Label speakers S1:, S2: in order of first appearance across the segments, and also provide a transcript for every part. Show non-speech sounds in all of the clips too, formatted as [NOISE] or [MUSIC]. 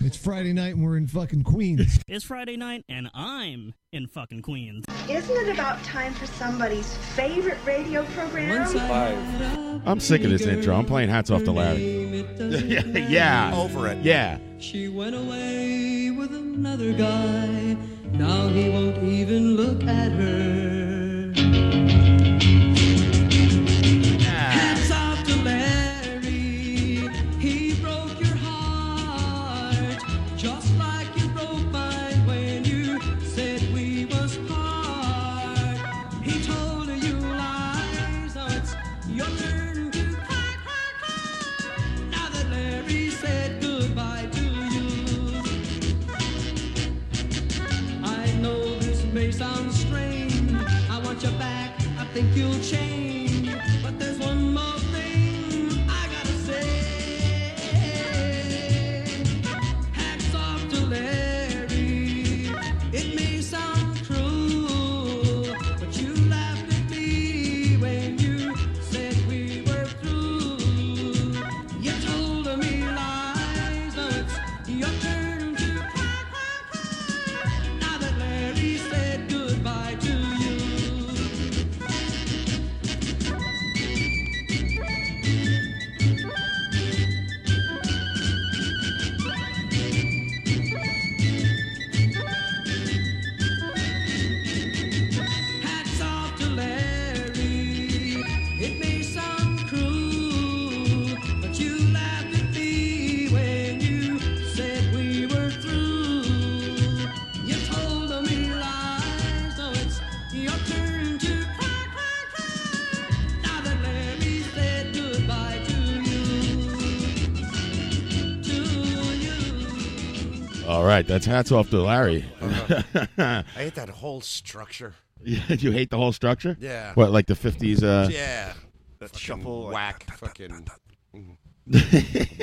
S1: It's Friday night and we're in fucking
S2: [LAUGHS]
S1: Queens.
S3: It's Friday night, and I'm in fucking
S4: [LAUGHS]
S3: Queens.
S5: Isn't it about time for somebody's favorite radio program?
S2: I'm sick of this intro. I'm playing Hats Off to Larry. [LAUGHS] yeah.
S6: Over it.
S2: Yeah.
S4: She went away with another guy. Now he won't even look at her. Hats off to Larry. He broke your heart. Just like you broke mine when you said we was part. He told you lies. Now it's your turn to cry, cry, cry. Now that Larry said goodbye to you. I know this may sound strange. I want you back. I think you'll change. But there's one more thing I gotta say. Hats off to Larry. It may sound cruel, but you laughed at me when you said we were through. You told me lies. Now it's your turn to cry, cry, cry. Now that Larry said goodbye to you. Hats off to Larry. It may sound cruel, but you laughed at me when you said we were through. You told me lies, so it's your turn to cry, cry, cry. Now that Larry said goodbye to you, to you.
S2: All right. That's Hats Off to Larry. [LAUGHS]
S6: I hate that whole structure.
S2: you hate the whole structure?
S6: Yeah.
S2: What, like the 50s? Uh,
S6: Yeah. That
S7: shuffle, like,
S6: whack,
S7: [LAUGHS]
S2: [LAUGHS]
S6: fucking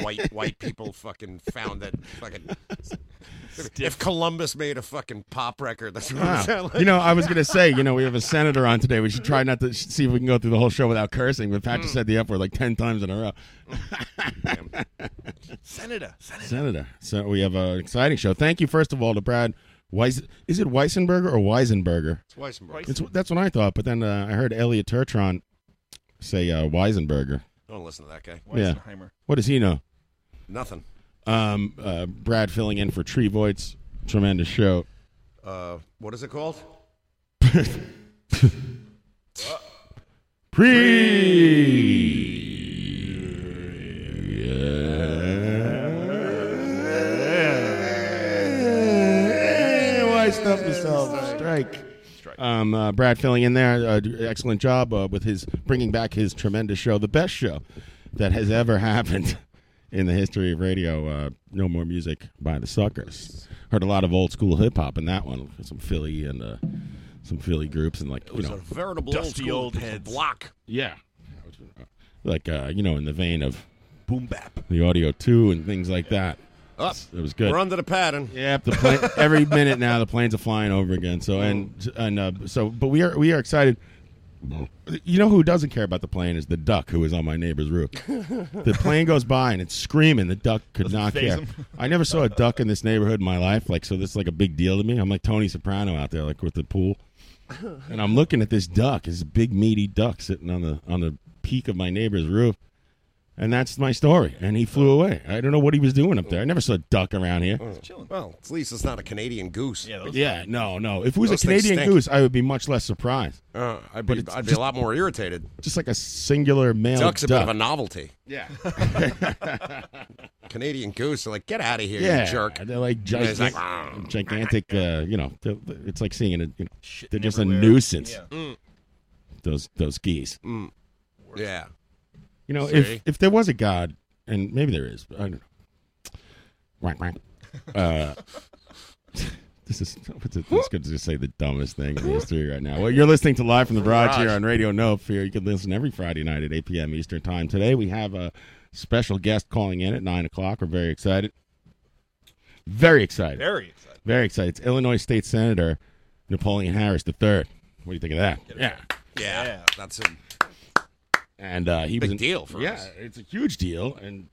S6: white white people fucking found that fucking. If Columbus made a fucking pop record, that's what
S2: Wow.
S6: I'm saying. [LAUGHS] Like,
S2: Ah. You know, I was going to say, you know, we have a senator on today. We should try not to sh- see if we can go through the whole show without cursing, but
S6: Mm.
S2: Patrick said the F word like 10 times in a row.
S7: Senator, Senator.
S2: Senator. So we have an exciting show. Thank you, first of all, to Brad. Weiss- is it Weisenberger or Weisenberger?
S6: it's Weissenberg.
S2: It's, that's what I thought, but then uh, I heard Elliot Turtron say uh, Weisenberger.
S6: Don't listen to that guy.
S7: Weisenheimer.
S2: What does he know?
S6: Nothing.
S2: Um, uh, Brad filling in for Tree Voids. Tremendous show. [LAUGHS]
S6: Uh, what is it called?
S2: Why stuff yourself? Strike. Um, uh, Brad filling in there. Uh, d- excellent job uh, with his bringing back his tremendous show, the best show that has ever [LAUGHS] happened in the history of radio. Uh, no more music by the suckers. Heard a lot of old school hip hop in that one. Some Philly and uh, some Philly groups and like
S6: It
S2: you
S6: was
S2: know
S6: a veritable
S7: Dusty
S6: old, school
S7: old heads.
S6: block.
S2: yeah. Like uh, you know, in the vein of
S7: Boom bap.
S2: the audio two and things like that.
S6: Up.
S2: It was good.
S6: We're under the pattern.
S2: Yep, the plane, every
S6: [LAUGHS]
S2: minute now the planes are flying over again. So and and uh, so, but we are we are excited. You know who doesn't care about the plane is the duck who is on my neighbor's roof. [LAUGHS] the plane goes by and it's screaming. The duck could not
S7: faze
S2: care.
S7: him.
S2: I never saw a duck in this neighborhood in my life. Like so, this is like a big deal to me. I'm like Tony Soprano out there, like with the pool, and I'm looking at this duck. This big meaty duck sitting on the on the peak of my neighbor's roof. And that's my story. And he flew away. I don't know what he was doing up there. I never saw a duck around here.
S7: Chilling.
S6: Mm. Well, at least it's not a Canadian goose.
S7: Yeah, those,
S2: Yeah, no, no. Oh, If it was
S6: Those
S2: a
S6: things
S2: Canadian
S6: stink.
S2: goose, I would be much less surprised.
S6: Uh, I'd be,
S2: it's
S6: I'd be a lot more irritated.
S2: Just like a singular male
S6: Duck's a bit
S2: duck.
S6: of a novelty.
S2: yeah,
S6: [LAUGHS] Canadian goose are like, get out of here,
S2: yeah.
S6: you jerk.
S2: They're like
S6: And it's
S2: gigantic,
S6: like, "Ah, "Wow."
S2: gigantic. Uh, you know, they're- it's like seeing a. You know,
S7: Shitting
S2: they're just
S7: everywhere.
S2: a nuisance.
S7: Yeah.
S6: Mm.
S2: Those those geese.
S6: Yeah.
S2: You know,
S6: See?
S2: if if there was a god, and maybe there is, but I don't know. Whack, whack. Uh, [LAUGHS] this is [LAUGHS] what's it, it's good to just say the dumbest thing in history right now. Well, you're listening to live from the barrage here on Radio No Fear. You can listen every Friday night at 8 p.m. Eastern Time. Today we have a special guest calling in at nine o'clock. We're very excited. Very excited.
S7: Very excited.
S2: Very excited. It's Illinois State Senator Napoleon Harris III. What do you think of that? Yeah.
S6: Yeah.
S7: Yeah.
S6: That's a
S2: And uh, he
S6: big
S2: was an-
S6: deal for
S2: yeah,
S6: us.
S2: it's a huge deal, and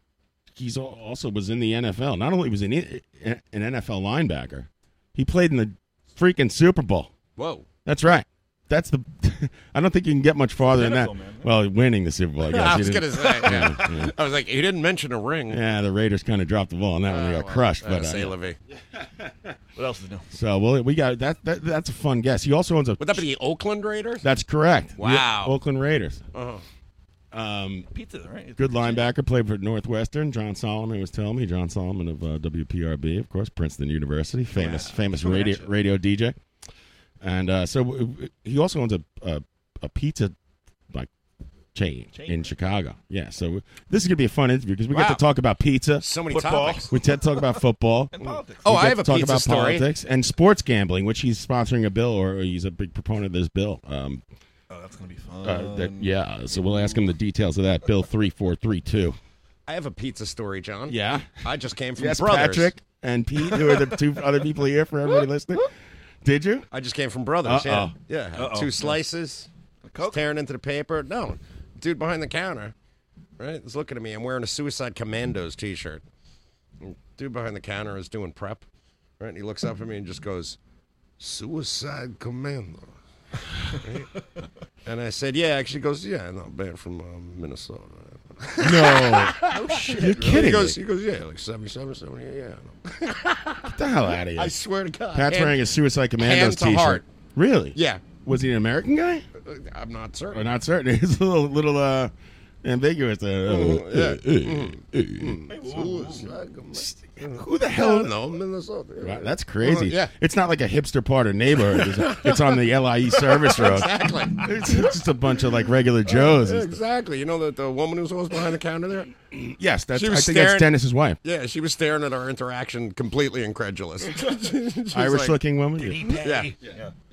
S2: he's al- also was in the NFL. Not only was he an an NFL linebacker, he played in the freaking Super Bowl.
S6: Whoa.
S2: That's right. That's the. [LAUGHS] I don't think you can get much farther than that.
S7: NFL, man.
S2: Well, winning the Super Bowl,
S6: [LAUGHS]
S2: I guess.
S6: [LAUGHS] I
S2: He
S6: was
S2: didn't-
S6: gonna say. yeah. [LAUGHS]
S2: yeah.
S6: I was like, he didn't mention a ring.
S2: Yeah, the Raiders kind of dropped the ball on that one. They
S6: Oh,
S2: got crushed.
S6: uh,
S2: But
S6: say,
S2: uh,
S6: Levy.
S7: [LAUGHS] What else is new?
S2: so well, we got that, that. That's a fun guess. He also owns a.
S6: Would that be the Oakland Raiders?
S2: That's correct. The
S6: Wow.
S2: Oakland Raiders.
S6: Uh-huh.
S2: Um,
S7: Pizza, right?
S2: good linebacker, played for Northwestern. John Solomon was telling me. John Solomon of uh, WPRB, of course, Princeton University, famous famous
S7: Coming at ya.
S2: radio radio DJ. And uh, so w- w- he also owns a a, a pizza like chain,
S7: Chain.
S2: in Chicago. Yeah. So this is gonna be a fun interview because we got to
S6: Wow.
S2: talk about pizza.
S6: So many
S7: Football.
S6: topics.
S2: We tend to talk about football.
S7: And politics.
S6: Oh,
S2: We
S6: I
S2: get
S6: have
S2: to
S6: a
S2: talk
S6: pizza
S2: about
S6: story.
S2: politics and sports gambling, which he's sponsoring a bill, or he's a big proponent of this bill. Um,
S7: Oh, that's gonna be fun.
S2: uh, that, yeah, so we'll ask him the details of that bill three four three two.
S6: I have a pizza story, John.
S2: Yeah,
S6: I just came from
S2: yes,
S6: Brothers.
S2: Patrick and Pete, who are
S6: [LAUGHS]
S2: the [LAUGHS] two other people here for everybody listening. Did you?
S6: I just came from Brothers.
S2: Uh-oh.
S6: Yeah. Yeah.
S7: Uh-oh.
S6: Two slices.
S7: Coke?
S6: Tearing into the paper. No. Dude behind the counter, right, is looking at me. I'm wearing a Suicide Commandos t shirt. Dude behind the counter is doing prep, right? And he looks up at me and just goes, Suicide Commandos. right? And I said, Yeah. Actually, he goes, Yeah, no, band from um, Minnesota.
S2: No,
S6: [LAUGHS]
S2: Oh, You're kidding.
S6: He
S2: me.
S6: goes, he goes, Yeah, like 77, 78. Yeah.
S2: Get the hell out of here.
S6: I swear to God.
S2: Pat's
S6: And
S2: wearing a Suicide Commandos
S6: hand to
S2: t-shirt.
S6: heart.
S2: Really?
S6: Yeah.
S2: Was he an American guy?
S6: I'm not certain.
S2: Or not certain. [LAUGHS] It's a little little uh, ambiguous. Uh, there.
S6: Oh,
S2: eh, uh,
S6: Mm,
S2: Mm-hmm. Who the hell?
S6: no, Minnesota.
S2: Wow, that's [LAUGHS] crazy.
S6: Uh-huh, Yeah.
S2: It's not like a hipster part or neighborhood. It's- it's on the LIE service road.
S6: Exactly.
S2: It's it's just a bunch of like regular Joes.
S6: Yeah, exactly. You know that the woman who's always behind the counter there?
S2: [CLEARS THROAT] yes, that's.
S6: She
S2: I
S6: was
S2: think that's
S6: staring-
S2: Dennis's wife.
S6: Yeah, she was staring at our interaction
S2: [LAUGHS]
S6: completely incredulous. She's
S2: Irish
S6: like,
S2: looking woman.
S6: Yeah.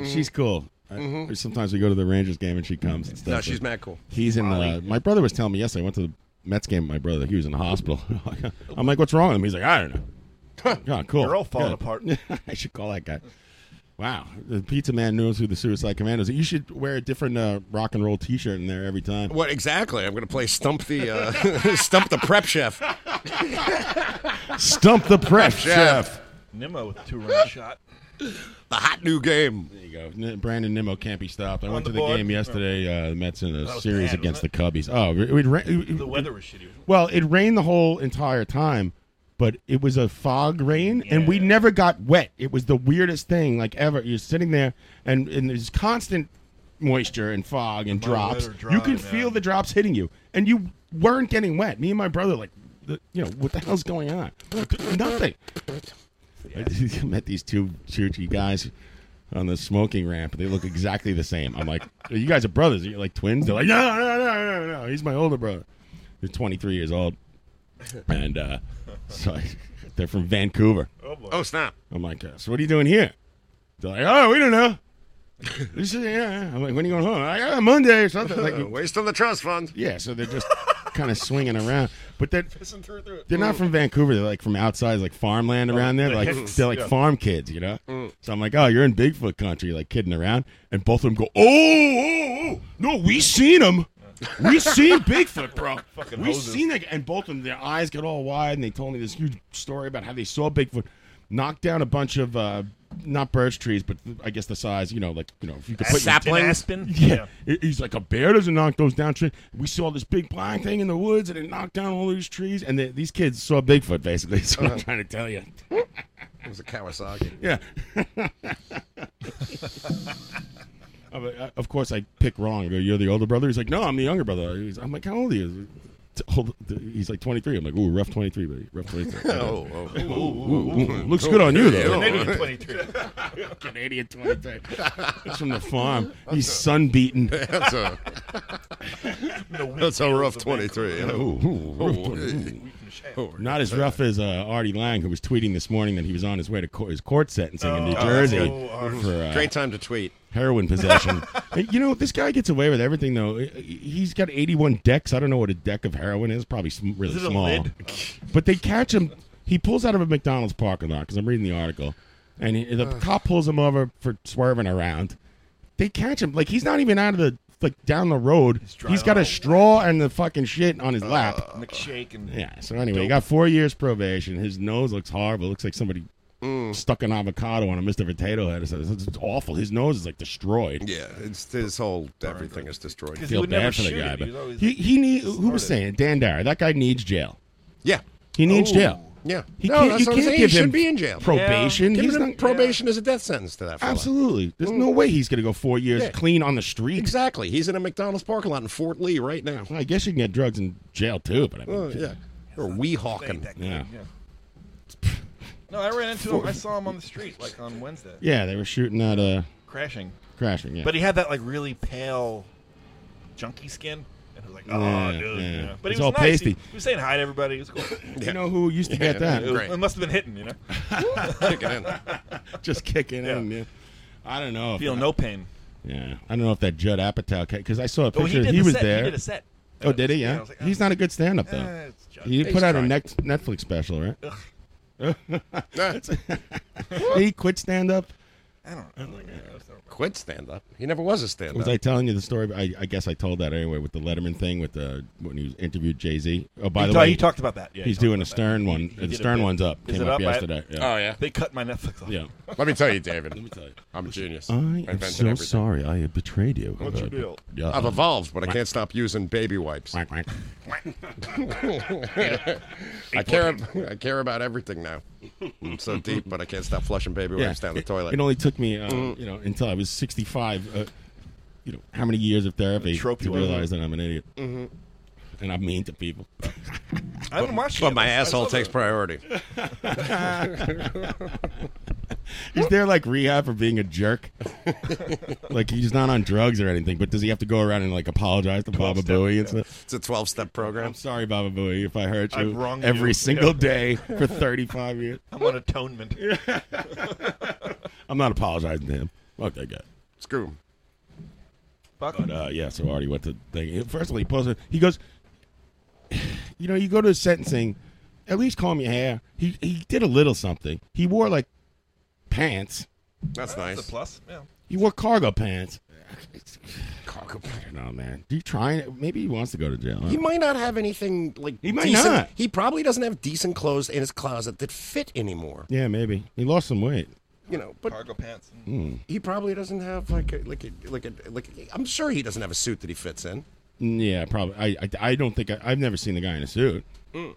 S2: She's cool. I- Sometimes we go to the Rangers game and she comes and stuff.
S6: Mm-hmm. No, she's mad cool.
S2: He's in the. My brother was telling me yesterday. I went to the Mets game. with My brother, he was in the hospital. [LAUGHS] I'm like, "What's wrong with him?" He's like, "I don't know."
S6: [LAUGHS]
S2: Yeah, cool.
S7: You're all falling
S2: Good.
S7: apart.
S2: [LAUGHS] I should call that guy. Wow, the pizza man knows who the Suicide Commandos. are. You should wear a different uh, rock and roll T-shirt in there every time.
S6: What exactly? I'm going to play Stump the uh, [LAUGHS] Stump the
S2: [LAUGHS]
S6: Prep Chef.
S2: Stump the press,
S6: Chef.
S2: chef.
S7: Nimo with two
S2: [LAUGHS]
S7: run shot.
S6: The hot new game.
S2: There you go. N- Brandon Nimmo can't be stopped. I went to
S7: the
S2: the
S7: board. Oh.
S2: game yesterday. Uh, the Mets in
S7: That
S2: a
S7: was
S2: series
S7: bad,
S2: against the
S7: wasn't
S2: Cubbies. Oh, it, it, ra- it-
S7: The weather was shitty.
S2: well, it rained the whole entire time, but it was a fog rain, and we never got wet. It was the weirdest thing like ever. You're sitting there, and, and there's constant moisture and fog and drops.
S7: weather
S2: you can
S7: dry, man.
S2: feel the drops hitting you, and you weren't getting wet. Me and my brother, like, the, you know, what the hell's going on? Nothing. I [LAUGHS] met these two churchy guys on the smoking ramp. They look exactly the same. I'm like, [LAUGHS] you guys are brothers. You're like twins. They're like, no, no, no, no, no. He's my older brother. They're 23 years old, and uh, so I, [LAUGHS] they're from Vancouver.
S6: Oh snap!
S2: I'm like, uh, so what are you doing here? They're like, oh, we don't know. [LAUGHS] This is, yeah. I'm like, when are you going home? Like, "Ah, Monday or something. Like,
S6: Uh, [LAUGHS] waste on the trust fund.
S2: yeah, so they're
S6: [LAUGHS]
S2: just kind of swinging around, but they're they're not from Vancouver. They're like from outside, like farmland around there. Like they're like farm kids, you know. So I'm like, oh, you're in Bigfoot country, like kidding around, and both of them go, oh, oh, oh. no, we
S7: [LAUGHS]
S2: seen him. We seen Bigfoot, bro.
S7: Fucking
S2: We
S7: hoses.
S2: seen it, and both of them, their eyes got all wide, and they told me this huge story about how they saw Bigfoot knock down a bunch of uh, not birch trees, but I guess the size, you know, like you know, if you could put your
S7: In
S6: Saplings.
S7: Aspen.
S2: [LAUGHS] yeah. He- He's like, a bear doesn't knock those down trees. We saw this big black thing in the woods and it knocked down all these trees. And the, these kids saw Bigfoot, basically. [LAUGHS] That's what I'm
S7: Uh-huh.
S2: trying to tell you.
S6: It was a Kawasaki.
S2: Yeah. [LAUGHS] I'm like, uh, of course, I pick wrong. I go, You're the older brother? He's like, No, I'm the younger brother. He's- I'm like, How old are you? T- old- He's like 23. I'm like, Ooh, rough 23, buddy. Rough 23.
S6: [LAUGHS] Oh, oh, oh.
S2: Ooh, ooh, looks good on you, though.
S7: Canadian 23.
S2: Canadian 23. It's from the farm. He's sunbeaten.
S6: [LAUGHS] that's a that's a rough twenty-three. you know?
S2: Ooh, ooh, rough 23. [LAUGHS]
S7: Oh,
S2: Not as rough as uh, Artie Lang, who was tweeting this morning that he was on his way to co- his court sentencing in New
S6: Oh,
S7: uh,
S2: Jersey for uh,
S6: Great time to tweet.
S2: heroin possession. Hey, you know, this guy gets away with everything, though. He- He's got 81 decks. I don't know what a deck of heroin is. Probably sm- really
S7: Is it a
S2: small.
S7: lid?
S2: But they catch him. He pulls out of a McDonald's parking lot because I'm reading the article, and he, the cop pulls him over for swerving around. They catch him like he's not even out of the like down the road.
S7: dry Uh,
S2: He's got a
S7: all-
S2: straw and the fucking shit on his lap.
S7: McShake and
S2: Yeah. So anyway, he got four years probation. His nose looks horrible. It looks like somebody
S6: Mm.
S2: stuck an avocado on a Mr. Potato Head. It's, it's awful. His nose is like destroyed.
S6: Yeah, it's his whole everything is
S2: I
S6: destroyed.
S7: He
S2: feel
S7: would never
S2: bad for the
S7: shoot
S2: guy,
S7: him. He was
S2: but
S7: always,
S2: he
S7: like,
S2: he need, who
S7: started.
S2: was saying Dan Dyer. That guy needs jail.
S6: Yeah,
S2: He needs
S7: Oh.
S2: jail.
S6: yeah.
S2: He
S6: no,
S2: can't,
S6: that's
S2: you
S6: what
S2: can't
S6: I'm saying.
S2: give
S6: he
S2: him
S6: should be in jail.
S2: probation.
S6: Give
S2: He's
S6: him
S2: not
S6: probation is a death sentence to that. Fella.
S2: absolutely. There's no way he's gonna go four years
S6: Yeah.
S2: clean on the street.
S6: Exactly. He's in a McDonald's parking lot in Fort Lee right now.
S2: Well, I guess you can get drugs in jail too, but I mean,
S6: Oh, yeah. Or wee hawking.
S7: that
S2: Yeah.
S7: yeah. yeah. No, I ran into him. I saw him on the street like on Wednesday,
S2: yeah, they were shooting at uh
S7: crashing.
S2: crashing. Yeah,
S7: But he had that like really pale, junky skin, and I was like, oh,
S2: Yeah,
S7: dude.
S2: yeah.
S7: you know. But
S2: It's
S7: he was
S2: all
S7: nice.
S2: pasty.
S7: He, he was saying hi to everybody. He was
S2: [LAUGHS]
S7: cool.
S2: you know who used to get
S6: Yeah.
S2: that?
S7: It, was-
S6: Great.
S7: it must have been hitting, you know.
S2: [LAUGHS]
S6: Kick it in.
S2: Just kicking
S7: Yeah.
S2: in. Yeah. I don't know. If,
S7: Feel no pain.
S2: yeah, I don't know if that Judd Apatow because I saw a
S7: Oh,
S2: picture.
S7: he did the
S2: was
S7: set.
S2: there.
S7: He did a set.
S2: Oh, did he? Yeah.
S7: I was like,
S2: He's
S7: oh,
S2: not a good stand-up though.
S7: eh, it's Judd.
S2: he
S6: He's
S2: put out a
S6: trying.
S2: next Netflix special, right? [LAUGHS]
S6: Nah,
S2: he quit stand-up.
S7: I don't know. I don't like it. I just don't-
S6: quit stand up. He never was a stand
S2: Was
S6: up.
S2: I telling you the story? I, I guess I told that anyway with the Letterman thing with the when he interviewed Jay Z. Oh, by
S7: he,
S2: the
S7: ta-
S2: way,
S7: he talked about that. Yeah, he
S2: he's
S7: talked
S2: doing a
S7: about that.
S2: Stern one.
S7: He
S2: the
S7: did a
S2: Stern
S7: bit.
S2: one's up.
S7: Is
S2: Came
S7: it
S2: up,
S7: up? I-
S2: yesterday. Yeah.
S6: oh, yeah.
S7: They cut my Netflix off.
S2: yeah.
S6: Let me tell you, David. Let me
S2: tell you.
S6: I'm a genius.
S2: I am
S6: invented
S2: so
S6: everything.
S2: sorry. I have betrayed you.
S7: What's
S2: Uh,
S7: your deal?
S2: Yeah.
S6: I've evolved, but I can't stop using baby wipes.
S2: Quack, quack.
S4: [LAUGHS]
S6: I care. I care about everything now. I'm so deep, but I can't stop flushing baby
S2: Yeah.
S6: wipes down the
S2: It-
S6: toilet.
S2: It, only took me, uh,
S7: Mm.
S2: you know, until I was 65. Uh, you know, how many years of therapy
S7: trope
S2: to
S7: you are.
S2: realize that I'm an idiot, and I'm mean to people.
S7: Mm-hmm. [LAUGHS] I haven't watched it.
S6: but my
S7: yet. I saw
S6: asshole
S7: the-
S6: takes
S7: [LAUGHS]
S6: priority. [LAUGHS]
S2: Is there like rehab for being
S7: [LAUGHS]
S2: a jerk? like he's not on drugs or anything, but does he have to go around and like apologize to Baba Booey and stuff?
S6: It's a 12-step program.
S2: I'm sorry, Baba Booey, if I hurt
S7: I've
S2: you
S7: wronged
S2: every
S7: you.
S2: single
S7: Yeah.
S2: day for 35 years.
S7: I'm on
S2: [LAUGHS]
S7: atonement.
S2: I'm not apologizing to him. Fuck that guy.
S6: Screw 'em.
S7: Fuck.
S2: But uh, yeah, so Artie went to thing. First of all, he posted. He goes, [SIGHS] you know, you go to sentencing, at least comb your hair. He he did a little something. He wore like pants.
S6: That's
S7: That's a
S6: nice.
S7: plus. Yeah.
S2: He wore cargo
S6: [SIGHS]
S2: pants. Cargo pants. I don't know, man. Do you try? Maybe he wants to go to jail.
S6: He might not have anything like.
S2: He might
S6: decent-
S2: not.
S6: He probably doesn't have decent clothes in his closet that fit anymore.
S2: yeah, maybe he lost some weight. Hmm.
S6: You know, but
S7: Cargo pants.
S6: he probably doesn't have like a, like a, like a, like. A, I'm sure he doesn't have a suit that he fits in.
S2: Mm, Yeah, probably. I I, I don't think I, I've never seen the guy in a suit.
S6: Hmm.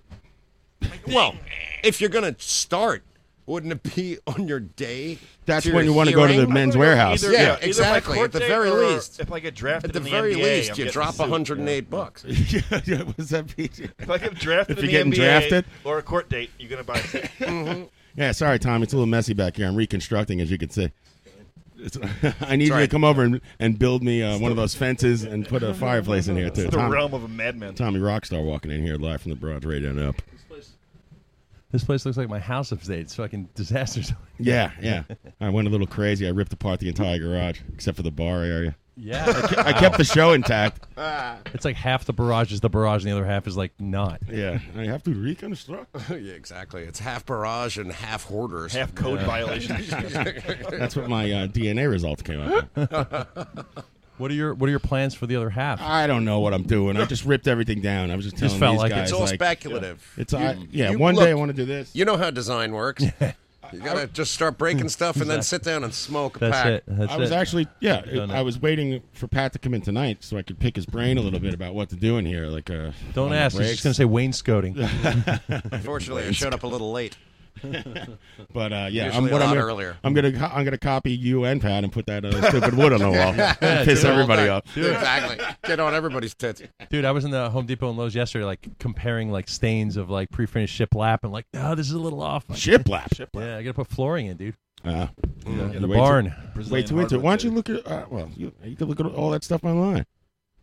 S6: Well, if you're gonna start, wouldn't it be [LAUGHS] on your day?
S2: That's
S6: to
S2: when
S6: your
S2: you want to go to the
S6: hearing?
S2: men's warehouse.
S6: Yeah,
S7: my
S6: exactly.
S7: court
S6: At the
S7: date
S6: very
S7: or
S6: least.
S7: If I get drafted
S6: At the
S7: in
S6: very
S7: NBA,
S6: least,
S7: I'm
S6: you
S7: getting
S6: drop
S7: a suit.
S6: 108 bucks.
S2: [LAUGHS] yeah, yeah. What's that? Peter?
S7: If I get drafted
S2: If
S7: in
S2: you're
S7: the
S2: getting
S7: NBA
S2: drafted.
S7: or a court date, you're gonna buy. A
S6: [LAUGHS]
S7: suit.
S6: Mm-hmm.
S2: Yeah, sorry, Tom. It's a little messy back here. I'm reconstructing, as you can see. It's- [LAUGHS] I need you to
S6: right.
S2: come over and, and build me uh, one of those fences and
S8: [LAUGHS]
S2: put a fireplace in here too.
S7: the
S2: Tom-
S7: realm of a madman.
S2: Tommy Rockstar walking in here live from the Broad Radio and up.
S8: This place looks like my house of It's fucking
S2: [LAUGHS]
S8: disasters.
S2: Yeah, yeah. I went a little crazy. I ripped apart the entire garage except for the bar area.
S8: yeah,
S2: I kept the show
S6: [LAUGHS]
S2: intact.
S8: it's like half the barrage is the barrage, and the other half is like not.
S2: [LAUGHS] Yeah, I have to reconstruct.
S6: [LAUGHS] yeah, exactly. It's half barrage and half hoarders.
S7: Half code violations.
S2: [LAUGHS] That's what my uh, DNA results came up. with.
S8: [LAUGHS] What are your What are your plans for the other half?
S2: I don't know what I'm doing. I just ripped everything down. I was just telling
S8: felt
S2: these
S8: like it.
S2: guys
S6: it's all speculative.
S2: It's I, yeah.
S6: you
S2: one day I
S6: look-
S2: want to do this.
S6: You know how
S8: [LAUGHS]
S6: design works. You gotta just start breaking stuff and then sit down and smoke a
S8: That's
S6: pack.
S8: it. That's
S2: I was
S8: it.
S2: actually, yeah,
S8: Done it. [LAUGHS]
S2: I was waiting for Pat to come in tonight so I could pick his brain a little bit about what to do in here. Like, uh, on
S8: Don't
S2: the
S8: ask. He's
S2: breaks.
S8: just gonna say wainscoting.
S6: Unfortunately, I showed up a little late.
S2: [LAUGHS] But uh, yeah, I'm,
S6: Usually
S2: what
S6: a
S2: I'm
S6: lot
S2: gonna,
S6: earlier.
S2: I'm gonna, co- I'm gonna copy you and Pat and put that
S6: [LAUGHS]
S2: uh, stupid wood on the wall, [LAUGHS] piss everybody off.
S6: Exactly. Get on
S8: [LAUGHS]
S6: everybody's tits.
S8: Dude, I was in the Home Depot and Lowe's yesterday, like comparing like stains of like pre-finished shiplap, and like, oh, this is a little off. Like,
S2: Shiplap.
S8: yeah, I gotta put flooring in, dude.
S2: Uh,
S8: In the
S2: wait
S8: barn.
S2: Till, wait till winter. Why don't you look at? Uh, well, you, you can look at all that stuff online.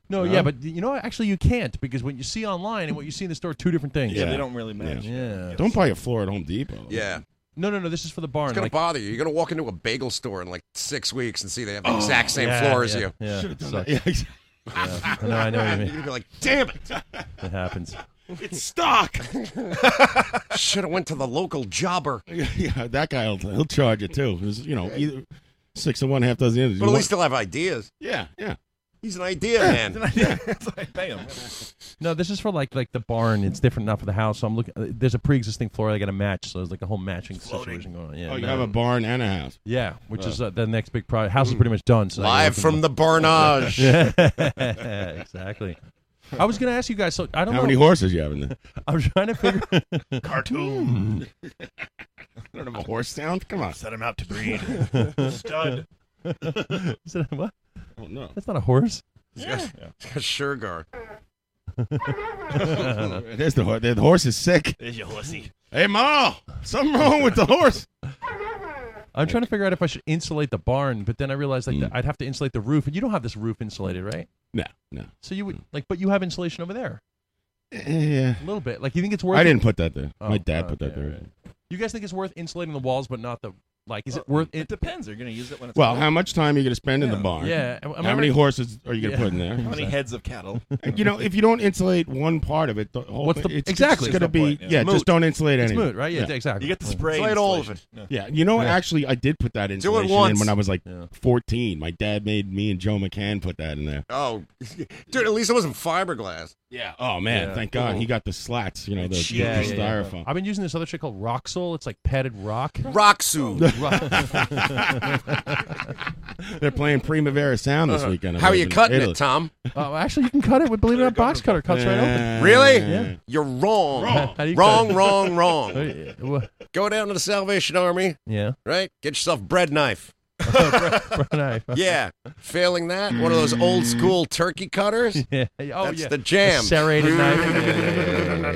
S8: No,
S2: No?
S8: yeah, but you know, what? actually, you can't because what you see online and what you see in the store are two different things.
S7: Yeah,
S2: Yeah.
S7: they don't really match.
S8: Yeah.
S2: Don't buy a floor at Home Depot.
S6: Yeah.
S8: No, no, no. This is for the barn.
S6: It's gonna
S8: like-
S6: bother you. You're gonna walk into a bagel store in like six weeks and see they have the exact same floor as
S8: Oh,
S6: you.
S8: Yeah,
S2: Should've done
S8: sucks.
S2: that. [LAUGHS] Yeah,
S8: I know, I know what you
S6: You're [LAUGHS]
S8: mean.
S6: gonna be like, damn it!
S8: It happens.
S2: it's stock.
S6: Should have went to the local jobber.
S2: [LAUGHS] yeah, that guy will he'll charge you too. 'cause, You know, either six of one, half dozen.
S6: But at least they'll have ideas.
S2: yeah, yeah.
S6: He's an idea man. [LAUGHS]
S7: That's what I pay him.
S8: No, this is for like like the barn. It's different, not for the house. So I'm looking. uh, There's a pre-existing floor. I got to match. So there's like a whole matching situation going on. Yeah,
S2: Oh, you
S8: no.
S2: have a barn and a house. Hmm.
S8: yeah, which is uh, the next big project. House is pretty much done. So
S6: Live from the barnage.
S8: yeah, [LAUGHS] exactly. I was gonna ask you guys. So I don't
S2: How
S8: know.
S2: many horses you have in there?
S8: [LAUGHS] I'm trying to
S2: [LAUGHS]
S8: figure.
S9: Cartoon.
S2: I don't have a horse sound. Come on.
S9: Set him out to
S6: [LAUGHS]
S8: [LAUGHS]
S9: breed. Stud.
S8: Is that- what?
S2: Oh, no.
S8: That's not a horse.
S6: Shergar.
S2: [LAUGHS] There's the horse. The horse is sick.
S9: There's your horsey.
S2: Hey, Ma, something wrong with the horse.
S8: I'm trying to figure out if I should insulate the barn, but then I realized like
S2: Mm.
S8: that I'd have to insulate the roof, and you don't have this roof insulated, right?
S2: No, no.
S8: So you would like, but you have insulation over there
S2: Yeah.
S8: a little bit. Like you think it's worth?
S2: I
S8: it-
S2: didn't put that there.
S8: Oh,
S2: My dad put that
S8: okay,
S2: there.
S8: right. You guys think it's worth insulating the walls, but not the like? Is it worth
S7: It
S8: it?
S7: depends. They're gonna use it when it's
S2: Well,
S7: cold.
S2: how much time are you going to spend in the
S7: Yeah.
S2: barn?
S8: Yeah. am- am I
S2: how many
S8: right?
S2: horses are you going to
S8: Yeah. [LAUGHS]
S2: put in
S7: How
S2: there?
S7: many heads of
S2: [LAUGHS]
S7: cattle?
S2: you know, if you don't insulate one part of it, the whole
S8: What's
S2: thing,
S8: the-
S2: it's,
S8: exactly.
S2: going to
S7: There's no
S2: be
S7: point, yeah.
S2: yeah.
S8: Moot.
S2: Just don't insulate
S8: It's
S2: anything.
S8: mood, right? Yeah,
S2: yeah.
S8: exactly.
S9: You get the
S8: Yeah.
S9: spray.
S6: Played all of it.
S7: No.
S2: Yeah. You know,
S8: Yeah.
S2: actually, I did put that insulation in
S6: once.
S2: when I was like
S8: Yeah.
S2: 14. My dad made me and Joe McCann put that in there.
S6: Oh, [LAUGHS] dude, at least it wasn't fiberglass.
S2: Yeah. Oh man,
S8: Yeah.
S2: thank God he got the slats. You know, the,
S8: Yeah, yeah,
S2: the
S8: yeah.
S2: styrofoam.
S8: I've been using this other shit called Roxol. It's like padded rock. [LAUGHS]
S6: Roxu.
S2: [LAUGHS] They're playing Primavera Sound
S8: Uh-huh.
S2: this weekend.
S6: Uh, How are you cutting
S2: Italy.
S6: it, Tom?
S8: Oh, actually, you can cut it with believe it or not, box cutter cuts right open.
S2: Yeah.
S6: Really?
S2: Yeah.
S6: You're wrong.
S8: Wrong. How do you
S6: wrong,
S8: cut it?
S6: wrong,
S2: [LAUGHS]
S6: wrong.
S8: Uh, wha-
S6: Go down to the Salvation Army,
S8: Yeah.
S6: right? Get yourself a bread
S9: [LAUGHS]
S6: knife. [LAUGHS]
S8: Right.
S6: Yeah. Failing that, one of those old school turkey cutters.
S8: [LAUGHS] Yeah. Oh,
S6: That's
S8: yeah.
S6: the jam.
S8: Serrated
S6: [LAUGHS]
S8: knife.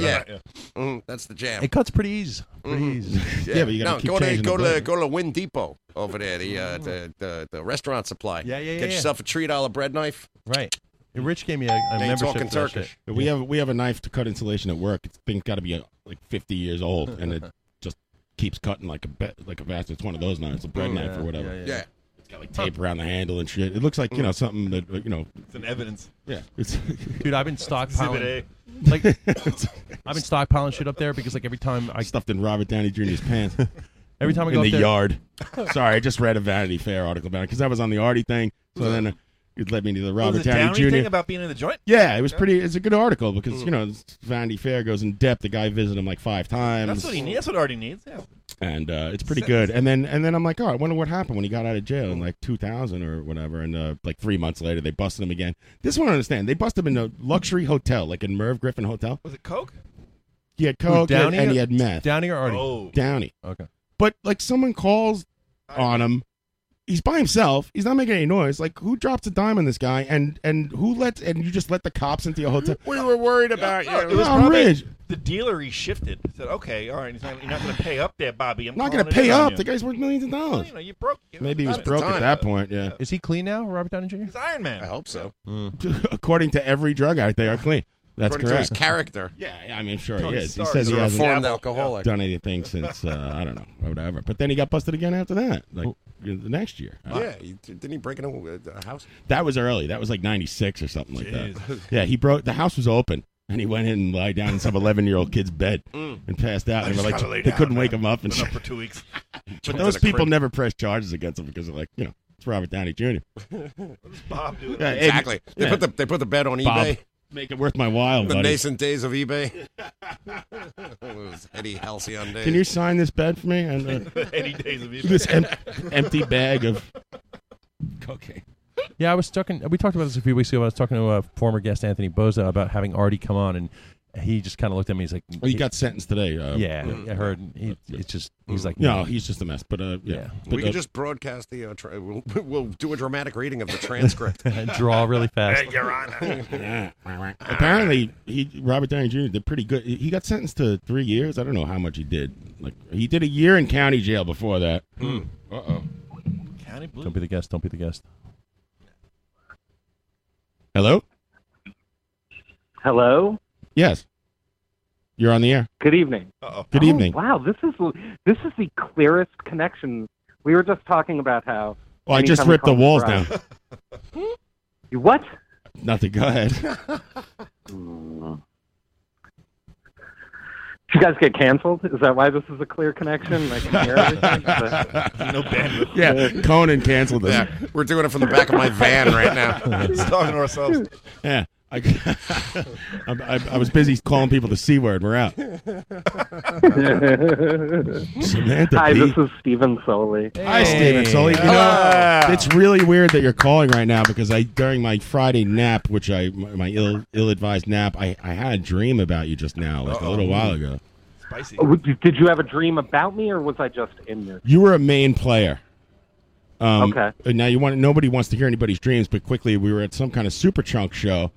S8: Yeah,
S6: Yeah. Mm, that's the jam. Mm-hmm.
S8: It cuts pretty easy. Pretty easy. [LAUGHS]
S2: Yeah, but you gotta
S6: no,
S2: keep
S6: go to
S2: changing
S6: go
S2: the
S6: to
S2: blade.
S6: go to Win Depot over there, the uh, the, the the restaurant supply.
S8: Yeah, yeah, yeah,
S6: Get
S8: yeah.
S6: yourself a three dollar bread knife.
S8: Right. Rich gave me a, a
S6: Now you're
S8: membership
S6: talking
S8: for that
S6: Turkish.
S8: shit.
S2: We have we have a knife to cut insulation at work. It's thing's got to be uh, like 50 years old, and it just keeps cutting like a ba- like a bastard. It's one of those knives, a bread knife or whatever.
S8: yeah.
S6: Yeah.
S2: It's got like tape around the handle and shit. It looks like you know something that uh, you know.
S7: It's an evidence.
S6: [LAUGHS]
S2: Yeah, it's
S8: Dude, I've been
S9: Exhibit
S8: stockpiling.
S9: A.
S2: [LAUGHS]
S8: Like, I've been stockpiling shit up there because like every time I
S2: stuffed in Robert Downey Jr.'s pants.
S8: every time I
S2: in
S8: go
S2: the
S8: up there, [LAUGHS]
S2: yard. Sorry, I just read a Vanity Fair article about it because I was on the Artie thing. So then uh, it led me to the
S7: What
S2: Robert
S7: was the
S2: Downey
S7: Downey
S2: Jr.
S7: thing about being in the joint? Mm.
S2: yeah, it was pretty. It's a good article because you know Vanity Fair goes in depth. The guy visited him like five times,
S7: That's what he needs. That's what Artie needs. Yeah.
S2: and uh, it's pretty good. And then and then I'm like, oh, I wonder what happened when he got out of jail in like 2000 or whatever. And uh, like three months later, they busted him again. This one I understand. They busted him in a luxury hotel, like in Merv Griffin Hotel.
S7: Was it Coke?
S2: He had coke
S8: Who, Downey?
S2: and he had meth.
S8: Downey or Artie?
S9: Oh.
S2: Downey.
S8: Okay.
S2: But like someone calls on him. He's by himself. He's not making any noise. Like who drops a dime on this guy? And and who lets and you just let the cops into your hotel?
S6: We were worried about
S9: No,
S6: you.
S9: it was
S2: I'm
S9: probably-
S2: rich.
S9: The dealer he shifted. Said, okay, all right, he's not, you're not going to pay up there, Bobby. I'm
S2: I'm not
S9: going
S2: gonna
S9: to
S2: pay up. The
S9: [LAUGHS] You.
S2: guy's worth millions of
S9: Well,
S2: dollars.
S9: you know, you broke. you know,
S2: Maybe he was
S9: done it.
S2: broke
S6: time.
S2: at that point. Yeah.
S8: Is he clean now, Robert Downey Hmm. Jr.?
S9: He's Iron
S6: I
S9: Man.
S6: hope so.
S2: [LAUGHS] According to every drug addict, they are clean. That's
S6: According to
S2: correct.
S6: his character,
S2: Yeah, yeah, I mean, sure
S9: Tony
S2: he is. He
S9: Stark
S2: says
S9: is
S6: he's
S2: he
S6: a
S2: hasn't
S6: reformed alcoholic.
S2: done anything since uh, I don't know whatever. But then he got busted again after that, like the next year.
S6: Yeah, he, didn't he break into a, a house?
S2: That was early. That was like '96 or something like
S9: [LAUGHS]
S2: that. Yeah, he broke. The house was open, and he went in and lied down in some 11 year old kid's bed and passed out. And they were like,
S9: Mm. just gotta lay
S2: they
S9: down,
S2: couldn't
S9: man.
S2: wake him up. And
S9: Been up for
S2: [LAUGHS]
S9: two weeks.
S2: but
S6: in
S2: those
S6: a
S2: people
S6: crib.
S2: never pressed charges against him because they're like, you know, it's Robert Downey Jr.
S9: Bob doing
S2: Yeah,
S9: it.
S2: and
S6: Exactly. They
S2: yeah.
S6: put the they put the bed on
S2: Bob,
S6: eBay.
S2: make it worth my while,
S6: The
S2: buddy.
S6: nascent days of eBay. [LAUGHS] Those Eddie Halcyon days.
S2: Can you sign this bed for me and
S9: [LAUGHS]
S6: [LAUGHS]
S2: uh,
S9: Any days
S2: [LAUGHS]
S9: of evil.
S2: this em- empty
S9: [LAUGHS]
S2: bag of cocaine?
S8: Yeah, I was talking. We talked about this a few weeks ago. I was talking to a former guest, Anthony Boza, about having Artie come on, and he just kind of looked at me. He's like,
S2: Oh, you got sentenced today. Uh,
S8: yeah, I heard." He, it's just he's like,
S2: No, he's just a mess. But uh, yeah,
S8: Yeah.
S2: But,
S6: we
S2: uh,
S6: can just broadcast the. Uh, tra- we'll, we'll do a dramatic reading of the
S2: [LAUGHS]
S6: transcript.
S8: and draw
S9: [LAUGHS]
S8: really fast."
S9: Hey, Your Honor.
S2: Apparently, he Robert Downey Jr. did pretty good. He got sentenced to three years. I don't know how much he did. Like he did a year in county jail before that.
S9: Hmm.
S6: Hmm.
S2: Uh oh.
S7: County Blue.
S8: Don't be the guest. Don't be the guest.
S2: Hello.
S10: Hello.
S2: Yes. You're on the air.
S10: Good evening.
S2: Good
S10: Oh,
S2: evening.
S10: Wow, this is this is the clearest connection. We were just talking about how
S2: Well, I just
S10: anytime we
S2: ripped the
S10: call
S2: walls down.
S10: Rob- [LAUGHS] you what?
S6: [LAUGHS]
S2: Nothing. Go ahead.
S10: Did [LAUGHS] you guys get canceled? Is that why this is a clear connection? I can hear
S2: [LAUGHS]
S10: everything.
S9: no bandwidth.
S2: Yeah, Conan canceled us.
S6: Yeah, we're doing it from the back of my van right
S10: [LAUGHS]
S9: [LAUGHS]
S6: now.
S9: Just talking to ourselves.
S2: [LAUGHS] Yeah. I, [LAUGHS] I, I- I was busy calling people the C word.
S10: [LAUGHS]
S2: We're out. Samantha
S10: Hi,
S2: Bee.
S10: this is Steven Soley.
S2: Hi, Steven Sully. You know,
S6: Ah.
S2: it's really weird that you're calling right now because I, during my Friday nap, which I, my my ill, ill-advised nap, I, I had a dream about you just now, like a little while ago.
S9: Spicy.
S10: Oh, did did you have a dream about me, or was I just in there?
S2: You were a main player. Um,
S10: Okay.
S2: and Now you want nobody wants to hear anybody's dreams, but quickly we were at some kind of super chunk show,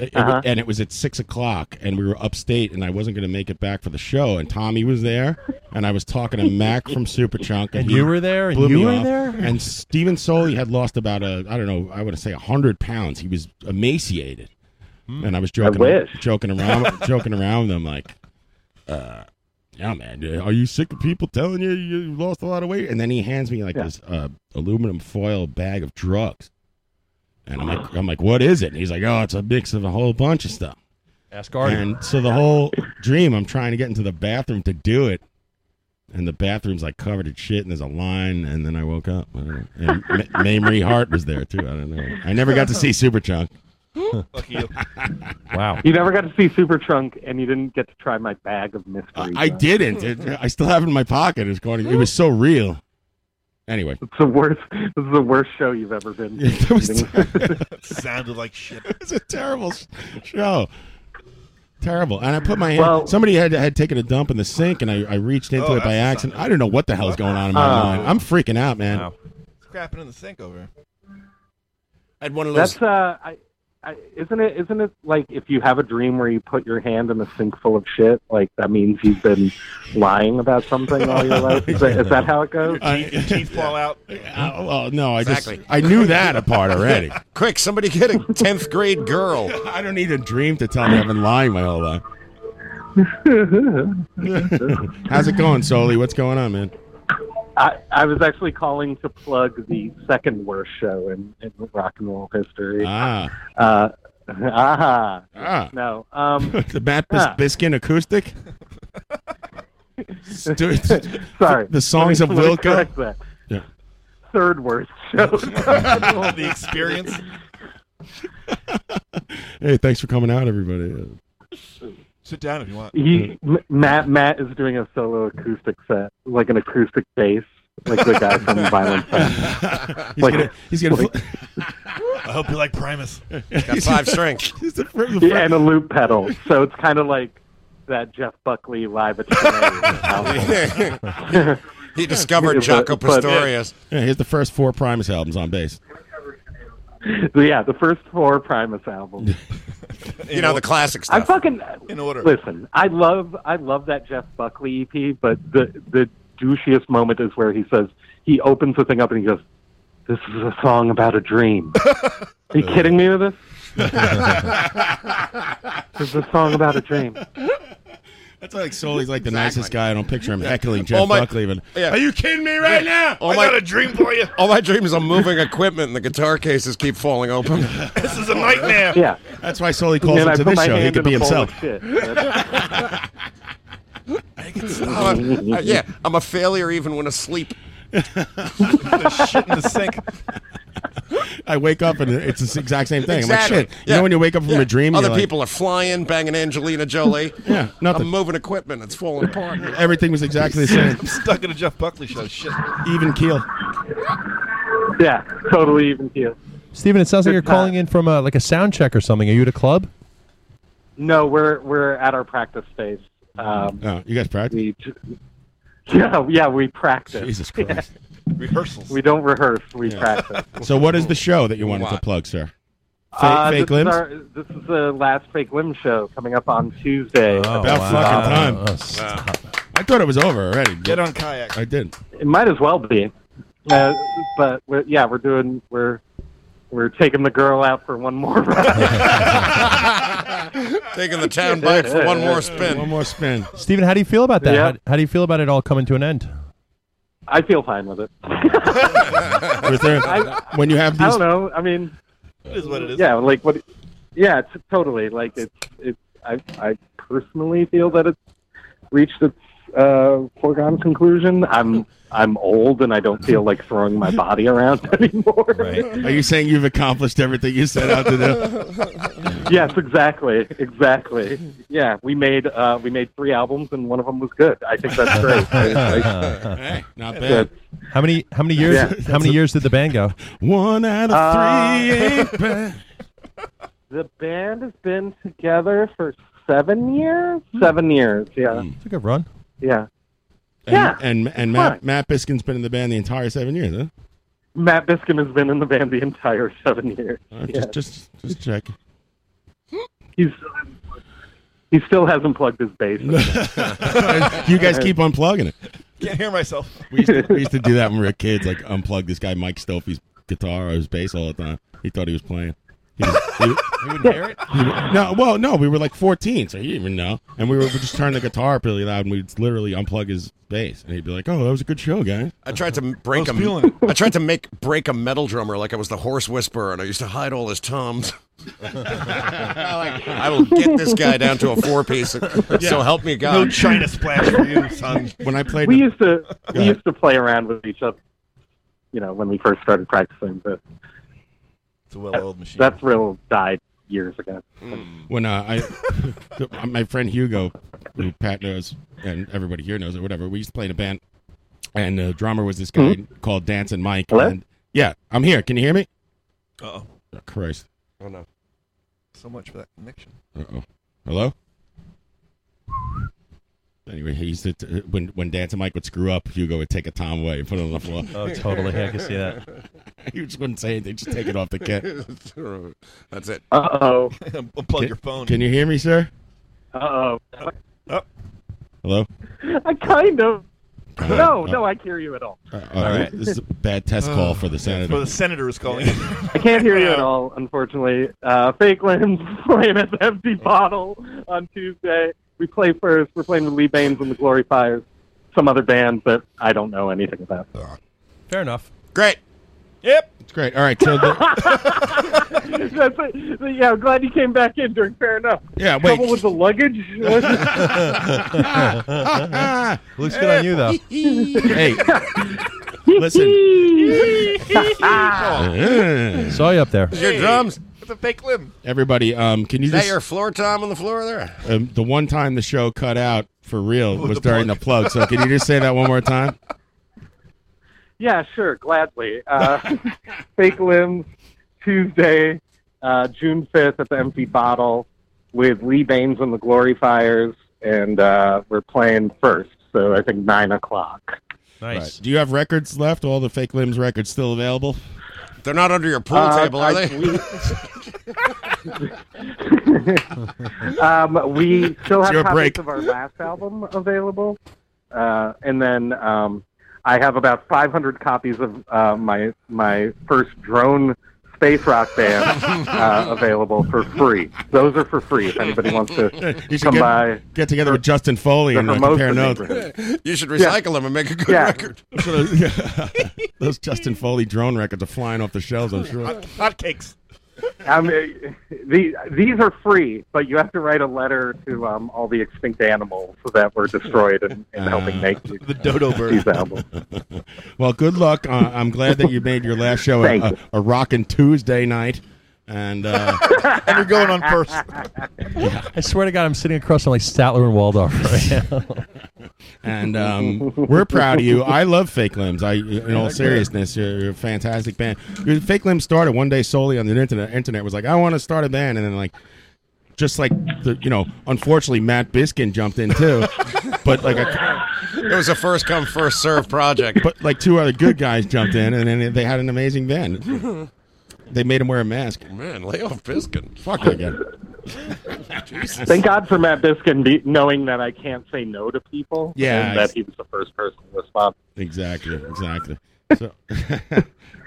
S2: uh, it wa-
S10: Uh-huh.
S2: and it was at six o'clock, and we were upstate, and I wasn't going to make it back for the show, and Tommy was there, and I was talking to Mac from Super Chunk,
S8: And you were there, and
S2: blew
S8: you
S2: me
S8: were
S2: off.
S8: there?
S2: and Steven Soli had lost about a I don't know I would say hundred pounds. He was emaciated,
S8: Hmm.
S2: and I was joking
S10: wish.
S2: joking around joking around with him like. uh, Yeah, man. yeah, Are you sick of people telling you you lost a lot of weight? And then he hands me like
S10: Yeah.
S2: this uh, aluminum foil bag of drugs, and I'm like, I'm like, what is it? And he's like, oh, it's a mix of a whole bunch of stuff.
S8: Ask Artie.
S2: And so the whole dream, I'm trying to get into the bathroom to do it, and the bathroom's like covered in shit, and there's a line, and then I woke up, I don't know. and Ma- Mamrie Hart was there too. I don't know. I never got to see Superchunk.
S9: Lucky you.
S8: wow.
S10: [LAUGHS] You never got to see Super Trunk, and you didn't get to try my bag of mysteries.
S2: I didn't. It- I still have it in my pocket. It's going. It was so real. Anyway.
S10: It's the worst. [LAUGHS] This is the worst show you've ever been.
S2: [LAUGHS]
S10: to.
S2: It was- [LAUGHS]
S9: Sounded like shit.
S2: It's a terrible s- show. Terrible. And I put my hand.
S10: Well-
S2: somebody had had taken a dump in the sink, and I, I reached into
S9: Oh,
S2: it by
S9: that's
S2: accident. I don't know what the hell's going on in my
S10: Uh,
S2: mind. I'm freaking out, man.
S8: Wow.
S9: Crapping in the sink over. here.
S6: I had one of those.
S10: That's uh, I, I, isn't it? Isn't it like if you have a dream where you put your hand in a sink full of shit, like that means you've been lying about something all Oh,
S2: [LAUGHS]
S10: your life? Is that, is that how it goes?
S2: I-
S9: Teeth, teeth fall
S2: [LAUGHS]
S9: out.
S2: I- well, no, I
S6: Exactly.
S2: just I knew that apart already. [LAUGHS]
S6: Quick, somebody get a 10th grade girl.
S2: I don't need a dream to tell me I've been lying my
S10: [LAUGHS]
S2: whole life. [LAUGHS] How's it going, Soli? What's going on, man?
S10: I, I was actually calling to plug the second worst show in, in rock and roll history.
S2: Ah,
S10: Uh, [LAUGHS] aha.
S2: ah.
S10: No. Um,
S2: [LAUGHS] the Matt Bis-
S10: Ah.
S2: Biskin acoustic.
S10: [LAUGHS]
S2: Stu-
S10: sorry.
S2: The songs of
S10: Let me- let me
S2: Wilco?
S10: correct that.
S2: Yeah.
S10: Third worst show.
S9: [LAUGHS] the experience.
S2: hey, thanks for coming out, everybody. Uh,
S9: Sit down if you want.
S10: He, M- Matt Matt is doing a solo acoustic set, like an acoustic bass, like the guy
S2: [LAUGHS]
S10: from Violent Femmes.
S2: He's
S10: Like-
S2: gonna, he's gonna,
S10: like-
S2: fl-
S9: I hope you like Primus.
S6: Got
S9: [LAUGHS]
S6: five strings.
S2: he's the fr- the fr-
S10: Yeah, and a loop pedal. So it's kind of like that Jeff Buckley live at Chennai album.
S6: [LAUGHS] he discovered
S10: But-
S6: Jaco
S10: but-
S6: Pastorius.
S2: yeah, here's the first four Primus albums on bass.
S10: So yeah, the first four Primus albums.
S6: [LAUGHS] You know, the classic
S10: I
S6: stuff.
S10: fucking
S9: In order.
S10: listen. I love I love that Jeff Buckley EP, but the the douchiest moment is where he says he opens the thing up and he goes, "This is a song about a dream." Are you kidding me with this?
S2: [LAUGHS]
S10: this is a song about a dream.
S2: That's like Soli's like the nicest guy. I don't picture
S6: [LAUGHS]
S2: Oh him heckling Jeff
S6: Oh, my-
S2: Buckley. But
S6: yeah.
S2: are you kidding me right now?
S6: All
S9: I
S6: my,
S9: got a dream for you.
S6: all my dreams are moving equipment and the guitar cases keep falling open.
S9: This is a nightmare.
S10: Yeah.
S2: That's why Soli calls
S10: and
S2: him
S10: I
S2: to
S10: put
S2: this
S10: my
S2: show. He
S10: hand
S2: could
S10: in
S2: be
S10: a bowl
S2: himself.
S10: of shit. That's-
S6: I'm a- uh, [LAUGHS] yeah, I'm a failure even when
S2: [LAUGHS]
S6: asleep.
S9: Shit in the sink.
S2: I wake up and it's the exact same thing.
S6: Exactly.
S2: I'm like, shit. You
S6: Yeah.
S2: know when you wake up from
S6: Yeah.
S2: a dream,
S6: Other
S2: you're like,
S6: people are flying, banging Angelina Jolie.
S2: [LAUGHS] Yeah, nothing.
S6: I'm moving equipment. It's falling apart.
S2: [LAUGHS] everything was exactly the same,
S9: I'm
S6: [LAUGHS]
S9: stuck in a Jeff Buckley show. Shit.
S2: even keel.
S10: yeah, totally even keel.
S8: Steven, it sounds like you're
S10: Good time.
S8: calling in from uh like a sound check or something. Are you at a club?
S10: No, we're we're at our practice space. Um,
S2: Oh, you guys practice?
S10: we j- yeah, yeah, we practice.
S2: Jesus Christ.
S9: Rehearsals.
S10: We don't rehearse, we practice.
S2: So what is the show that you wanted to
S6: What?
S2: plug, sir? Fake,
S10: Uh,
S2: fake
S10: this
S2: limbs.
S10: Is our, this is the last fake limb show coming up on Tuesday.
S2: About fucking time.
S8: Oh, s-
S2: I thought it was over already.
S9: Get
S2: but
S9: on kayak.
S2: I didn't.
S10: It might as well be, uh, but we're, yeah, we're doing we're we're taking the girl out for one more [LAUGHS] ride.
S6: Taking the town bike for one more spin.
S2: One more spin.
S8: Steven, how do you feel about that?
S10: Yeah.
S8: How, how do you feel about it all coming to an
S2: [LAUGHS]
S8: end?
S10: I feel fine with it.
S2: Was there- when you
S10: [LAUGHS]
S2: have
S10: I
S2: these
S10: don't know. I mean,
S9: It is what it is.
S10: yeah, like what? Yeah, it's totally. Like it's it's. I I personally feel that it's reached its uh, foregone conclusion. I'm I'm old and I don't feel like throwing my body around [LAUGHS] anymore.
S2: Are you saying you've accomplished everything you set out to do? [LAUGHS]
S10: yes, exactly, exactly. Yeah, we made uh, we made three albums and one of them was good. I think that's
S2: [LAUGHS]
S10: great.
S2: Hey, not bad.
S8: How many how many years
S10: Yeah.
S8: how many years did the band go?
S2: One out of
S10: Uh,
S2: three
S10: [LAUGHS]
S2: ain't bad.
S10: The band has been together for seven years. Seven years. Yeah,
S8: It's a good run.
S10: yeah.
S2: And,
S10: Yeah.
S2: and and Matt,
S10: Fine.
S2: Matt Biskin's been in the band the entire seven years, huh?
S10: Matt Biskin has been in the band the entire seven years.
S2: Uh,
S10: Yeah.
S2: Just just just check. [LAUGHS]
S10: He's he still hasn't plugged his bass. in.
S2: you guys keep unplugging it.
S9: Can't hear myself.
S2: We used, to,
S9: [LAUGHS]
S2: we used to do that when we were kids. Like unplug this guy Mike Stolfi's guitar or his bass all the time. He thought he was playing. He was, he-
S9: You wouldn't hear it.
S2: he- no, well, no, we were like 14, so he didn't even know. And we were we just turning the guitar up really loud, and we'd literally unplug his bass, and he'd be like, "Oh, that was a good show, guy."
S6: I tried to break
S7: I
S6: a.
S7: was feeling it.
S6: I tried to make break a metal drummer like I was the horse whisperer, and I used to hide all his toms. Like, I will get this guy down to a
S7: [LAUGHS]
S6: four piece. So help me
S9: No
S6: God.
S9: China splash for you, son.
S2: When I played,
S10: we
S2: the-
S10: used to we
S2: ahead.
S10: used to play around with each other. You know, when we first started practicing, but
S9: It's a well-oiled machine.
S10: that thrill died years ago.
S2: when uh, I, [LAUGHS] th- my friend Hugo, who Pat knows and everybody here knows or whatever, we used to play in a band, and the drummer was this guy
S8: Hmm?
S2: called Dancing Mike.
S10: Hello?
S2: And, yeah, I'm here. Can you hear me?
S9: Uh-oh.
S2: Oh, Christ.
S6: Oh, no.
S9: So much for that connection.
S2: Uh oh. Hello. Anyway, he used to t- when when Dancing Mike would screw up, Hugo would take a tom away and put it on the floor.
S8: [LAUGHS] Oh, totally. I can see that.
S2: [LAUGHS] he just wouldn't say anything; just take it off the kit.
S9: [LAUGHS]
S6: That's it.
S10: Uh oh,
S9: Unplug your phone.
S2: Can you hear me, sir?
S10: uh oh.
S2: Hello.
S10: I kind of no,
S2: Uh,
S10: no, I hear you
S7: [LAUGHS]
S10: at all.
S2: Uh, all right, this is
S9: [LAUGHS]
S2: a bad test
S10: [SIGHS]
S2: call for the
S9: Well,
S2: senator.
S9: the senator is
S2: [LAUGHS]
S9: calling.
S10: I can't hear you at all, unfortunately. Uh, fake limbs [LAUGHS] playing at the empty bottle on Tuesday. We play first. We're playing with Lee Baines and the Glory Fires, some other band that I don't know anything about.
S8: Fair enough.
S10: [LAUGHS]
S6: Great.
S9: yep.
S2: It's great. All right, so the,
S10: That's it. [LAUGHS] Yeah, I'm glad you came back in during Fair Enough.
S2: yeah,
S10: Trouble
S2: wait.
S10: with the
S2: [LAUGHS]
S10: luggage? [LAUGHS]
S8: Looks good on you though.
S2: [LAUGHS] hey, listen.
S8: Ah.
S2: Uh,
S8: Saw you up there.
S6: Your drums. Is
S9: It's a fake limb.
S2: everybody, um, can you
S6: that
S2: just
S6: your floor tom on the floor there?
S2: um, the one time the show cut out for real was
S9: the
S2: during
S9: plug.
S2: the plug? So can you just say that one more time?
S10: yeah, sure, gladly. Uh, [LAUGHS] fake limbs Tuesday, uh, June 5th at the Empty Bottle with Lee Baines and the Glory Fires, and uh, we're playing first, so I think 9 o'clock.
S8: Nice.
S2: Do you have records left? All the fake limbs records still available?
S6: They're not under your pool
S10: Uh,
S6: table, are
S10: I- [LAUGHS]
S6: they?
S10: we- um, we still have
S2: your
S10: copies
S2: break.
S10: of our last album available, uh, and then um, I have about 500 copies of uh, my my first drone space rock band
S2: [LAUGHS]
S10: uh, available for free. Those are for free if anybody wants to
S2: [LAUGHS] You should
S10: come by.
S2: get, [LAUGHS] get together with Justin Foley
S10: The
S2: and uh, compare
S10: Hermosa [LAUGHS]
S2: notes.
S10: neighborhood.
S6: You should recycle them and make a good
S10: Yeah.
S6: record.
S2: Those Justin Foley drone records are flying off the shelves, I'm sure.
S9: Hotcakes.
S10: [LAUGHS] Um, the, these are free, but you have to write a letter to um, all the extinct animals that were destroyed in, in
S2: Ah,
S10: helping make these, uh,
S9: The dodo bird.
S10: these
S2: [LAUGHS]
S10: albums.
S2: Well, good luck. Uh, I'm glad that you made your last show a,
S10: Thank
S2: a,
S10: you.
S2: a rockin' Tuesday night. And uh,
S9: [LAUGHS] and you're going on first.
S8: [LAUGHS] I swear to God, I'm sitting across from like Statler and Waldorf
S2: [LAUGHS]
S8: right now.
S2: and um, we're proud of you. I love Fake Limbs. I, in
S10: [LAUGHS]
S2: all seriousness, you're, you're a fantastic band. Your Fake Limbs started one day solely on the internet. Internet was like, I want to start a band, and then like, just like the, you know, unfortunately, Matt Biskin jumped in
S10: [LAUGHS]
S2: too. but like, a,
S6: It was a first come, first serve project.
S9: [LAUGHS]
S2: but like two other good guys jumped in, and then they had an amazing band. They made him wear a mask.
S6: Man, lay off Biskin.
S2: Fuck that guy.
S10: Thank God for Matt Biskin be, knowing that I can't say no to people.
S2: Yeah,
S10: and that
S2: I-
S10: he was the first person to respond.
S2: Exactly,
S9: [LAUGHS]
S2: exactly. So,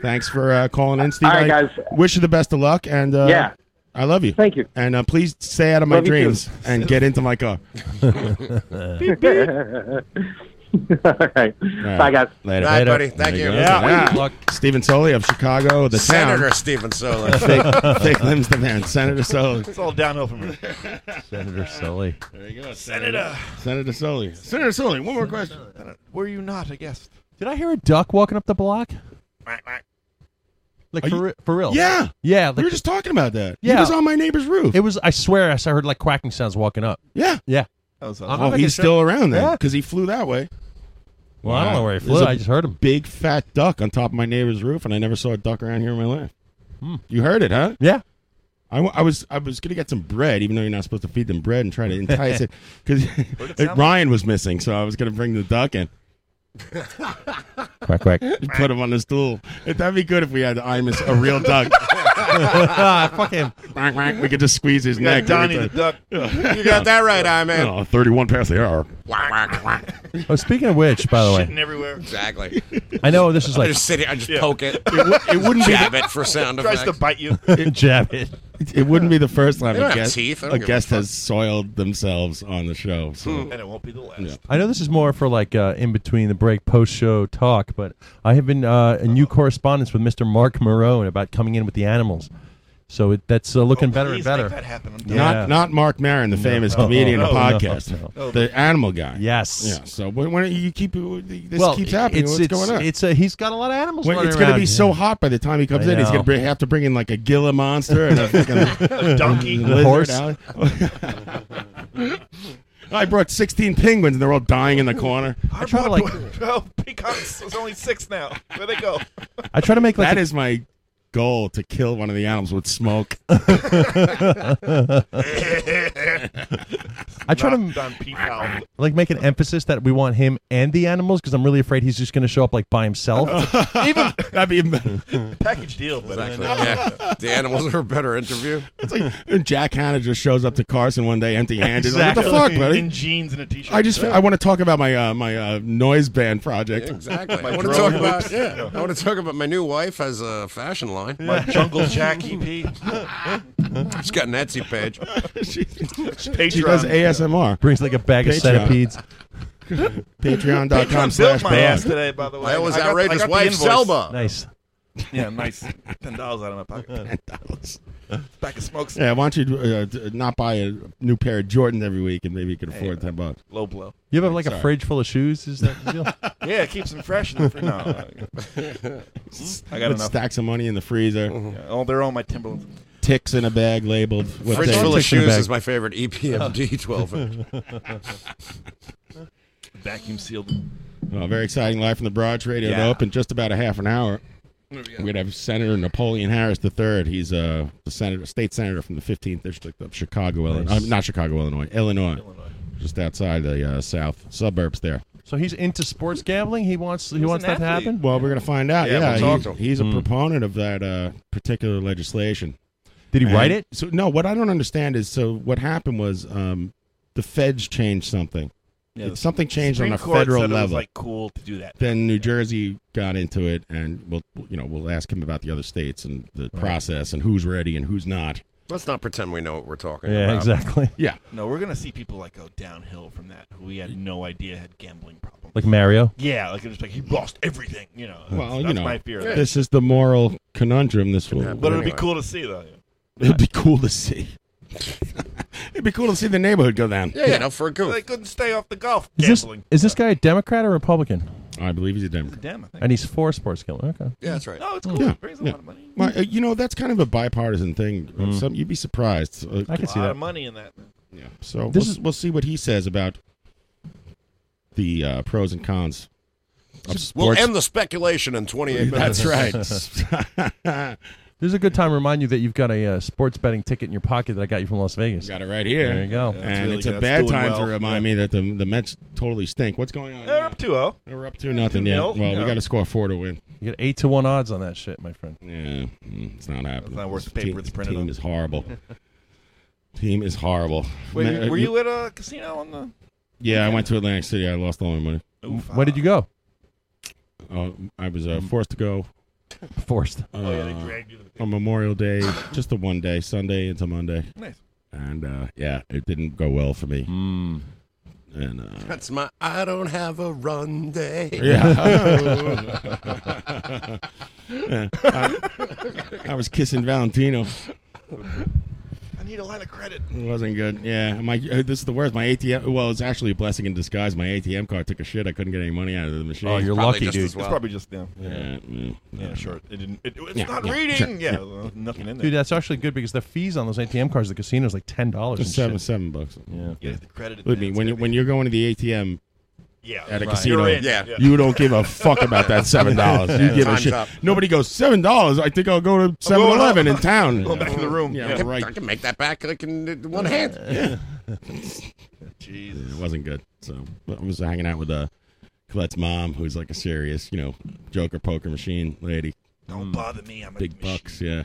S2: thanks for uh, calling in, Steve.
S10: All right,
S2: I
S10: guys.
S2: Wish you the best of luck, and uh,
S10: Yeah.
S2: I love you.
S10: Thank you.
S2: And uh, please stay out of my
S10: Love you too.
S2: [LAUGHS] dreams and get into my
S10: [LAUGHS]
S2: car.
S10: All right. Bye, guys.
S2: Later,
S6: Bye, buddy. Thank you. Yeah. Good luck.
S2: Stephen Soli of Chicago, the
S6: Senator
S2: town.
S6: Stephen Soli. [LAUGHS]
S2: Thick, thick limbs, the man. Senator Soli.
S9: It's all downhill from here.
S2: Senator Soli. There you go,
S9: Senator.
S2: Senator Soli. Senator Soli. One more question.
S9: Were you not a guest?
S8: Did I hear a duck walking up the block? Like
S2: Are
S8: for,
S2: you-
S8: re- for real?
S2: Yeah.
S8: yeah. Like
S2: we were just talking about that.
S8: Yeah.
S2: He was on my neighbor's roof.
S8: It was. I swear, I saw- heard like quacking sounds walking up.
S2: yeah.
S8: Yeah.
S9: That was
S8: I'm
S2: Oh,
S8: making
S2: he's
S8: sure.
S2: still around then
S8: Yeah.
S2: because he flew that way.
S8: Well, I don't
S2: Wow.
S8: know where he
S2: There's
S8: flew.
S2: a
S8: I just heard him.
S2: Big fat duck on top of my neighbor's roof, and I never saw a duck around here in my life. You heard it, huh?
S8: Hmm. Yeah.
S2: I, wa- I was I was gonna get some bread, even though you're not supposed to feed them bread, and try to entice
S8: [LAUGHS]
S2: it because [LAUGHS] Ryan was missing, so I was gonna bring the duck in,
S8: Quack quack.
S2: [LAUGHS] and put him on the stool. It- That'd be good if we had Imus, a real duck.
S8: [LAUGHS] ah, fuck him.
S2: [LAUGHS] Quack, quack. we could just squeeze his
S9: We got
S2: neck.
S9: Donnie the duck. [LAUGHS]
S6: You got that right, I man.
S2: Oh, 31 past the hour.
S8: Oh, speaking of which, by the
S9: Shitting
S8: way,
S9: everywhere.
S6: Exactly.
S8: I know this is
S6: [LAUGHS] I
S8: like
S6: just sit here. I just
S9: Yeah.
S6: poke it. It, wouldn't jab it for sound
S9: Tries
S6: effects.
S9: to
S2: [LAUGHS]
S9: bite you.
S8: [LAUGHS] jab it.
S2: It, it wouldn't be the first time
S6: They don't
S2: a
S6: have
S2: guest,
S6: teeth. I don't
S2: a
S6: give a
S2: guest
S6: fuck. Hmm.
S2: has soiled themselves on the show. So.
S9: and it won't be the last.
S2: Yeah.
S8: I know this is more for like uh, in between the break, post show talk, but I have been uh, a new correspondence with Mr. Mark Marone about coming in with the animals. So it, that's uh, looking better and
S9: Oh, Please
S8: better.
S9: Make that happen. I'm done.
S8: Yeah.
S2: Not not Mark Maron, the famous comedian
S8: [LAUGHS] no,
S2: and
S8: no,
S2: podcast,
S8: no.
S2: the animal guy.
S8: Yes.
S2: Yeah. So why why don't you keep uh, this
S8: well,
S2: keeps happening?
S8: It's,
S2: What's
S8: it's,
S2: going on?
S8: It's a, he's got a lot of animals.
S2: When-
S8: running
S2: it's going to
S8: around.
S2: be so hot by the time he comes
S8: I
S2: in. He's
S8: know.
S2: going to bring, have to bring in like a Gila monster
S6: [LAUGHS]
S2: and a fucking [LAUGHS]
S9: A donkey.
S2: lizard
S8: horse.
S2: out. I brought 16 penguins and they're all dying in the corner.
S8: I try to like.
S9: [LAUGHS] oh, peacocks. There's only six now. Where they go?
S8: I try to make like.
S2: That is my goal to kill one of the animals
S8: [LAUGHS]
S2: with
S6: [LAUGHS]
S2: smoke.
S8: I try
S9: Knocked
S8: to
S9: on peacock.
S8: like make an emphasis that we want him and the animals because I'm really afraid he's just going to show up like by himself.
S2: [LAUGHS]
S6: [LAUGHS]
S2: Even that'd be [LAUGHS]
S9: Package deal, but
S6: Exactly.
S9: I know.
S6: Yeah. The animals are a better interview.
S2: it's like Jack Hanna just shows up to Carson one day empty-handed. Like,
S8: Exactly.
S2: what the fuck,
S9: In
S2: buddy?
S9: jeans and a t-shirt.
S2: I just I want to talk about my uh, my uh, noise band project. [LAUGHS]
S6: Exactly. I want to
S9: drone
S6: talk
S9: hoops.
S6: about. Yeah. I want to talk about my new wife has a fashion line.
S9: my jungle Jack
S2: E
S9: EP.
S6: She's got an Etsy page.
S2: she, she does
S9: Patreon.
S2: ASMR.
S8: Brings like a bag of
S2: Patreon.
S8: centipeds.
S2: Patreon.com
S9: Patreon
S2: slash
S9: built my ass
S2: band.
S9: today, by the way.
S6: That was
S9: I got- I
S6: outrageous
S9: got the
S6: wife
S9: invoice.
S6: Selma.
S8: Nice.
S9: Yeah, nice. Ten dollars out of my pocket. Back of smokes.
S2: Yeah, why don't you uh, d- not buy a new pair of Jordans every week and maybe you can afford ten bucks.
S9: Low blow.
S8: You have like a
S2: Sorry.
S8: fridge full of shoes? Is that the deal?
S9: [LAUGHS] Yeah, it keeps
S8: [LAUGHS]
S9: them fresh. In the fr- no, I got
S2: Put
S9: enough.
S2: stacks of money in the freezer,
S9: Yeah, Oh, they're all my Timberlands.
S2: ticks in a bag labeled. What
S6: Fridge
S2: day?
S6: full of
S2: Ticks in a
S6: shoes
S2: bag.
S6: is my favorite E EPMD 12.
S9: [LAUGHS] Vacuum sealed.
S2: Well, very exciting live from the Broad Trade. It'll
S9: Yeah.
S2: open just about a half an hour. We're gonna have Senator Napoleon Harris III. He's uh, the senator, state senator from the 15th district of Chicago, Illinois.
S8: Nice.
S2: Uh, not Chicago, Illinois, Illinois, just outside the uh, south suburbs there.
S8: So he's into sports gambling. He wants he wants that to happen. Mm.
S2: Well, we're gonna find out.
S6: Yeah,
S2: Yeah,
S6: we'll
S2: he-
S6: talk to him.
S8: Hmm.
S2: he's a proponent of that uh, particular legislation.
S8: Did he write
S2: And
S8: it?
S2: So no, what I don't understand is so what happened was um, the feds changed something.
S9: Yeah,
S2: It-
S9: the
S2: something changed on
S9: Supreme
S2: a
S9: Court
S2: federal
S9: said it was,
S2: level.
S9: like cool to do that.
S2: then New Jersey got into it, and we'll you know we'll ask him about the other states and the process and who's ready and who's not.
S6: Let's not pretend we know what we're talking
S8: Yeah,
S6: about.
S8: exactly.
S2: Yeah,
S9: No, we're gonna see people like go downhill from that who we had no idea had gambling problems.
S8: Like Mario.
S9: yeah, like it was like he lost everything. You know, that's,
S2: well you
S9: that's
S2: know
S9: my fear. of it.
S2: this is the moral conundrum. This will,
S6: happen.
S9: But it'd be
S6: Anyway.
S9: cool to see though.
S2: [LAUGHS] it'd be cool to see. [LAUGHS] it'd be cool to see the neighborhood go down.
S6: [LAUGHS] Yeah, you know, for a goof.
S9: They couldn't stay off the golf
S8: Is this,
S9: gambling.
S8: is this guy a Democrat or Republican?
S2: Oh, I believe he's a Democrat.
S9: Damn, I think.
S8: And he's for sports gambling. Okay.
S6: yeah, that's right.
S9: No, it's cool.
S2: Yeah,
S9: it brings a
S2: yeah.
S9: lot of money.
S2: Well, uh, you know that's kind of a bipartisan thing. Some, you'd be surprised. Uh,
S8: Mm-hmm. I can
S9: A
S8: see
S9: lot
S8: that.
S9: of money in that.
S2: Yeah. So
S8: This
S2: we'll,
S8: is-
S2: we'll see what he says about the uh, pros and cons of
S6: We'll
S2: sports.
S6: end the speculation in 28 minutes.
S2: That's [LAUGHS] right.
S8: [LAUGHS] This is a good time to remind you that you've got a uh, sports betting ticket in your pocket that I got you from Las Vegas.
S2: Got it right here.
S8: There you go.
S9: Yeah. That's
S2: And
S9: really
S2: it's
S9: good.
S2: a
S9: That's
S2: bad
S9: doing
S2: time
S9: well.
S2: to remind me that the the Mets totally stink. What's going on?
S9: They're up oh. 2-0.
S2: now? We're up two nothing. Yeah. Well,
S9: Two-nil.
S2: we
S9: Yeah.
S2: got to score four to win.
S8: You get eight to one odds on that shit, my friend.
S2: Yeah, mm, it's not happening.
S9: not worth the
S2: This
S9: paper
S2: team-
S9: it's
S2: this
S9: printed
S2: Team
S9: on.
S2: is
S9: [LAUGHS]
S2: horrible. team is horrible.
S9: Wait,
S2: Ma- uh,
S9: were you at a casino on the?
S2: Yeah, I went to Atlantic City. I lost all my money.
S9: Oof, Mm.
S8: Where did you go?
S2: Uh, I was uh, forced to go.
S8: Forced.
S2: Uh,
S9: Oh yeah, they dragged you to the.
S2: on Memorial Day, just the one day, Sunday into Monday,
S9: Nice.
S2: and uh, yeah, it didn't go well for me.
S8: Mm.
S2: And uh,
S6: [LAUGHS]
S9: [LAUGHS]
S6: That's my I don't have a run day.
S9: Oh.
S6: [LAUGHS]
S2: yeah. [LAUGHS] Yeah, I, I was kissing Valentino.
S9: [LAUGHS]
S7: I need a line of credit.
S2: It wasn't good. Yeah, my uh, this is the worst. My ATM. Well, it's actually a blessing in disguise. My ATM card took a shit. I couldn't get any money out of the machine.
S8: Oh, you're Probably lucky, just dude. as
S7: It's probably just them.
S2: Yeah, mm,
S7: Yeah, sure. It didn't. It, it's
S2: Yeah,
S7: not
S2: yeah,
S7: reading.
S2: sure,
S7: yeah,
S2: yeah.
S7: well, nothing in there.
S8: Dude, that's actually good because the fees on those ATM cards at the casino is like ten dollars.
S2: Just seven, seven bucks.
S8: Yeah.
S7: Yeah, the credit
S2: Look at me
S7: advance,
S2: when you when you're going to the ATM.
S7: Yeah,
S2: at a
S7: right.
S2: casino,
S7: You're in, yeah. Yeah.
S2: you don't give a fuck about that seven
S8: [LAUGHS]
S2: dollars. You
S6: Yeah,
S2: give a
S6: time's
S2: shit.
S6: up.
S2: Nobody goes seven dollars. I think I'll go to Seven Eleven in town.
S7: Going back to the room.
S2: Yeah,
S7: Yeah.
S2: right.
S6: I can make that back. I can uh, one hand. [LAUGHS]
S7: Jesus.
S2: It wasn't good. So but I was hanging out with uh, Colette's mom, who's like a serious, you know, Joker poker machine lady.
S7: Don't bother me. I'm a
S2: Big
S7: machine.
S2: bucks, yeah.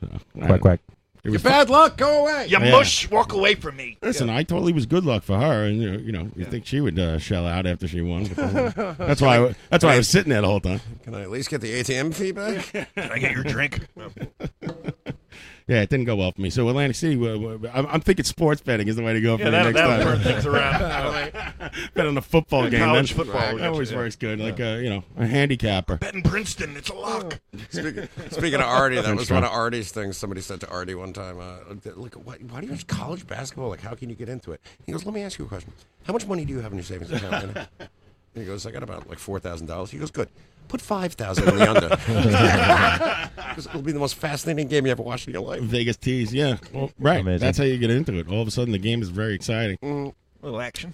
S2: So, I
S8: Quack quack.
S2: It
S6: Your
S2: was
S6: bad luck. Go away.
S7: You
S2: Yeah.
S7: mush. Walk away from me.
S2: Listen, I totally was good luck for her, and you know, you know, you think she would uh, shell out after
S7: [LAUGHS]
S2: she won. that's why. I, that's why I was sitting there the whole time.
S6: Can I at least get the ATM fee back?
S7: [LAUGHS] Can I get your drink?
S2: Yeah, it didn't go well for me. So Atlantic City, w- w- I'm, I'm thinking sports betting is the way to go for
S7: yeah,
S2: me
S7: that,
S2: next
S7: that'll turn
S2: time.
S7: things
S2: [LAUGHS]
S7: around.
S2: Bet on a football game.
S7: College
S2: then.
S7: football.
S2: That always works good. Like uh, you know, a handicapper.
S7: Bet in Princeton. It's a lock. [LAUGHS]
S6: Speaking, speaking of Artie, that was
S2: true.
S6: one of Artie's things. Somebody said to Artie one time, uh, "Look, why, why do you watch college basketball? Like, how can you get into it?" He goes, "Let me ask you a question. How much money do you have in your savings account?" Right now? he goes, "I got about like four thousand dollars." He goes, "Good. Put five thousand in the under. [LAUGHS] He goes, It'll be the most fascinating game you ever watched in your life."
S2: Vegas tees, yeah, well, right.
S8: Amazing.
S2: That's how you get into it. All of a sudden, the game is very exciting.
S7: little action.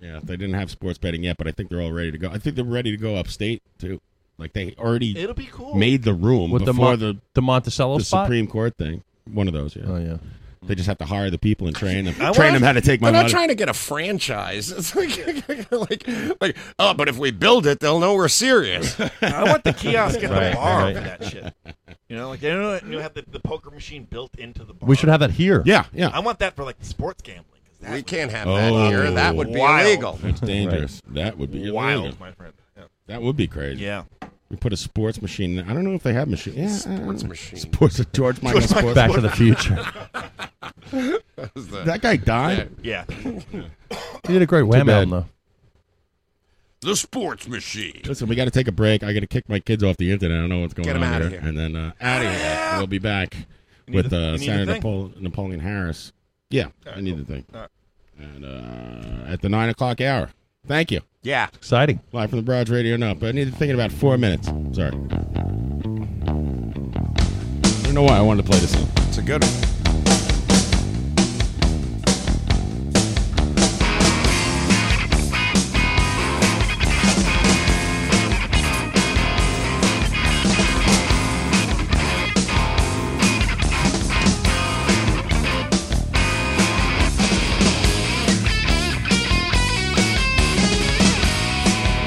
S2: Yeah, they didn't have sports betting yet, but I think they're all ready to go. I think they're ready to go upstate too. Like they already
S7: It'll be cool.
S2: made the room
S8: With the,
S2: before
S8: Mon-
S2: the
S8: the Monticello
S2: the
S8: spot.
S2: Supreme Court thing. One of those, yeah.
S8: Oh yeah.
S2: They just have to hire the people and train them.
S7: I want-
S2: train them how to take my
S6: Uh, They're not
S2: money.
S6: trying to get a franchise. [LAUGHS] It's like, like, like, oh, but if we build it, they'll know we're serious.
S7: [LAUGHS] I want the kiosk at
S8: Right,
S7: the bar
S8: right.
S7: for that
S6: [LAUGHS]
S7: shit. [LAUGHS] You know, like they don't you have the, the poker machine built into the bar.
S8: We should have that here.
S2: yeah,
S7: [LAUGHS]
S2: yeah.
S7: I want that for like sports gambling. 'cause that
S6: we
S7: would be
S6: can't have that
S2: Oh.
S6: here. That would be
S7: Wild.
S6: illegal.
S8: [LAUGHS]
S2: That's dangerous. That would be
S7: Wild,
S2: illegal.
S7: my friend. Yeah.
S2: That would be crazy.
S7: yeah.
S2: We put a sports machine. I don't know if they have machine. Yeah,
S6: Sports
S2: sports
S6: machine.
S2: Sports George Michael sports.
S8: Back to the Future.
S7: [LAUGHS]
S2: That guy died.
S7: Yeah.
S8: He did a great Wham
S2: bad.
S8: album though.
S6: [LAUGHS] The sports machine.
S2: Listen, we got to take a break. I got to kick my kids off the internet. I don't know what's going
S6: Get 'em
S2: on
S6: outta
S2: here.
S6: here.
S2: And then uh, out of here. We'll be back
S7: need
S2: with
S7: the- Ah! you
S2: uh,
S7: need the
S2: Senator
S7: thing?
S2: Napol- Napoleon Harris. Yeah, I need the thing.
S7: All right.
S2: And uh, at the nine o'clock hour. Thank you.
S6: Yeah.
S8: Exciting.
S2: Live from the Broads Radio now, but I need to think in about four minutes. Sorry. I don't know why I wanted to play this.
S6: It's a good one.
S4: Thank Oh,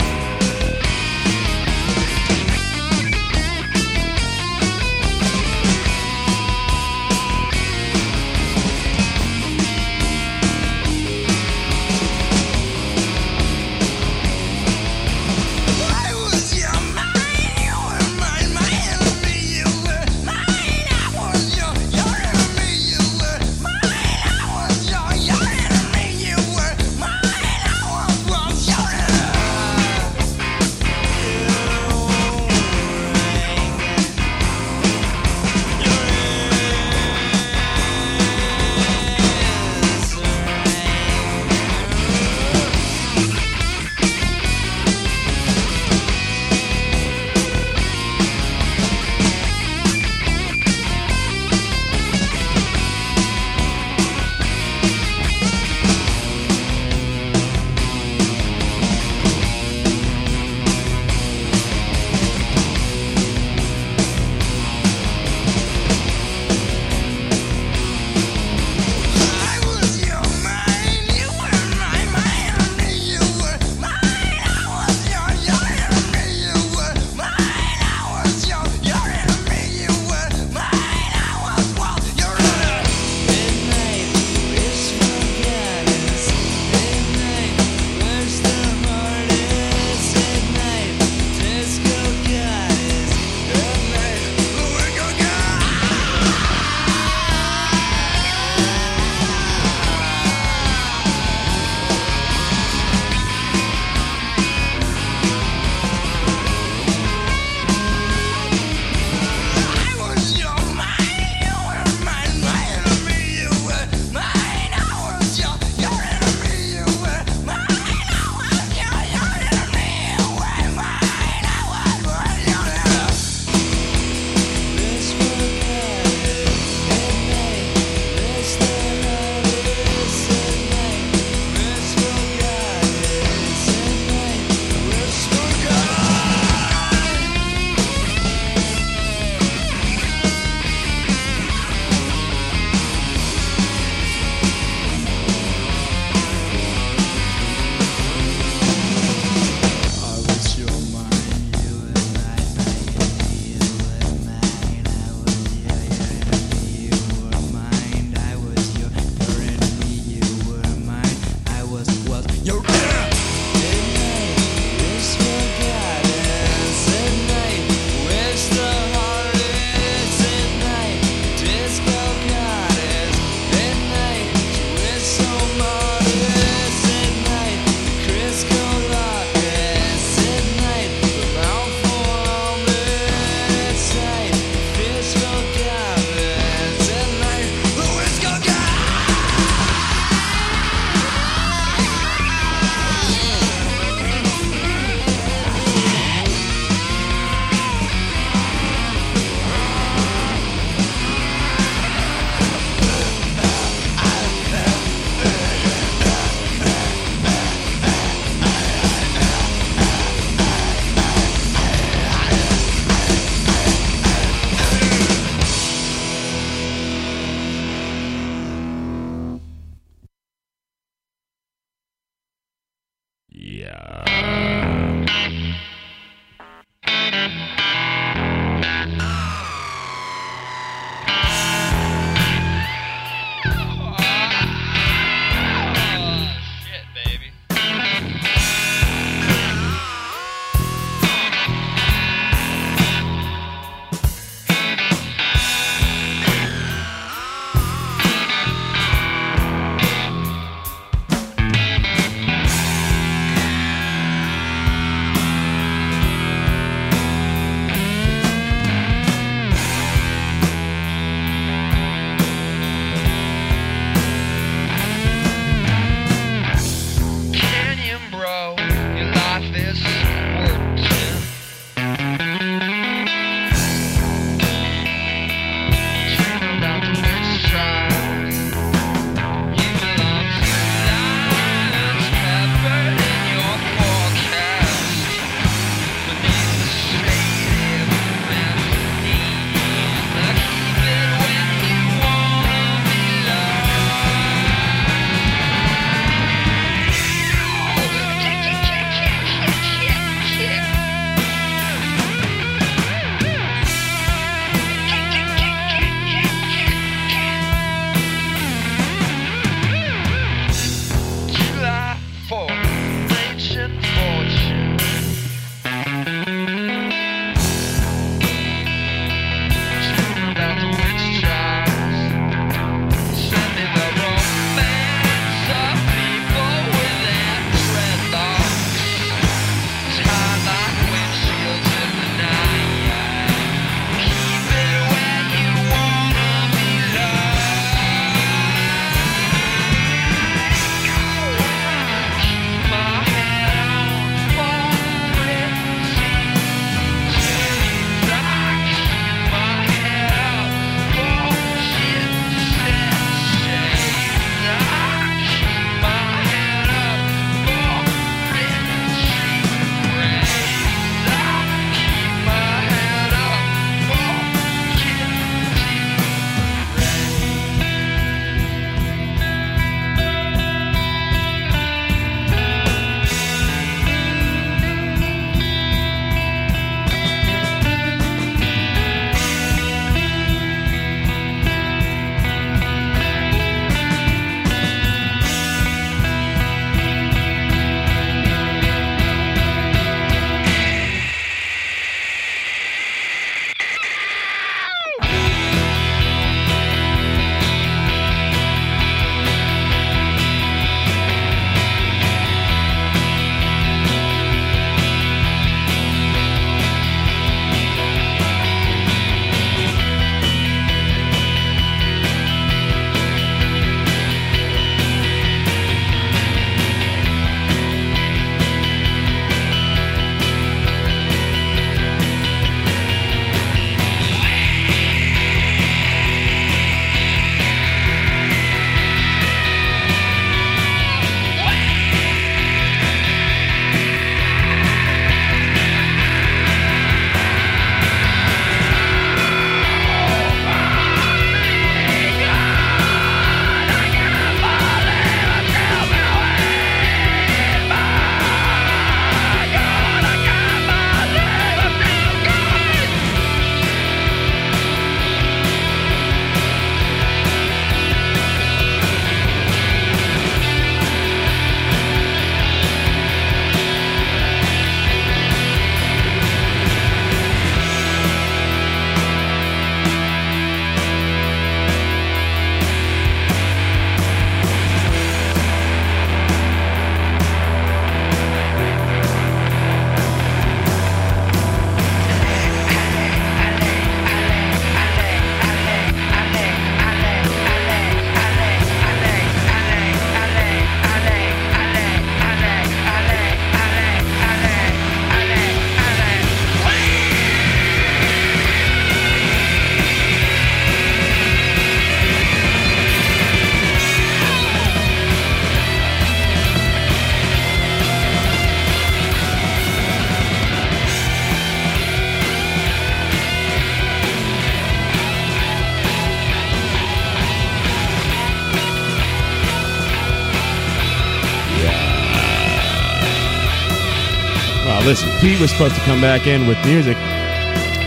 S2: Listen, Pete was supposed to come back in with music,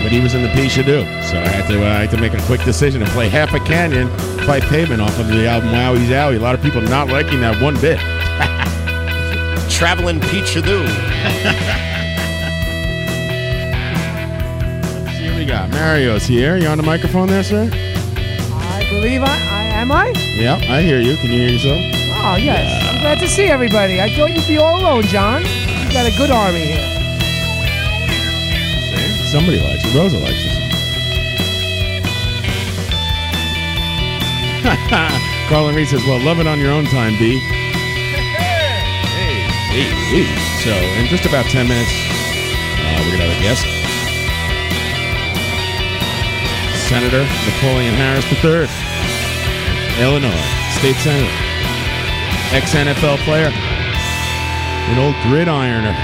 S2: but he was in the Pete Shadoo. So I had to uh, I had to make a quick decision to play Half a Canyon by Pavement off of the album Wowie's Owie. A lot of people not liking that one [LAUGHS] bit. Uh,
S6: Traveling Pete
S2: [LAUGHS]
S6: Shadoo.
S2: Here we got Mario's here. You on the microphone there, sir?
S11: I believe I, I am I?
S2: Yeah, I hear you. Can you hear yourself?
S11: Oh, yes. I'm glad to see everybody. I thought you'd be all alone, John. You got a good army here.
S2: Somebody likes it. [LAUGHS] Rosa likes this. Carlin Reed says, "Well, love it on your own time, B." Hey, hey, hey. [CLEARS THROAT] So, in just about ten minutes, uh, we're gonna have a guest, Senator Napoleon Harris III, Illinois State Senator, ex NFL player, an old gridironer.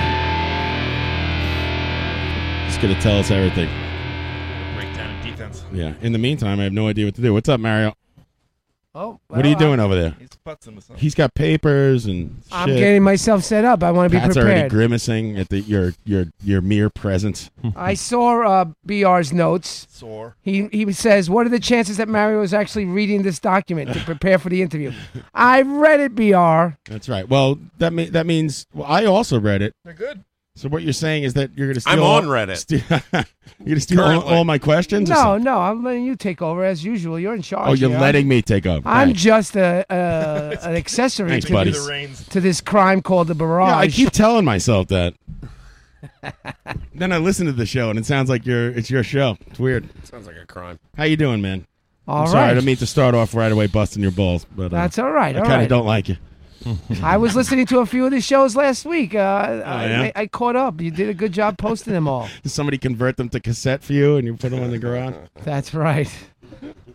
S2: He's gonna tell us everything.
S7: Breakdown in defense.
S2: Yeah. In the meantime, I have no idea what to do. What's up, Mario?
S11: Oh,
S2: What are you doing over there?
S7: He's putzing with something.
S2: He's got papers and
S11: I'm
S2: shit.
S11: getting myself set up. I want to be
S2: Pat's already
S11: prepared.
S2: grimacing at the, your your your mere presence.
S6: Hmm.
S11: I saw uh, BR's notes.
S7: Sore.
S11: He, he says, What are the chances that Mario is actually reading this document to prepare for the interview?
S2: [LAUGHS]
S11: I read it, BR.
S2: That's right. Well, that me- that means well, I also read it.
S7: They're good.
S2: So what you're saying is that you're going to steal
S6: I'm on
S2: all-
S6: Reddit.
S2: steal- [LAUGHS] you're going to steal all,
S6: Currently.
S2: all my questions? or
S11: No,
S2: something?
S11: no, I'm letting you take over as usual. You're in charge.
S2: Oh, you're
S11: here.
S2: letting me take over.
S11: I'm
S2: Thanks.
S11: just a,
S2: [LAUGHS]
S11: a an accessory
S2: Thanks,
S11: to,
S2: buddy.
S11: this, to this crime called the barrage.
S2: Yeah, I keep telling myself
S11: [LAUGHS]
S2: that. then I listen to the show and it sounds like you're it's your show. It's weird.
S6: Sounds like a crime.
S2: How you doing, man?
S11: All
S2: I'm sorry, I
S11: right.
S2: don't mean to start off right away busting your balls, but uh,
S11: That's all right,
S2: I
S11: all
S2: kind of
S11: right.
S2: don't like you.
S6: Hmm.
S11: I was listening to a few of the shows last week. Uh, I,
S2: Oh, yeah?
S11: I, I caught up. You did a good job posting them all.
S2: Does somebody convert them to cassette for you and you put them in the garage?
S6: [LAUGHS]
S11: That's right.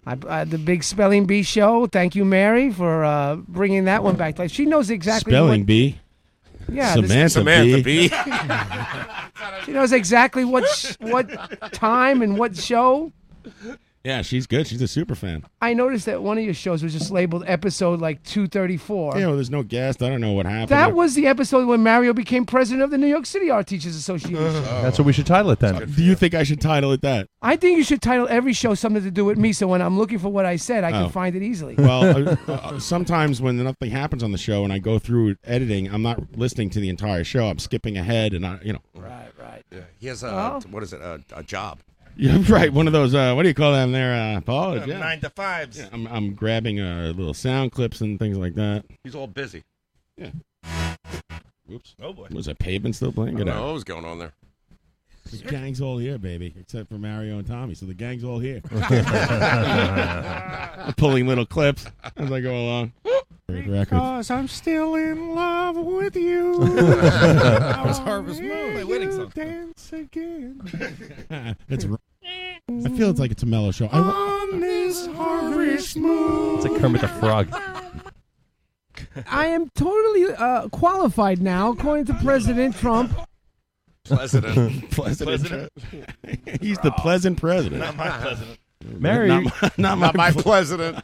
S11: I, I, the big spelling bee show. Thank you, Mary, for uh, bringing that one back. Like she knows exactly
S2: Spelling bee.
S11: What, yeah, this-
S2: Samantha,
S6: Samantha
S7: [LAUGHS]
S2: bee.
S11: [LAUGHS]
S6: B.
S11: she knows exactly what sh- what time and what show.
S2: [LAUGHS] Yeah, she's good. She's a super fan.
S11: I noticed that one of your shows was just labeled episode like two thirty four.
S2: Yeah, well, there's no guest. I don't know what happened.
S11: That was the episode when Mario became president of the New York City Art Teachers
S2: [LAUGHS]
S11: Association.
S2: Oh.
S8: That's what we should title it then.
S2: Do you think I should title it that?
S11: I think you should title every show something to do with me, so when I'm looking for what I said, I
S2: Oh.
S11: can find it easily.
S2: Well, uh,
S11: [LAUGHS]
S2: uh, sometimes when nothing happens on the show and I go through editing, I'm not listening to the entire show. I'm skipping ahead, and I, you know, [LAUGHS]
S11: right, right.
S6: He has a
S11: Well.
S6: what is it? A, a job.
S2: yeah, right. One of those. Uh, what do you call them there, uh, Paul? Yeah.
S7: Nine to fives.
S2: I'm, I'm grabbing uh, little sound clips and things like that.
S6: He's all busy.
S2: Oops.
S7: Oh boy.
S2: Was that pavement still playing?
S6: I
S2: Get
S6: don't know
S2: out.
S6: what was going on there.
S2: The gang's all here, baby, except for Mario and Tommy. So the gang's
S11: [LAUGHS]
S2: all here. I'm pulling little clips as I go along. Great record.
S12: I'm still in love with you.
S7: [LAUGHS] That was Harvest Moon. My wedding song.
S12: Dance again
S7: [LAUGHS]
S2: it's. r- I feel it's like it's a mellow show. I, wa-
S12: on this harvest moon.
S8: It's a Kermit the Frog.
S11: I am totally uh, qualified now, according to President Trump.
S6: President.
S2: Pleasant intro. He's the pleasant president.
S4: [LAUGHS]
S7: Not my president.
S8: [LAUGHS] Mary,
S2: Not my, not my
S6: Not my
S2: [LAUGHS]
S6: president.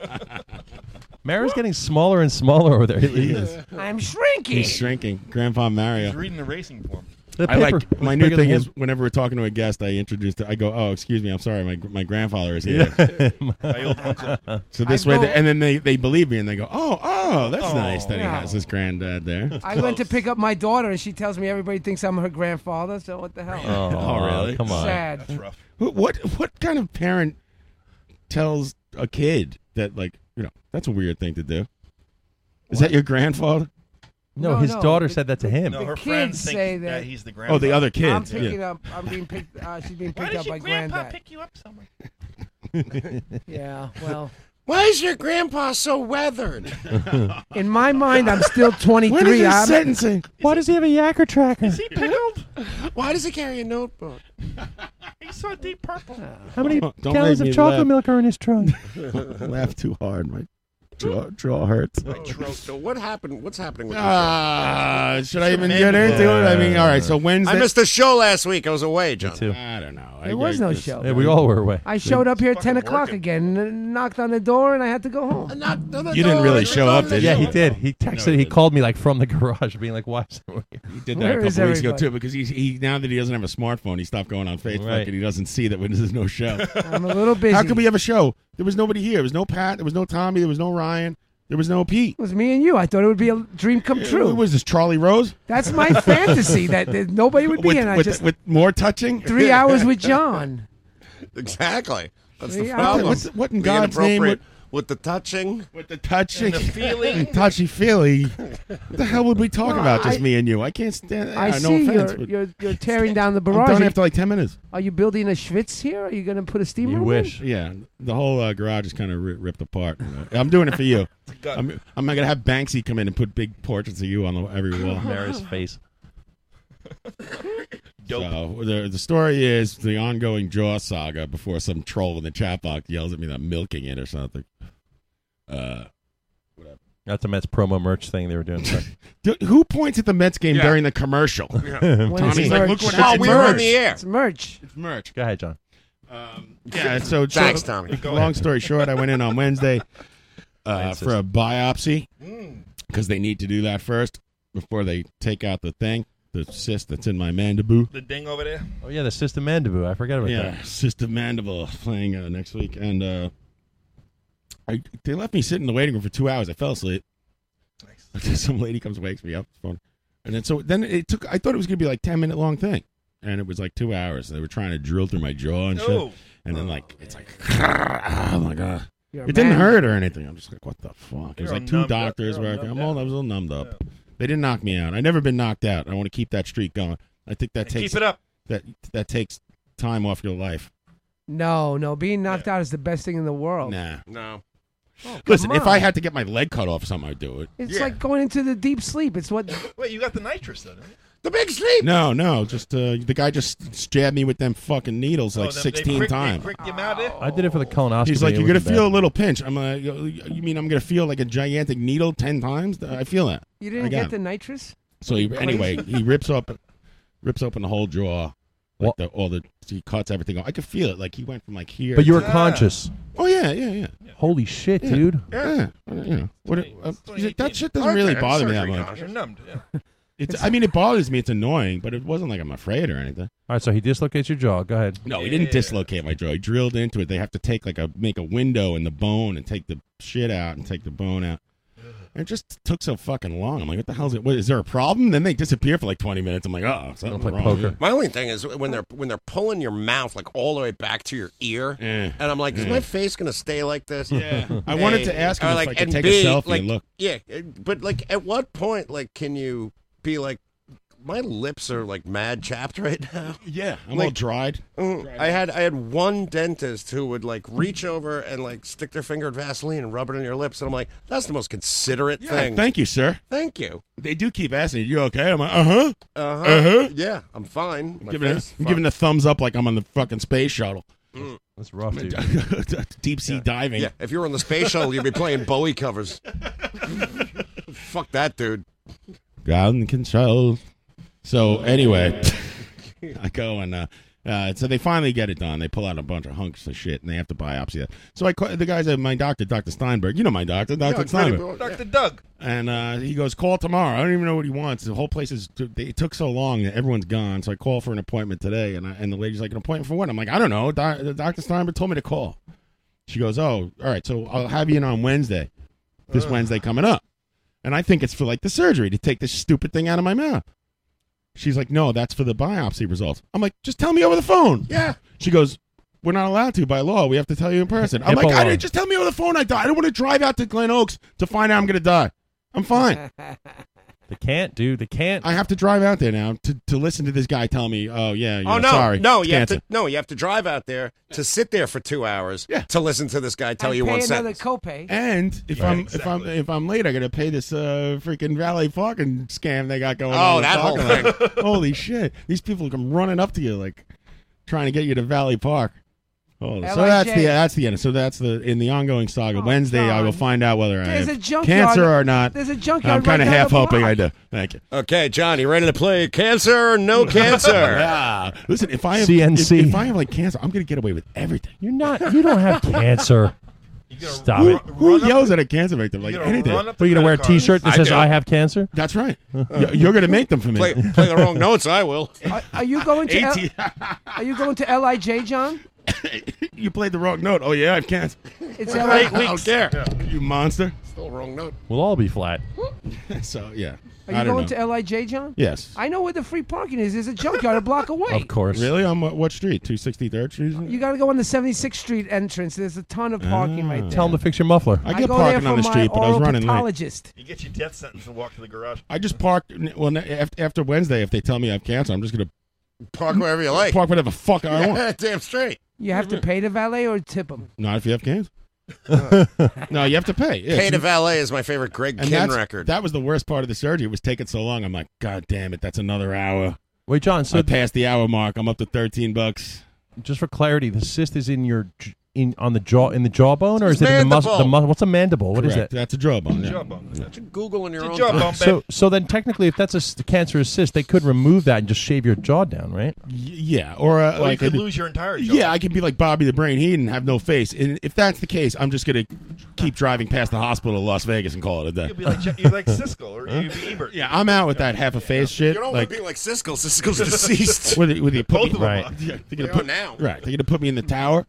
S8: Mary's getting smaller and smaller over there. He is.
S11: I'm shrinking.
S2: He's shrinking. Grandpa Mario.
S7: He's reading the racing form.
S8: The
S2: I
S8: paper
S2: like
S8: was
S2: my new
S8: bigger than
S2: thing is
S8: his-
S2: whenever we're talking to a guest, I introduce. I go, "Oh, excuse me, I'm sorry, my my grandfather is here."
S8: Yeah.
S7: [LAUGHS] My old uncle.
S2: So this
S11: I
S2: way,
S11: go-
S2: they, and then they, they believe me and they go, "Oh, oh, that's
S7: Oh.
S2: nice that
S11: Yeah.
S2: he has his granddad there."
S11: I went to pick up my daughter, and she tells me everybody thinks I'm her grandfather. So what the hell?
S2: Oh,
S8: Aw,
S2: really?
S8: Come on.
S11: Sad.
S7: That's rough.
S2: Wh- What what kind of parent tells a kid that like you know that's a weird thing to do? Is that your grandfather?
S8: No,
S11: No,
S8: his
S11: no,
S8: daughter
S11: the-
S8: said that to him.
S7: No,
S11: The
S7: her
S11: kids
S7: friends think
S11: say
S7: that
S11: that-
S7: he's the grandpa.
S2: Oh, the other
S11: I'm
S2: kids.
S11: picking
S2: Yeah.
S11: up. I'm being picked. Uh, she's being
S7: Why
S11: picked
S7: did
S11: up by
S7: your grandpa
S11: granddad.
S7: pick you up somewhere?
S4: [LAUGHS]
S11: yeah. Well,
S6: [LAUGHS] Why is your grandpa so weathered?
S11: in my mind, I'm still 23.
S2: When is his
S11: I'm-
S2: sentencing?
S8: Why does he have a yacker tracker?
S7: Is he pickled?
S6: [LAUGHS] Why does he carry a notebook?
S7: [LAUGHS] He's so deep purple.
S8: How many
S2: [LAUGHS] Don't make gallons of me chocolate laugh.
S8: milk are in his trunk?
S2: [LAUGHS] Laugh too hard, my jaw, jaw hurts.
S6: So what happened? What's happening with the show?
S2: Ah, should I even get into it? I mean, all right. So Wednesday.
S6: I missed the show last week. I was away, John.
S8: Too.
S2: I don't know. I
S11: There was no
S2: agree.
S11: show.
S8: Yeah, we all were away.
S11: I showed up here at 10 o'clock again, and knocked on the door, and I had to go home.
S2: You didn't really show up, did you?
S8: Yeah, he did. He texted. he called me like from the garage, being like, "Why is everyone here?"
S2: He did that a couple weeks ago too because he, he now that he doesn't have a smartphone, he stopped going on Facebook
S8: Right.
S2: and he doesn't see that when there's no show. [LAUGHS]
S11: I'm a little busy.
S2: How could we have a show? There was nobody here. There was no Pat. There was no Tommy. There was no Ryan. There was no Pete. It
S11: was me and you. I thought it would be a dream come true.
S2: Who was this? Charlie Rose?
S11: That's
S2: [LAUGHS]
S11: my fantasy that, that nobody would be
S2: with,
S11: in. I
S2: with-
S11: just
S2: with more touching. [LAUGHS]
S11: three hours with John.
S6: [LAUGHS] Exactly. That's the
S11: See, I-
S6: problem.
S11: What's- what in
S6: The
S11: God's name
S6: inappropriate- With the touching.
S2: With the touching.
S6: the [LAUGHS] feeling.
S2: touchy feely. What the hell would we talk
S11: No,
S2: about?
S11: I-
S2: Just me and you. I can't stand.
S11: I
S2: uh, no
S11: see
S2: offense,
S11: you're,
S2: but
S11: you're
S2: [LAUGHS]
S11: you're tearing down the
S2: I'm
S11: barrage.
S2: done
S11: Are you-
S2: after like ten minutes.
S11: Are you building a Schwitz here? Are you going to put a steamer? in?
S2: Yeah, the whole uh, garage is kind of ri ripped apart. you know. I'm doing it for [LAUGHS] you.
S11: gun.
S2: I'm, I'm gonna have Banksy come in and put big portraits of you on the, every [LAUGHS] wall.
S8: Mary's face.
S2: So the the story is the ongoing Jaw saga before some troll in the chat box yells at me that I'm milking it or something. Uh,
S8: That's a Mets promo merch thing they were
S2: [LAUGHS]
S8: doing.
S2: d- who points at the Mets game during the [LAUGHS]
S8: [LAUGHS]
S2: commercial? Tommy's like, look what happened.
S11: It's merch.
S2: It's merch.
S8: Go ahead, John.
S2: [LAUGHS] Um, yeah, so
S6: Thanks,
S2: so-
S6: Tommy. Go
S2: Long
S6: ahead.
S2: story short, I went in on
S6: [LAUGHS]
S2: Wednesday uh,
S6: Francis.
S2: for a biopsy
S6: Mm.
S2: because they need to do that first before they take out the thing, the cyst that's in my mandible.
S7: The ding over there.
S8: Oh yeah, the system mandibu. I forgot about
S2: Yeah, Sister Mandible playing uh, next week, and uh, I they left me sitting in the waiting room for two hours. I fell asleep. [LAUGHS] Some lady comes wakes me up, phone, and then so then it took. I thought it was gonna be like ten minute long thing, and it was like two hours. They were trying to drill through my jaw and
S12: Oh.
S2: shit, and then like it's like oh my god,
S12: You're a
S2: it didn't
S12: man.
S2: hurt or anything. I'm just like what the fuck. It was
S12: You're
S2: like
S12: all
S2: two
S12: numbed up.
S2: doctors
S12: You're
S2: were.
S12: all
S2: I'm
S12: numbed
S2: all I was all numbed up. They didn't knock me out. I never been knocked out. I want to keep that streak going. I think that
S11: keep
S2: takes
S11: it up.
S2: That that takes time off your life.
S11: No, no. Being knocked out is the best thing in the world.
S2: Nah.
S6: No.
S2: Listen, if
S11: on.
S2: I had to get my leg cut off, something I'd do it.
S11: It's like going into the deep sleep. It's what.
S7: Wait, you got the nitrous then?
S6: The big sleep.
S2: No, no, just uh, the guy just jabbed me with them fucking needles like
S7: them- they
S2: sixteen
S7: pricked- they
S2: times.
S7: pricked him out there?
S8: I did it for the colonoscopy.
S2: He's like,
S8: It
S2: you're gonna
S8: wasn't
S2: feel a little pinch. I'm like, you mean I'm gonna feel like a gigantic needle ten times? I feel that.
S11: You
S2: I
S11: didn't
S2: got
S11: get
S2: it.
S11: the nitrous?
S2: So he, [LAUGHS] anyway, he rips up, rips open the whole jaw, like the, all the he cuts everything off. I could feel it. Like he went from like here.
S8: bad. But you were
S2: to-
S8: conscious.
S2: Oh yeah, yeah, yeah.
S8: Holy shit,
S2: Yeah.
S8: dude!
S2: Yeah. You know, what, uh, that shit doesn't
S7: Okay,
S2: really
S7: it's
S2: bother me that
S7: surgery
S2: much.
S7: conscious. You're numbed, yeah.
S2: It's, I mean, it bothers me. It's annoying, but it wasn't like I'm afraid or anything.
S8: All right, so he dislocates your jaw. Go ahead.
S2: No, he didn't dislocate my jaw. He drilled into it. They have to take like a make a window in the bone and take the shit out and take the bone out. And it just took so fucking long. I'm like, what the hell is it? What, is there a problem? Then they disappear for like 20 minutes. I'm like, oh, something
S8: play
S2: wrong.
S8: poker.
S6: My only thing is when they're when they're pulling your mouth like all the way back to your ear, and I'm like, is
S2: yeah.
S6: my face gonna stay like this? [LAUGHS]
S2: Yeah. I wanted to ask him
S6: or
S2: if I could take a selfie
S6: like,
S2: and look.
S6: Yeah, it- but like, at what point, like, can you be like, my lips are like mad chapped right now?
S2: Yeah, I'm all
S6: Like,
S2: dried.
S6: Mm, I had I had one dentist who would like reach over and like stick their finger in Vaseline and rub it on your lips, and I'm like, that's the most considerate
S2: Yeah,
S6: thing.
S2: thank you, sir.
S6: Thank you.
S2: They do keep asking, you okay? I'm like, uh huh.
S6: Uh huh.
S2: Uh-huh.
S6: Yeah, I'm fine. My
S2: Giving, a-
S6: face is
S2: I'm giving
S6: fine.
S2: the thumbs up like I'm on the fucking space shuttle.
S6: Mm.
S8: That's rough, dude.
S2: [LAUGHS] Deep sea diving.
S6: Yeah, if you were on the space shuttle, you'd be playing
S2: [LAUGHS]
S6: Bowie covers. Fuck that, dude.
S2: ground and control. So anyway, [LAUGHS] I go and uh, uh, so they finally get it done. They pull out a bunch of hunks of shit and they have to biopsy that. So I call the guys at my doctor, Doctor Steinberg. You know my doctor, Doctor Steinberg.
S7: Dr. Doug.
S2: And uh, he goes, call tomorrow. I don't even know what he wants. The whole place is. It took so long that everyone's gone. So I call for an appointment today, and I, and the lady's like, an appointment for what? I'm like, I don't know. uh, Doctor Steinberg told me to call. She goes, oh, all right. So I'll have you in on Wednesday, this Wednesday coming up. And I think it's for like the surgery to take this stupid thing out of my mouth. She's like, no, that's for the biopsy results. I'm like, just tell me over the phone.
S6: Yeah.
S2: She goes, we're not allowed to by law. We have to tell you in person. I'm like,
S8: HIPAA
S2: I
S8: law.
S2: didn't, just tell me over the phone I die. I don't want to drive out to Glen Oaks to find out I'm going to die. I'm
S4: [LAUGHS]
S2: fine.
S8: They can't, dude. They can't.
S2: I have to drive out there now to, to listen to this guy tell me, oh, yeah, you
S6: oh
S2: know,
S6: no,
S2: sorry.
S6: no,
S2: it's
S6: you have
S2: cancer."
S6: to no, you have to drive out there to sit there for two hours to listen to this guy tell
S11: and
S6: you
S11: pay
S6: one
S11: another
S6: sentence.
S11: copay.
S2: And if
S6: Right,
S2: I'm if I'm if I'm late, I gotta pay this uh, freaking valet parking scam they got going
S6: Oh,
S2: on. in
S6: that whole
S2: the [LAUGHS] parking lot. Holy shit! These people come running up to you like trying to get you to Valley Park. Oh,
S11: LIJ.
S2: so that's the that's the end. So that's the in the ongoing saga. Wednesday, I will find out whether I
S11: Oh, There's
S2: have
S11: a junkyard-
S2: cancer or not.
S11: there's a junkyard
S2: I'm
S11: right
S2: kind of
S11: down
S2: half
S11: the
S2: hoping
S11: block.
S2: I do. Thank you.
S6: Okay, John, you ready to play cancer
S2: [LAUGHS]
S6: or no cancer?
S2: yeah. Listen, if I have
S8: CNC.
S2: if, if I have like cancer, I'm gonna get away with everything.
S8: You're not. You don't
S2: [LAUGHS]
S8: have cancer. Stop
S2: who,
S8: it.
S2: Who yells at a cancer victim like anything?
S8: What are you gonna wear a T-shirt that says "I have cancer"?
S2: That's right. Y- You're gonna make them for me.
S6: play, [LAUGHS] play the wrong
S2: [LAUGHS]
S6: notes. I will.
S11: Are, are you going to
S2: AT.
S11: L- Are you going to Lij, John?
S2: You played the wrong note. Oh yeah, I have cancer.
S11: It's LIJ.
S2: I don't care. You monster.
S6: Still wrong note.
S8: We'll all be flat.
S2: [LAUGHS] so yeah.
S11: Are
S2: I
S11: you
S2: don't
S11: going
S2: know.
S11: to Lij, John?
S2: Yes.
S11: I know where the free parking is. There's a junkyard a Oh, block away.
S8: Of course.
S2: Really? On what, what street? Two sixty third Street. isn't it?
S11: You got to go on the 76th Street entrance. There's a ton of parking right there.
S8: Tell them to fix your muffler.
S2: Ah. I get parking on the street, but I was running late.
S11: pathologist.
S7: You get your death sentence and walk to the garage.
S2: I just parked. Well, after, after Wednesday, if they tell me I have cancer, I'm just gonna
S6: Park wherever you like.
S2: park whatever the fuck
S6: [LAUGHS]
S2: I want.
S6: Damn straight.
S11: You have to pay the valet or tip him.
S2: Not if you have
S11: [LAUGHS]
S2: cancer. no, you have to pay. Yeah,
S6: Pay
S2: it's-
S6: to Valet is my favorite Greg
S2: and
S6: Kinn
S2: that's-
S6: record.
S2: That was the worst part of the surgery. It was taking so long. I'm like, God damn it, that's another hour.
S8: Wait, John. So
S2: I passed the hour mark. I'm up to thirteen bucks.
S8: just for clarity, the cyst is in your j- in on the jaw in the jawbone, or is it in the muscle? The
S6: mandible.
S8: muscle. What's a mandible? What is
S2: Correct.
S8: that?
S2: That's a jawbone. Yeah.
S6: Google in your own.
S7: job,
S6: time.
S7: bump.
S8: So, so then technically, if that's a s- cancerous cyst, they could remove that and just shave your jaw down, right?
S2: Y- yeah, or uh,
S7: Well,
S2: like
S7: you could
S2: I did-
S7: lose your entire jaw.
S2: Yeah, I can be like Bobby the Brain Heaton and have no face. And if that's the case, I'm just gonna keep driving past the hospital in Las Vegas and call it a day.
S7: You'd be like, Je- you're like Siskel or you'd be Ebert.
S2: Yeah, I'm out with that half a face
S6: You
S2: shit.
S6: don't want
S2: like,
S6: to be like Siskel.
S2: [LAUGHS]
S6: Siskel's deceased.
S2: with with you
S7: Both
S2: put me,
S7: of them.
S8: Right.
S7: are.
S2: [LAUGHS] yeah, they're
S6: They
S2: gonna
S6: are
S2: put
S7: [LAUGHS]
S6: now.
S2: right. They're gonna put me in the tower.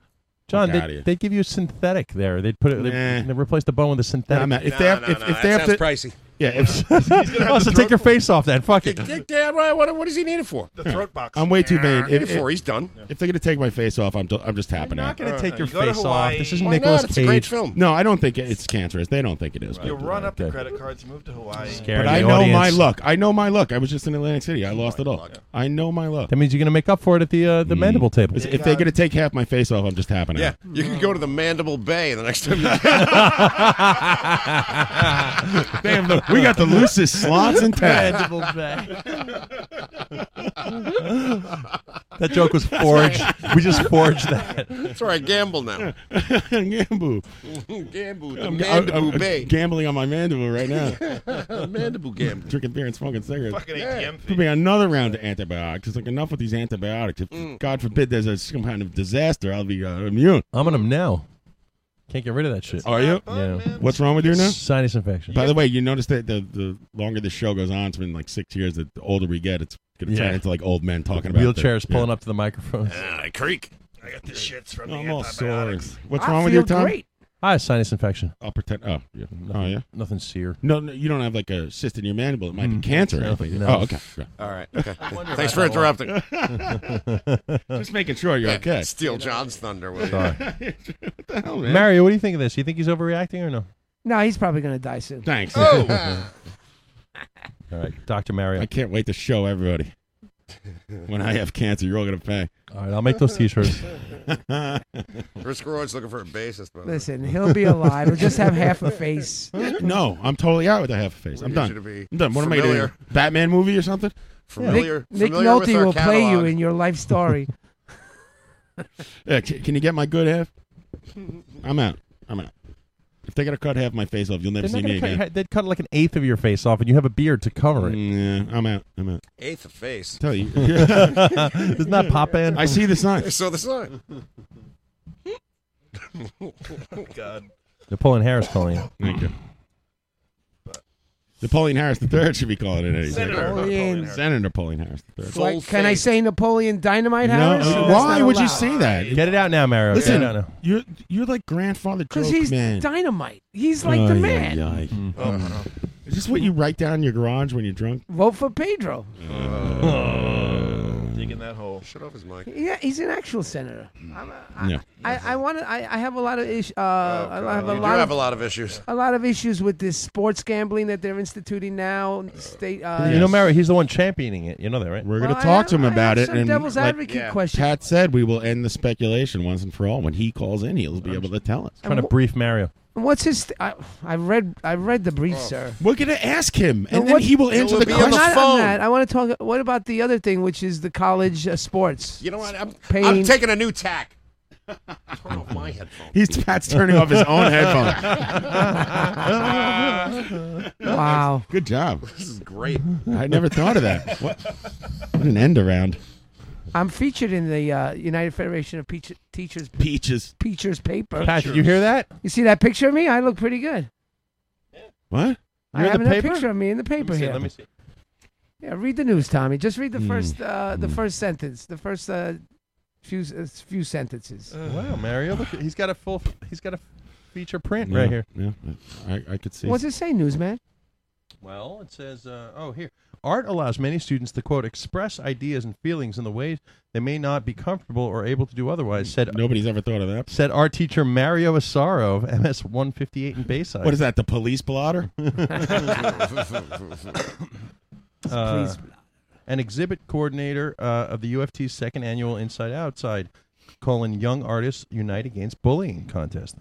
S8: John,
S2: Fuck outta
S8: they,
S2: here.
S8: they give you a synthetic there. They'd put it. They,
S2: Nah.
S8: they replace the bone with a
S2: Nah,
S8: synthetic.
S2: I'm out. If
S6: No,
S2: they have,
S6: no,
S2: if, if
S6: no, that
S2: they have
S6: sounds
S2: to,
S6: pricey.
S2: yeah, if, [LAUGHS]
S7: have
S8: oh, so
S7: the
S8: take your
S7: throat-
S8: face off then. Fuck it.
S6: Dick Dad, why- what, what does he need it for?
S7: The throat box.
S2: I'm way too vain. If, if,
S6: Before he's done.
S2: if they're gonna take my face off, I'm do- I'm just tapping out.
S8: gonna take your
S7: You go to
S8: face off. This
S7: Hawaii.
S8: isn't
S6: Why
S8: Nicolas
S6: not? It's a great
S8: Cage.
S6: film.
S2: No, I don't think it- it's cancerous. They don't think it is.
S7: You
S2: but- uh,
S7: run up the
S8: Okay.
S7: credit cards, move to Hawaii.
S8: Scary.
S2: But
S8: The
S2: I know my
S8: audience-
S2: luck. I know my luck. I was just in Atlantic City. I lost it all. I know my luck. [LAUGHS]
S8: That means you're gonna make up for it at the uh, the mandible table.
S2: Mm. If they're gonna take half my face off, I'm just tapping
S6: Yeah,
S2: out.
S6: you can go to the Mandible Bay the next time. You
S2: They
S6: [LAUGHS] go.
S2: have the, we got the loosest slots in town.
S6: [LAUGHS]
S4: [LAUGHS]
S8: That joke was forged. we
S2: [LAUGHS]
S8: just forged that.
S6: That's where I gamble
S4: [LAUGHS]
S6: now.
S2: Gamble.
S6: gamble, the
S2: I'm, I'm-
S6: Mandible
S2: I'm
S6: Bay,
S2: gambling on my mandible right now.
S6: [LAUGHS] Mandible gamble.
S2: Drinking beer and smoking cigarettes.
S7: Fucking ATM
S2: Could
S7: fee.
S2: be another round of antibiotics. Like enough with these antibiotics. If
S6: Mm.
S2: God forbid there's a, some kind of disaster, I'll be uh, immune.
S8: I'm on him now. Can't get rid of that shit.
S2: Are you?
S8: Yeah.
S2: What's wrong with you now?
S8: Sinus infection.
S2: By the way, you notice that the, the longer the show goes on, it's been like six years. The older we get, it's going to
S8: Yeah.
S2: turn into like old men talking about
S8: Wheelchairs
S2: the- yeah. Ah,
S8: pulling up to the microphones.
S6: I creak.
S7: I got the shits from the
S2: I'm all sore.
S7: antibiotics.
S2: What's
S11: I
S2: wrong with
S11: feel
S2: your tongue?
S11: great.
S8: I have sinus
S2: [LAUGHS]
S8: infection.
S2: I'll pretend. Oh, yeah. Oh, yeah.
S8: Nothing seer.
S2: No, no, you don't have like a cyst in your mandible. It might be cancer.
S8: No,
S2: I think.
S8: no.
S2: Oh, okay. Right. [LAUGHS]
S6: All right. Okay. Thanks for interrupting.
S2: [LAUGHS] Just
S8: [LAUGHS]
S2: making sure you're okay.
S6: Steal John's thunder. Will
S2: [LAUGHS]
S6: you?
S2: what the hell, Oh, man?
S8: Mario, what do you think of this? You think he's overreacting or no?
S11: No, he's probably going to die soon.
S2: Thanks.
S6: Oh.
S2: [LAUGHS]
S8: All right, Dr. Mario.
S2: I can't wait to show Oh,
S6: [LAUGHS]
S2: everybody. When I have cancer, you're all gonna pay.
S8: All right, I'll make those
S6: [LAUGHS]
S8: t-shirts.
S6: Chris Groyd's looking for a bassist. By the way.
S11: Listen, he'll be alive. He'll just have half a
S6: [LAUGHS]
S11: face.
S2: [LAUGHS] no, I'm totally out with a half a face.
S6: We
S2: I'm
S6: need you to
S2: done.
S6: be
S2: I'm done. What am I
S6: familiar.
S2: gonna do? Batman movie or something?
S6: [LAUGHS] Familiar.
S11: Nick
S6: familiar with
S11: Nolte
S6: our
S11: will play you
S6: catalog.
S11: in your life story.
S2: [LAUGHS] Yeah, c- can you get my good half? I'm out. I'm out. If they gotta cut half my face off, you'll never
S8: They're
S2: see
S8: not gonna
S2: me
S8: cut, your
S2: again.
S8: head- they'd cut like an eighth of your face off, and you have a beard to cover it.
S2: Mm, Yeah, I'm out. I'm out.
S6: eighth of face.
S2: Tell
S6: [LAUGHS]
S2: you.
S8: [LAUGHS]
S2: [LAUGHS]
S8: Isn't that pop band?
S2: I see the
S7: [LAUGHS]
S2: sign.
S6: So the [LAUGHS] sign.
S8: [LAUGHS]
S7: God.
S8: Napoleon Harris calling you.
S2: Thank you. Napoleon Harris III should be calling it any second.
S7: Senator.
S11: Napoleon.
S7: Napoleon.
S2: Senator Napoleon Harris III.
S6: Full
S11: Like, can I
S6: face.
S11: say Napoleon Dynamite Harris?
S2: No,
S11: That's
S2: why
S11: not
S2: would you
S11: allowed.
S2: say that?
S8: Get it out now, Mario.
S2: Listen,
S8: Get it out now.
S2: you're you're like grandfather joke
S11: Because he's
S2: man.
S11: dynamite. He's like the
S2: Ay,
S11: man.
S2: ay, ay. Mm. Is this what you write down in your garage when you're drunk?
S11: Vote for Pedro.
S7: Dig in that hole.
S6: Shut off his mic.
S11: Yeah, he's an actual senator. I'm a, I,
S2: Yeah.
S11: I, I want to. I, I have a lot of issues. Uh, I have a
S6: Oh, You do
S11: lot of
S6: have a lot of issues.
S11: a lot of issues with this sports gambling that they're instituting now. State. Uh,
S8: You know, Mario, he's the one championing it. You know that, right?
S2: We're
S11: well,
S2: gonna
S11: I
S2: talk to
S11: have-
S2: him
S11: I have
S2: about it.
S11: Some
S2: And
S11: devil's
S2: like
S11: advocate
S6: Yeah.
S11: question.
S2: Pat said, we will end the speculation once and for all. When he calls in, he'll be able to tell us.
S8: Trying to
S11: wh-
S8: brief Mario.
S11: What's his? St- I, I read. I read the brief, sir.
S2: We're gonna ask him, and
S11: No,
S2: then
S11: what-
S2: he will answer
S6: Oh. will
S2: the
S6: be on the
S2: question.
S11: Not on
S6: phone.
S11: that. I want to talk. What about the other thing, which is the college uh, sports?
S6: You know what? I'm,
S11: Pain.
S6: I'm taking a new tack.
S4: Turn off my headphone.
S2: He's Pat's turning off his own [LAUGHS]
S4: headphone.
S11: [LAUGHS]
S2: headphone.
S4: Wow.
S2: Good job.
S4: This is great.
S2: I never thought of that. What, what an end around.
S11: I'm featured in the uh, United Federation of Peach- Teachers
S2: Peaches.
S11: Peachers paper.
S8: Pat, did you hear that?
S11: You see that picture of me? I look pretty good.
S2: What?
S11: I
S8: You're in
S11: have
S8: the
S11: a
S8: paper?
S11: picture of me in the paper
S8: Let me see,
S11: here.
S8: let me see.
S11: Yeah, read the news, Tommy. Just read the
S8: Hmm.
S11: first uh, the first sentence, the first uh, few uh, few sentences.
S8: Wow, Mario, look, he's got a full, he's got a feature print
S2: Yeah,
S8: right here.
S2: Yeah, I, I could see.
S11: What's it say, newsman?
S8: Well, it says, uh, oh, here. Art allows many students to, quote, express ideas and feelings in the ways they may not be comfortable or able to do otherwise, said
S2: Nobody's ever thought of that.
S8: Said art teacher Mario Asaro of MS 158 in Bayside.
S2: What is that, the police blotter? [LAUGHS]
S4: [LAUGHS]
S8: Uh,
S2: Please.
S8: an exhibit coordinator uh, of the UFT's second annual Inside Outside, colon, Young Artists Unite Against Bullying contest.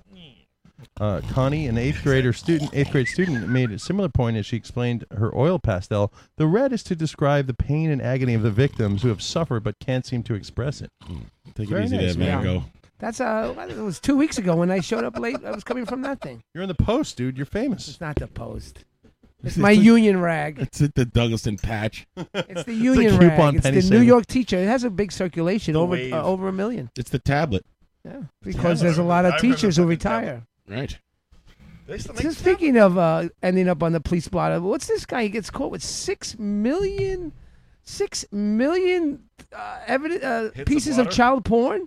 S8: Uh, Connie, an eighth grader student, eighth grade student, made a similar point as she explained her oil pastel. The red is to describe the pain and agony of the victims who have suffered but can't seem to express it.
S2: Hmm. Take it easy there, Van Gogh.
S11: That's uh, what- it was two weeks ago when I showed up late. I was coming from that thing.
S8: You're in the post, dude. You're famous. It's
S11: not the post.
S8: [LAUGHS]
S11: It's my union rag.
S2: It's at the Douglaston patch.
S11: It's the union rag. It's the New York teacher. It has a big circulation,
S2: The
S11: over
S2: wave.
S11: uh, over a million.
S2: It's the tablet.
S11: Yeah, because there's a lot of teachers who retire.
S2: Right.
S11: Just speaking of uh, ending up on the police blotter, what's this guy? He gets caught with six million, six million uh, evidence, uh,
S8: Hits of
S11: pieces of
S8: blotter?
S11: child porn.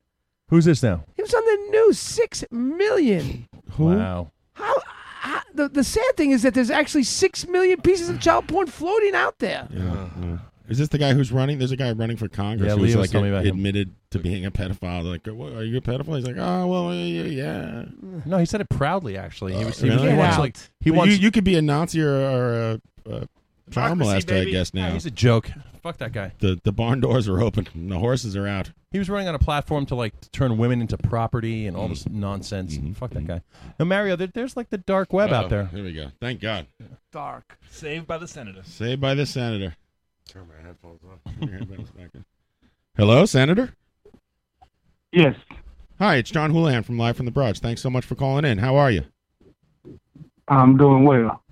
S8: Who's this now?
S11: He was on the news. Six million.
S8: Wow.
S11: Ah, The, the sad thing is that there's actually six million pieces of child porn floating out there.
S2: Yeah, yeah. Is this the guy who's running? There's a guy running for Congress
S8: Yeah,
S2: who's
S8: Leo was
S2: like
S8: telling me about him.
S2: admitted to being a pedophile. They're like, "What, are you a pedophile? He's like, oh well, yeah. yeah." Uh,
S8: No, he said it proudly. Actually, he was. He,
S2: Really?
S8: he wants like he
S2: But
S8: wants.
S2: You, you could be a Nazi or, or a, a child
S8: Democracy,
S2: molester, I
S8: baby.
S2: guess. Now
S8: He's a joke. Fuck that guy.
S2: The the barn doors are open. [LAUGHS] and The horses are out.
S8: He was running on a platform to like turn women into property and
S2: Mm.
S8: all this nonsense. Fuck that guy. Now, Mario, there, there's like the dark web
S2: Mm-hmm. Uh-oh.
S8: out there.
S2: Here we go. Thank God.
S11: Dark.
S9: Saved by the senator.
S2: Saved by the senator.
S4: Turn my headphones off.
S2: Hello, senator.
S13: Yes.
S2: Hi, it's John Houlihan from Live from the Broads. Thanks so much for calling in. How are you?
S13: I'm doing well.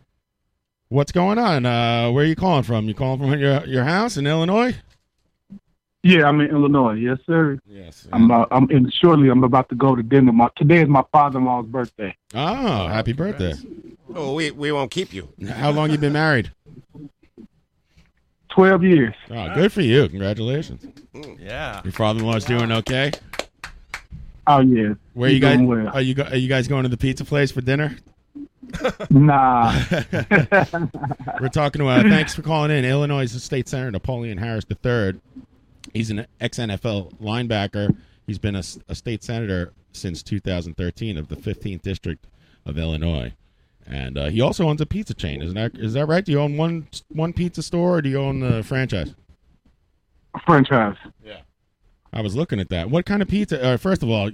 S2: What's going on? Uh, where are you calling from? You calling from your your house in Illinois?
S13: Yeah, I'm in Illinois. Yes, sir.
S2: Yes.
S13: I'm. Uh, I'm in. Shortly, I'm about to go to dinner. My today is my
S2: [LAUGHS]
S13: father-in-law's birthday.
S2: Oh, happy birthday!
S4: Oh, we, we won't keep you.
S2: How long you been married?
S13: Twelve years.
S2: Oh, good for you! Congratulations.
S8: Yeah.
S2: Your father-in-law's doing okay.
S13: Oh yeah.
S2: Where
S13: He's
S2: you guys?
S13: doing well.
S2: Are you go- are you guys going to the pizza place for dinner?
S13: Nah.
S2: We're talking to. Uh, thanks for calling in. Illinois State Senator Napoleon Harris III. He's an ex NFL linebacker. He's been a, s- a state senator since 2013 of the 15th district of Illinois, and uh, he also owns a pizza chain. Isn't that is that right? Do you own one one pizza store, or do you own a franchise?
S13: Franchise.
S2: Yeah. I was looking at that. What kind of pizza? Uh, first of all,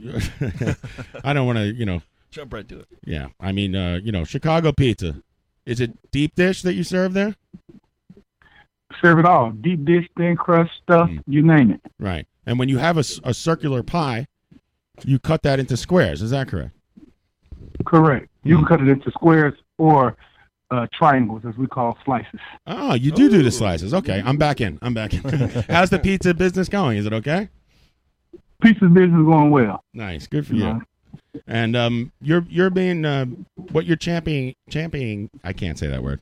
S2: [LAUGHS] I don't want to, you know,
S9: Jump right to it.
S2: yeah, I mean, uh, you know, Chicago pizza. Is it deep dish that you serve there?
S13: Serve it all. Deep dish, thin crust stuff.
S2: Mm.
S13: You name it.
S2: Right. And when you have a, s- a circular pie, you cut that into squares. Is that correct? Mm-hmm.
S13: Correct. You can cut it into squares or uh, triangles, as we call slices.
S2: Oh, you do do the slices. Okay, I'm back in. I'm
S13: [LAUGHS]
S2: back in. How's the pizza business going? Is it okay?
S13: Pizza business is going well. Uh,
S2: Nice. Good for you. And um, you're you're being uh, what you're championing championing. I can't say that word.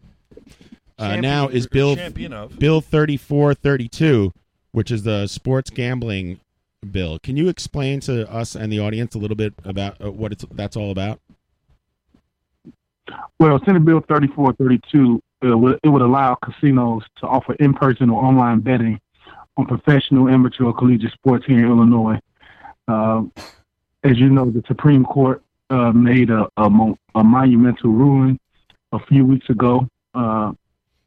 S2: Uh,
S9: Champion-
S2: now is Bill
S9: champion of.
S2: Bill thirty four thirty two, which is the sports gambling bill. Can you explain to us and the audience a little bit about uh, what it's that's all about?
S13: Well, Senate Bill 3432, uh, would- it would allow casinos to offer in person or online betting on professional, amateur, or collegiate sports here in Illinois. Uh, as you know, the Supreme Court uh, made a, a, mo- a monumental ruling a few weeks ago uh,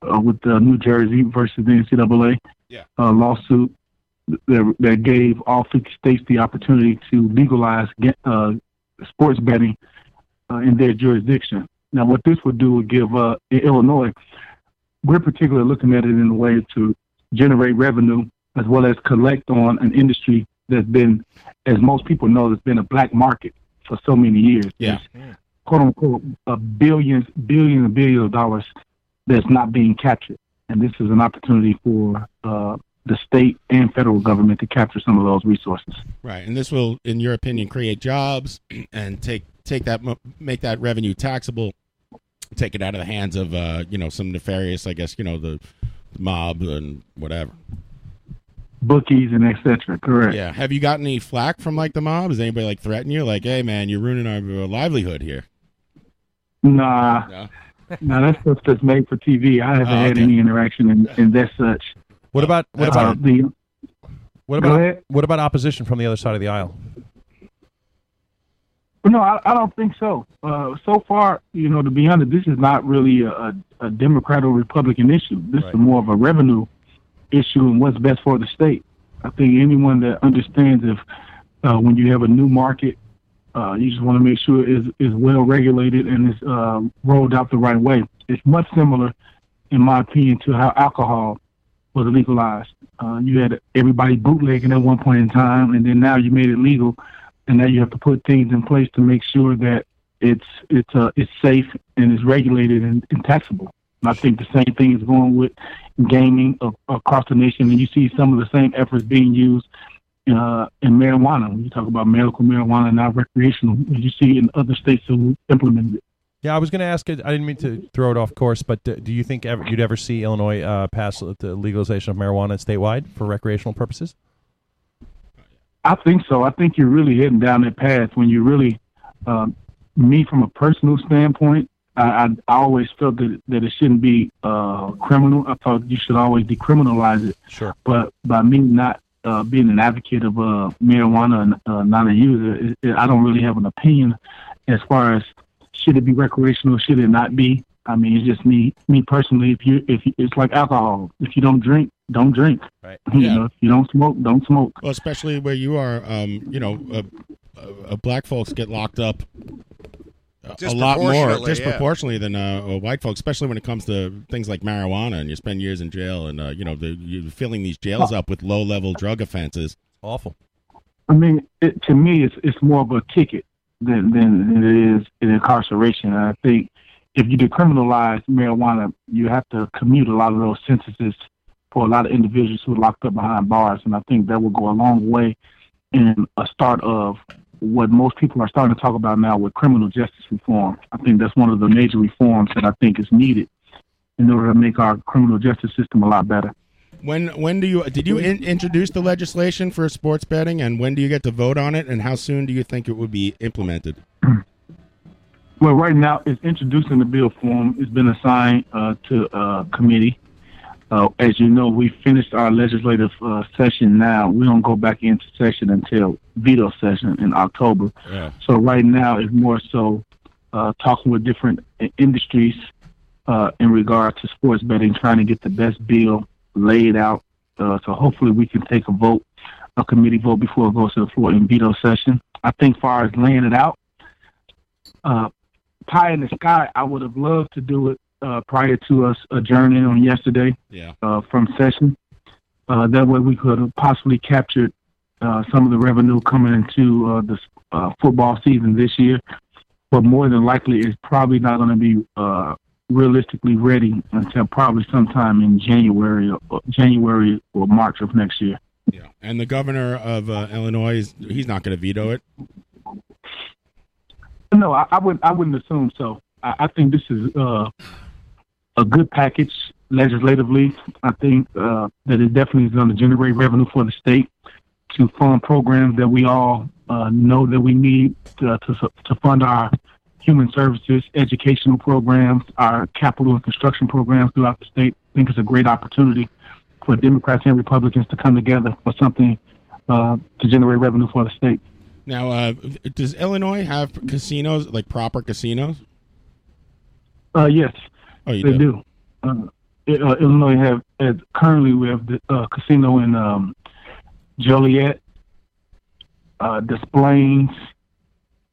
S13: uh, with the New Jersey versus the NCAA uh, lawsuit that, that gave all 50 states the opportunity to legalize ga- uh, sports betting uh, in their jurisdiction. Now, what this would do would give uh, in Illinois, we're particularly looking at it in a way to generate revenue as well as collect on an industry there's been, as most people know, there's been a black market for so many years.
S2: Yeah.
S13: There's, quote unquote, a billions, billions and billions of dollars that's not being captured. And this is an opportunity for uh, the state and federal government to capture some of those resources.
S2: Right, and this will, in your opinion, create jobs [CLEARS THROAT] and take take that mo- make that revenue taxable, take it out of the hands of uh, you know some nefarious, I guess you know the, the mob and whatever.
S13: Bookies and et cetera, correct.
S2: Yeah, have you got any flack from like the mob? Is anybody like threatening you? Like, hey man, you're ruining our uh, livelihood here.
S13: [LAUGHS] Nah. No. that's stuff that's made for TV. I haven't
S2: Oh,
S13: had
S2: okay.
S13: any interaction in, in that such.
S8: What about what
S13: Uh,
S8: about
S13: the
S8: what
S13: Go
S8: about
S13: ahead.
S8: what about opposition from the other side of the aisle?
S13: No, I, I don't think so. Uh, so far, you know, to be honest, this is not really a, a, a Democrat or Republican issue. This is more of a revenue issue and what's best for the state. I think anyone that understands if uh, when you have a new market, uh, you just want to make sure it's, it's well regulated and it's uh, rolled out the right way. It's much similar, in my opinion, to how alcohol was legalized. Uh, you had everybody bootlegging at one point in time, and then now you made it legal, and now you have to put things in place to make sure that it's it's uh, it's safe and it's regulated and, and taxable. And I think the same thing is going with gaming a across the nation, and you see some of the same efforts being used uh, in marijuana. When you talk about medical marijuana, not recreational, you see in other states who implemented it.
S8: Yeah, I was going to ask it. I didn't mean to throw it off course, but do, do you think ever, you'd ever see Illinois uh, pass the legalization of marijuana statewide for recreational purposes?
S13: I think so. I think you're really heading down that path when you really, um, me from a personal standpoint, I, I I always felt that that it shouldn't be uh, criminal. I thought you should always decriminalize it.
S8: Sure.
S13: But by me not uh, being an advocate of uh, marijuana and uh, not a user, it, it, I don't really have an opinion as far as should it be recreational, should it not be. I mean, it's just me me personally. If you if you, it's like alcohol, if you don't drink, don't drink.
S2: Right.
S13: You know, if you don't smoke, don't smoke.
S2: Well, especially where you are, um, you know, uh, uh, black folks get locked up a- a lot more
S6: Disproportionately, yeah.
S2: disproportionately than uh, uh, white folks, especially when it comes to things like marijuana, and you spend years in jail, and uh, you know, the, you're filling these jails up with low-level drug offenses.
S8: Awful.
S13: I mean, it, to me, it's it's more of a ticket than than, than it is an incarceration. And I think if you decriminalize marijuana, you have to commute a lot of those sentences for a lot of individuals who are locked up behind bars, and I think that will go a long way in a start of what most people are starting to talk about now with criminal justice reform. I think that's one of the major reforms that I think is needed in order to make our criminal justice system a lot better.
S2: When when do you uh, did you in, introduce the legislation for sports betting, and when do you get to vote on it, and how soon do you think it would be implemented?
S13: Well, right now it's introduced in the bill form. It's been assigned uh, to uh, committee. Uh, as you know, we finished our legislative uh, session now. We don't go back into session until veto session in October.
S2: Yeah.
S13: So right now it's more so uh, talking with different i- industries uh, in regard to sports betting, trying to get the best bill laid out. Uh, so hopefully we can take a vote, a committee vote before it goes to the floor in veto session. I think far as laying it out, uh, pie in the sky, I would have loved to do it uh, prior to us adjourning on yesterday
S2: Yeah.
S13: uh, from session. Uh, that way, we could have possibly captured uh, some of the revenue coming into uh, the uh, football season this year. But more than likely, it's probably not going to be uh, realistically ready until probably sometime in January, or, January or March of next year.
S2: And the governor of uh, Illinois, is- he's not going to veto it.
S13: No, I, I wouldn't. I wouldn't assume so. I, I think this is uh, a good package legislatively. I think uh, that it definitely is going to generate revenue for the state to fund programs that we all uh, know that we need to, to su- to fund our human services, educational programs, our capital and construction programs throughout the state. I think it's a great opportunity for Democrats and Republicans to come together for something uh, to generate revenue for the state.
S2: Now, uh, does Illinois have casinos like proper casinos?
S13: Uh, yes.
S2: Oh, you do.
S13: they do. Uh, I- uh, Illinois have uh, currently we have the uh, casino in um, Joliet, uh, Des Plaines,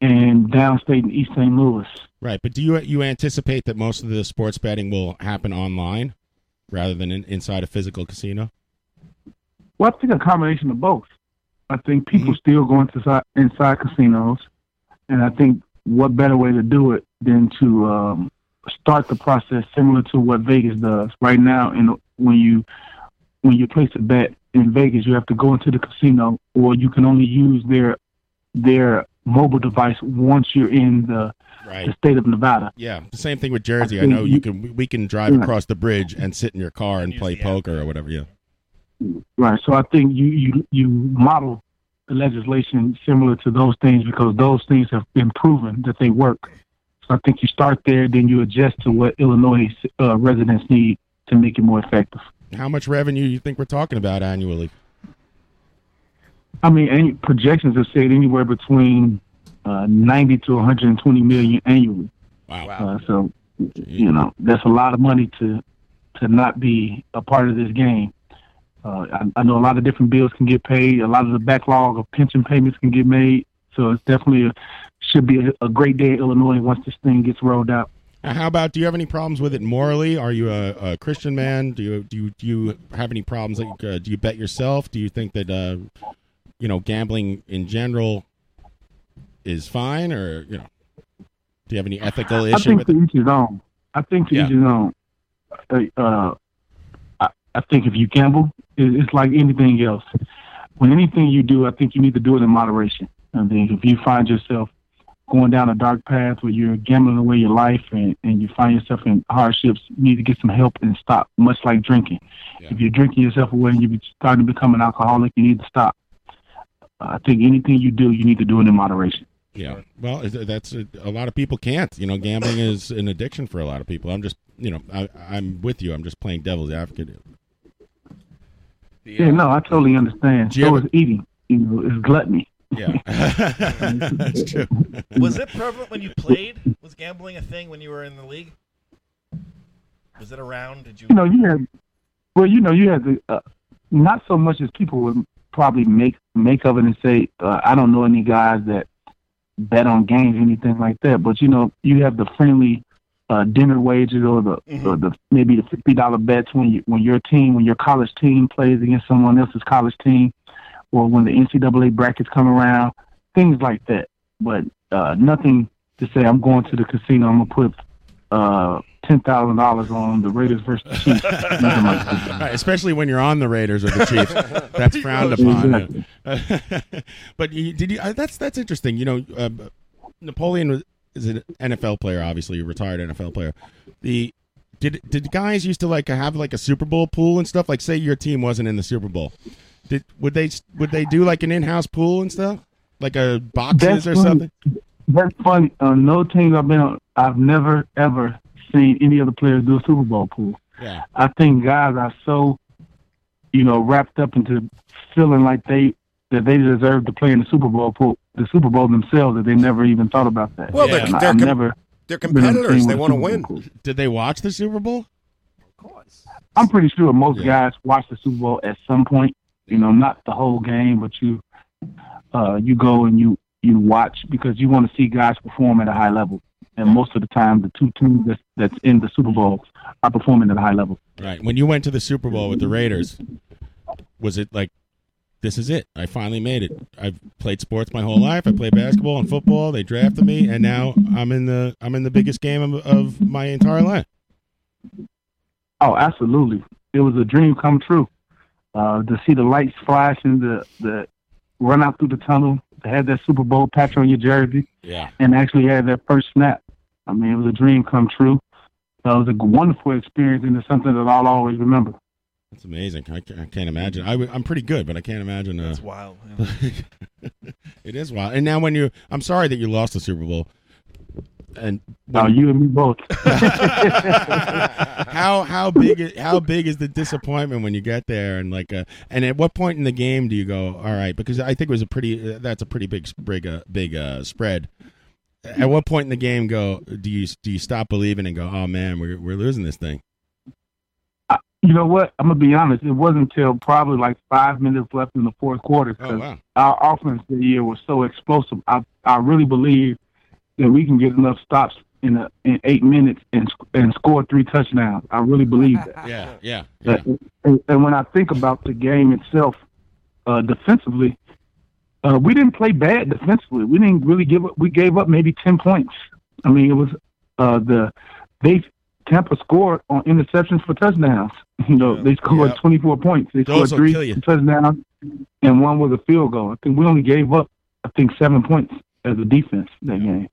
S13: and downstate in East St. Louis.
S2: Right, but do you you anticipate that most of the sports betting will happen online rather than in, inside a physical casino?
S13: Well, I think a combination of both. I think people still go inside inside casinos, and I think what better way to do it than to um, start the process similar to what Vegas does right now. And when you when you place a bet in Vegas, you have to go into the casino, or you can only use their their mobile device once you're in the, the state of Nevada.
S2: Yeah, the same thing with Jersey. I
S13: think
S2: know you
S13: you-
S2: can. We can drive
S13: Yeah.
S2: across the bridge and sit in your car and play poker or whatever. Yeah.
S13: Right. So I think you you you model the legislation similar to those things because those things have been proven that they work. So I think you start there, then you adjust to what Illinois uh, residents need to make it more effective.
S2: How much revenue you think we're talking about annually?
S13: I mean, any projections have said anywhere between uh, 90 to 120 million annually.
S2: Wow.
S13: Uh, so you know that's a lot of money to to not be a part of this game. Uh, I, I know a lot of different bills can get paid. A lot of the backlog of pension payments can get made. So it's definitely a, should be a, a great day in Illinois once this thing gets rolled out.
S2: Now, How about? Do you have any problems with it morally? Are you a, a Christian man? Do you do you, do you have any problems? Like, uh, do you bet yourself? Do you think that uh, you know gambling in general is fine, or you know, do you have any ethical
S13: I
S2: issue
S13: think
S2: with it?
S13: to each his own. I think to
S2: Yeah.
S13: each his own. Uh, uh, I, I think if you gamble, it, it's like anything else. When anything you do, I think you need to do it in moderation. I think if you find yourself going down a dark path where you're gambling away your life and, and you find yourself in hardships, you need to get some help and stop, much like drinking. If you're drinking yourself away and you're starting to become an alcoholic, you need to stop. I think anything you do, you need to do it in moderation.
S2: Yeah. Well, is- that's a, a lot of people can't. You know, gambling is an addiction for a lot of people. I'm just, you know, I, I'm with you. I'm just playing devil's advocate. uh,
S13: Yeah, no, I totally understand. So is eating. You know, it's gluttony.
S2: Yeah, [LAUGHS] that's
S13: [LAUGHS]
S2: true.
S9: Was it prevalent when you played? Was gambling a thing when you were in the league? Was it around? Did you?
S13: You know, you had, well, you know, you had the, uh, not so much as people would probably make make of it and say, uh, I don't know any guys that bet on games or anything like that. But you know, you have the friendly uh, dinner wages or the, or the maybe the fifty dollar bets when you when your team when your college team plays against someone else's college team, or when the NCAA brackets come around, things like that. But uh, nothing to say I'm going to the casino. I'm gonna put uh, ten thousand dollars on the Raiders versus the Chiefs. Nothing like that.
S2: Right, especially when you're on the Raiders or the Chiefs, that's frowned upon. [LAUGHS] but you, did you? I, that's that's interesting. You know, uh, Napoleon was, is an NFL player, obviously a retired NFL player. The did did guys used to like have like a Super Bowl pool and stuff? Like, say your team wasn't in the Super Bowl, did would they would they do like an in-house pool and stuff, like a boxes or
S13: funny.
S2: something?
S13: That's funny. On no teams I've been on, I've never ever seen any other players do a Super Bowl pool.
S2: Yeah.
S13: I think guys are so, you know, wrapped up into feeling like they that they deserve to play in the Super Bowl pool, the Super Bowl themselves, that they never even thought about that.
S6: Well, they're-
S13: And I-
S6: they're
S13: I've
S6: com-
S13: never.
S6: They're
S13: been on a team
S6: competitors. They
S13: with a
S6: want to
S13: Super Bowl
S6: win.
S13: pool.
S2: Did they watch the Super Bowl?
S13: I'm pretty sure most guys watch the Super Bowl at some point. You know, not the whole game, but you uh, you go and you you watch because you want to see guys perform at a high level. And most of the time, the two teams that's, that's in the Super Bowl are performing at a high level.
S2: Right. When you went to the Super Bowl with the Raiders, was it like, this is it? I finally made it. I've played sports my whole life. I played basketball and football. They drafted me, and now I'm in the I'm in the biggest game of, of my entire life.
S13: Oh, absolutely! It was a dream come true. Uh, to see the lights flashing, the the run out through the tunnel, to have that Super Bowl patch on your jersey,
S2: Yeah.
S13: and actually had that first snap. I mean, it was a dream come true. So it was a wonderful experience, and it's something that I'll always remember.
S2: That's amazing. I, ca- I can't imagine. I w- I'm pretty good, but I can't imagine. Uh, That's
S9: wild.
S2: [LAUGHS] it is wild. And now when you, I'm sorry that you lost the Super Bowl. And
S13: Now you and me both.
S2: [LAUGHS]
S13: [LAUGHS]
S2: how how big is, how big is the disappointment when you get there and like uh, and at what point in the game do you go all right because I think it was a pretty uh, that's a pretty big s- big uh, big uh, spread. At what point in the game go do you do you stop believing and go oh man we're we're losing this thing?
S13: You know what? I'm gonna be honest. It wasn't until probably like five minutes left in the fourth quarter
S4: Oh,
S2: Oh,
S13: because our offense that year was so explosive. I I really believe that we can get enough stops in a, in eight minutes and sc- and score three touchdowns. I
S4: [LAUGHS]
S13: really believe that.
S2: Yeah, yeah.
S13: And, and when I think about the game itself, uh, defensively, Uh, we didn't play bad defensively. We didn't really give up. We gave up maybe ten points. I mean, it was uh, the they Tampa scored on interceptions for touchdowns. [LAUGHS] You know, they scored
S2: Yeah.
S13: twenty four points. They scored
S2: Those will
S13: three
S2: kill you.
S13: touchdowns and one was a field goal. I think we only gave up I think seven points as a defense that game.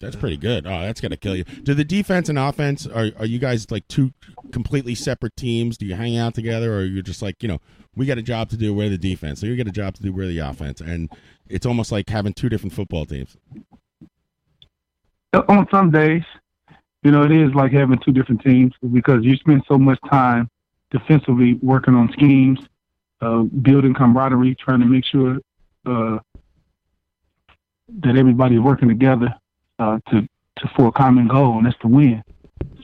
S2: That's pretty good. Oh, that's gonna kill you. Do the defense and offense are are you guys like two completely separate teams? Do you hang out together, or you're just like you know we got a job to do, we're the defense, so you got a job to do, we're the offense, and it's almost like having two different football teams.
S13: Uh, on some days, you know, it is like having two different teams because you spend so much time defensively working on schemes, uh, building camaraderie, trying to make sure uh, that everybody's working together uh, to, to for a common goal, and that's to win.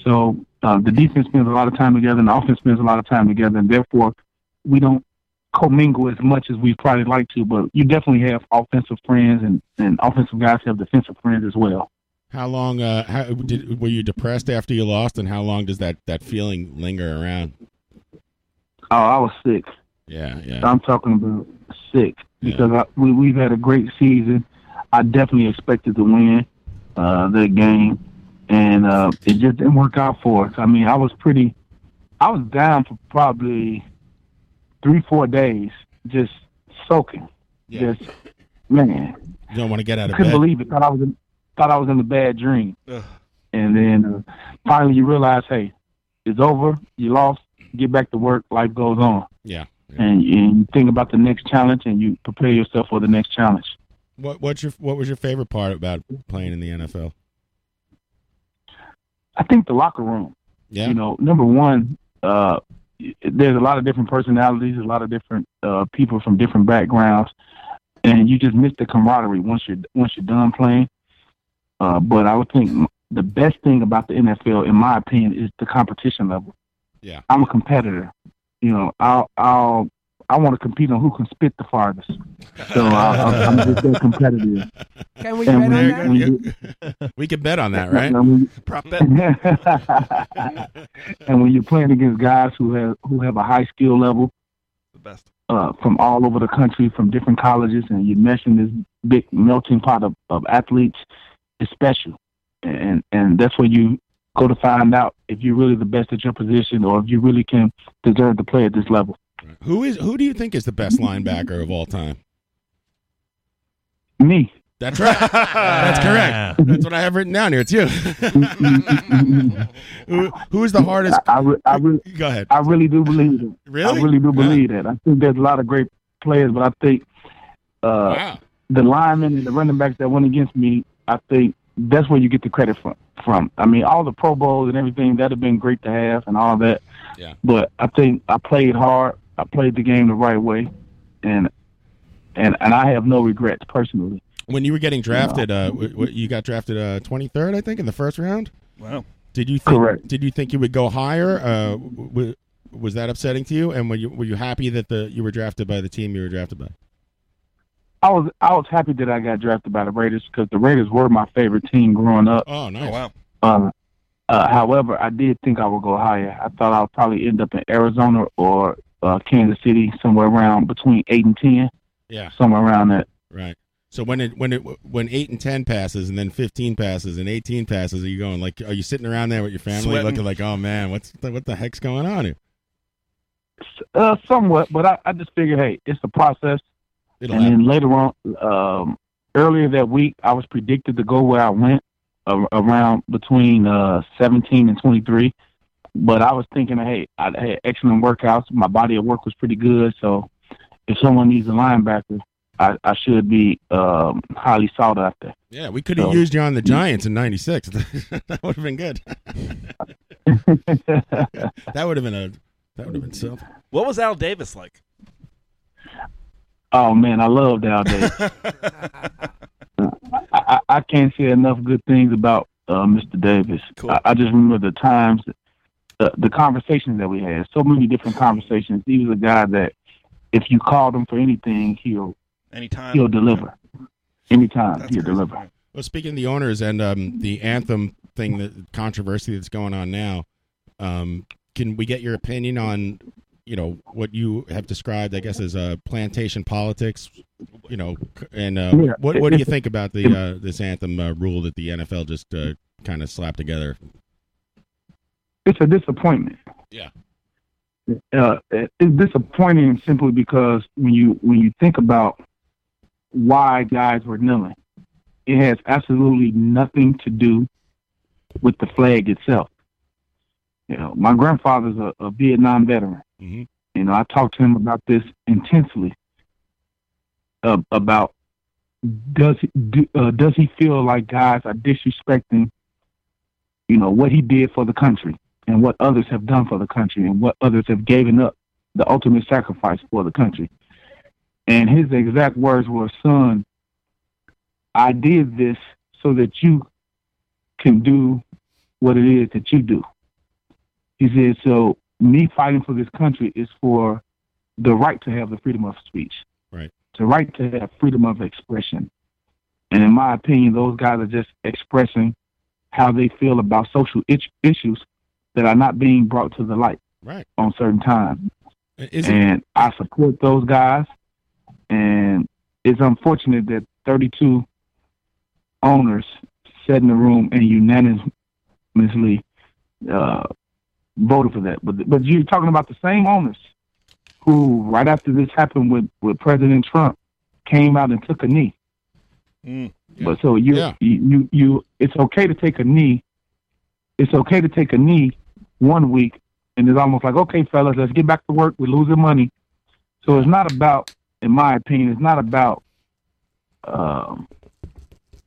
S13: So uh, the defense spends a lot of time together, and the offense spends a lot of time together, and therefore we don't commingle as much as we probably like to. But you definitely have offensive friends, and, and offensive guys have defensive friends as well.
S2: How long? Uh, how did were you depressed after you lost, and how long does that that feeling linger around?
S13: Oh, I was sick.
S2: Yeah, yeah.
S13: I'm talking about sick because I, we, we've had a great season. I definitely expected to win uh, the game, and uh, it just didn't work out for us. I mean, I was pretty, I was down for probably three, four days, just soaking. Just man,
S2: You don't want to get out of
S13: couldn't
S2: bed.
S13: believe it. Thought I was in, thought I was in a bad dream,
S2: Ugh.
S13: and then uh, finally you realize, hey, it's over. You lost. Get back to work. Life goes on
S2: yeah.
S13: and, and you think about the next challenge and you prepare yourself for the next challenge.
S2: What what's your what was your favorite part about playing in the NFL?
S13: I think the locker room.
S2: Yeah.
S13: You know, number one, uh, y- there's a lot of different personalities, a lot of different uh, people from different backgrounds, and you just miss the camaraderie once you're once you're done playing. Uh, but I would think m- the best thing about the NFL, in my opinion, is the competition level.
S2: Yeah.
S13: I'm a competitor. You know, I'll I'll I want to compete on who can spit the farthest. So I, I, I'm just that competitive.
S11: Can
S2: we
S13: And
S2: bet
S13: when-
S2: on
S13: when
S2: that?
S13: you-
S2: [LAUGHS] We could bet on that, right?
S13: No, when-
S2: Prop
S13: and when you're playing against guys who have who have a high skill level, the
S7: best
S13: uh, from all over the country, from different colleges, and you're meshing this big melting pot of, of athletes, it's special, and and that's where you go to find out if you're really the best at your position or if you really can deserve to play at this level.
S2: Who is who do you think is the best linebacker of all time?
S13: Me.
S2: That's right. That's correct. That's what I have written down here. It's you. [LAUGHS] who, who is the hardest?
S13: I, I, re- I re-
S2: Go ahead.
S13: I really do believe it.
S2: Really?
S13: I really do believe that. I think there's a lot of great players, but I think uh, the linemen and the running backs that went against me, I think that's where you get the credit from. From I mean, all the Pro Bowls and everything that'd have been great to have and all that.
S2: Yeah.
S13: But I think I played hard. I played the game the right way, and and and I have no regrets personally.
S2: When you were getting drafted, uh, w- w- you got drafted uh, 23rd, I think, in the first round.
S7: Wow.
S2: Did you think, correct? Did you think you would go higher? Uh, w- w- was that upsetting to you? And were you were you happy that the you were drafted by the team you were drafted by?
S13: I was I was happy that I got drafted by the Raiders because the Raiders were my favorite team [LAUGHS] growing up.
S2: Oh, nice. wow.
S13: Um, uh, however, I did think I would go higher. I thought I would probably end up in Arizona or uh, Kansas City, somewhere around between eight and ten,
S2: Yeah.
S13: somewhere around that.
S2: Right. So when it when it when eight and ten passes, and then fifteen passes, and eighteen passes, are you going like? Are you sitting around there with your family,
S13: Sweating.
S2: looking like, oh man, what's the, what the heck's going on here?
S13: Uh, somewhat, but I, I just figured, hey, it's a process.
S2: It'll
S13: and then later on, um, earlier that week, I was predicted to go where I went, a around between uh, 17 and 23. But I was thinking, hey, I had excellent workouts. My body of work was pretty good. So if someone needs a linebacker, I, I should be um, highly sought after.
S2: Yeah, we could have
S13: So-
S2: used you on the Giants in '96. [LAUGHS] that would have been
S13: [LAUGHS]
S2: good. [LAUGHS] that would have been a that would have been something.
S9: What was Al Davis like?
S13: Oh man, I love Dow Davis. I, I, I can't say enough good things about uh, Mr. Davis. I, I just remember the times, uh, the, the conversations that we had. So many different conversations. He was a guy that, if you called him for anything, he'll
S7: Anytime.
S13: he'll deliver. Anytime he'll deliver.
S2: Well, speaking of the owners and um, the anthem thing, the controversy that's going on now, um, can we get your opinion on you know what you have described, I guess, as uh, plantation politics. You know, c- and uh,
S14: Yeah.
S2: what what do you think about the uh, this anthem uh, rule that the NFL just uh, kind of slapped together?
S13: it's a disappointment.
S2: Yeah.
S13: Uh, it- it's disappointing simply because when you when you think about why guys were kneeling, it has absolutely nothing to do with the flag itself. You know, my grandfather's a, a Vietnam veteran.
S2: Mhm.
S13: You know, I talked to him about this intensely. Uh, about does he, do, uh, does he feel like guys are disrespecting you know what he did for the country and what others have done for the country and what others have given up the ultimate sacrifice for the country and his exact words were son i did this so that you can do what it is that you do he said so me fighting for this country is for the right to have the freedom of speech
S2: Right.
S13: the right to have freedom of expression and in my opinion those guys are just expressing how they feel about social itch- issues that are not being brought to the light
S2: Right.
S13: on certain times.
S2: Is it-
S13: and I support those guys. And it's unfortunate that 32 owners sat in the room and unanimously uh, voted for that. But, but you're talking about the same owners who, right after this happened with, with President Trump, came out and took a knee.
S9: Mm.
S13: But so you, you you you it's okay to take a knee. It's okay to take a knee one week and it's almost like, okay, fellas, let's get back to work. We're losing money. So it's not about in my opinion, it's not about um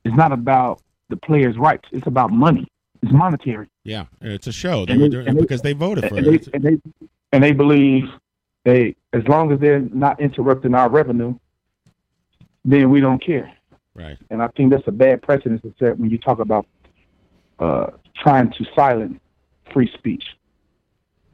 S13: it's not about the players' rights. It's about money. It's monetary.
S2: Yeah, it's a show. Oh, They
S13: And
S2: were
S13: they-
S2: doing
S13: and
S2: it
S13: they-
S2: because they voted for
S13: and
S2: it.
S13: They, and, they, and they believe they as long as they're not interrupting our revenue, then we don't care.
S2: Right.
S13: And I think that's a bad precedent to set when you talk about uh, trying to silence free speech.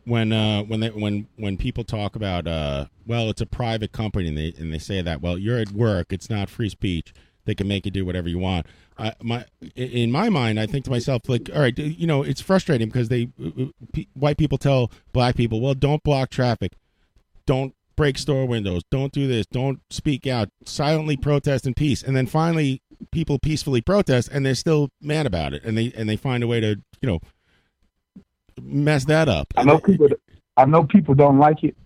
S2: when uh, when they when when people talk about uh, well, it's a private company, and they and they say that well, you're at work, it's not free speech. They can make you do whatever you want. I, my in my mind, I think to myself like, all right, you know, it's frustrating because they p- white people tell black people, well, don't block traffic, don't break store windows, don't do this, don't speak out, silently protest in peace, and then finally people peacefully protest, and they're still mad about it, and they and they find a way to you know mess that up.
S13: I know people. I know people don't like it,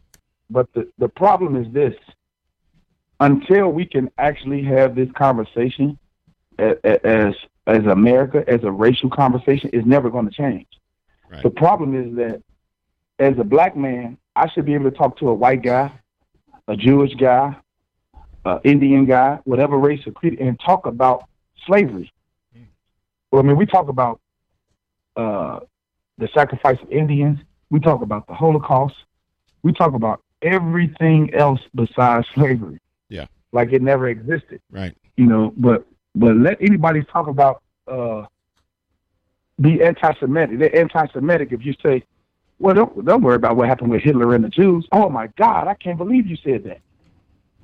S13: but the the problem is this: until we can actually have this conversation a- a- as as America, as a racial conversation, it's never going to change. The problem is that as a black man, I should be able to talk to a white guy, a Jewish guy, uh, Indian guy, whatever race or creed, and talk about slavery. Well, I mean, we talk about uh, the sacrifice of Indians. We talk about the Holocaust. We talk about everything else besides slavery.
S2: Yeah.
S13: Like it never existed. [LAUGHS]
S2: Right.
S13: You know, but but let anybody talk about uh, be anti-Semitic. They're anti-Semitic if you say, "Well, don't don't worry about what happened with Hitler and the Jews." Oh my God, I can't believe you said that.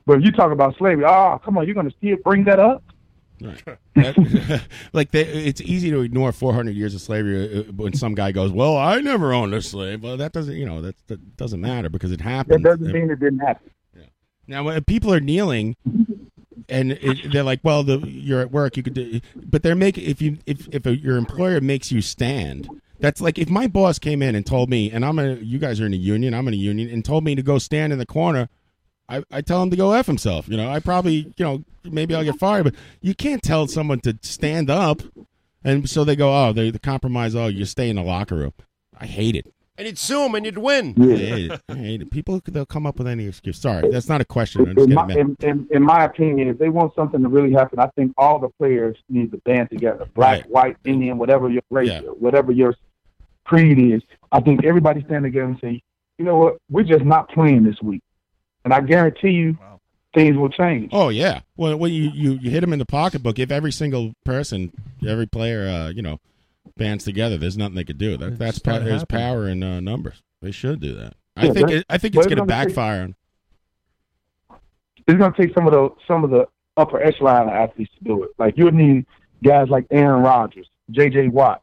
S13: But if you talk about slavery, oh come on, you're going to still bring that up?
S9: [LAUGHS]
S2: Right. That- [LAUGHS] like they, it's easy to ignore 400 years of slavery uh, when some guy goes, "Well, I never owned a slave." Well, that doesn't, you know, that, that doesn't matter because it
S13: That
S2: happened.
S13: doesn't mean it didn't happen.
S2: Now, when people are kneeling, and it, they're like, "Well, the, you're at work, you could do," but they're making if you if if a, your employer makes you stand. That's like if my boss came in and told me, and I'm a, you guys are in a union, I'm in a union, and told me to go stand in the corner. I, I tell him to go f himself. You know, I probably, you know, maybe I'll get fired, but you can't tell someone to stand up, and so they go, oh, they, they compromise. Oh, you stay in the locker room. I hate it.
S6: And you'd sue him and you'd win.
S2: I
S6: [LAUGHS]
S2: hate it. I hate it. People they'll come up with any excuse. Sorry, that's not a question. I'm just getting
S13: in my,
S2: mad.
S13: in, in, in my opinion, if they want something to really happen, I think all the players need to band together. Black, white, Indian, whatever your race, whatever your creed is. I think everybody stand together and say, you know what, we're just not playing this week. And I guarantee you, things will change.
S2: Oh yeah. Well, when you, you, you hit them in the pocketbook, if every single person, every player, uh, you know, bands together, there's nothing they could do. That, that's
S8: gotta
S2: pa- there's
S8: happen.
S2: power in uh, numbers. They should do that. I
S13: Yeah,
S2: think
S13: that-
S2: it, I think
S13: well,
S2: it's going to
S13: it's gonna take-
S2: backfire. on-
S13: It's going to take some of the some of the upper echelon athletes to do it. Like you'll need guys like Aaron Rodgers, J.J. Watt,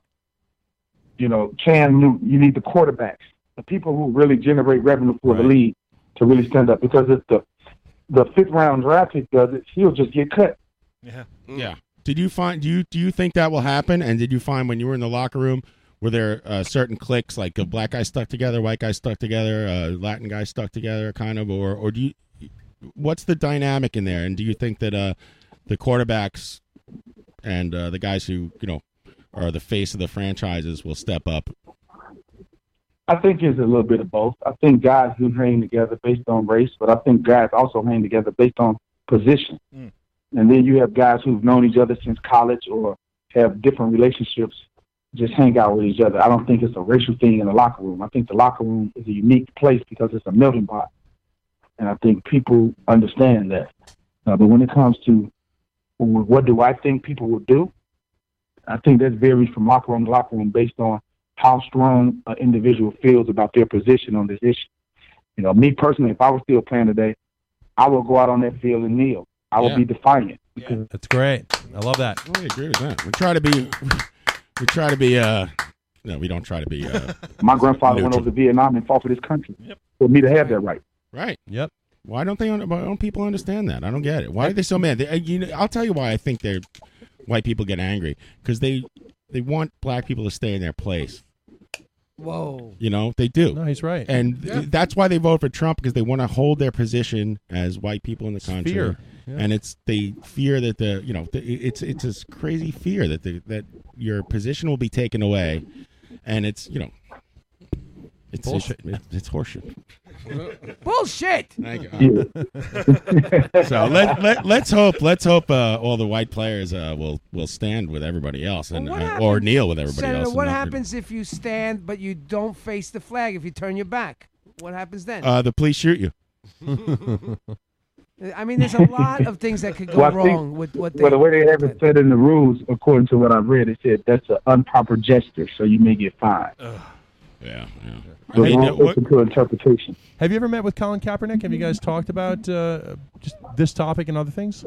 S13: you know, Cam Newton. You need the quarterbacks. the people who really generate revenue for the league to really stand up. Because if the the fifth round draft pick does it, he'll just get cut.
S9: Yeah.
S2: Yeah. Did you find do you do you think that will happen? And did you find when you were in the locker room were there uh, certain cliques like a black guy stuck together, white guy stuck together, uh, Latin guy stuck together, kind of, or or do you? What's the dynamic in there? And do you think that uh, the quarterbacks and uh, the guys who you know are the face of the franchises will step up?
S13: I think it's a little bit of both. I think guys do hang together based on race, but I think guys also hang together based on position.
S12: Mm.
S13: And then you have guys who've known each other since college or have different relationships just hang out with each other. I don't think it's a racial thing in the locker room. I think the locker room is a unique place because it's a melting pot. And I think people understand that. Uh, but when it comes to wh- what do I think people will do, I think that varies from locker room to locker room based on how strong an individual feels about their position on this issue. You know, me personally, if I was still playing today, I would go out on that field and kneel. I would
S8: Yeah.
S13: be defiant.
S8: That's great. I love that.
S2: We agree with that. We try to be. [LAUGHS] We try to be. Uh, no, we don't try to be. Uh,
S13: My grandfather went
S2: Neutral.
S13: over to Vietnam and fought for this country. For me to have that right.
S2: Right.
S8: Yep.
S2: Why don't they? Why don't people understand that? I don't get it. Why are they so mad? They, uh, you know, I'll tell you why I think they're white people get angry because they they want black people to stay in their place.
S11: Whoa.
S2: You know they do.
S8: No, he's right.
S2: And
S8: Yeah.
S2: that's why they vote for Trump because they want to hold their position as white people in the country.
S8: fear. Yeah.
S2: And it's they fear that the you know the, it's it's this crazy fear that the, that your position will be taken away, and it's you know it's
S11: Bullshit.
S2: It's, it's horseshit.
S11: Bullshit.
S2: so let, let let's hope let's hope uh, all the white players uh, will will stand with everybody else and
S11: What
S2: uh,
S11: happens-
S2: or kneel with everybody
S11: Senator,
S2: else. and
S11: what
S2: not-
S11: happens if you stand but you don't face the flag? If you turn your back, what happens then?
S2: Uh, the police shoot you.
S11: Uh, I mean, there's a lot of things
S13: [LAUGHS]
S11: that could go
S13: Well, I think-
S11: wrong with what they.
S13: well, the way they have it set in the rules, according to what I've read, it said that's an improper gesture, so you may get fined.
S2: Yeah.
S13: So
S8: Hey,
S13: it's
S8: now, what-
S13: open to interpretation.
S8: Have you ever met with Colin Kaepernick? Have you guys talked about uh, just this topic and other things?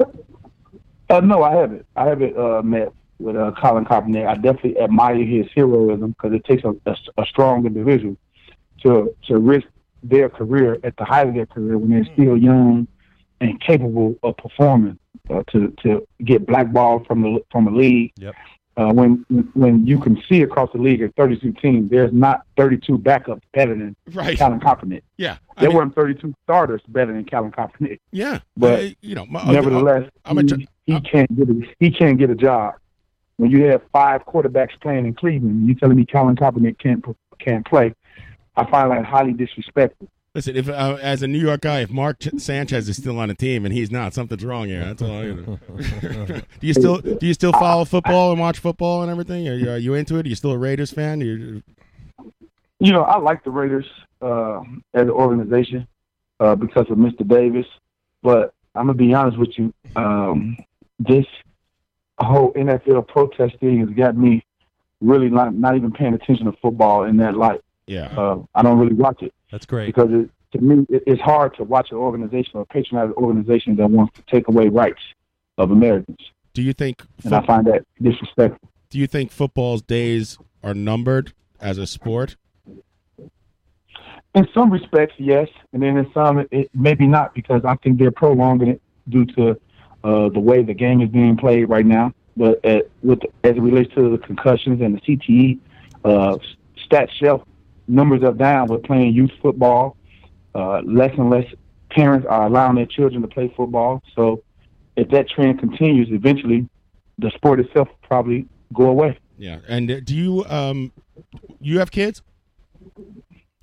S13: Uh, no, I haven't. I haven't uh, met with uh, Colin Kaepernick. I definitely admire his heroism because it takes a, a- a strong individual to to risk their career at the height of their career when
S2: Mm.
S13: they're still young and capable of performing uh, to to get blackballed from the from the league.
S8: Yep.
S13: Uh, when when you can see across the league at 32 teams, there's not 32 backups better than
S2: Right.
S13: Colin Kaepernick.
S2: Yeah. I
S13: There
S2: mean-
S13: weren't 32 starters better than Colin Kaepernick.
S2: Yeah,
S13: but
S2: I- you know, my- uh,
S13: nevertheless,
S2: I'm a-
S13: he, he can't get a, he can't get a job. When you have five quarterbacks playing in Cleveland, you telling me Colin Kaepernick can't p- can't play? I find that highly disrespectful.
S2: Listen, if uh, as a New York guy, if Mark Ch- Sanchez is still on the team and he's not, something's wrong here. That's all. I know. [LAUGHS] do you still do you still follow football and watch football and everything? Are you, are you into it? Are you still a Raiders fan? You're,
S13: You know, I like the Raiders uh, as an organization uh, because of Mr. Davis, but I'm gonna be honest with you. Um, this whole NFL protest thing has got me really not not even paying attention to football in that light.
S2: Yeah.
S13: uh, I don't really watch it.
S8: That's great.
S13: Because it, to me, it, it's hard to watch an organization or patronize an organization that wants to take away rights of Americans.
S2: do you think?
S13: And I find that disrespectful.
S2: Do you think football's days are numbered as a sport?
S13: In some respects, yes. And then in some, it, maybe not, because I think they're prolonging it due to uh, the way the game is being played right now. But uh with, as it relates to the concussions and the CTE, uh, s- stat shelf numbers are down with playing youth football. Uh, less and less parents are allowing their children to play football. So if that trend continues, eventually the sport itself will probably go away.
S2: Yeah. And uh, do you um you have kids?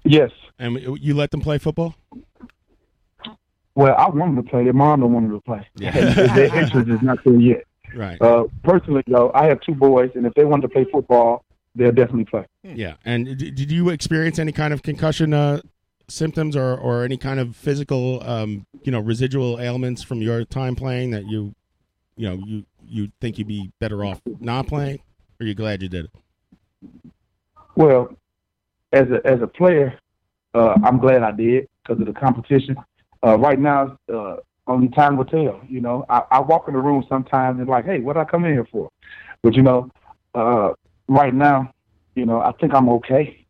S13: Yes.
S2: And you let them play football?
S13: Well, I wanted to play. Their mom don't want them to play. [LAUGHS]
S2: Yeah.
S13: Their interest is not there yet.
S2: Right.
S13: Uh, personally, though, I have two boys, and if they want to play football, they'll definitely play.
S2: Yeah. And d- did you experience any kind of concussion uh, symptoms or, or any kind of physical, um, you know, residual ailments from your time playing that you, you know, you you think you'd be better off not playing? Or are you glad you did it?
S13: Well, as a as a player, uh, I'm glad I did because of the competition. Uh, right now, uh, only time will tell. You know, I, I walk in the room sometimes and like, hey, what I come in here for? But you know, uh, right now, you know, I think I'm okay.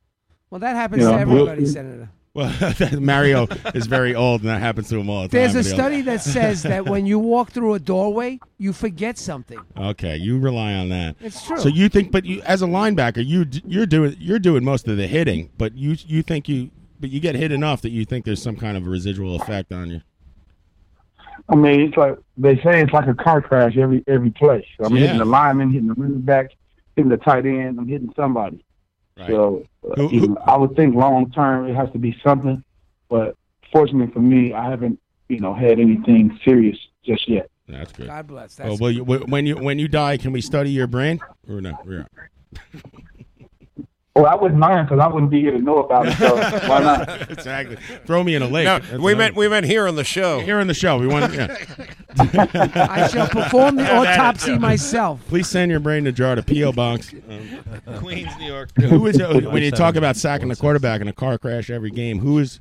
S11: Well, that happens
S2: Yeah.
S11: to everybody,
S2: Well-
S11: Senator.
S2: Well, [LAUGHS] Mario is very old, and that happens to him all the
S11: There's
S2: time.
S11: a
S2: and he'll-
S11: study that says that when you walk through a doorway, you forget something.
S2: Okay, you rely on that.
S11: It's true.
S2: So you think, but you as a linebacker, you d- you're doing you're doing most of the hitting, but you you think you but you get hit enough that you think there's some kind of residual effect on you.
S13: I mean, it's like they say it's like a car crash every every play. So I'm
S2: Yeah.
S13: hitting the lineman, hitting the running back, hitting the tight end. I'm hitting somebody. So uh, you know, I would think long term it has to be something. But fortunately for me, I haven't you know had anything serious just yet.
S2: That's good.
S11: God bless. That's
S2: Well, will you, wh- when you when you die, can we study your brain or no? We're out.
S13: Well, I wouldn't mind because I wouldn't be here to know about it. So why
S6: [LAUGHS]
S13: not?
S2: exactly. Throw me in a lake.
S6: No,
S2: That's
S6: we
S2: another-
S6: meant we meant here on the show.
S2: Here on the show, we want. Yeah.
S11: [LAUGHS] I shall perform the
S2: Yeah, [LAUGHS] that-
S11: autopsy
S2: yeah.
S11: myself.
S2: Please send your brain to jar to PO box.
S9: Um, [LAUGHS] Queens, New York.
S2: who
S9: [LAUGHS]
S2: is
S4: [LAUGHS]
S2: when you talk about sacking the quarterback in a car crash every game? Who is?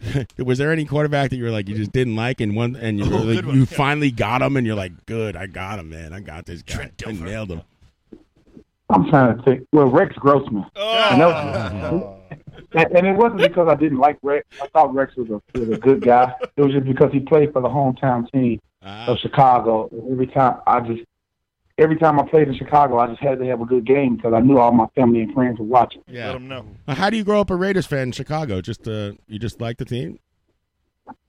S2: [LAUGHS] Was there any quarterback that you were like you just didn't like, and one and you, were like,
S6: Oh, good one,
S2: you
S6: yeah.
S2: finally got him, and you're like, good, I got him, man, I got this guy, I nailed him.
S13: I'm trying to think. Well, Rex Grossman. And, that was- [LAUGHS] and- and it wasn't because I didn't like Rex. I thought Rex was a, was a good guy. It was just because he played for the hometown team
S2: Ah.
S13: of Chicago. Every time I just, every time I played in Chicago, I just had to have a good game because I knew all my family and friends were watching.
S2: Yeah, let him know. How do you grow up a Raiders fan in Chicago? Just uh, you just like the team?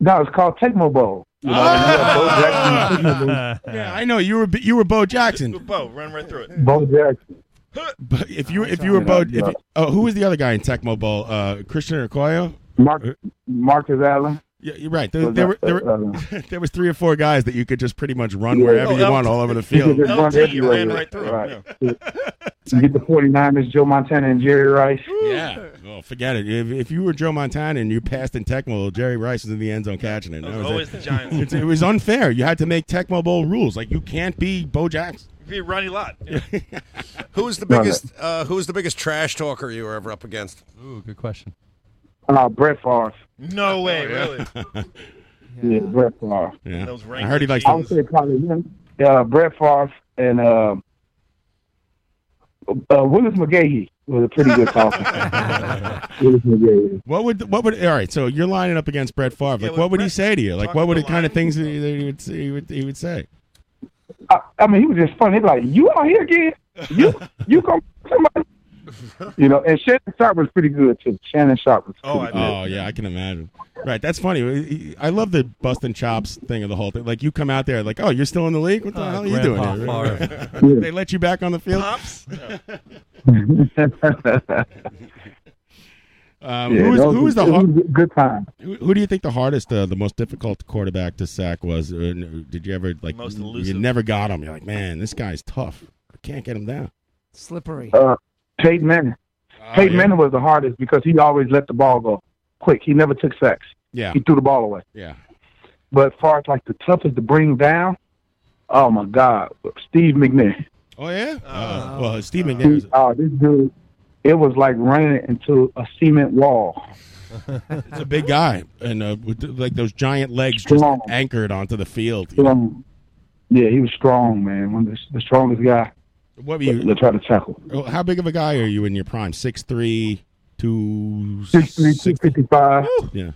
S13: No, it's called Tecmo Bowl.
S2: [LAUGHS]
S13: You know, and you have Bo Jackson and Tecmo Bowl.
S2: yeah, I know you were you were Bo Jackson.
S9: Bo, run right through it.
S13: Bo Jackson.
S2: But if you if you were Bo, if you, oh, who was the other guy in Tecmo Bowl? Uh, Christian Okoye?
S13: Mark Marcus Allen.
S2: Yeah, you're right. There, there were, there, were, [LAUGHS] there was three or four guys that you could just pretty much run wherever
S13: Oh,
S2: you
S13: L-
S2: want, all over the
S13: You
S2: field.
S13: could just run everywhere. Right. You get the 49ers, Joe Montana, and Jerry Rice.
S2: [LAUGHS] Yeah. Oh, forget it. If, if you were Joe Montana and you passed in Tecmo, Jerry Rice was in the end zone catching it. That was
S9: always
S2: it.
S9: the Giants.
S2: It's- It, was unfair. You had to make Tecmo Bowl rules. Like you can't be Bo Jackson.
S9: Be Ronnie Lott.
S6: Who's the
S2: No, no.
S6: biggest? Uh, who's the biggest trash talker you were ever up against?
S8: Ooh, good question.
S13: Uh, Brett Favre.
S6: [LAUGHS] Oh,
S9: No
S2: [LAUGHS]
S9: way, really.
S13: Yeah, Brett Favre.
S2: Yeah.
S9: Those
S2: I heard he likes.
S13: I would say probably him. Uh, Brett Favre and uh, uh, Willis McGahee was a pretty good
S9: [LAUGHS]
S13: talker. Willis McGahee.
S2: What would what would all right? So you're lining up against Brett Favre. Like, what would he say to you? Like, what would the kind of things that he, that he would say- he would he would say?
S13: I, I mean, he was just funny. He'd be like, you out here again? You you come somebody?
S9: [LAUGHS]
S13: You know, and Shannon Sharp was pretty good too. Shannon Sharp was.
S9: Oh,
S2: Oh yeah, I can imagine. Right, that's funny. I love the busting chops thing of the whole thing. Like you come out there, like, oh, you're still in the league. What the
S8: Oh,
S2: hell are you doing?
S8: Grandpa
S2: Here?
S8: Favre.
S2: Right. [LAUGHS] they let you back on the field. [LAUGHS] Um,
S13: Yeah,
S2: who was,
S13: that was
S2: who was
S13: a-
S2: the
S13: it
S2: har-
S13: was a good time.
S2: Who, who do you think the hardest, uh, the most difficult quarterback to sack was? Or n- did you ever like?
S9: Most
S2: You
S9: elusive.
S2: never got him. You're like, man, this guy's tough. I can't get him down.
S11: Slippery.
S13: Uh, Peyton Manning.
S9: Oh,
S13: Peyton
S2: yeah.
S13: Manning was the hardest because he always let the ball go quick. He never took sacks.
S2: Yeah.
S13: He threw the ball away.
S2: Yeah.
S13: But as far as like the toughest to bring down, oh my God, Steve McNair.
S2: Oh yeah. Uh, well, Steve
S13: He-
S2: McNair. Was,
S13: oh, this dude, it was like running into a cement wall.
S2: it's a big guy, and uh, with, the- like those giant legs just
S13: Strong.
S2: anchored onto the field.
S13: Strong. Yeah, he was strong, man. One of the, the strongest guy.
S2: What were you?
S13: That tried to tackle.
S2: Well, Oh, How big of a guy are you in your prime? Six three, two.
S13: Six three, two fifty five.
S2: Yeah.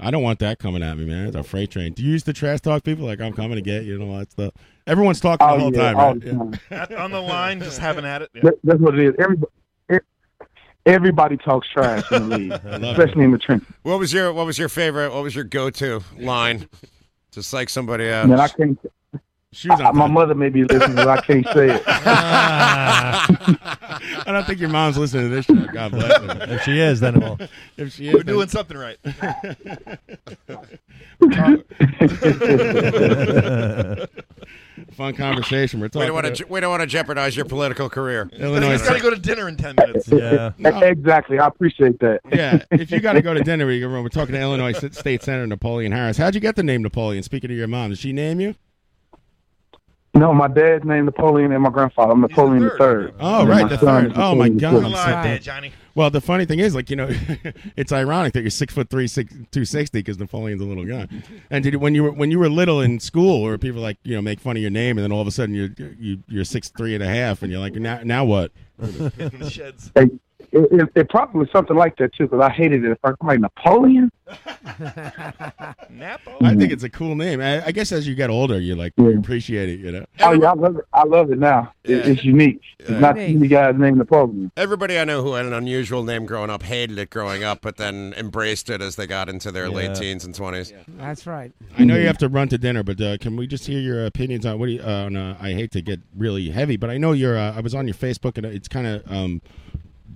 S2: I don't want that coming at me, man. It's a freight train. Do you used to trash talk people like I'm coming to get you and all that stuff? Everyone's talking
S13: Oh,
S2: the whole
S13: yeah,
S2: time,
S13: all
S2: right?
S13: the
S2: Yeah.
S13: time.
S9: At- on the line, just having at
S13: [LAUGHS]
S9: it.
S13: That, that's what it is.
S2: [LAUGHS]
S13: Everybody, e- everybody talks trash in the
S2: [LAUGHS]
S13: league,
S6: love
S13: especially in the trenches.
S6: What was your What was your favorite? What was your go to line to psych somebody out?
S13: Man, I can't.
S2: I-
S13: my mother may be listening, but I can't say it.
S2: [LAUGHS] I don't think your mom's listening to this show. God bless her.
S8: If she is, then it will.
S2: [LAUGHS] If she is,
S9: We're
S2: then-
S9: doing
S2: [LAUGHS]
S9: something right. [LAUGHS]
S13: [LAUGHS]
S2: Fun conversation. We're
S6: we
S2: talking.
S6: don't want
S2: about-
S6: to. We don't want to jeopardize your political career.
S2: [LAUGHS] Illinois-
S9: He's got to go to dinner in 10
S2: [LAUGHS]
S9: minutes.
S13: E- [LAUGHS] Exactly. I appreciate that.
S2: yeah, if you got to go to dinner, you can run. We're talking to Illinois S- State Senator Napoleon Harris. How'd you get the name Napoleon? Speaking of your mom, did she name you?
S13: No, my dad's name Napoleon and my grandfather. I'm Napoleon the third.
S2: Oh,
S13: And
S2: right,
S13: my
S2: the
S13: son
S2: third.
S13: is
S2: Oh my
S13: Napoleon the
S2: God,
S13: fourth.
S2: I'm sorry. Well, the funny thing is, like you know, [LAUGHS] it's ironic that you're six foot three, six two sixty, because Napoleon's a little guy. And did you- when you were when you were little in school, where people like you know make fun of your name, and then all of a sudden you're you, you're six three and a half, and you're like now now what?
S9: In the sheds.
S13: Hey, it, it probably was something like that too, because I hated it. If I like Napoleon,
S11: [LAUGHS]
S2: I think it's a cool name. I, I guess as you get older, you like you appreciate it. You know,
S13: oh yeah, I love it. I love it now. It,
S6: Yeah.
S13: it's unique. It's not the only guy's name Napoleon.
S6: Everybody I know who had an unusual name growing up hated it growing up, but then embraced it as they got into their late teens and twenties.
S11: That's right.
S2: I know you have to run to dinner, but uh, can we just hear your opinions on what do you, uh, on? Uh, I hate to get really heavy, but I know you're. Uh, I was on your Facebook, and it's kind of um,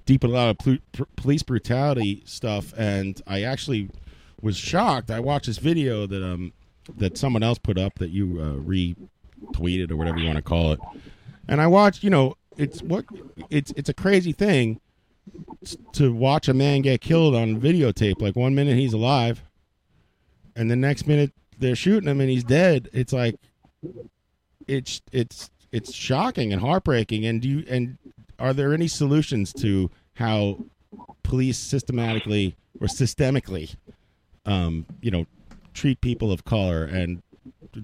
S2: deep in a lot of plu- pr- police brutality stuff, and I actually was shocked. I watched this video that um that someone else put up that you uh, retweeted or whatever you want to call it, and I watched. You know, it's what it's it's a crazy thing s- to watch a man get killed on videotape. Like one minute he's alive, and the next minute they're shooting him and he's dead. It's like it's it's it's shocking and heartbreaking. And do you and are there any solutions to how police systematically or systemically, um, you know, treat people of color? And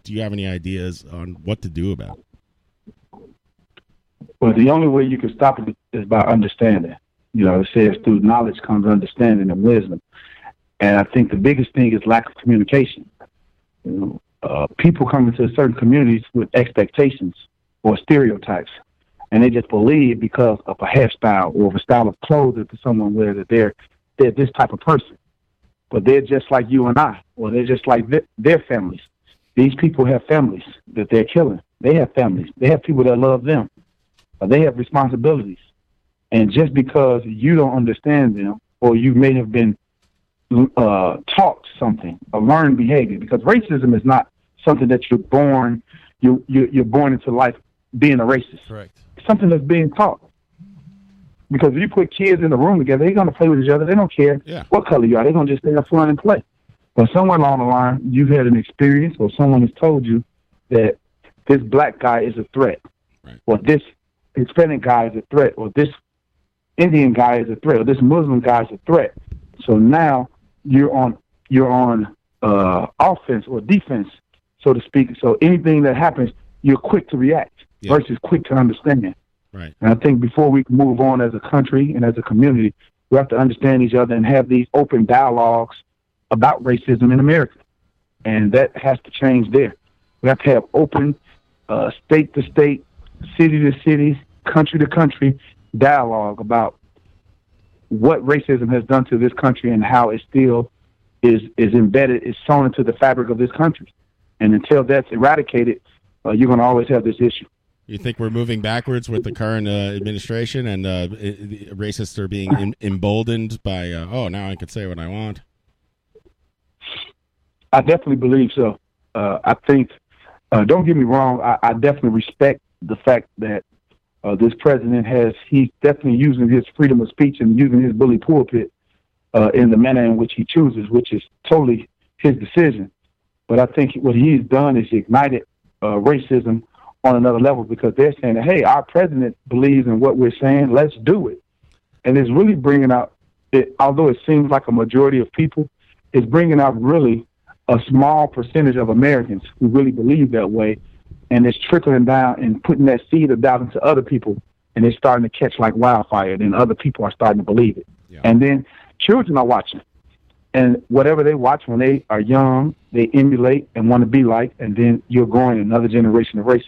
S2: do you have any ideas on what to do about? it?
S13: Well, the only way you can stop it is by understanding. You know, it says through knowledge comes understanding and wisdom. And I think the biggest thing is lack of communication. You know, uh, people come into certain communities with expectations or stereotypes, and they just believe because of a hairstyle or of a style of clothing that someone wears that they're they're this type of person. But they're just like you and I, or they're just like th- their families. These people have families that they're killing. They have families. They have people that love them. Uh, they have responsibilities. And just because you don't understand them, or you may have been uh, taught something, a learned behavior, because racism is not something that you're born you, you you're born into life being a racist.
S8: Correct.
S13: It's something that's being taught. Because if you put kids in a room together, they're gonna play with each other. They don't care what color you are. They're gonna just stay up front and play. But somewhere along the line, you've had an experience, or someone has told you that this black guy is a threat, or this Hispanic guy is a threat, or this Indian guy is a threat, or this Muslim guy is a threat. So now you're on you're on uh, offense or defense, so to speak. So anything that happens, you're quick to react versus quick to understand.
S2: Right.
S13: And I think before we can move on as a country and as a community, we have to understand each other and have these open dialogues about racism in America. And that has to change there. We have to have open uh, state to state, city to city, country to country dialogue about what racism has done to this country and how it still is is embedded, is sewn into the fabric of this country. And until that's eradicated, uh, you're going to always have this issue.
S2: You think we're moving backwards with the current uh, administration, and uh, i- i- racists are being em- emboldened by? Uh, oh, now I can say what I want.
S13: I definitely believe so. Uh, I think, uh, don't get me wrong, I, I definitely respect the fact that uh, this president has, he's definitely using his freedom of speech and using his bully pulpit uh, in the manner in which he chooses, which is totally his decision. But I think what he's done is ignited uh, racism on another level because they're saying, hey, our president believes in what we're saying, let's do it. And it's really bringing out, it, although it seems like a majority of people, it's bringing out really a small percentage of Americans who really believe that way, and it's trickling down and putting that seed of doubt into other people, and it's starting to catch like wildfire. Then other people are starting to believe it, and then children are watching, and whatever they watch when they are young, they emulate and want to be like, and then you're growing another generation of racists.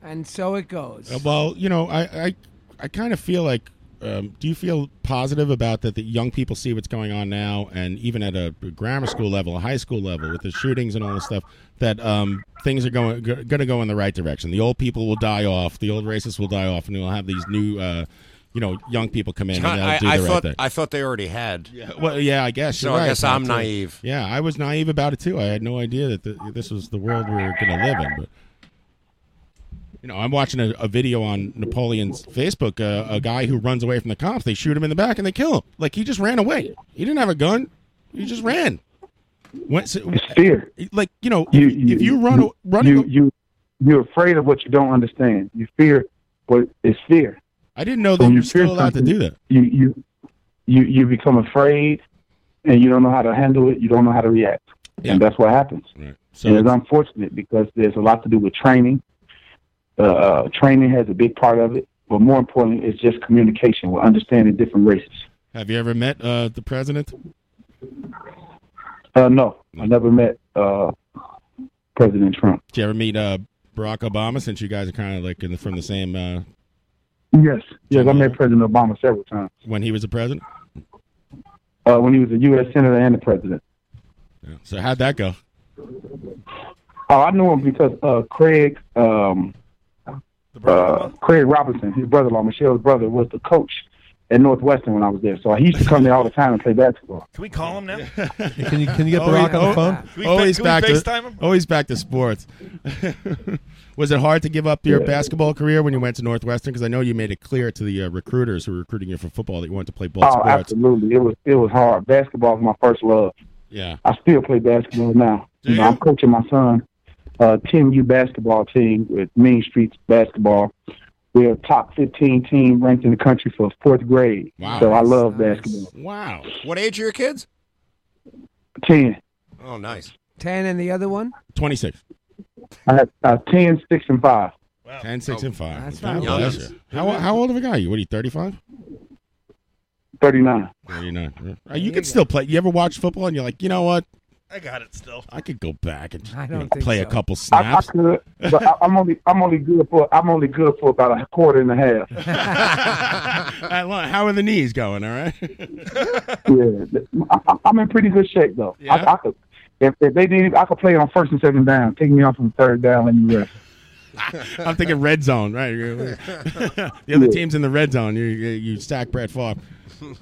S11: And so it goes.
S2: Uh, Well, you know, I I, I kind of feel like. Um, do you feel positive about that? That young people see what's going on now, and even at a grammar school level, a high school level, with the shootings and all this stuff, that um, things are going going to go in the right direction. The old people will die off, the old racists will die off, and we'll have these new, uh, you know, young people come in and they'll
S6: I,
S2: do
S6: I
S2: the right
S6: thought
S2: thing.
S6: I thought they already had.
S2: Well, yeah, I guess.
S6: So
S2: you're
S6: I
S2: right,
S6: guess I'm
S2: too.
S6: naive.
S2: Yeah, I was naive about it too. I had no idea that the, this was the world we were going to live in. But you know, I'm watching a, a video on Napoleon's Facebook. Uh, a guy who runs away from the cops. They shoot him in the back and they kill him. Like he just ran away. He didn't have a gun. He just ran. Went, so,
S13: fear.
S2: Like you know,
S13: you,
S2: if you run a- running
S13: you, you you're afraid of what you don't understand. You fear what is fear.
S2: I didn't know
S13: that
S2: you're still allowed to do that.
S13: You you you you become afraid, and you don't know how to handle it. You don't know how to react, and that's what happens.
S2: So
S13: and it's unfortunate because there's a lot to do with training. Uh, training uh, has a big part of it. But more importantly, it's just communication. We're understanding different races.
S2: Have you ever met uh, the president?
S13: Uh, no, I never met uh, President Trump.
S2: Did you ever meet uh, Barack Obama? Since you guys are kind of like in the, from the same uh,
S13: Yes, yes, I met President Obama several times
S2: when he was the president.
S13: uh, when he was a U.S. senator and the president.
S2: Yeah. So how'd that go?
S13: Oh, I knew him because uh, Craig, um, uh, Craig Robinson, his brother-in-law, Michelle's brother, was the coach at Northwestern when I was there. So he used to come there all the time and play basketball.
S9: Can we call him now? Oh,
S8: Can you
S9: [LAUGHS]
S8: can you get Barack on the phone?
S9: Can we, fa-
S2: always
S9: can we
S2: Oh, back
S9: FaceTime
S2: to Oh.
S9: him?
S2: always back to sports. [LAUGHS] was it hard to give up your
S9: Yeah.
S2: basketball career when you went to Northwestern? Because I know you made it clear to the uh, recruiters who were recruiting you for football that you wanted to play both
S13: oh,
S2: sports.
S13: absolutely. It was it was hard. Basketball was my first love.
S2: Yeah.
S13: I still play basketball now. You know, I'm coaching my son, uh, Team U basketball team with Main Streets basketball. We're a top 15 team ranked in the country for fourth grade.
S6: Wow.
S13: So I love basketball.
S2: Wow.
S6: What age are your kids?
S13: 10.
S6: Oh, nice.
S11: Ten and the other one.
S2: Twenty six.
S13: I have uh, 10, 6, and 5.
S2: Ten, six, and five.
S13: That's
S2: God
S13: not
S2: bless
S13: bad.
S2: you. How, how old of a guy are you? What are you, 35?
S13: 39.
S2: 39. Uh, You could still play. You ever watch football and you're like, you know what?
S9: I got it still.
S2: I could go back and
S9: I
S2: you
S9: don't
S2: know,
S9: think
S2: play a
S9: so.
S2: couple
S13: I, I
S2: snaps.
S13: could, but I, I'm only I'm only good for I'm only good for about a quarter and a
S2: [LAUGHS]
S13: half.
S2: All right, how are the knees going? All right. [LAUGHS]
S13: [LAUGHS] yeah, I, I- I'm in pretty good shape though. I, I could if, if they didn't, I could play on first and second down, take me off from third down and rest.
S2: I'm thinking red zone, right? You're- [LAUGHS] the other team's in the red zone. You you, you sack Brett Favre.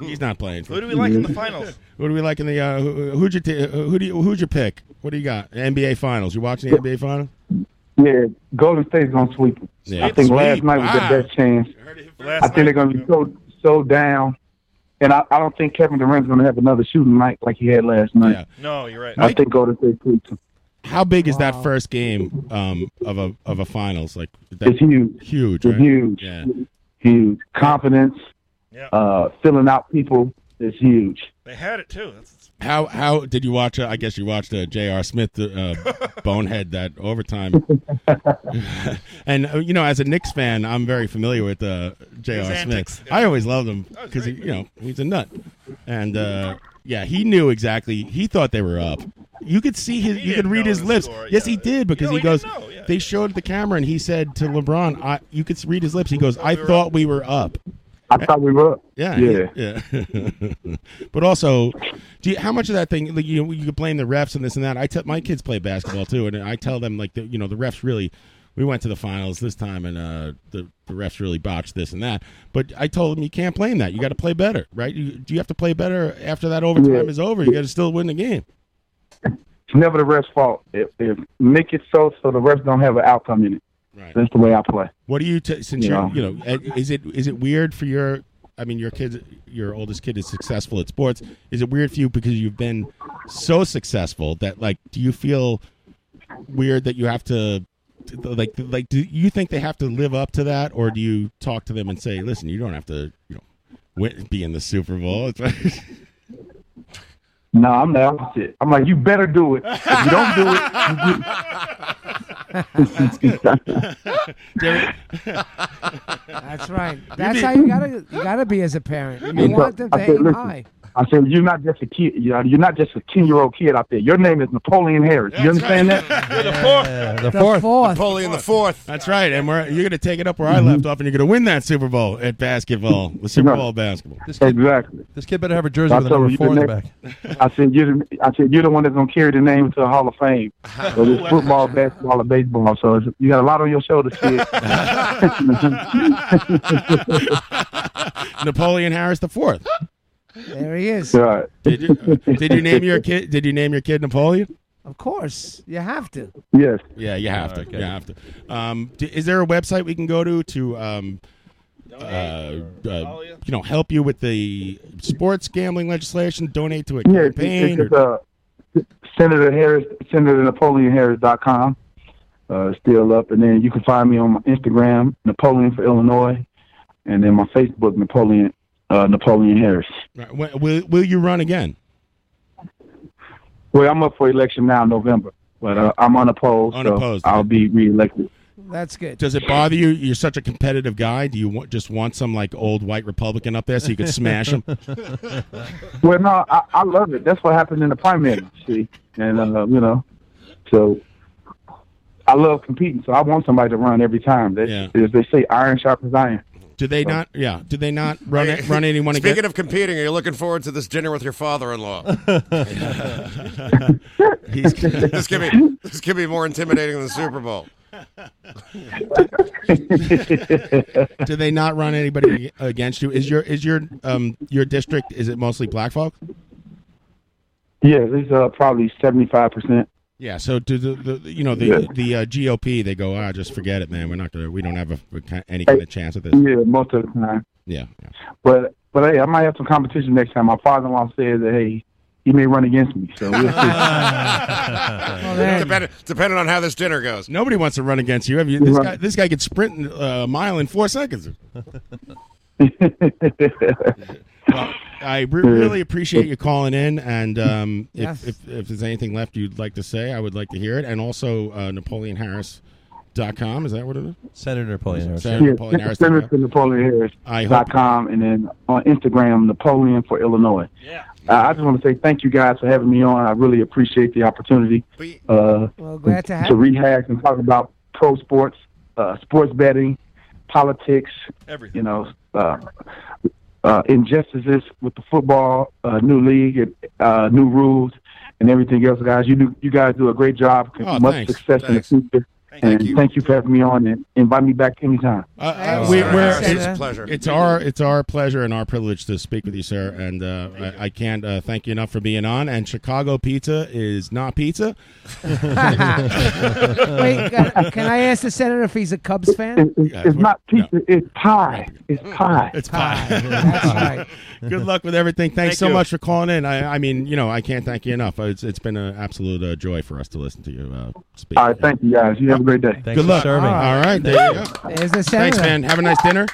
S2: He's not playing.
S9: Who do we like in the finals?
S2: Who do we like in the uh, who, who'd you t- who do you, who's your pick? What do you got? NBA Finals. You watching the NBA Finals?
S13: Yeah, Golden State's gonna sweep them.
S2: Yeah.
S13: I think
S2: Sweep.
S13: last night was
S2: Wow.
S13: their best chance. I think they're gonna be so so down, and I, I don't think Kevin Durant's gonna have another shooting night like he had last night.
S9: No, you're right.
S13: I think Golden State sweeps them.
S2: How big is that first game um, of a of a finals? Like that,
S13: It's huge.
S2: Huge.
S13: It's
S2: right?
S13: huge.
S2: Yeah.
S13: Huge confidence. Uh, filling out people is huge.
S9: They had it too. That's
S2: How how did you watch? Uh, I guess you watched uh, J.R. Smith [LAUGHS] uh, bonehead that overtime. [LAUGHS] and uh, you know, as a Knicks fan, I'm very familiar with uh, J.R.
S9: His
S2: Smith.
S9: antics,
S2: I always loved him because he, you know he's a nut, and uh, yeah, he knew exactly. He thought they were up. You could see his. you could read his lips. yes, he did because he, goes. they showed the camera, and he said to LeBron, "I." You could read his lips. He goes, "I thought we were up."
S13: I thought we were up.
S2: Yeah,
S13: Yeah.
S2: [LAUGHS] yeah. but also, do you, how much of that thing? Like, you know, you could blame the refs and this and that. I tell my kids play basketball too, and I tell them like, the, you know, the refs really. We went to the finals this time, and uh, the, the refs really botched this and that. But I told them you can't blame that. You got to play better, right? You, do you have to play better after that overtime
S13: Yeah.
S2: is over? You got to still win the game.
S13: It's never the ref's fault. If, if make it so so the refs don't have an outcome in it.
S2: Right.
S13: That's the way I play.
S2: What do you t- since
S13: You
S2: you
S13: know.
S2: you know eh, is it is it weird for your I mean your kids your oldest kid is successful at sports is it weird for you because you've been so successful that like do you feel weird that you have to t- like like do you think they have to live up to that or do you talk to them and say listen you don't have to you know win, be in the Super Bowl It's like-
S13: [LAUGHS] No, I'm the opposite. I'm like, you better do it. If you don't do it, you get...
S11: That's
S2: [LAUGHS]
S11: right. That's how you gotta you gotta be as a parent. You want them to
S13: I said,
S11: aim
S13: listen,
S11: high.
S13: I said, you're not just a kid. you know, You're not just a ten-year-old kid out there. Your name is Napoleon Harris. you understand that?
S2: [LAUGHS] Uh, the
S13: The
S2: fourth.
S13: fourth. Napoleon the fourth.
S2: That's right. And we're, you're going to take it up where I left off, and you're going to win that Super Bowl at basketball, the Super
S13: Right.
S2: Bowl basketball.
S13: Exactly.
S8: This kid better have a jersey with a
S13: I told
S8: number
S13: you
S8: four in the back.
S13: next- I said, you're the, I said, you're the one that's going to carry the name to the Hall of Fame.
S2: [LAUGHS]
S13: So it's football, basketball, and baseball. So it's, you got a lot on your shoulders,
S2: [LAUGHS]
S13: kid.
S2: [LAUGHS]
S13: [LAUGHS]
S2: Napoleon Harris the fourth.
S11: There he is.
S13: Right.
S2: Did you, uh, did
S11: [LAUGHS]
S2: you name your kid? Did you name your kid Napoleon?
S11: Of course, you have to.
S13: Yes.
S2: Yeah, you have to. You have to. Um, d- is there a website we can go to to, um, uh, uh, you know, help you with the sports gambling legislation? Donate to a
S13: Yeah, it's,
S2: campaign.
S13: it's,
S2: or-
S13: uh, Senator Harris, Senator Napoleon Harris dot com, uh, still up, and then you can find me on my Instagram, Napoleon for Illinois, and then my Facebook, Napoleon uh, Napoleon Harris.
S2: Right, when- will, will you run again?
S13: Well, I'm up for election now in November, but uh, I'm unopposed,
S2: Unopposed.
S13: so I'll be reelected.
S11: That's good.
S2: Does it bother you? You're such a competitive guy. Do you want, just want some like old white Republican up there so you could smash him?
S13: Well, no, I, I love it. That's what happened in the primary, see, and uh, you know, so I love competing. So I want somebody to run every time. They, as they say, iron sharpens iron.
S2: Do they not? Yeah. Do they not run it, run anyone
S6: Speaking
S2: again?
S6: of competing, are you looking forward to this dinner with
S2: [LAUGHS]
S6: your father-in-law?
S2: He's-
S6: [LAUGHS] this could be this could be more intimidating than the Super
S2: [LAUGHS]
S6: Bowl.
S2: Do they not run anybody ag- against you? Is your is your um your district is it mostly black folk?
S13: Yeah, these are probably seventy five percent.
S2: [LAUGHS] Yeah. So do the, the you know the
S13: Yeah.
S2: the uh, GOP they go ah just forget it man we're not gonna we don't have a, a ki- any
S13: Hey.
S2: kind of chance at this.
S13: Yeah, most of the time.
S2: Yeah.
S13: But but hey, I might have some competition next time. My father in law said that hey, he may run against me. So
S2: [LAUGHS]
S13: we'll
S2: man.
S6: [LAUGHS] Depend, depending on how this dinner goes.
S2: Nobody wants to run against you. Have you this guy this guy could sprint uh, a mile in
S8: [LAUGHS]
S2: four seconds.
S13: see.
S2: Well, I re- really appreciate you calling in, and um, if,
S13: Yes.
S2: if, if there's anything left you'd like to say, I would like to hear it. And also, uh, NapoleonHarris.com, is that what it is?
S8: Senator Napoleon Harris.
S2: Senator
S13: Yeah,
S2: Napoleon Harris.
S13: Send us to NapoleonHarris.com and then on Instagram, Napoleon for Illinois. Yeah. I I just want to say thank you guys for having me on. I really appreciate the opportunity uh,
S11: well, glad to have
S13: to
S11: you.
S13: rehash and talk about pro sports, uh, sports betting, politics,
S7: Everything.
S13: you know, uh, uh, injustices with the football, uh, new league, and, uh, new rules, and everything else, guys. You do, you guys do a great job.
S2: Oh,
S13: Much
S2: thanks.
S13: success
S2: Thanks.
S13: in the future. and thank you for having me on and invite me back anytime.
S2: Uh, we, we're, it's, It's our it's our pleasure and our privilege to speak with you, sir. And uh, I, I can't uh, thank you enough for being on. And Chicago pizza is
S11: [LAUGHS]
S2: not pizza.
S11: Wait, can, can I ask the senator if he's a Cubs fan?
S13: it's not pizza, it's pie. It's pie.
S2: It's pie. [LAUGHS] Good luck with everything. Thanks
S13: Thank
S2: so
S13: you.
S2: much for calling in. I, I mean, you know, I can't thank you enough. It's it's been an absolute uh, joy for us to listen to you uh, speak.
S13: All right, thank you guys. You have a great day.
S2: Good luck. All right, there you go.
S11: There's the
S2: Thanks,
S11: senator.
S2: man. Have a nice dinner.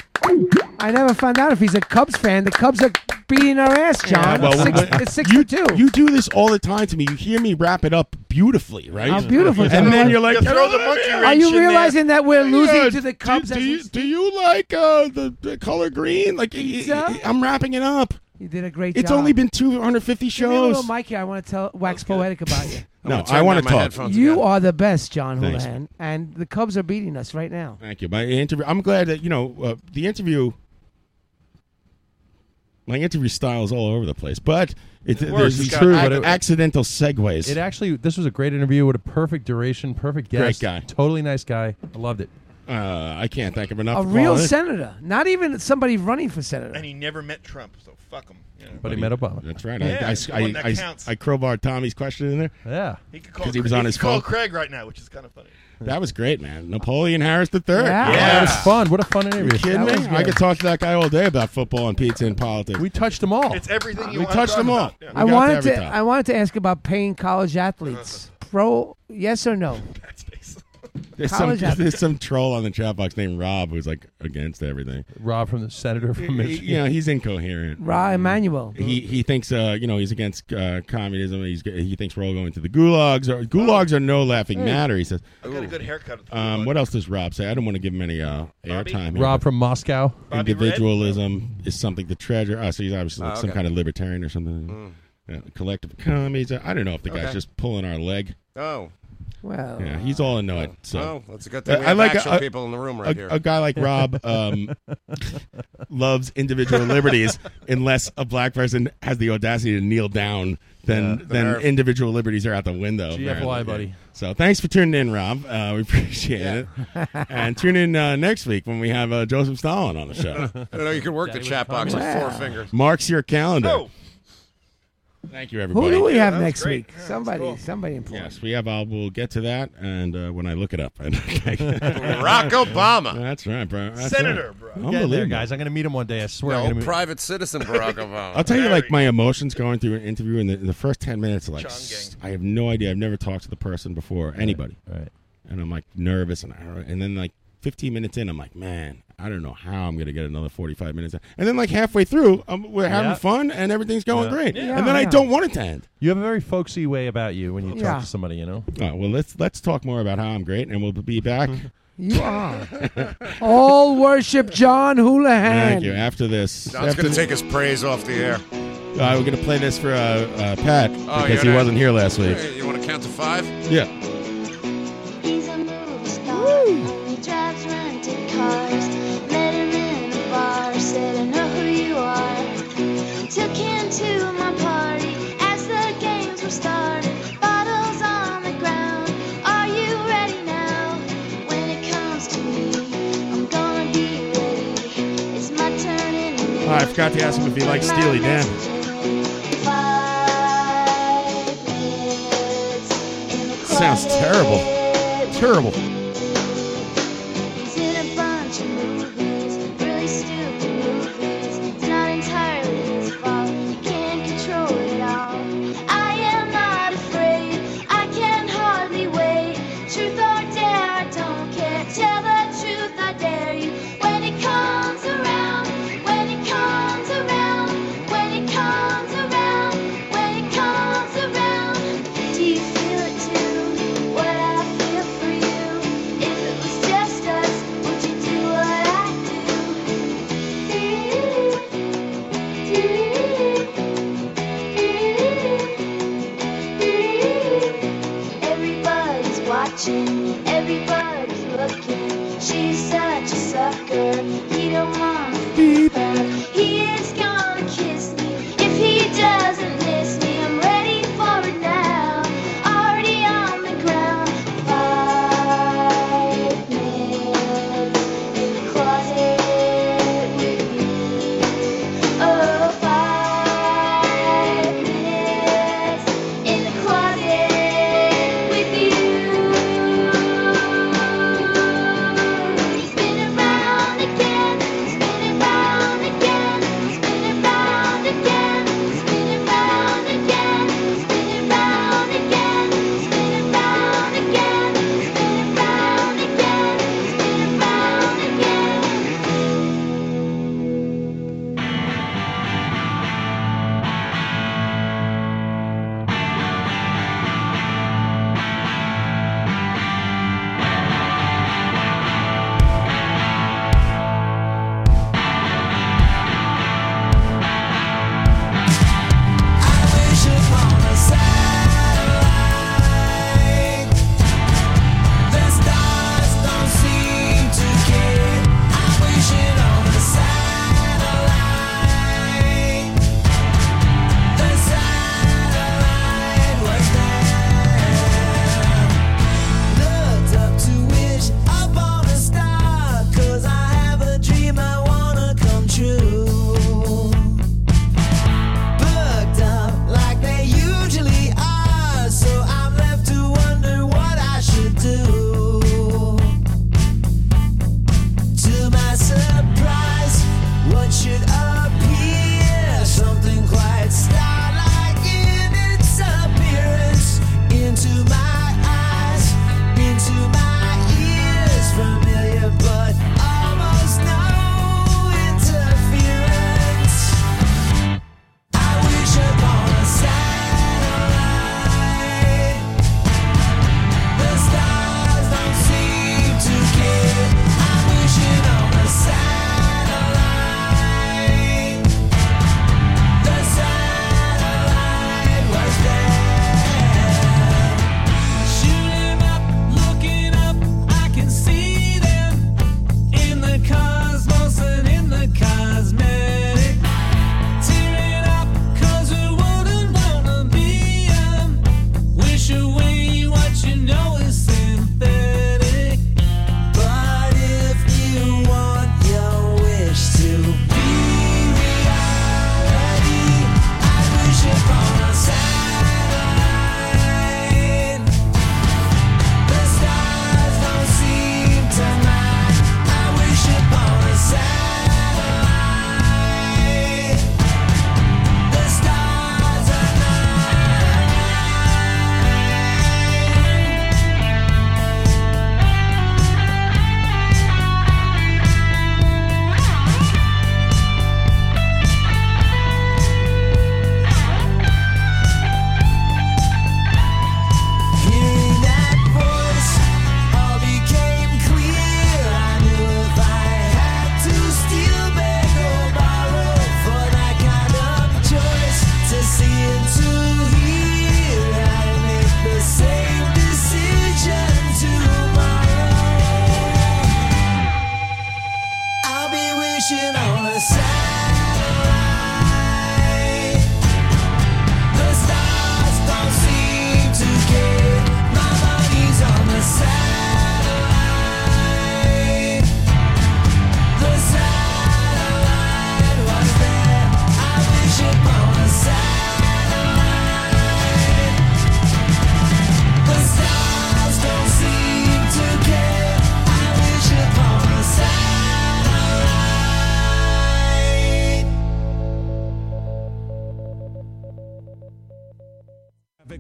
S11: I never found out if he's a Cubs fan. The Cubs are beating our ass, John.
S2: Yeah, well,
S11: It's six-
S2: when-
S11: it's
S2: [LAUGHS]
S11: six
S2: you,
S11: to two.
S2: You do this all the time to me. You hear me wrap it up beautifully, right?
S11: How beautiful is
S2: And
S11: that?
S2: then you're like,
S11: You throw the monkey Are wrench you in there. realizing that we're losing to the Cubs
S2: Do,
S11: as
S2: do,
S11: we
S2: you, do you like uh, the, the color green? Like, y- y- y- I'm wrapping it up.
S11: You did a great
S2: It's
S11: job.
S2: only been 250
S11: Give me a little
S2: shows.
S11: mic here. I want to tell wax poetic about you.
S2: [LAUGHS] No, I'm gonna I turn wanna down my talk. headphones
S11: You
S2: again.
S11: are the best, John
S2: Thanks.
S11: Houlihan, and the Cubs are beating us right now.
S2: Thank you. My interview. I'm glad that you know uh, the interview. My interview style is all over the place, but it,
S8: It works.
S2: there's
S8: It's
S2: these
S8: got true, but
S2: ac-
S8: it-
S2: accidental segues.
S8: It actually, this was a great interview with a perfect duration, perfect
S2: Great
S8: guest.
S2: guy.
S8: Totally nice guy. I loved it.
S2: Uh, I can't thank him enough.
S11: A real senator, not even somebody running for senator.
S7: And he never met Trump, so fuck him. you know.
S8: But he met Obama.
S2: That's right.
S7: Yeah,
S2: I, I,
S7: it's the one that
S2: I, I,
S7: counts.
S2: I crowbarred Tommy's question in there.
S8: Yeah,
S7: He could call
S2: because he
S7: Craig-
S2: was on
S7: he
S2: his
S7: could call
S2: phone.
S7: Craig right now, which is kind of funny.
S2: That was great, man. Napoleon Harris III.
S7: Yeah.
S8: Yeah, it was fun. What a fun interview.
S2: You kidding
S8: That was
S2: me? I
S8: good.
S2: could talk to that guy all day about football and pizza and politics. We
S8: touched them all.
S7: It's everything you
S2: Uh, we
S7: wanna
S2: touched
S7: talk
S2: them all.
S7: about. Yeah.
S2: We
S11: I
S2: got
S11: wanted
S2: every
S11: to.
S2: topic.
S11: I wanted to ask about paying
S7: [LAUGHS]
S11: college athletes. Pro, yes or no?
S2: There's some,
S11: college athletes.
S2: [LAUGHS] there's some troll on the chat box named Rob who's like against everything.
S8: Rob from the senator
S2: He-
S8: from
S2: he-
S8: Michigan.
S2: You know, he's incoherent.
S11: Ra Emanuel.
S2: He he thinks uh you know he's against uh, communism. He's he thinks we're all going to the gulags. Or, gulags are no laughing
S7: Hey.
S2: matter. He says.
S7: I got a good haircut.
S2: Um, what else does Rob say? I don't want to give him any uh, airtime. here,
S8: Rob
S2: but
S8: from Moscow.
S2: individualism is something to treasure. Oh, so he's obviously like
S8: Oh,
S2: some
S8: okay.
S2: kind of libertarian or
S7: Mm.
S2: something. Yeah, collective economy. He's a- I don't know if the guy's
S6: Okay.
S2: just pulling our leg.
S6: Oh.
S11: Well.
S2: Yeah, he's all into it. So.
S6: Well, that's a good thing we
S2: I
S6: have
S2: like
S6: actual people in the room
S2: a,
S6: right here.
S2: A guy like
S6: [LAUGHS]
S2: Rob um, loves individual liberties unless a black person has the audacity to kneel down. Then,
S8: Yeah.
S2: then
S8: Fair.
S2: individual liberties are out the window.
S8: GFY,
S2: apparently.
S8: buddy.
S2: So thanks for tuning in, Rob. Uh, we [LAUGHS] appreciate it. and tune in uh, next week when we have uh, Joseph Stalin on the
S6: [LAUGHS]
S2: show.
S6: I don't know you can work the chat box with four fingers.
S2: Marks your calendar.
S6: Oh,
S2: Thank you, everybody.
S11: Who do we have next week? Somebody, somebody important.
S2: Yes, we have. Uh, we'll get to that, and uh, when I look it up, [LAUGHS]
S6: Barack Obama.
S2: That's right, bro. That's
S6: Senator,
S2: right.
S6: bro.
S8: I'm getting there,
S2: Unbelievable.
S8: guys. I'm going to meet him one day. I swear. I'm
S6: No,
S8: gonna meet-
S6: private citizen
S8: [LAUGHS]
S6: Barack Obama.
S2: I'll tell you, like my emotions going through an interview in the, in the first ten minutes. Are like, s- I have no idea. I've never talked to the person before, anybody.
S8: Right.
S2: And I'm like nervous and I don't- and then like. 15 minutes in, I'm like, man, I don't know how I'm gonna get another 45 minutes. And then like halfway through, um, we're having
S8: Yeah.
S2: fun and everything's going
S8: Yeah.
S2: great.
S8: Yeah,
S2: and then I
S8: yeah.
S2: don't want it to end.
S8: You have a very folksy way about you when you talk
S2: Yeah.
S8: to somebody, you know.
S2: All right, well, let's let's talk more about how I'm great, and we'll
S8: [LAUGHS]
S2: be back.
S11: You are. All worship John Houlihan.
S2: Thank you. After this,
S6: John's
S2: after
S6: going to
S2: thi-
S6: take his praise off the air.
S2: All right, we're gonna play this for uh, uh, Pat
S6: Oh,
S2: because he
S6: you're not-
S2: wasn't here last week.
S6: Hey, You want to count to five?
S2: Yeah.
S4: He's a movie star. Only drives rented cars. Met him in a bar. Said I know who you are. Took him to my party as the games were started. Bottles on the ground. Are you ready now? When it comes to me, I'm gonna be ready. It's my turn in the
S2: Oh, I forgot to ask him if he likes Steely Dan. Sounds terrible. Terrible.
S4: He's in a bunch of movies, really stupid movies. It's not entirely his fault. He can't control it all. I am not afraid. I can hardly wait. Truth or dare, I don't care. Tell the truth, I dare you. When it comes around, when it comes around, when it comes around, when it comes around. Do you feel it too? What I feel for you. If it was just us, would you do what I do? Everybody's watching, everybody's looking. She's such a sucker. He don't want to keep her. He is gonna kiss me if he doesn't miss me. I'm ready for it now. Already on the ground. Five minutes in the closet with me. Oh, five minutes in the closet with you. He's been around the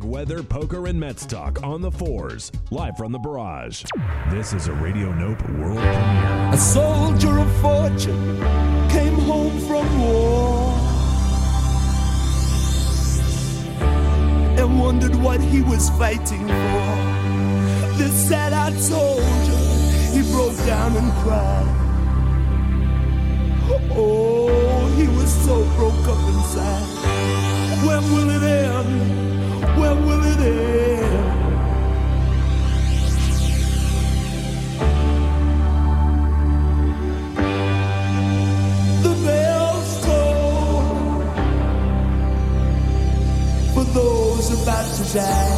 S15: Weather, poker, and Mets talk on the fours, live from the barrage. This is a Radio Nope world premiere.
S4: A soldier of fortune came home from war and wondered what he was fighting for. The sad eyed soldier, he broke down and cried. Oh, he was so broke up inside. When will it end? When will it end? The bells toll for those about to die.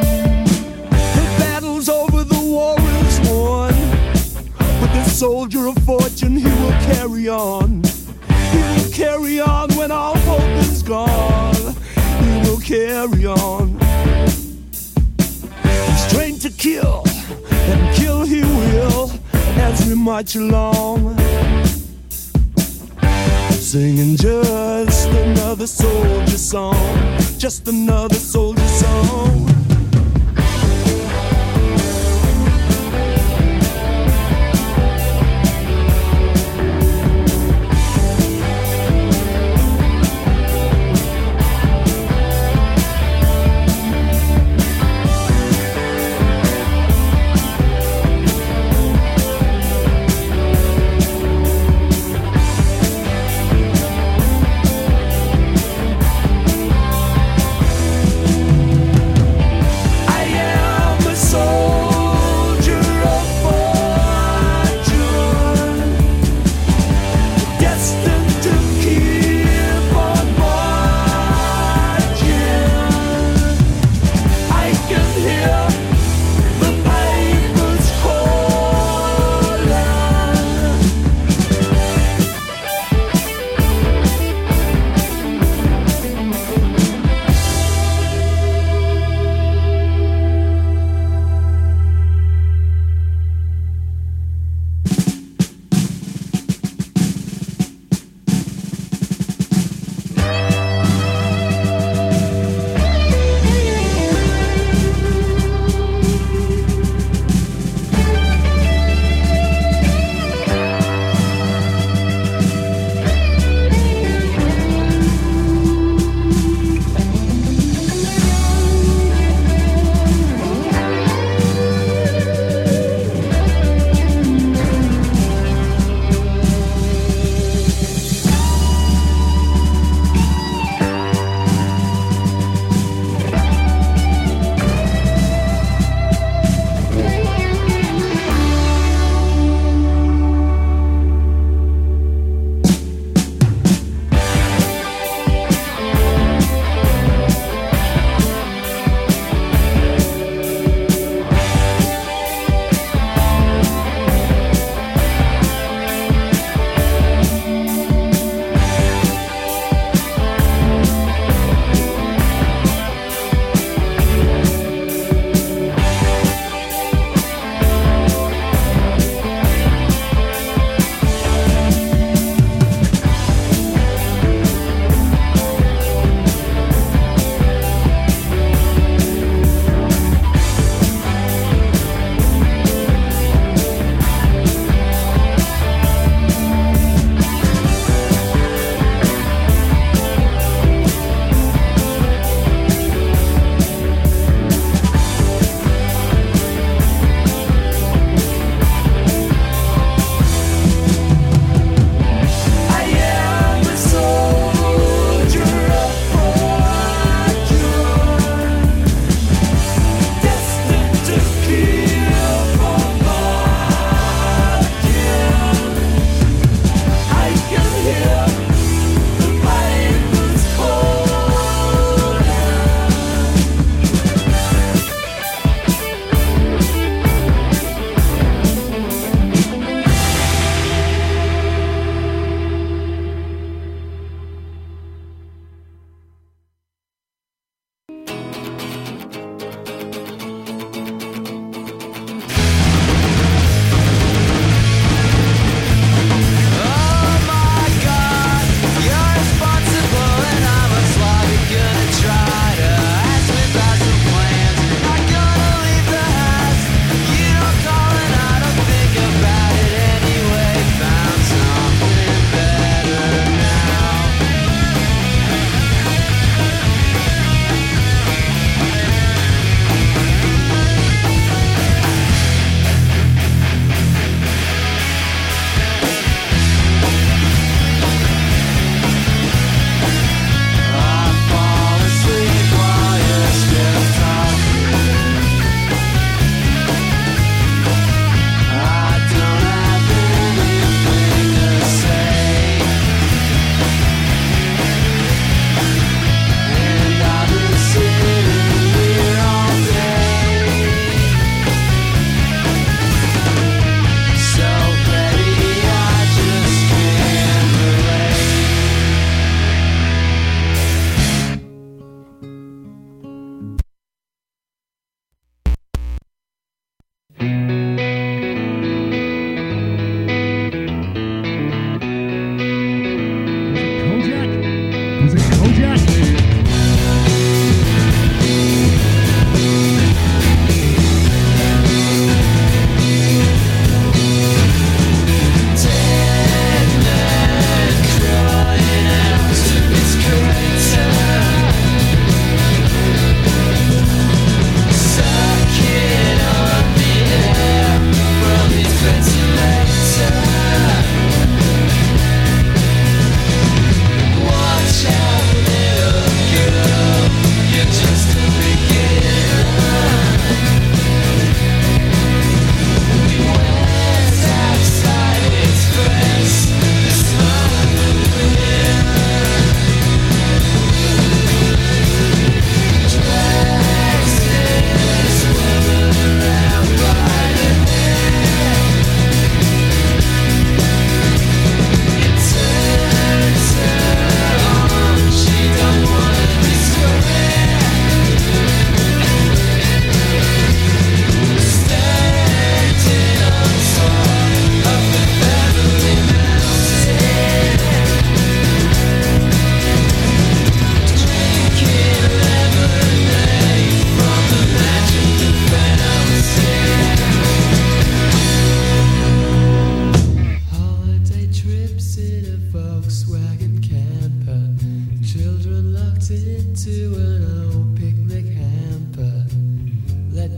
S4: The battle's over, the war is won. But the soldier of fortune, he will carry on. He will carry on when all hope is gone. He will carry on. He's trained to kill, and kill he will as we march along. Singing just another soldier song, just another soldier song.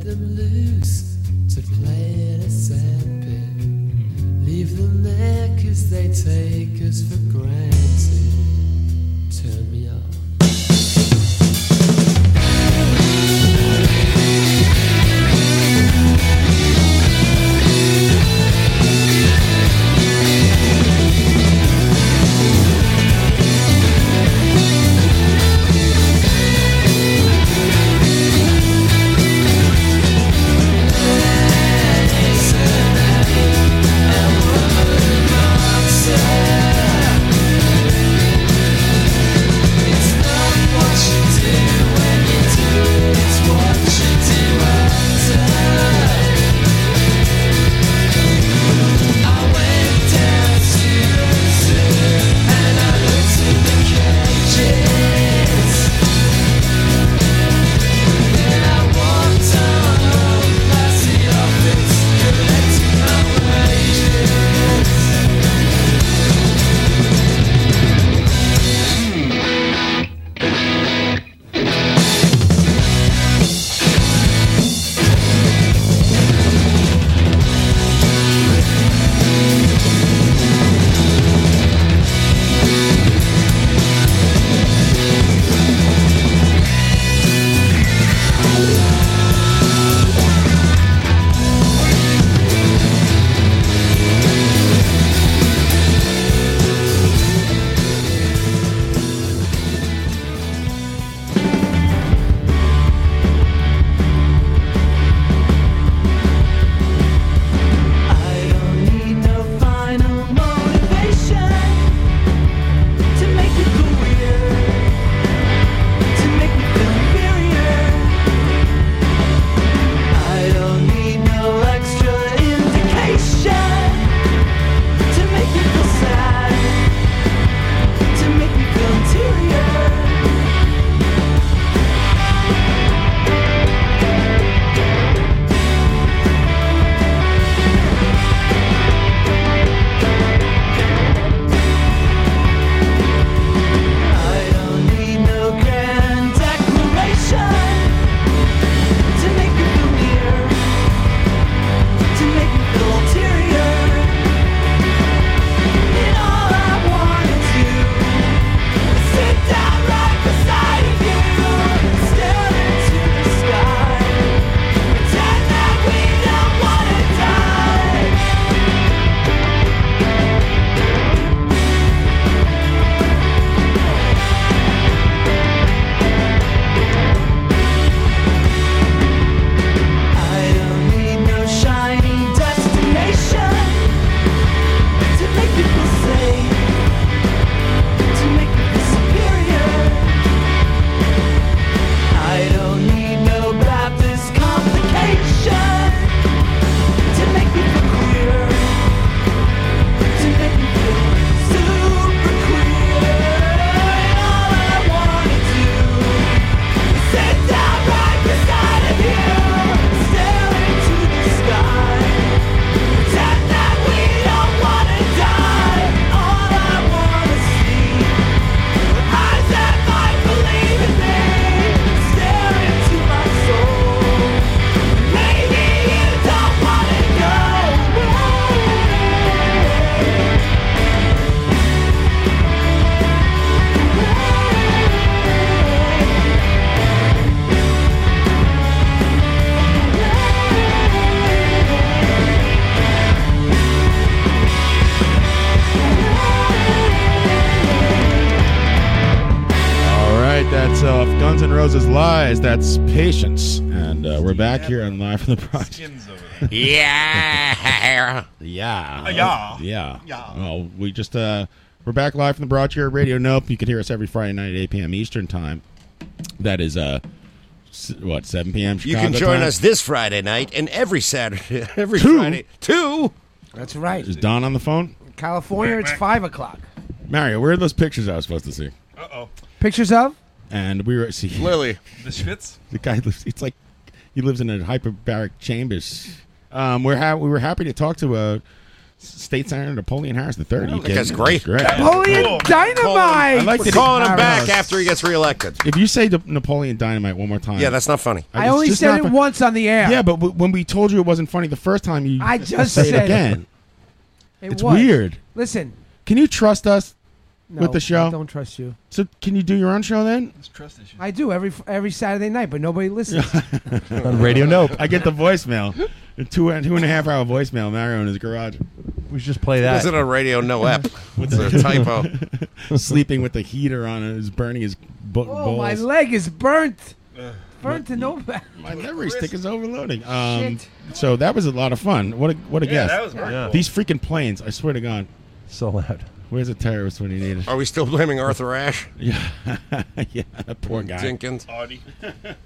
S4: them loose to play in a sandpit. Leave them there 'cause they take us for granted. Turn me on. I don't need no final motivation to make me feel weird, to make me feel inferior. I don't need no extra indication to make me feel sad, to make me feel interior. I don't need no grand declaration to make me feel near, to make me feel ulterior. And all I wanna do is sit down right beside of you, stare into the sky, pretend that we don't wanna die. I don't need no shiny destination to make me feel safe, to make me feel superior. I don't need no Baptist complication to make me feel queer, to make me feel super queer. And all I wanna do is sit down right beside of you, stare into the sky, pretend that we don't wanna die. All I wanna see are eyes that might believe in me, stare into my soul. Maybe you don't wanna go away.
S2: All right, that's uh, Guns N' Roses Lies. That's Patience. And uh, we're back here on Live from the Project.
S6: yeah.
S2: Yeah.
S6: Yeah.
S2: Yeah.
S6: Yeah.
S2: Well, we just, uh, we're back live from the Broad Chair Radio. Nope. You can hear us every Friday night at 8 p.m. Eastern Time. That is, uh, s- what, 7 p.m.
S6: You can
S2: Chicago
S6: join
S2: time?
S6: us this Friday night and every Saturday, [LAUGHS] every Friday. Two.
S11: That's right.
S2: Is Don on the phone?
S11: California, it's five o'clock.
S2: Mario, where are those pictures I was supposed to see?
S9: Uh oh.
S11: Pictures of?
S2: And we were, see. [LAUGHS]
S9: The Schwitz?
S2: The guy lives. It's like he lives in a hyperbaric chambers. Um, we're ha- we were happy to talk to uh, State Senator Napoleon Harris III. You
S6: That
S2: kidding
S6: guy's
S2: me?
S6: great.
S11: Napoleon
S6: Cool.
S11: Dynamite!
S6: Calling- I like
S11: We're
S6: that he-
S11: calling him
S6: back
S11: back
S6: after he gets reelected.
S2: If you say the Napoleon Dynamite one more time,
S6: Yeah, that's not funny.
S11: I only
S2: it's
S11: said
S2: not
S11: it
S2: fun-
S11: once on the air.
S2: Yeah, but w- when we told you it wasn't funny the first time, you
S11: I just
S2: say
S11: said
S2: it
S11: it.
S2: again.
S11: It
S2: it's
S11: was.
S2: weird.
S11: Listen,
S2: Can you trust us
S11: no,
S2: with the
S11: I
S2: show?
S11: don't trust you.
S2: So can you do your own show then?
S11: I do every every Saturday night, but nobody listens.
S2: [LAUGHS] On Radio Nope. I get the voicemail. A two and two and a half hour voicemail, Mario in his garage.
S8: We should just play
S6: Is it a radio
S2: [LAUGHS]
S6: no app? It's a typo.
S2: Sleeping with the heater on it is burning his bo-
S11: oh,
S2: bowls.
S11: my leg is burnt, burnt to no.
S2: My memory stick is overloading. Um, So that was a lot of fun. What a what a
S11: Yeah,
S2: guest.
S11: that was very Yeah. cool.
S2: These freaking planes! I swear to God,
S8: so loud.
S2: Where's the terrorist when he needed?
S6: Are we still blaming Arthur Ashe?
S2: Yeah, [LAUGHS] yeah, that poor guy.
S6: Jenkins.
S9: Artie.
S2: [LAUGHS]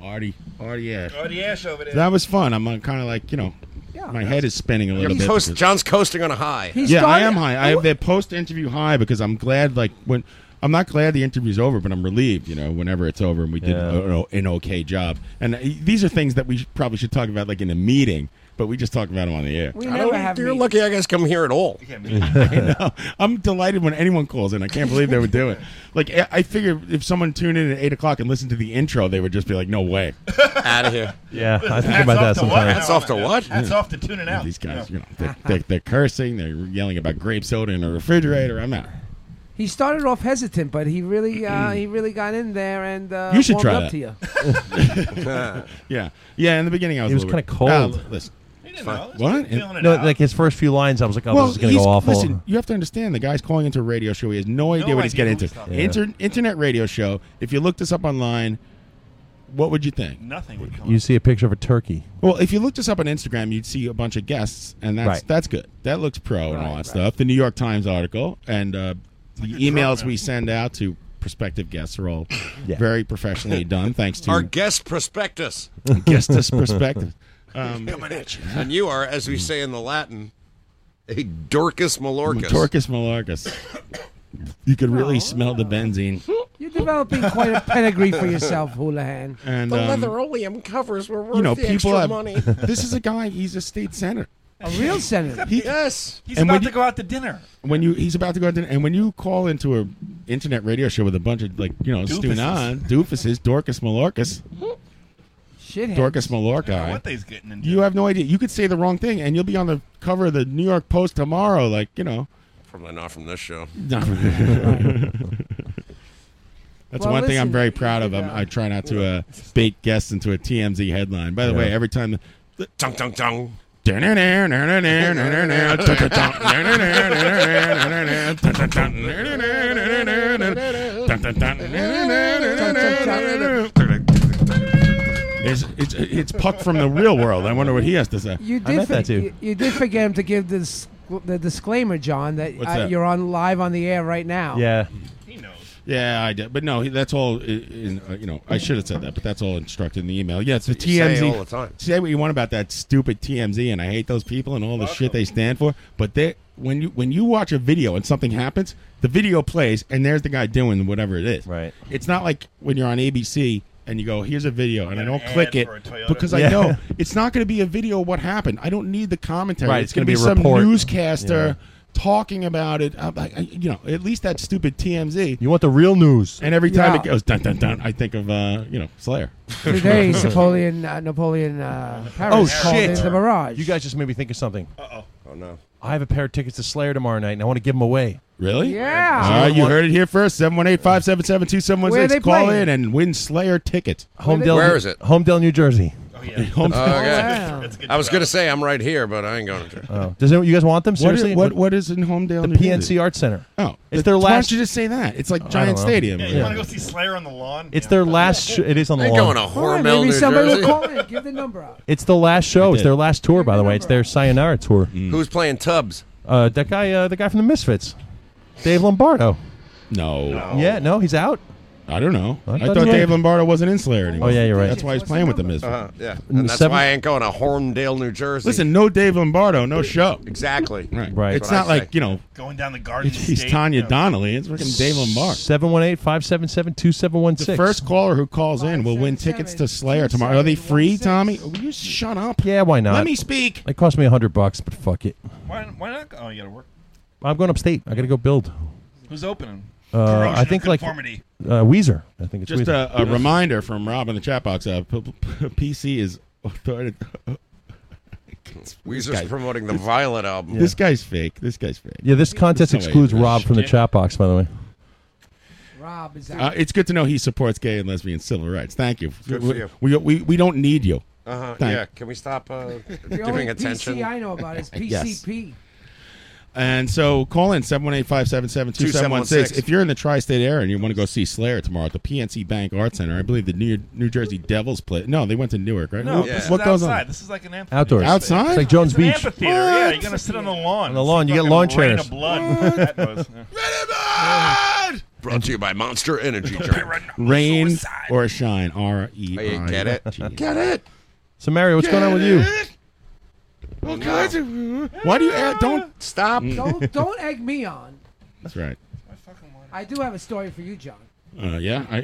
S2: Artie, Artie Ash.
S9: Artie Ash over there.
S2: That was fun. I'm kind of like you know, my head is spinning a
S6: You're
S2: little bit.
S6: coast-
S2: because-
S6: John's coasting on a high.
S2: yeah, I am high. I have that post interview high because I'm glad. Like when I'm not glad the interview's over, but I'm relieved. You know, whenever it's over and we did
S8: Yeah.
S2: a- a- an okay job. And uh, these are things that we sh- probably should talk about like in a meeting, but we just talk about them on the air.
S6: [LAUGHS] I don't- You're lucky I guys come here at all.
S2: [LAUGHS] I know. I'm delighted when anyone calls in. I can't believe they would do it. Like I- I figure if someone tuned in at eight o'clock and listened to the intro, they would just be like, "No way."
S6: Out of here.
S8: Yeah, I think
S6: Hats
S8: about that
S6: off to what?
S8: sometimes.
S6: Hats off to what?
S9: Hats off to tuning out.
S2: These guys, you know, they're, they're, they're cursing. They're yelling about grape soda in a refrigerator. I'm out.
S11: He started off hesitant, but he really uh, he really got in there and uh,
S2: you should
S11: warmed
S2: try
S11: up
S2: that.
S11: to you.
S2: [LAUGHS] yeah, yeah. In the beginning, I was.
S8: He was
S2: a little
S8: kinda
S2: bit-
S8: cold.
S2: Ah, listen. What?
S8: No, like his first few lines, I was like, "Oh, this is gonna go
S2: he's-
S8: awful."
S2: Listen, you have to understand the guy's calling into a radio show. He has no idea what he's
S9: idea
S2: getting
S9: what
S2: into.
S9: he's talking
S8: about.
S2: Inter- internet radio show. If you look this up online, what would you think?
S9: Nothing would come.
S8: you see a picture of a turkey.
S2: Well, if you looked us up on Instagram, you'd see a bunch of guests, and that's
S8: Right.
S2: that's good. That looks pro and all that stuff. The New York Times article and uh, the emails we send out to prospective guests are all very professionally done, thanks to
S6: Our guest prospectus.
S2: guest's
S6: [LAUGHS]
S2: perspective. Um,
S6: Coming at you. And you are, as we say in the Latin, a Dorcas Malorcus.
S2: Torcus Malarcus. You could really smell the benzene.
S11: You're developing quite a pedigree for yourself, Houlihan.
S2: And, The um,
S6: oleum covers were worth
S2: You know, people have. [LAUGHS] This is a guy. He's a state senator.
S11: a real senator.
S6: yes,
S9: He's
S2: And when
S9: about to
S2: you-
S9: go out to dinner.
S2: When you he's about to go out to, and when you call into a internet radio show with a bunch of like you know
S9: Doofuses.
S2: student on doofuses, Dorcas Malarcus,
S11: Shithead.
S2: Dorcas Malarca.
S9: I don't know what they's getting into.
S2: You have no idea. You could say the wrong thing, and you'll be on the cover of the New York Post tomorrow. Like you know,
S6: Probably not from this show.
S2: [LAUGHS] No. That's
S6: Well,
S2: one thing I'm
S6: listen,
S2: very proud of. I'm, I try not to uh, bait guests into a TMZ headline. By the way,
S6: Yeah.
S2: every time. The,
S6: Tung, tung,
S2: [LAUGHS]
S6: tung.
S2: It's, it's, it's Puck from the real world. I wonder what he has to say.
S11: You did for- You, you did forget him to give this the disclaimer, John, that,
S2: What's
S11: uh,
S2: that?
S11: you're on live on the air right now.
S2: Yeah. He knows. Yeah, I did. But no, he- that's all. i- In, uh, you know, I should have said that, but that's all instructed in the email. Yeah, it's the
S6: You say it
S2: TMZ.
S6: all the time.
S2: Say what you want about that stupid TMZ, and I hate those people and all the shit they stand for. But they, when you when you watch a video and something happens, the video plays, and there's the guy doing whatever it is. Right. It's not like when you're on ABC and you go, "Here's a video," and I don't
S9: ad
S2: click it
S9: for a Toyota.
S2: because I
S9: Yeah.
S2: know it's not going to be a video of what happened. I don't need the commentary.
S8: Right,
S2: It's,
S8: it's
S2: going
S8: gonna
S2: to
S8: be a
S2: be, some
S8: report.
S2: newscaster
S8: Yeah.
S2: talking about it. I'm like, I, you know, at least that stupid TMZ.
S8: You want the real news.
S2: And every time it
S11: Yeah.
S2: goes dun dun dun, I think of uh, you know Slayer. [LAUGHS]
S11: Today, Napoleon uh, Napoleon uh,
S8: Oh
S11: Paris called
S8: shit!
S11: in the barrage.
S8: You guys just made me think of something. Uh
S6: oh. Oh no.
S8: I have a pair of tickets to Slayer tomorrow night, and I want to give them away.
S2: Really?
S11: Yeah.
S2: All right, you heard it here first. 718-577-2716.
S8: Where are they
S2: Call
S8: playing?
S2: in and win Slayer tickets.
S8: Homedale. Homedale, New
S2: [LAUGHS]
S8: Jersey. Oh yeah.
S6: okay. I was going to say I'm right here, but I ain't going to.
S8: Oh. Does anyone, you guys want them
S2: What
S8: seriously?
S2: is- what- what is in Homedale?
S8: The
S2: New Jersey?
S8: PNC Arts Center.
S2: Oh,
S8: it's their
S2: Why don't
S8: last.
S2: you just say that? It's like
S8: I
S2: Giant
S8: don't know.
S2: Stadium.
S8: Yeah,
S9: You want to go see Slayer on the lawn?
S8: It's their last. Sh- it is on the
S9: They
S8: lawn.
S9: going to Hormel, All right, maybe New somebody will Jersey.
S11: Call in, give the number
S9: [LAUGHS]
S11: out.
S8: It's the last show. It's their last tour, by the way. It's their Sayonara tour.
S2: Mm.
S6: Who's playing Tubbs?
S8: Uh, that guy, uh, the guy from the Misfits, Dave Lombardo.
S2: No.
S8: Yeah, no, he's out.
S2: I don't know. I
S8: he
S2: thought,
S8: was-
S2: Dave Lombardo wasn't in Slayer anymore.
S8: Oh, yeah, you're right.
S2: That's why he's playing with the Misfits.
S6: Uh, yeah,
S2: Mm,
S6: and that's
S2: seven-
S6: why I ain't going to Horndale, New Jersey.
S2: Listen, no Dave Lombardo, no show.
S6: Exactly.
S2: Right.
S6: Right.
S2: It's
S6: That's what
S2: not
S6: I
S2: like,
S6: say.
S2: you know,
S9: Going down the garden.
S2: it's, he's
S9: State.
S2: Tanya Donnelly. It's freaking Dave Lombardo.
S8: 718-577-2716.
S2: The first caller who calls in will win tickets to Slayer tomorrow. Are they free, Tommy? Will you shut up?
S8: Yeah, why not?
S2: Let me speak.
S8: It cost me a hundred bucks, but fuck it.
S7: Why, why not? go- Oh, you got to work.
S8: I'm going upstate. I got to go build.
S7: Who's opening?
S8: Uh, I
S7: Corrosion
S8: think
S7: of
S8: like
S7: conformity.
S8: uh, Weezer. I think it's
S2: just
S8: Weezer.
S2: a, a reminder from Rob in the chat box. Uh, p- p- PC is [LAUGHS] authority.
S6: Weezer's
S2: guy-
S6: promoting the Violet album.
S2: This guy's fake. This guy's fake.
S8: Yeah, this contest
S2: There's no way
S8: excludes
S2: you're gonna-
S8: Rob from the chat box, by the way.
S11: Rob is
S2: Uh, it's good to know he supports gay and lesbian civil rights. Thank you.
S6: Good for
S2: we,
S6: you.
S2: We, we, we don't need you.
S6: Uh-huh.
S2: Thank-
S6: Yeah, can we stop uh,
S11: The only
S6: giving attention?
S11: PC I know about is PCP.
S2: [LAUGHS] Yes. And so call in 718-577-2716. If you're in the tri-state area and you want to go see Slayer tomorrow at the PNC Bank Art Center, I believe the New, New Jersey Devils play. No, they went to Newark, right?
S7: No,
S2: What-
S7: this
S2: what
S7: is
S2: goes
S7: outside.
S2: on?
S7: This is like an amphitheater.
S2: Outdoors.
S7: space.
S2: Outside? It's like
S8: Jones
S7: It's an
S8: Beach.
S7: amphitheater. Yeah,
S8: What?
S7: you're gonna sit on the lawn.
S8: On the lawn, you get lawn
S7: rain
S8: chairs.
S7: Of blood. that was. yeah.
S6: Brought to you by Monster Energy Drink.
S2: Rain or shine. R E
S6: Hey,
S2: I.
S6: get it?
S2: G.
S6: Get it?
S8: So Mario, what's going on with you?
S6: All
S2: kinds Why do you add- don't
S6: stop?
S11: Don't don't egg me on.
S2: That's right.
S11: I do have a story for you, John.
S2: Uh, yeah, I,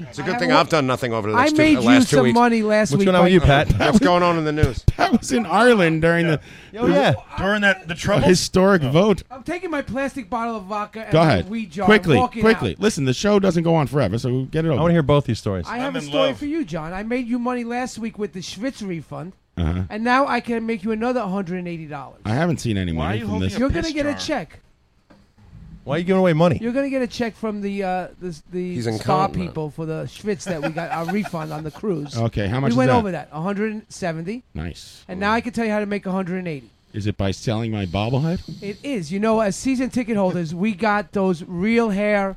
S6: It's a good
S11: I
S6: thing
S11: have-
S6: I've done nothing over the
S11: I
S6: next
S11: made
S6: two, the
S11: you
S6: last two
S11: some
S6: weeks.
S11: money last What's week going on by- with you, Pat?
S6: Uh, [LAUGHS] What's going on in the news?
S2: Pat was in Ireland during the
S11: Oh, yeah.
S7: During that the
S2: a
S7: trouble. Oh.
S2: historic vote.
S11: I'm taking my plastic bottle of vodka and
S2: Go
S11: my
S2: ahead.
S11: weed jar.
S2: Quickly,
S11: and walking
S2: quickly.
S11: out.
S2: Listen, the show doesn't go on forever, so get it over. I want
S8: to hear both these stories.
S11: I have a story for you, John. I made you money last week with the Schwitz refund,
S2: Uh-huh.
S11: and now I can make you another $180.
S2: I haven't seen any money from this.
S11: You're gonna get a check.
S8: Why are you giving away money?
S11: You're gonna get a check from the uh, the,
S2: He's
S11: the spa
S2: incontinent.
S11: people for the Schwitz that we got our refund on the cruise.
S2: Okay, how much
S11: We
S2: is
S11: went
S2: that?
S11: over that, 170,
S2: Nice.
S11: and now I can tell you how to make 180.
S2: Is it by selling my bobblehead?
S11: It is. You know, as season ticket holders, we got those real hair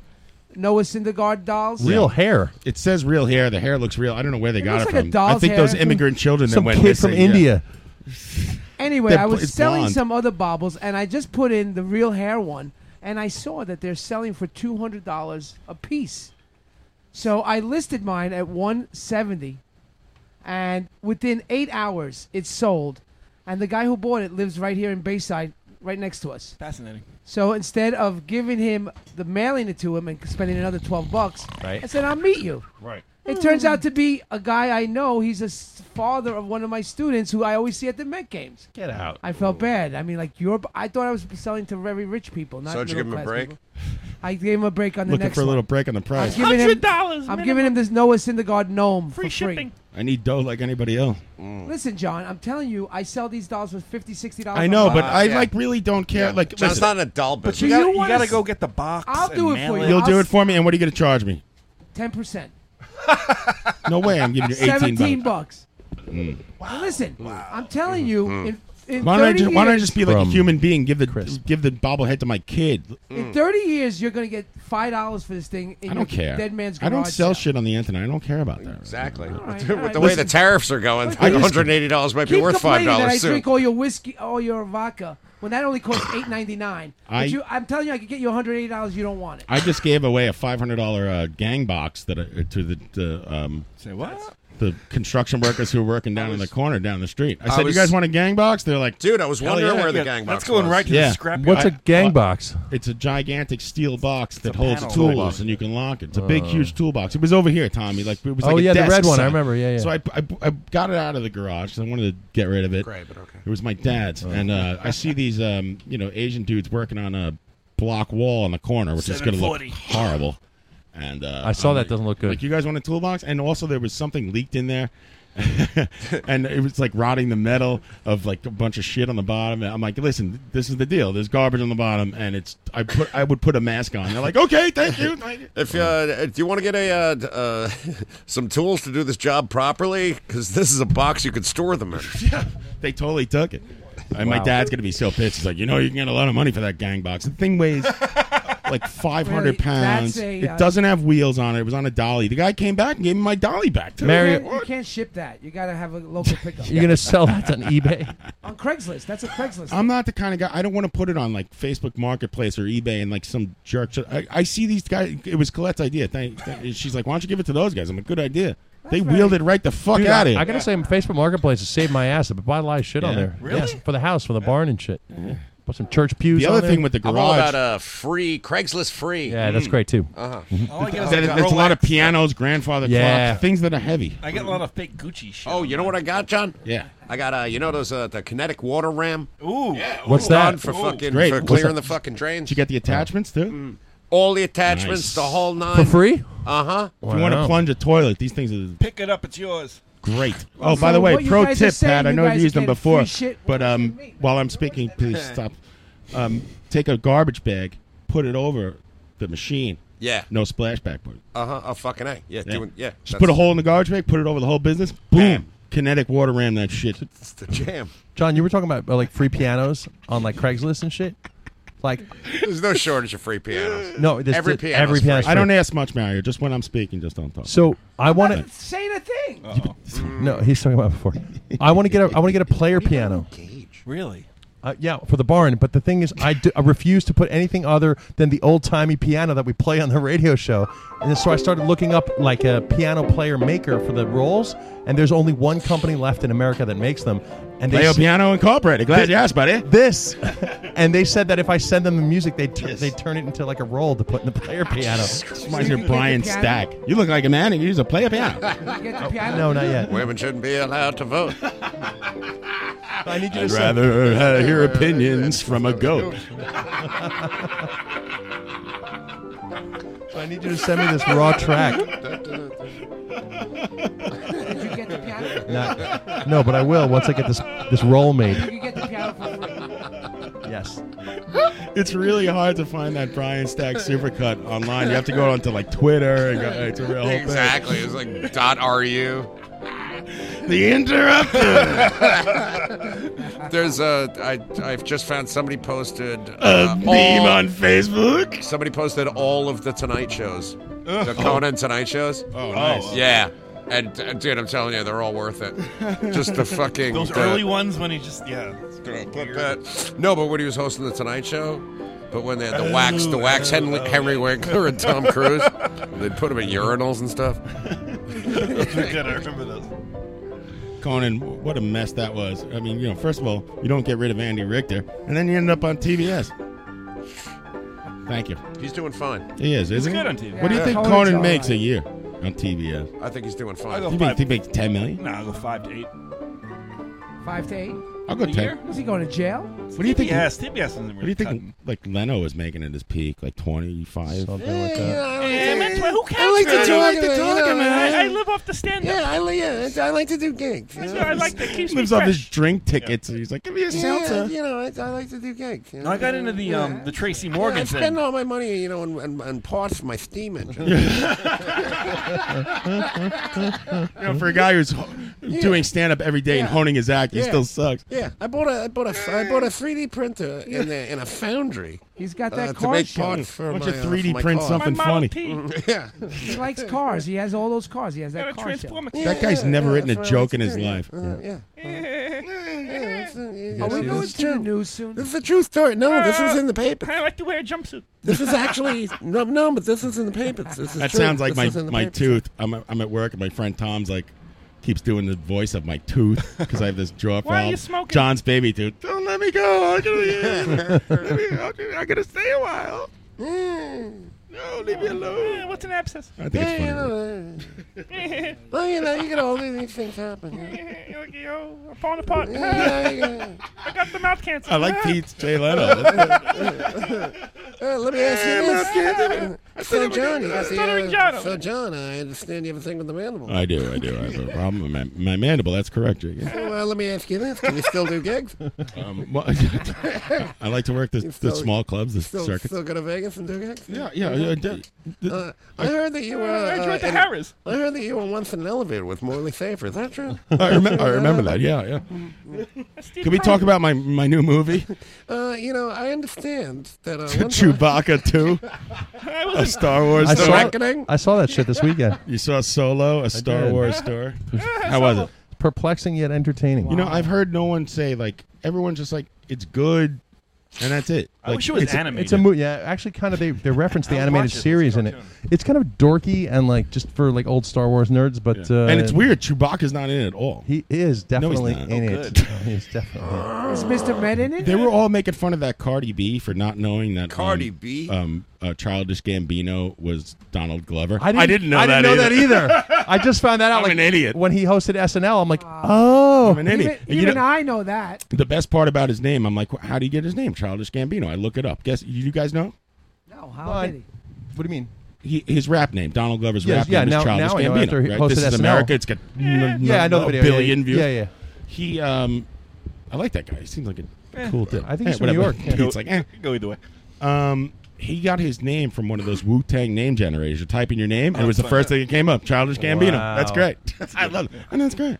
S11: Noah Syndergaard dolls.
S8: hair.
S2: It says real hair. The hair looks real. I don't know where they
S11: It
S2: got
S11: looks like
S2: it
S11: a
S2: from. I
S11: doll's
S2: think
S11: hair.
S2: those immigrant children
S8: Some
S2: that went
S8: kid from
S2: missing, yeah.
S8: India.
S11: Anyway,
S2: They're
S11: I
S2: bl-
S11: was
S2: it's
S11: selling
S2: blonde.
S11: some other baubles, and I just put in the real hair one, and I saw that they're selling for two hundred dollars a piece. So I listed mine at one seventy, and within eight hours, it sold. And the guy who bought it lives right here in Bayside, right next to us.
S7: Fascinating.
S11: So instead of giving him the mailing it to him and spending another twelve bucks,
S7: Right.
S11: I said, "I'll meet you."
S7: Right.
S11: It turns out to be a guy I know. He's a s- father of one of my students who I always see at the Met games.
S8: Get out.
S11: I felt bad. I mean, like you're. I thought I was selling to very rich people, not
S6: So did you give him a
S11: middle-class
S6: break?
S11: people. I gave him a break on the
S2: Looking
S11: next
S2: for a
S11: one.
S2: little break on the
S11: I'm
S2: price.
S11: giving him.
S3: $100
S11: I'm giving him this Noah Syndergaard gnome free for free.
S2: I need dough like anybody else.
S11: Listen, John, I'm telling you, I sell these dolls for 50 dollars.
S2: I know, but I like really don't care. Like,
S6: John's
S2: listen,
S6: not an adult,
S7: But
S6: but
S7: you,
S11: Do
S7: gotta,
S11: you
S7: you
S11: wanna
S7: gotta
S11: s-
S7: go get the box.
S11: I'll do
S7: and
S11: it
S7: mail
S11: for you.
S2: you'll
S11: I'll
S2: do it
S11: s-
S2: for me, and what are you going to charge me?
S11: ten percent,
S2: No way, I'm giving you eighteen
S11: seventeen Mm.
S2: bucks.
S11: bucks. Now Listen, I'm telling you,
S6: Mm-hmm. Mm.
S11: in, in
S2: Why don't, I
S11: 30
S2: just, why don't I
S11: years-
S2: just be like
S8: From
S2: a human being? Give the give the bobblehead to my kid.
S11: In 30 years, you're going to get $5 for this thing in
S2: Mm. I don't
S11: your
S2: care.
S11: dead man's
S2: I
S11: garage.
S2: don't sell shit on the internet. I don't care about that.
S6: Exactly.
S11: right,
S6: [LAUGHS] With
S11: all right.
S6: the way the
S11: Listen.
S6: tariffs are going,
S11: I just-
S6: $180 might be
S11: Keep
S6: worth
S11: complaining that I
S6: $5 soon.
S11: drink all your whiskey, all your vodka, when that only costs eight ninety nine.
S2: I-
S11: But you, I'm telling you, I could get you one hundred eighty dollars. You don't want it.
S2: I just gave away a five hundred dollar uh, gang box that I, to the to, um
S7: Say what?
S2: the construction workers who were working down in the corner down the street. I
S6: I
S2: said,
S6: was-
S2: "You guys want a gang box?" They're like,
S6: Dude, I was
S2: "Hell
S6: wondering
S2: yeah."
S6: where the gang box was.
S2: yeah.
S8: What's a
S2: a
S8: gang box?
S2: It's a gigantic steel box that
S8: a
S2: holds
S8: panel.
S2: tools,
S8: Toolbox.
S2: and you can lock it. It's a big,
S8: Uh.
S2: huge toolbox. It was over here, Tommy. Like it was.
S8: Oh,
S2: like a
S8: yeah, the
S2: desk
S8: red one. I
S2: size.
S8: remember. Yeah, yeah.
S2: So I, I, I got it out of the garage. 'cause I wanted to get rid of it.
S6: Great, but okay.
S2: It was my dad's,
S8: Oh.
S2: and uh, I see these, um, you know, Asian dudes working on a block wall in the corner, which is going to look
S15: 740.
S2: horrible. And uh,
S8: I saw
S2: I'm
S8: that
S2: like-
S8: doesn't look good.
S2: Like you guys want a toolbox, and also there was something leaked in there. [LAUGHS] and it was like rotting the metal of like a bunch of shit on the bottom. And I'm like, listen, this is the deal. There's garbage on the bottom, and it's I put I would put a mask on. They're like, okay, thank you. thank you."
S6: If uh, do you want to get a uh, d- uh, [LAUGHS] some tools to do this job properly, because this is a box you could store
S2: [LAUGHS]
S6: them in.
S2: They totally took it. And my
S6: Wow.
S2: dad's gonna be so pissed. He's like, you know, you can get a lot of money for that gang box. The thing [LAUGHS] weighs like 500
S11: Really? That's
S2: pounds.
S11: a, uh,
S2: it doesn't have wheels on it. It was on a dolly. The guy came back and gave me my dolly back. Too.
S11: you can't, you can't ship that. You got to have a
S2: [LAUGHS]
S11: local pickup.
S2: You're gonna sell that [LAUGHS] on eBay?
S11: on Craigslist. That's a Craigslist.
S2: I'm not the kind of guy. I don't want to put it on like Facebook Marketplace or eBay and like some jerk. I, I see these guys. It was Colette's idea. Thank, thank- she's like, why don't you give it to those guys? I'm like, good idea. they wheeled it right the fuck
S8: Dude,
S2: out of
S8: I,
S2: it.
S8: I gotta say, Facebook Marketplace has saved my ass. I buy a lot of shit on
S2: Yeah.
S8: there.
S2: Really?
S8: Yes, for the house, for the barn and shit. Put some church pews.
S2: The
S8: on
S2: other
S8: there.
S2: thing with the
S6: I'm all about uh, free Craigslist free.
S8: Yeah, that's great too.
S6: Uh-huh.
S8: All I
S2: That-
S8: get
S6: is
S2: that-
S6: a
S2: That's a lot of pianos, grandfather
S8: Yeah.
S2: clocks, things that are heavy.
S9: oh, I get a lot of fake Gucci shit.
S6: Oh, you know what I got, John?
S2: Yeah.
S6: I got uh, you know those uh, the kinetic water ram.
S9: Ooh,
S2: What's that?
S6: John, for
S2: Ooh.
S6: fucking
S2: Great.
S6: for
S2: What's
S6: clearing
S2: that?
S6: the fucking drains?
S2: Did you get the attachments too?
S6: all the Mm. attachments,
S2: Nice.
S6: the whole nine
S2: For free?
S6: Uh huh.
S2: If you want to plunge a toilet, these things are
S9: Pick it up, it's yours.
S2: great. [LAUGHS] Oh, by the
S9: So
S2: way,
S9: what you
S2: pro
S9: guys are
S2: tip,
S9: saying,
S2: Pat. I
S9: you
S2: know
S9: guys
S2: you've
S9: are
S2: used them
S9: getting
S2: before,
S9: free shit.
S2: but um, while I'm speaking,
S9: [LAUGHS]
S2: please stop. Um, take a garbage bag, put it over the machine.
S6: Yeah.
S2: No splashback. Board.
S6: Uh huh. Oh fucking a. Yeah.
S2: Yeah.
S6: Doing, yeah
S2: Just put a hole in the garbage bag, put it over the whole business. Boom. Kinetic water ram that shit.
S6: [LAUGHS] It's the jam.
S8: John, you were talking about uh, like free pianos on like Craigslist and shit. Like
S6: [LAUGHS] There's no shortage of free pianos.
S8: No, this-
S6: every
S8: this-
S6: piano.
S8: every piano's
S2: I don't
S8: free.
S2: ask much, Mario. Just when I'm speaking, just don't talk.
S8: so, I want to
S11: Saying a thing.
S8: No, he's talking about before. I want to get a I want to get a player piano.
S9: Really?
S8: Uh, yeah, for the barn. But the thing is, I, do, I refuse to put anything other than the old timey piano that we play on the radio show. And so I started looking up like a piano player maker for the rolls. And there's only one company left in America that makes them. And
S2: Player
S8: s-
S2: Piano Incorporated. Glad
S8: Thi-
S2: you asked, buddy. [LAUGHS]
S8: This, and they said that if I send them the music, they tur- they turn it into like a roll to put in the
S2: [LAUGHS]
S8: player piano.
S2: Reminds me of Brian Stack. You look like a man and you use a player piano.
S11: Get the piano.
S8: No, not yet.
S6: Women shouldn't be allowed to vote.
S8: [LAUGHS] I need
S2: I'd rather uh, hear opinions from
S11: [LAUGHS]
S2: a goat.
S8: So I need you to send me this raw
S11: [LAUGHS]
S8: track.
S11: Did you get the piano?
S8: Not- no, but I will once I get this this roll
S11: Did
S8: made.
S11: you get the piano for free?
S8: Yes.
S2: It's really hard to find that Brian Stack supercut online. You have to go onto like Twitter. And go, it's a real whole thing.
S6: exactly. It's like dot ru.
S2: The
S6: interrupter. [LAUGHS] There's a. I I've just found somebody posted
S2: A
S6: uh,
S2: meme on Facebook?
S6: Somebody posted all of the Tonight shows, the Conan Tonight shows.
S2: Oh, nice.
S6: Yeah. And uh, dude, I'm telling you, they're all worth it. Just the fucking
S9: Those
S6: the-
S9: early ones when he just yeah. it's
S6: But
S9: [LAUGHS] weird.
S6: that, no, but when he was hosting the Tonight Show, but when they had the
S9: Oh,
S6: wax, the wax
S9: oh,
S6: Henry,
S9: oh.
S6: Henry Winkler
S9: [LAUGHS]
S6: and Tom Cruise, they'd put them at urinals and stuff.
S9: Those were good. I remember those.
S2: Conan, what a mess that was. I mean, you know, first of all, you don't get rid of Andy Richter, and then you end up on TBS. Thank you.
S6: He's doing fine.
S2: He is, isn't he? What do you
S6: Yeah.
S2: think
S6: Conan's
S2: Conan
S6: all
S2: makes
S6: right.
S2: a year on TBS?
S6: I think he's doing
S9: I
S6: fine.
S9: go
S2: You think
S9: five.
S2: he makes 10 million?
S9: No, I go five to eight.
S11: Five to eight.
S2: I'll go
S11: A
S2: 10.
S11: year? Is he going to jail?
S2: What do you think?
S9: TBS, TBS isn't
S2: what do you
S9: really
S2: think? Like Leno is making at his peak, like twenty five.
S8: Something like
S9: Eh, man, who cares?
S12: I like to
S9: man?
S12: talk, I like to talk, man.
S9: I, I live off the stand up.
S12: Yeah, I li- yeah,
S6: I like to do gigs.
S9: That's what I like that keeps me
S2: Lives off
S9: fresh.
S2: his drink tickets. and He's
S9: [LAUGHS]
S2: like, [LAUGHS] give me a seltzer.
S6: you know, I, I like to do gigs. you
S9: No, I got
S6: know.
S9: into the
S6: Yeah.
S9: um the Tracy
S6: Yeah,
S9: Morgan
S6: I
S9: thing.
S6: spend all my money, you know, on, on, on parts for my steam
S9: [LAUGHS]
S6: engine. [LAUGHS]
S2: You know, for a guy who's ho-
S6: Yeah.
S2: doing stand up every day and
S6: Yeah.
S2: honing his act, he
S6: Yeah.
S2: still sucks.
S6: Yeah, I bought a I bought a I bought a 3D printer in a, in a foundry.
S11: He's got
S6: uh,
S11: that
S6: to
S11: car
S6: make
S11: show.
S6: parts for
S2: Why don't
S6: my,
S2: you
S6: uh,
S2: 3D
S6: for my
S2: print
S6: car.
S2: something My Model funny? T. [LAUGHS]
S6: yeah.
S11: He likes cars. He has all those cars. He has that car show.
S2: That guy's never written a joke in his life.
S6: Yeah.
S11: Are Oh, we going to the news soon?
S6: This is a true story. No, this was in the paper.
S9: I like to wear a jumpsuit.
S6: This is actually no, no, but this is in the papers. This is
S2: That
S6: true.
S2: sounds like
S6: This
S2: my
S6: is in the
S2: my
S6: papers. [LAUGHS]
S2: tooth. I'm at- I'm at work and my friend Tom's like keeps doing the voice of my
S6: [LAUGHS]
S2: tooth because I have this jaw problem.
S12: Why are you smoking?
S2: John's baby tooth.
S12: Don't let me go.
S6: Oh,
S12: I
S2: [LAUGHS]
S12: gotta, let me, I gotta- I gotta stay a while.
S6: Mm.
S12: No, leave me
S11: Eh,
S12: alone.
S9: What's an abscess?
S2: I think it's funny.
S9: Eh,
S6: Well, you know, you get
S11: [LAUGHS]
S6: all these things happen.
S9: like, yo, I'm falling apart.
S4: [LAUGHS]
S6: Yeah, yeah.
S9: I got the mouth cancer.
S2: I like Pete's Jay
S6: [LAUGHS]
S2: Leno.
S6: Uh, let me ask
S12: Yeah, let's
S6: you
S12: get to
S6: this.
S12: it.
S6: Uh, Phil John, you got the,
S12: Stuttering
S6: uh,
S12: John.
S6: Phil John, I understand you have a thing with the mandible.
S2: I do, I do. I have a problem with my, my mandible. That's correct, Jake.
S6: So, uh, let me ask you this: Can you still do gigs?
S2: Um, well, [LAUGHS] I like to work the,
S6: You
S2: the
S6: still-
S2: small clubs, the
S6: Still, [LAUGHS]
S2: circuits.
S6: still go to Vegas and do gigs?
S2: Yeah, yeah, yeah, I do.
S6: Uh, I heard that you were.
S9: I
S6: uh,
S9: joined the
S6: in-
S9: Harris.
S6: I heard that you were once in an elevator with Morley Safer. Is that true?
S2: [LAUGHS] I, remember, I remember that. Yeah,
S12: [LAUGHS]
S2: yeah. Can we talk about my, my new
S6: [LAUGHS]
S2: movie,
S6: Uh, you know, I understand that. Uh, one
S2: Chewbacca
S11: [LAUGHS]
S2: Two, a Star Wars
S8: I
S2: story?
S8: saw, I saw that shit this weekend.
S2: You saw Solo, a Star
S8: did. [LAUGHS]
S2: Wars story. How was it?
S8: Perplexing yet entertaining.
S2: You know, I've heard no one say like everyone's just like it's good. and that's it.
S8: Like,
S2: it's-
S8: it's, It's a movie. Yeah, actually, kind of they,
S2: [LAUGHS]
S8: they reference the animated series in it. It's kind of dorky and like just for like old Star Wars nerds, but uh,
S2: and it's weird. Chewbacca's not in it at all.
S8: He is definitely
S2: not.
S8: in
S2: Oh,
S8: it. [LAUGHS]
S2: good.
S8: He's
S2: Uh-huh.
S8: definitely.
S11: Is Mr. Med in it?
S2: They were all making fun of that Cardi B for not knowing that
S11: Cardi
S2: um,
S11: B?
S2: um, uh, childish Gambino was Donald Glover.
S8: I didn't, I didn't know that either. I just found
S2: [LAUGHS]
S8: that out.
S2: I'm
S8: like
S2: an idiot.
S8: When he hosted SNL, I'm like, oh,
S2: I'm an idiot.
S11: Even,
S2: And you
S11: even
S2: know-
S11: I know that.
S2: The best part about his name, I'm like, "Wh- how do you get his name, Childish Gambino? I look it up. Guess you guys know
S11: No, how
S8: Well,
S11: did [LAUGHS] he?
S8: What do you mean?
S2: he, his rap name, Donald Glover's
S8: Yes,
S2: rap
S8: yeah,
S2: name
S8: now-
S2: is Childish
S8: now I know
S2: Gambino.
S8: after he
S2: right?
S8: posted
S2: This is
S8: SNL.
S2: America. It's got n-
S8: Yeah, I know the
S2: a
S8: video. Yeah,
S2: billion
S8: yeah.
S2: views.
S8: Yeah, yeah.
S2: He, um, I like that guy. He seems like a
S8: Eh,
S2: cool dude.
S8: I think
S2: Eh,
S8: he's from New
S2: whatever.
S8: York. Yeah.
S2: Pete's like, eh.
S8: Go either way.
S2: Um, he got his name from one of those Wu Tang name generators. You type in your name, and it was the
S8: fun.
S2: first thing that came up. Childish Gambino.
S8: Wow.
S2: That's great. [LAUGHS] I love it. I know it's
S4: [LAUGHS]
S2: great.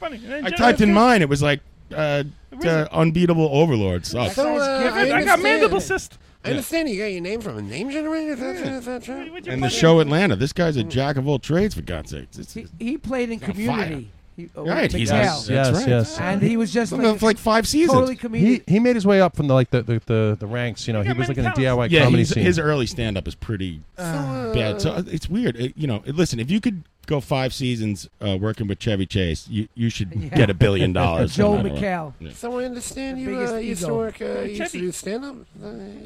S16: funny.
S2: I typed in mine. It was like uh, uh, unbeatable overlord [LAUGHS] sucks.
S6: So, uh,
S16: I got
S6: understand-
S16: mandible cyst.
S6: I understand you got your name from a name generator. That's, that's, that's right.
S2: and the show Atlanta. This guy's a jack of all trades for God's sake. It's, it's,
S11: He played in
S2: He's on
S11: Community. He, oh,
S2: Right,
S11: Mattel.
S2: he's yes, that's Yes, right. yes.
S11: And he was just
S2: Something
S11: like,
S2: for like five seasons.
S11: Totally comedic.
S8: He, he made his way up from the like the the, the, the ranks. You know, he was like in the DIY
S2: yeah,
S8: comedy
S2: he's-
S8: scene.
S2: his early stand up is pretty bad. So uh, it's weird. It- you know, it- listen, if you could go five seasons uh, working with Chevy Chase, you, you should
S6: Yeah.
S2: get a billion dollars.
S6: Joe
S2: I don't know.
S6: McHale.
S2: Yeah.
S6: So I
S4: [LAUGHS]
S6: understand
S11: The
S6: you
S11: biggest
S6: uh, used to
S11: ego.
S6: work, uh, you used to
S11: Chevy.
S6: do stand up.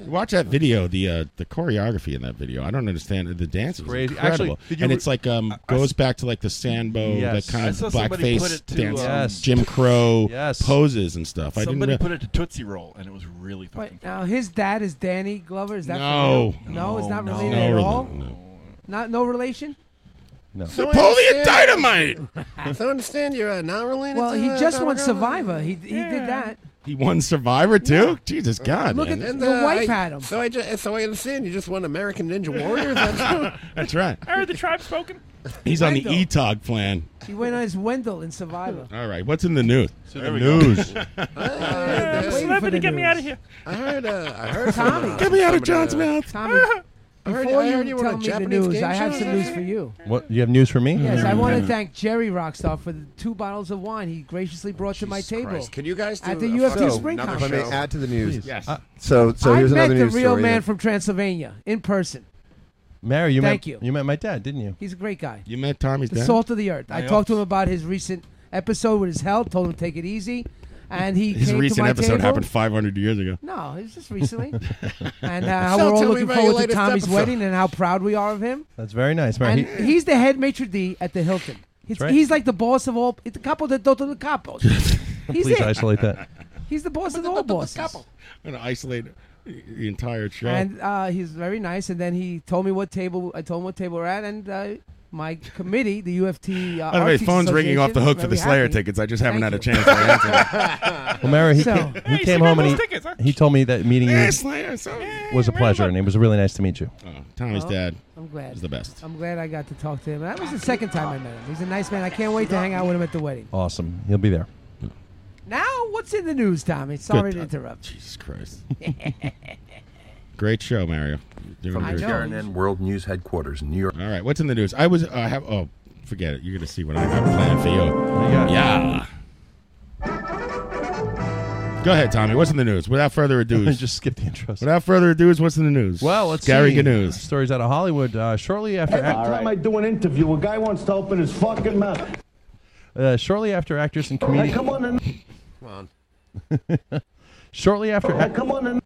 S2: Watch that video. The uh, the choreography in that video. I don't understand the dance. is
S8: Crazy.
S2: incredible.
S8: Actually, did you
S2: and
S8: re-
S2: it's like um goes back to like the Sambo,
S8: Yes.
S2: the kind
S8: I
S2: of
S8: saw somebody put
S2: blackface
S8: it to,
S2: dance,
S8: um, Yes.
S2: Jim Crow
S8: Yes.
S2: poses and stuff. I didn't.
S16: Somebody
S2: Re-
S16: put it to Tootsie Roll, and it was really fucking.
S11: Wait, now uh, his dad is Danny Glover. Is that
S2: No.
S11: familiar? no, it's not
S2: No,
S11: related
S2: no.
S11: at
S2: No,
S11: all.
S2: no.
S11: Not no relation.
S8: no.
S2: Napoleon Dynamite.
S6: so I understand you're uh, not related.
S11: Well,
S6: to,
S11: he
S6: uh,
S11: just won
S6: Donald Glover?
S11: Survivor. He he did that.
S2: He won Survivor too. Jesus God,
S6: Look
S2: man.
S6: at and,
S11: Your
S6: uh,
S11: wife
S6: I-
S11: had him.
S6: So I just, so I understand you just won American Ninja
S2: [LAUGHS]
S6: Warrior. That's
S2: That's
S6: [LAUGHS]
S2: right.
S16: I heard the tribe spoken.
S2: He's on the E
S11: Wendell.
S2: ETOG plan.
S11: [LAUGHS] He went as Wendell in Survivor.
S2: All right, what's in the news?
S11: So
S2: the
S11: there we go.
S6: [LAUGHS]
S2: news.
S16: Uh, celebrity, get me out of here.
S6: I heard. Uh, I heard.
S11: Tommy,
S6: from, uh,
S2: Get me out of
S6: somebody, uh,
S2: John's
S16: [LAUGHS]
S2: mouth.
S11: Tommy,
S6: I heard-
S11: before
S6: I heard
S11: you
S6: you were on a
S11: tell me the
S6: Japanese
S11: news,
S6: game
S11: I have
S6: show,
S11: some
S6: is
S11: news
S6: that
S11: for you.
S8: What you have news for me?
S2: Mm-hmm.
S8: Mm-hmm.
S11: Yes, I want to thank Jerry Rockstar for the two bottles of wine he graciously brought to my table.
S6: Christ. Can you guys
S11: at
S6: do
S11: the
S6: a
S11: UFT
S6: fucking
S11: Spring
S6: another
S11: Conference?
S6: show?
S17: add to the news.
S6: Please. Yes.
S8: Uh,
S17: So, so
S11: I
S17: here's
S11: met
S17: another
S11: the
S17: news
S11: real
S17: story.
S11: man
S17: that-
S11: from Transylvania in person.
S8: Mary, you
S11: Thank
S8: met
S11: you.
S8: you met my dad, didn't you?
S11: He's a great guy.
S2: You met Tommy's
S11: The
S2: dad.
S11: salt of the earth. I
S8: I
S11: talked to him about his recent episode with his health. Told him to take it easy, and [LAUGHS] he
S2: His
S11: came to
S2: recent
S11: my
S2: episode
S11: table.
S2: happened 500 years ago.
S11: No, it was just
S2: [LAUGHS]
S11: recently, and uh,
S6: So
S11: we're all
S6: tell me
S11: looking
S6: about your
S11: forward to
S6: latest
S11: Tommy's
S6: episode.
S11: wedding and how proud we are of him.
S8: That's very nice, Mary.
S11: and he's the head maitre d' at the Hilton. He's,
S8: right.
S11: he's like the boss of all. It's the capo de todo the
S2: [LAUGHS]
S11: capos.
S8: he,
S11: He's it.
S8: please isolate that.
S11: He's the boss of all bosses.
S2: I'm [LAUGHS] gonna isolate the entire show.
S11: And uh, he's very nice. And then he told me what table. I told him what table we're at, and uh, my committee, the UFT. Uh,
S2: By the way,
S11: Artists
S2: phone's ringing off the hook for
S11: Association,
S2: the
S11: very
S2: Slayer
S11: happy.
S2: tickets. I just haven't
S11: Thank
S2: had a chance to answer.
S8: [LAUGHS]
S11: [LAUGHS]
S8: Well, Mary, he,
S11: So-
S8: came,
S11: Hey,
S8: he
S11: you
S8: came
S11: got
S8: home and he,
S11: those tickets, huh?
S8: he told me that meeting
S2: Yeah,
S8: you
S2: Slayer, so-
S8: was a pleasure, and it was really nice to meet you.
S2: Oh, Tommy's
S11: Well,
S2: dad.
S11: I'm glad.
S2: Is the best.
S11: I'm glad I got to talk to him. That was the second time I met him. He's a nice man. I can't wait to hang out with him at the wedding.
S8: Awesome. He'll be there.
S11: Now, what's in the news, Tommy? Sorry to
S2: Tom-
S11: interrupt.
S2: Jesus Christ. Great show, Mario. Doing
S18: From
S11: I
S2: great.
S11: know.
S18: KRNN World News Headquarters in New York.
S2: All right, what's in the news? I was. I have. Oh, forget it. You're gonna see what I got planned for you.
S8: got?
S2: Yeah. Go ahead, Tommy. What's in the news? Without further
S8: [LAUGHS]
S2: ado,
S8: Just skip the intro.
S2: Without further ado, what's in the news?
S8: Well, let's
S2: Gary
S8: see.
S2: good news.
S8: Stories out of Hollywood. Uh, shortly after,
S19: Every time I do an interview, a guy wants to open his fucking mouth.
S6: [LAUGHS]
S4: [LAUGHS]
S8: uh, shortly after actress and
S19: Hey,
S8: comedian.
S19: come on in.
S6: Come on.
S8: [LAUGHS] Shortly after,
S19: Hey, come on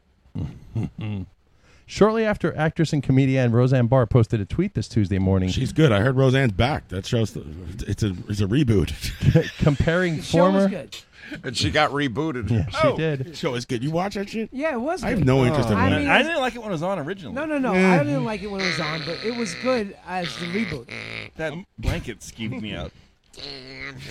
S19: in.
S8: [LAUGHS] shortly after, actress and comedian Roseanne Barr posted a tweet this Tuesday morning.
S2: She's good. I heard Roseanne's back. That shows the, it's a it's a reboot. [LAUGHS]
S8: comparing former.
S6: And she got rebooted. Oh.
S8: Yeah, she did.
S2: Show is good. You watch that shit?
S11: Yeah, it was.
S2: I have
S11: good. Oh.
S2: no interest in
S11: I
S2: that.
S11: mean,
S2: I
S11: it was-
S9: didn't like it when it was on
S11: [LAUGHS]
S9: originally.
S11: No, no, no. I didn't like it when it was on, but it was good as the reboot.
S9: That blanket skeeved me out.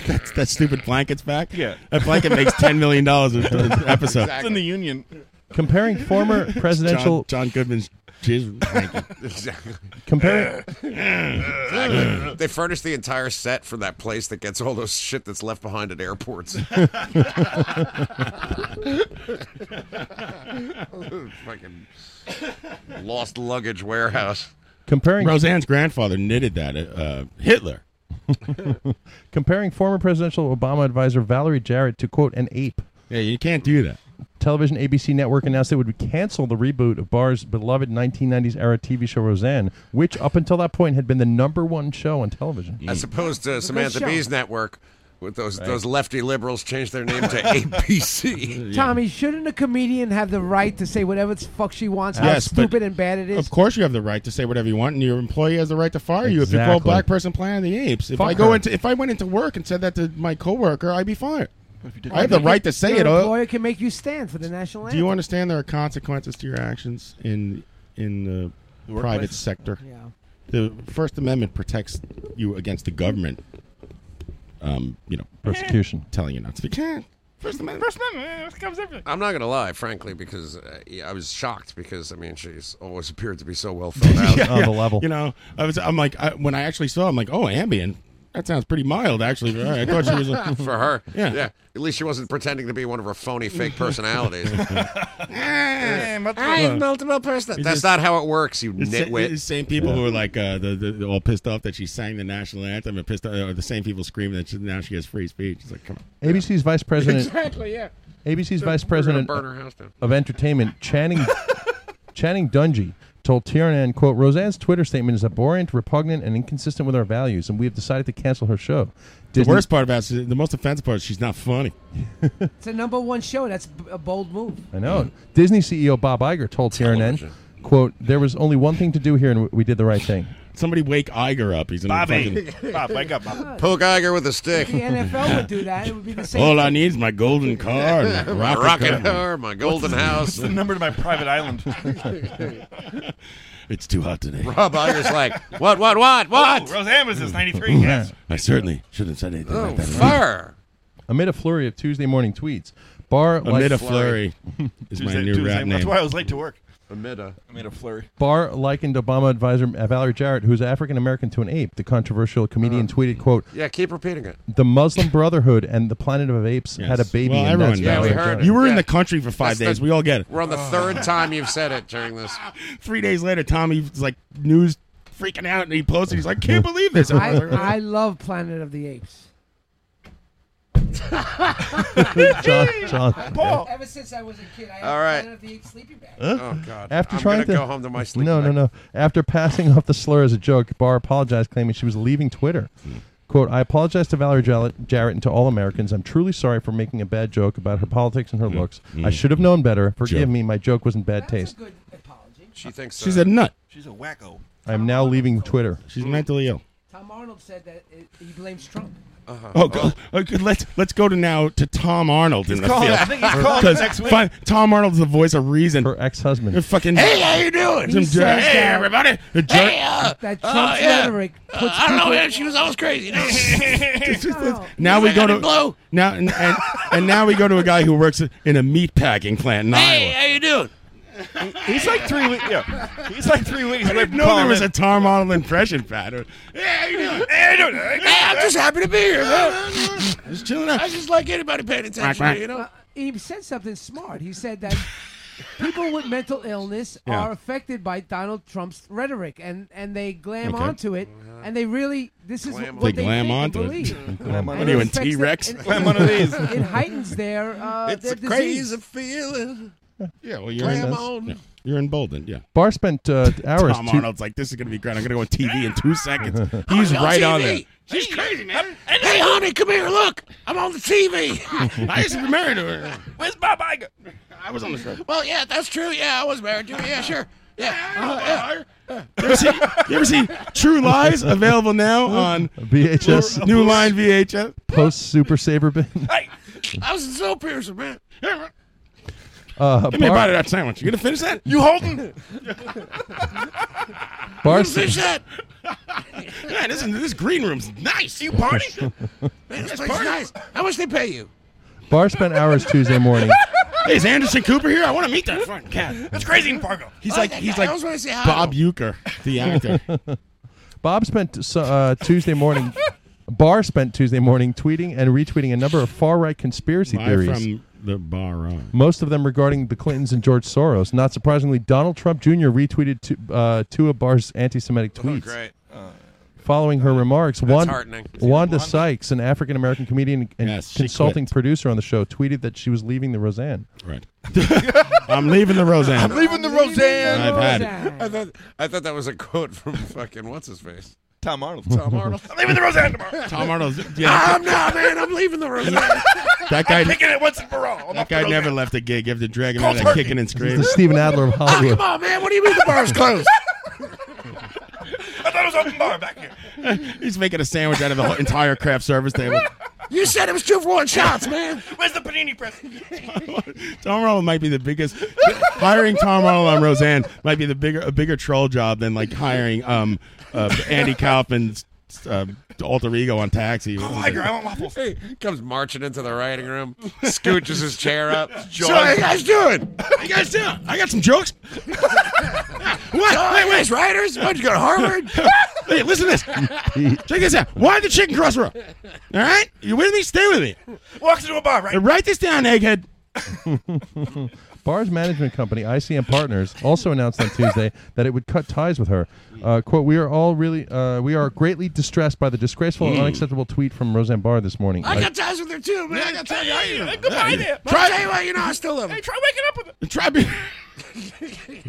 S2: That's [LAUGHS] that stupid blanket's back.
S9: Yeah.
S2: that blanket makes ten million dollars
S9: [LAUGHS]
S2: an [LAUGHS] episode.
S9: It's in the union.
S8: Comparing
S2: [LAUGHS]
S8: former presidential.
S2: John, John Goodman's jizz blanket.
S6: [LAUGHS]
S8: [LAUGHS]
S6: exactly.
S8: Compare-
S6: Exactly. They furnish the entire set for that place that gets all those shit that's left behind at airports. [LAUGHS] Fucking lost luggage warehouse.
S8: Comparing
S2: Roseanne's grandfather knitted that uh, Hitler.
S8: [LAUGHS] comparing former presidential Obama advisor Valerie Jarrett to quote an ape.
S2: Yeah, you can't do that.
S8: television ABC network announced it would cancel the reboot of Barr's beloved 1990s era TV show Roseanne, which up until that point had been the number one show on television.
S6: As opposed to Samantha
S11: show.
S6: Bee's network, with those those lefty liberals changed their name
S2: [LAUGHS]
S6: to ABC.
S11: Tommy, shouldn't a comedian have the right to say whatever the fuck she wants, how
S2: Yes, but-
S11: stupid and bad it is?
S2: Of course, you have the right to say whatever you want, and your employee has the right to fire you if you call
S8: Exactly.
S2: Black Person Planet of the Apes. If
S8: Fuck
S2: I go
S8: her.
S2: into, if I went into work and said that to my coworker, I'd be fired.
S11: Or
S2: I have the
S11: they
S2: right
S11: can-
S2: to say
S11: your
S2: it. uh,
S11: employer can make you stand for the national
S2: Do
S11: anthem.
S2: you understand there are consequences to your actions in in the,
S11: The workplace?
S2: private sector?
S11: Yeah.
S2: The First Amendment protects you against the government. Um, you know,
S8: persecution,
S2: telling you not
S6: [LAUGHS]
S2: to speak. First Amendment.
S16: First Amendment. It covers everything.
S6: I'm not going to lie, frankly, because uh, yeah, I was shocked because I mean she's always appeared to be so well thought
S2: [LAUGHS] [LAUGHS]
S6: out.
S2: Yeah, Oh, yeah. You know, I was. I'm like, I, when I actually saw, I'm like, oh, Ambien. That sounds pretty mild, actually. All right, I thought she was a,
S6: [LAUGHS] for her.
S2: Yeah.
S6: At least she wasn't pretending to be one of her
S2: [LAUGHS]
S6: phony fake personalities. [LAUGHS]
S20: I have
S6: multiple personalities.
S2: It's
S6: That's
S2: just-
S6: not how it works, you
S2: It's
S6: nitwit.
S2: the same people who are like uh, the, the, all pissed off that she sang the national anthem and pissed off, are the same people screaming that she, now she has free speech. It's like, come on.
S8: ABC's vice president.
S6: Exactly, yeah.
S8: ABC's
S6: We're
S8: vice
S6: gonna
S8: president
S6: burn
S2: uh,
S6: her house down.
S8: of entertainment,
S6: [LAUGHS]
S8: Channing Channing Dungey, told TRN, "quote Roseanne's Twitter statement is abhorrent, repugnant, and inconsistent with our values, and we have decided to cancel her show."
S2: The worst part about it, the most offensive part, is she's not funny.
S11: It's a number one show. That's b- a bold move. Mm.
S8: I know. Disney CEO Bob Iger told TRN, "quote There was only one thing to do here, and we did the right thing."
S2: Somebody wake Iger up. He's in
S6: Bobby.
S2: fucking.
S6: Bob, wake up, Bob. Poke Iger with a stick.
S11: The NFL would do that. It would be
S2: [LAUGHS]
S11: the same.
S2: All I need is my golden car, and
S6: [LAUGHS]
S2: my
S6: My
S2: rocket,
S6: rocket
S2: car.
S6: car, my
S7: [LAUGHS]
S6: golden house.
S7: What's the number to my private island?
S2: It's too hot today.
S6: [LAUGHS] Rob Iger's like, what, what, what, what?
S7: Oh, Roseanne was this, 93,
S8: [LAUGHS]
S2: [LAUGHS]
S7: yes.
S2: I certainly shouldn't have said anything like
S8: Oh,
S2: that.
S6: Fire.
S8: Amid a flurry of Tuesday morning tweets, Barr
S2: Amid
S8: like- [LAUGHS]
S2: a flurry is my
S7: Tuesday-
S2: new
S7: Tuesday.
S2: rap name.
S7: That's why I was late to work.
S6: Amid a,
S7: amid a flurry.
S8: Barr likened Obama advisor Valerie Jarrett, who's African American, to an ape. The controversial comedian tweeted, "quote
S6: Yeah, keep repeating it.
S8: The Muslim Brotherhood and the Planet of Apes had a baby.
S2: Well,
S8: and
S2: everyone
S8: that's
S2: knows.
S8: Valerie
S2: Yeah, we
S8: Jarrett.
S2: heard it. You were in the country for five days. we all get it.
S6: We're on the third time you've
S2: [LAUGHS]
S6: said it during this.
S2: Three days later, Tommy's like news freaking out, and he posted. He's like, "Can't believe this."
S11: I, I love Planet of the Apes.
S8: John- John.
S11: Paul. Ever since I was a kid, I had
S6: All right.
S11: Planet of the Apes sleeping bag.
S8: Huh?
S20: Oh,
S8: After
S6: I'm
S8: trying
S6: gonna
S8: to
S6: go home to my sleeping
S8: No, no, no. After passing off the slur as a joke, Barr apologized, claiming she was leaving Twitter. "Quote: I apologize to Valerie Jall- Jarrett and to all Americans. I'm truly sorry for making a bad joke about her politics and her looks. I
S2: mm.
S8: should have known better. Forgive
S2: Joke.
S8: me. My joke was in bad taste.
S6: She thinks
S20: uh,
S2: She's a nut.
S7: She's a wacko.
S8: I am now leaving Twitter.
S2: She's mentally ill.
S11: Tom Arnold said that it, he blames Trump.
S20: uh-huh.
S2: Oh, go, okay, let's let's go to now to Tom Arnold in the
S11: calling-
S2: field.
S11: I think he's calling
S2: 'Cause
S11: next week.
S2: fi- Tom Arnold's the voice of reason.
S8: Her ex-husband.
S2: Fucking
S20: Hey, how you doing?
S2: Some
S20: He
S2: jerk-
S20: says
S2: hey,
S20: that-
S2: everybody. The jerk-
S20: Hey, uh,
S11: That
S20: uh,
S11: Trump's
S20: yeah.
S11: rhetoric
S20: Uh,
S11: puts
S20: I don't know.
S11: people-
S20: man, She was always crazy.
S11: [LAUGHS]
S20: now
S2: now we go to
S20: blow.
S2: now and, and and now we go to a guy who works in a meat packing plant in
S20: Hey,
S2: Iowa.
S20: how you doing?
S7: He's like three weeks. Yeah, he's like three weeks.
S2: I didn't know there was a Tom Arnold impression pattern.
S20: Hey, I'm just happy to be here, man.
S2: [LAUGHS] Just chilling out.
S20: I just like anybody paying attention, to me, you know.
S11: Uh, he said something smart. He said that people with mental illness
S20: Yeah.
S11: are affected by Donald Trump's rhetoric, and, and they glam
S2: Okay.
S11: onto it, and they really this is
S2: Glam
S11: what they,
S2: They glam
S11: think and
S2: onto it.
S11: believe. And
S2: Glam onto it. What
S11: it
S2: are you, in
S11: affects their-
S2: T-Rex?
S11: it-
S2: Glam onto
S11: [LAUGHS]
S2: these.
S11: It heightens their uh,
S6: It's
S11: their
S6: a crazy
S11: disease.
S6: feeling.
S2: Yeah, well, you're in,
S6: Clam
S2: that's-
S6: on.
S2: yeah, you're emboldened. Yeah.
S8: Barr spent
S2: [LAUGHS]
S8: uh, hours.
S2: Tom
S8: tu-
S2: Arnold's like, this is gonna be great. I'm gonna go on TV in
S8: [LAUGHS]
S2: two seconds. He's right on there.
S20: She's crazy, man. hey, honey, come here. Look, I'm on the TV.
S2: I used to be married to her.
S20: Where's Bob Iger?
S2: [LAUGHS] I was on the show.
S20: [LAUGHS] Well, yeah, that's true. Yeah, I was married to her. Yeah, sure. Yeah. Uh, yeah.
S2: You ever see, you ever see True Lies
S8: [LAUGHS]
S2: available now on
S8: VHS.
S2: New Line VHS?
S8: Post Super Saver bin.
S20: Hey, I was in Soul Piercer, man.
S8: Uh,
S2: Give me a
S8: Barr-
S2: bite of that sandwich. You gonna finish that?
S20: You
S2: [LAUGHS]
S20: holding?
S8: Barr
S20: You fish that?
S2: Man, this, this green room's nice.
S20: You party? Man,
S8: [LAUGHS]
S2: [LAUGHS]
S20: this place is nice. How much they pay you?
S8: Barr spent hours Tuesday morning.
S2: Hey, is Anderson Cooper here? I want to meet that fucking cat.
S20: That's crazy in Fargo.
S2: He's
S6: Oh,
S2: like he's like
S20: I was going to say hi.
S2: [LAUGHS] Bob Euchre, the actor.
S8: [LAUGHS] Bob spent s- uh, Tuesday morning. Barr spent Tuesday morning tweeting and retweeting a number of far right conspiracy
S2: Live
S8: theories.
S2: from the bar on.
S8: most of them regarding the Clintons and George Soros. Not surprisingly, Donald Trump Jr. retweeted two, uh, two of Barr's anti-Semitic tweets.
S7: great. Uh,
S8: Following her remarks, Wan-
S6: heartening.
S8: Wanda Sykes, an African American comedian and consulting producer on the show, tweeted that she was leaving the Roseanne.
S2: Right. [LAUGHS] I'm leaving the Roseanne.
S6: I'm leaving the Roseanne.
S2: I've had it.
S6: I thought, I thought that was a quote from fucking what's his face.
S7: Tom Arnold.
S6: Tom Arnold. I'm leaving the
S20: [LAUGHS]
S6: Roseanne tomorrow.
S2: Tom Arnold's- yeah.
S6: Yeah. I'm not, man. I'm leaving the Roseanne.
S2: That guy-
S6: I'm picking it once and for all. I'm
S2: That
S6: up
S2: guy
S6: for Roseanne.
S2: never left a gig. You have to drag him
S6: Cold
S2: out and
S6: turkey.
S2: kicking and
S8: He's
S2: screaming.
S8: the Stephen Adler
S2: [LAUGHS]
S8: of Hollywood.
S6: Come on, man. What do you mean the bar's closed? I thought it was open bar back here.
S2: He's making a sandwich out of the whole entire craft service table.
S6: You said it was two for one shots, man.
S16: Where's the panini press?
S2: Tom Arnold might be the biggest. hiring Tom Arnold on Roseanne might be the bigger a bigger troll job than like hiring um uh, Andy Kaufman's uh, alter ego on Taxi.
S6: Oh, waffles. Hey, comes marching into the writing room, scooches his chair [LAUGHS] up.
S2: Jaws.
S6: So, how you guys doing? How you guys doing?
S2: I got some jokes.
S6: what? Hey, where's writers? Why'd you go to Harvard?
S2: hey, listen to this. [LAUGHS] Check this out. Why the chicken croissant? All right, you with me? Stay with me.
S16: Walks into a bar, right?
S2: And write this
S8: [LAUGHS]
S2: down, egghead.
S8: Barr's management company, ICM Partners, also announced on Tuesday that it would cut ties with her. Uh, quote, we are all really, uh, we are greatly distressed by the disgraceful and
S6: Mm.
S8: unacceptable tweet from Roseanne Barr this morning.
S6: I got ties with her too, man. I got ties with her.
S16: Goodbye there.
S6: Try tell you what, you know, I still love her.
S16: Hey, try waking up with it.
S2: Try be.
S8: [LAUGHS]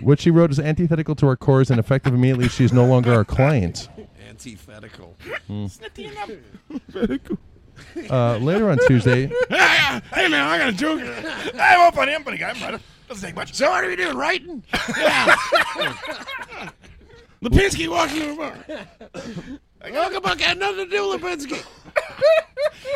S8: What she wrote is antithetical to our cores and effective immediately. She is no longer our client.
S2: [LAUGHS]
S6: [LAUGHS] Antithetical.
S8: Mm.
S16: Snitty enough.
S6: um,
S8: Uh, later on Tuesday,
S6: hey, man, I got
S16: [LAUGHS]
S6: a joke.
S16: I won't find him, but I'm right. Doesn't take much.
S6: So what are we doing, writing?
S16: [LAUGHS]
S6: Yeah. Lipinski walks into a [LAUGHS] bar. Huckabuck had nothing to do with Lipinski.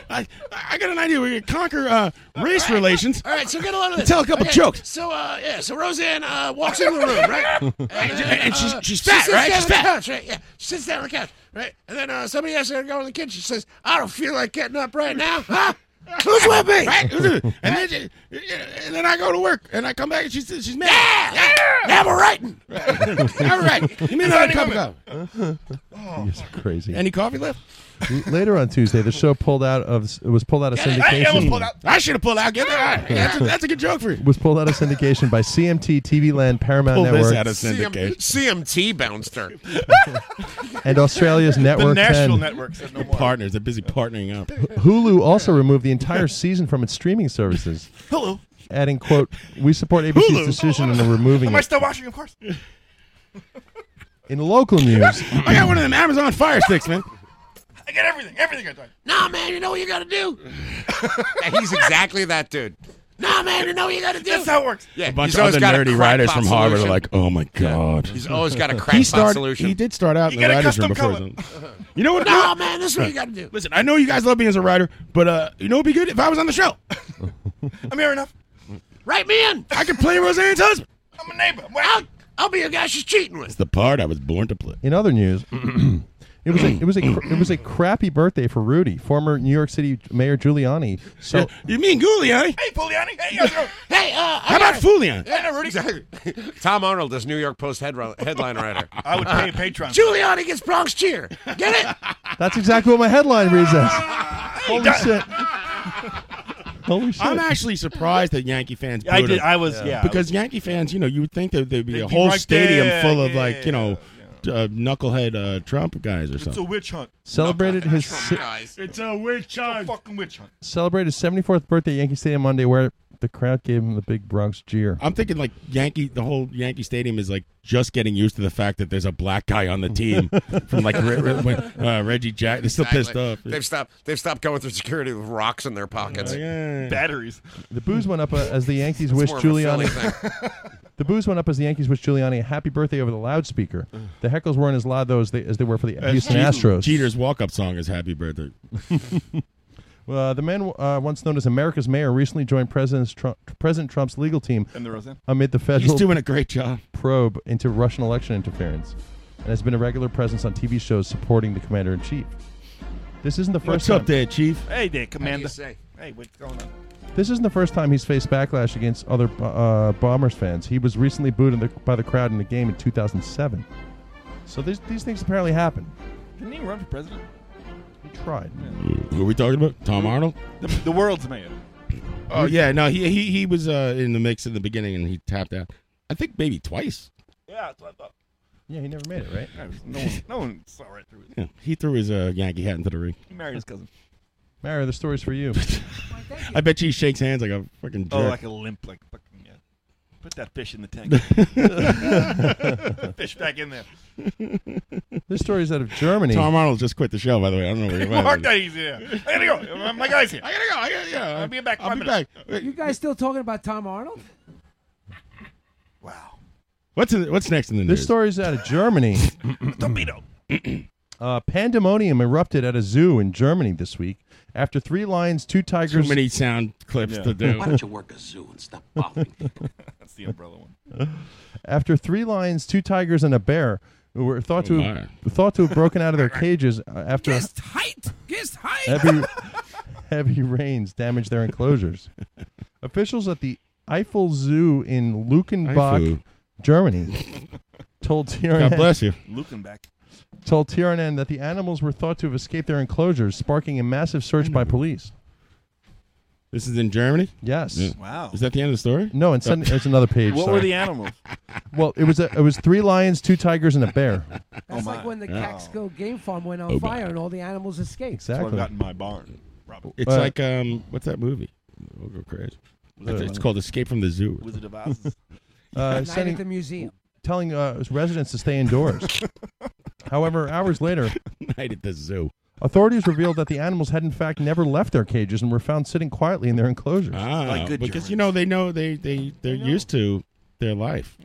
S2: I, I got an idea. We could conquer uh, race relations.
S6: [LAUGHS] All right, so get a lot of this.
S2: Tell a couple
S6: Okay,
S2: jokes.
S6: So, uh, yeah, so Roseanne uh, walks into the room, right?
S2: [LAUGHS]
S6: uh,
S2: And- and she's- she's
S6: she
S2: fat,
S6: sits
S2: right?
S6: down
S2: She's
S6: on the
S2: fat.
S6: couch, right? Yeah, she sits down on the couch, right? And then uh, somebody asks her to go in the kitchen. She says, "I don't feel like getting up right now, huh?" Who's with
S2: [LAUGHS]
S6: me? [LAUGHS]
S2: Right? Who's with me? And then, she- and then I go to work, and I come back, and she's she's mad. Yeah,
S6: Now we're
S2: [LAUGHS]
S6: writing.
S2: [LAUGHS] All right, give
S8: [LAUGHS]
S2: me another cup of coffee.
S8: It's crazy.
S2: [LAUGHS] Any coffee left?
S8: Later on Tuesday, the show pulled out of was pulled out of syndication.
S2: I should have pulled out. Get that. All right. That's, a, that's a good joke for you.
S8: Was pulled out of syndication by CMT, TV Land, Paramount
S2: Pull this
S8: Network,
S2: out of syndication. [LAUGHS]
S6: CMT bouncer.
S8: and Australia's Network 10.
S2: said no more. Partners, they're busy partnering up.
S8: Hulu also removed the entire season from its streaming services,
S2: Hello.
S8: adding, "quote We support ABC's
S16: Hulu.
S8: decision in removing
S16: Am I
S8: it."
S16: still watching? Of course.
S8: In local news,
S2: I got one of them Amazon Fire Sticks, man.
S16: I get everything. Everything I try.
S6: Nah, man, you know what you
S2: [LAUGHS]
S6: gotta do. He's exactly that dude. Nah, man, you know what you gotta do. That's how it works. Yeah,
S2: A bunch
S6: he's
S2: of
S6: always
S2: other
S6: got a
S2: nerdy writers from
S6: crackpot
S2: Harvard are
S6: solution.
S2: like, oh my god.
S6: He's always got a
S2: he
S6: crackpot
S2: started,
S6: solution.
S2: He did start out
S6: You
S2: in the
S6: get a
S2: writers room
S6: custom
S2: before.
S6: color.
S2: then. You know what?
S6: Nah, man, this is what you gotta do.
S2: Listen, I know you guys love me as a writer, but uh, you know what'd be good if I was on the
S6: [LAUGHS]
S2: show.
S6: I'm here enough. Right, man.
S2: I can play Roseanne's husband.
S6: I'm a neighbor. Well, I'll, I'll be a guy she's cheating with.
S2: It's the part I was born to play.
S8: in other news, [CLEARS THROAT] it was a, it was a cr- it was a crappy birthday for Rudy, former New York City Mayor Giuliani. So
S2: You mean Giuliani?
S16: Hey, Pugliani. Hey, how's it going?
S6: Hey, uh,
S2: How about Fulian?
S16: I know Rudy.
S6: [LAUGHS] Tom Arnold is New York Post headline, headline writer.
S16: [LAUGHS] I would pay a patron.
S6: Giuliani gets Bronx cheer. Get
S16: [LAUGHS]
S6: it?
S8: that's exactly what my headline reads as. Holy
S2: done-
S8: shit! Holy shit!
S2: I'm actually surprised that Yankee fans.
S16: I
S2: booed
S16: did-
S2: him.
S16: I was- Yeah. yeah, I
S2: because Yankee fans, you know, you would think that there'd be
S16: They'd
S2: a
S16: be
S2: whole
S16: right
S2: stadium
S16: there,
S2: full of
S16: yeah,
S2: like you know, uh, knucklehead uh, Trump guys or something.
S16: witch hunt.
S8: Celebrated his si-
S16: It's a witch hunt. It's a fucking witch hunt.
S8: celebrated his 74th birthday at Yankee Stadium Monday, where the crowd gave him the big Bronx jeer.
S2: I'm thinking like Yankee, the whole Yankee Stadium is like just getting used to the fact that there's a black guy on
S8: [LAUGHS]
S2: the team from like Re- Re- when, uh, Reggie Jack. They're still pissed
S6: Exactly.
S2: off. Oh,
S6: They've stopped. They've stopped going through security with rocks in their pockets.
S16: Batteries.
S8: The booze went up uh, as the Yankees
S6: That's
S8: wished
S6: more of a Philly
S8: Giuliani. [LAUGHS]
S6: [LAUGHS]
S8: the booze went up as the Yankees wished Giuliani a happy birthday over the loudspeaker. The heckles weren't as loud though as they, as they were for the Houston Astros.
S2: Jeter's walk-up song is "Happy Birthday."
S8: [LAUGHS] Uh, the man uh, once known as America's mayor recently joined President, Trump, President Trump's legal team
S16: And the Roseanne.
S8: amid the federal
S2: He's doing a great job.
S8: probe into Russian election interference and has been a regular presence on TV shows supporting the commander in chief. This isn't the first
S2: What's up
S8: time-
S2: there, Chief?
S16: Hey there, Commander.
S6: say?
S16: Hey, what's going on?
S8: This isn't the first time he's faced backlash against other uh, Bombers fans. He was recently booed in the, by the crowd in the game in 2007. So these, these things apparently happen.
S16: Didn't he run for president?
S8: He tried.
S2: Who are we talking about? Tom Arnold?
S16: The, the world's mayor.
S2: Oh yeah, no, he he he was uh, in the mix in the beginning and he tapped out. I think maybe twice.
S16: Yeah, that's what I thought.
S8: Yeah, he never made it, right?
S16: no one, no one saw right through it.
S2: Yeah, he threw his uh, Yankee hat into the ring.
S16: He married his cousin.
S8: Mara, the story's for you.
S2: [LAUGHS] I bet you he shakes hands like a fucking jerk.
S16: Oh, like a limp, like fucking yeah. Put that fish in the
S8: [LAUGHS]
S16: tank. fish back in there.
S2: [LAUGHS]
S8: this story's out of Germany.
S2: Tom Arnold just quit the show, by the way. I don't know where
S16: [LAUGHS]
S2: he went.
S16: Mark that he's there. I gotta go. My- My guy's here. I gotta go. I gotta, yeah. I'll be back. in
S2: I'll
S16: five
S2: be
S16: minutes.
S11: You guys still talking about Tom
S2: [LAUGHS]
S11: Arnold?
S2: What's in, what's next in the
S8: This
S2: news?
S8: story's out
S16: [LAUGHS]
S8: of Germany.
S16: Torpedo.
S8: [CLEARS THROAT] Uh, pandemonium erupted at a zoo in Germany this week after three lions, two tigers.
S2: Too many sound clips to do. Why don't you work a zoo and stop bothering people?
S16: [LAUGHS] That's the umbrella one.
S8: [LAUGHS] After three lions, two tigers, and a bear who were thought to
S16: Oh,
S8: have, thought to have broken out
S16: [LAUGHS]
S8: of their cages uh, after
S20: height! Guess height!
S8: heavy heavy rains damaged their enclosures. Officials at the Eiffel Zoo in Luckenbach,
S2: Eiffel. [LAUGHS]
S8: Germany, told TRN.
S2: God bless you.
S16: Luckenbach.
S8: Told TRN that the animals were thought to have escaped their enclosures, sparking a massive search by police.
S2: Hmm. This is in Germany.
S8: Yes.
S2: Yeah.
S16: Wow.
S2: Is that the end of the story?
S8: No, and suddenly it's another page.
S16: What
S8: sorry.
S16: were the animals?
S8: [LAUGHS] Well, it was a, it was three lions, two tigers, and a bear.
S11: That's like when the
S8: Oh.
S11: Catskill Game Farm went on
S8: Oh,
S11: fire and all the animals escaped.
S8: Exactly.
S16: I've got in my barn. Robert.
S2: It's
S8: Uh,
S2: like [LAUGHS] um, what's that movie? We'll go crazy.
S8: Was
S2: It's,
S8: it-
S2: it's called Escape from the Zoo.
S16: Wizard of
S2: [LAUGHS]
S16: Oz.
S8: Uh,
S11: Night at the museum.
S8: telling uh, residents to stay indoors. However, hours later,
S2: Night at the zoo.
S8: Authorities revealed that the animals had, in fact, never left their cages and were found sitting quietly in their enclosures.
S2: Ah, because you know they know they they they're used to their life.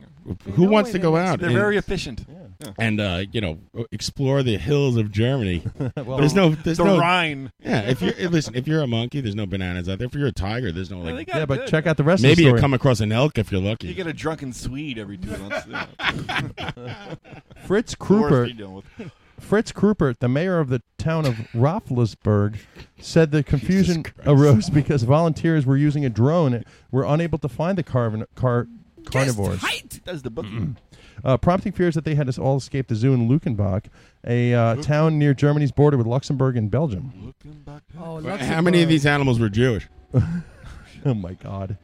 S2: Who
S16: know
S2: wants
S16: where
S2: to
S16: they
S2: go
S16: live.
S2: out?
S16: They're
S2: and-
S16: very efficient. Yeah. Yeah.
S2: And uh, you know, explore the hills of Germany.
S16: Well,
S2: there's no, there's
S16: the
S2: no
S16: Rhine.
S2: Yeah, if you listen, if you're a monkey, there's no bananas out there. If you're a tiger, there's no
S16: they
S2: like.
S16: got Yeah, but good.
S8: check out the rest of the
S2: Maybe you
S8: story.
S2: come across an elk if you're
S16: You
S2: lucky.
S16: get a drunken Swede every two
S6: [LAUGHS]
S16: months.
S8: [LAUGHS] Fritz
S16: Krueger. dealing
S8: Kruppert,
S16: with.
S8: [LAUGHS] Fritz Kruppert, the mayor of the town of Roethlisberg,
S16: [LAUGHS]
S8: said the confusion arose because volunteers were using a drone and were unable to find the carvin- car- carnivores.
S16: That's the bookie.
S8: uh, prompting fears that they had us all escaped the zoo in Luckenbach, a uh, town near Germany's border with Luxembourg and Belgium.
S11: Oh,
S2: How many of these animals were Jewish?
S8: [LAUGHS] oh my God!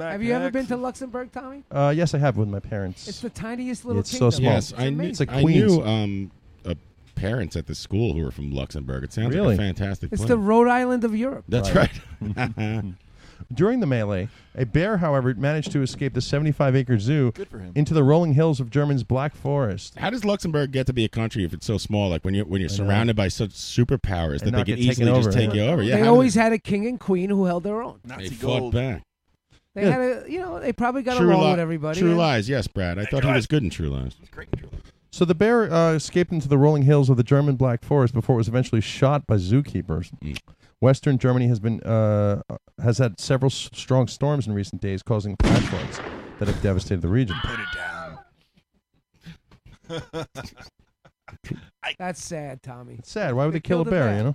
S11: Have you ever been to Luxembourg, Tommy?
S8: Uh, yes, I have with my parents.
S11: It's the tiniest little
S8: It's
S11: kingdom.
S8: so small.
S2: Yes, I knew.
S11: amazing.
S8: It's like
S2: I
S8: Queens.
S2: knew um, uh, parents at the school who were from Luxembourg. It sounds
S8: Really?
S2: like a fantastic.
S11: It's
S2: place.
S11: the Rhode Island of Europe.
S2: That's right.
S8: During the melee, a bear, however, managed to escape the 75-acre zoo
S2: Good for him.
S8: into the rolling hills of Germany's Black Forest.
S2: How does Luxembourg get to be a country if it's so small? Like when you're when you're
S8: I know.
S2: surrounded by such superpowers
S8: And
S2: that they
S8: not
S2: can
S8: get taken
S2: easily just
S8: over,
S2: take
S8: yeah.
S2: you over. Yeah,
S11: they
S2: how
S11: always had a king and queen who held their own.
S2: did they fought back.
S11: They
S2: Yeah.
S11: had a, you know, they probably got
S2: True
S11: along
S2: Li-
S11: with everybody.
S2: True
S11: and-
S2: Lies, yes, Brad. I thought he was good in True Lies.
S8: So the bear uh, escaped into the rolling hills of the German Black Forest before it was eventually shot by zookeepers. Western Germany has been uh, has had several s- strong storms in recent days, causing flash floods that have devastated the region.
S16: Put it down.
S9: [LAUGHS]
S11: That's sad, Tommy.
S8: It's sad. Why would they, kill a
S11: killed
S8: bear? You know.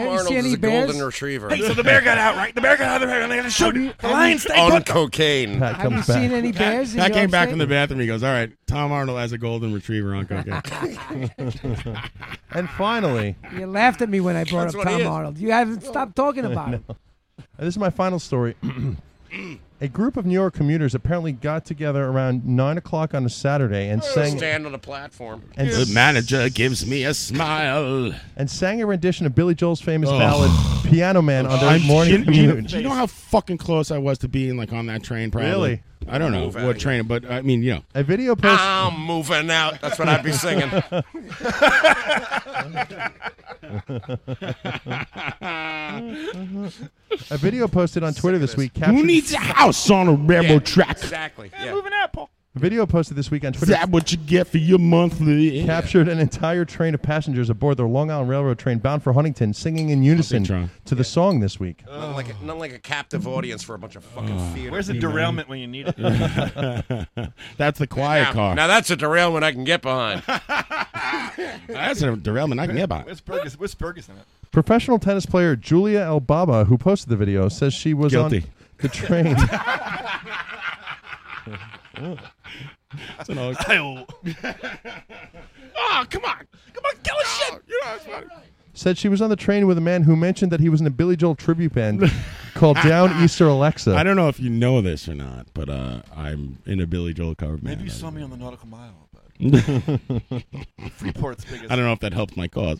S11: Yeah, you see
S6: Arnold is
S11: any
S6: a
S11: bears?
S6: golden retriever.
S11: Hey, so the bear got out,
S16: right? The bear got out of the bear and they had to shoot
S11: Have you-
S16: it. The
S11: have
S16: lion
S11: you-
S16: stayed
S2: On
S16: hooked.
S2: cocaine.
S8: Pat
S11: Have you seen any bears? in
S2: Pat
S11: your
S2: came back
S11: state?
S2: from the bathroom. He goes, "All right, Tom Arnold has a golden retriever on
S6: [LAUGHS]
S2: cocaine."
S8: and finally,
S11: You laughed at me when I brought
S8: That's
S11: up
S8: what he
S11: Tom
S8: is.
S11: Arnold. You haven't stopped talking about him.
S8: [LAUGHS] No. This is my final story. [CLEARS THROAT] a group of New York commuters apparently got together around nine o'clock on a Saturday
S2: Oh,
S8: and sang
S6: [LAUGHS] Stand on the platform.
S8: And
S2: the manager gives me a smile.
S8: and sang a rendition of Billy Joel's famous
S2: Oh.
S8: ballad "Piano Man" on their
S2: I'm-
S8: morning
S2: do you, do you- [LAUGHS]
S8: commute.
S2: do you know how fucking close I was to being like on that train? Probably.
S8: Really?
S2: I don't know
S8: Move
S2: what train, but I mean, you know,
S8: a video post.
S6: I'm moving out. That's what I'd be
S16: [LAUGHS]
S6: [LAUGHS] singing.
S16: Mm-hmm.
S8: a video posted on Twitter this week. Captured,
S2: who needs a house on a railroad track?
S6: Exactly. Yeah.
S16: Moving out, Paul.
S8: A video posted this week on
S2: Is
S8: Twitter
S2: that what you get for your monthly?
S8: captured an entire train of passengers aboard their Long Island Railroad train bound for Huntington singing in unison to the song this week.
S6: Nothing like, a, nothing like a captive audience for a bunch of fucking
S2: Oh.
S6: theater.
S16: Where's the
S6: people.
S16: derailment when you need it?
S2: [LAUGHS]
S16: [LAUGHS]
S2: That's the quiet
S6: now,
S2: car.
S6: Now that's a derailment I can
S11: [LAUGHS]
S6: get behind.
S2: That's a derailment I can get by.
S16: Where's Ferguson? Where's Ferguson at?
S8: Professional tennis player Julia El Baba, who posted the video, says she was
S2: Guilty.
S8: on the
S2: [LAUGHS]
S8: train.
S2: That's an old-
S20: [LAUGHS] oh, come on. Come on, kill a
S4: Oh,
S20: shit. You know, it's funny.
S8: said she was on the train with a man who mentioned that he was in a Billy Joel tribute band called
S2: [LAUGHS]
S8: Down Easter Alexa.
S2: I don't know if you
S8: [LAUGHS]
S2: know this or not, but uh, I'm in a Billy Joel cover
S7: Maybe you
S2: band.
S7: saw me on the nautical
S8: [SIGHS]
S7: mile. Freeport's biggest-
S2: I don't know if that helped my cause.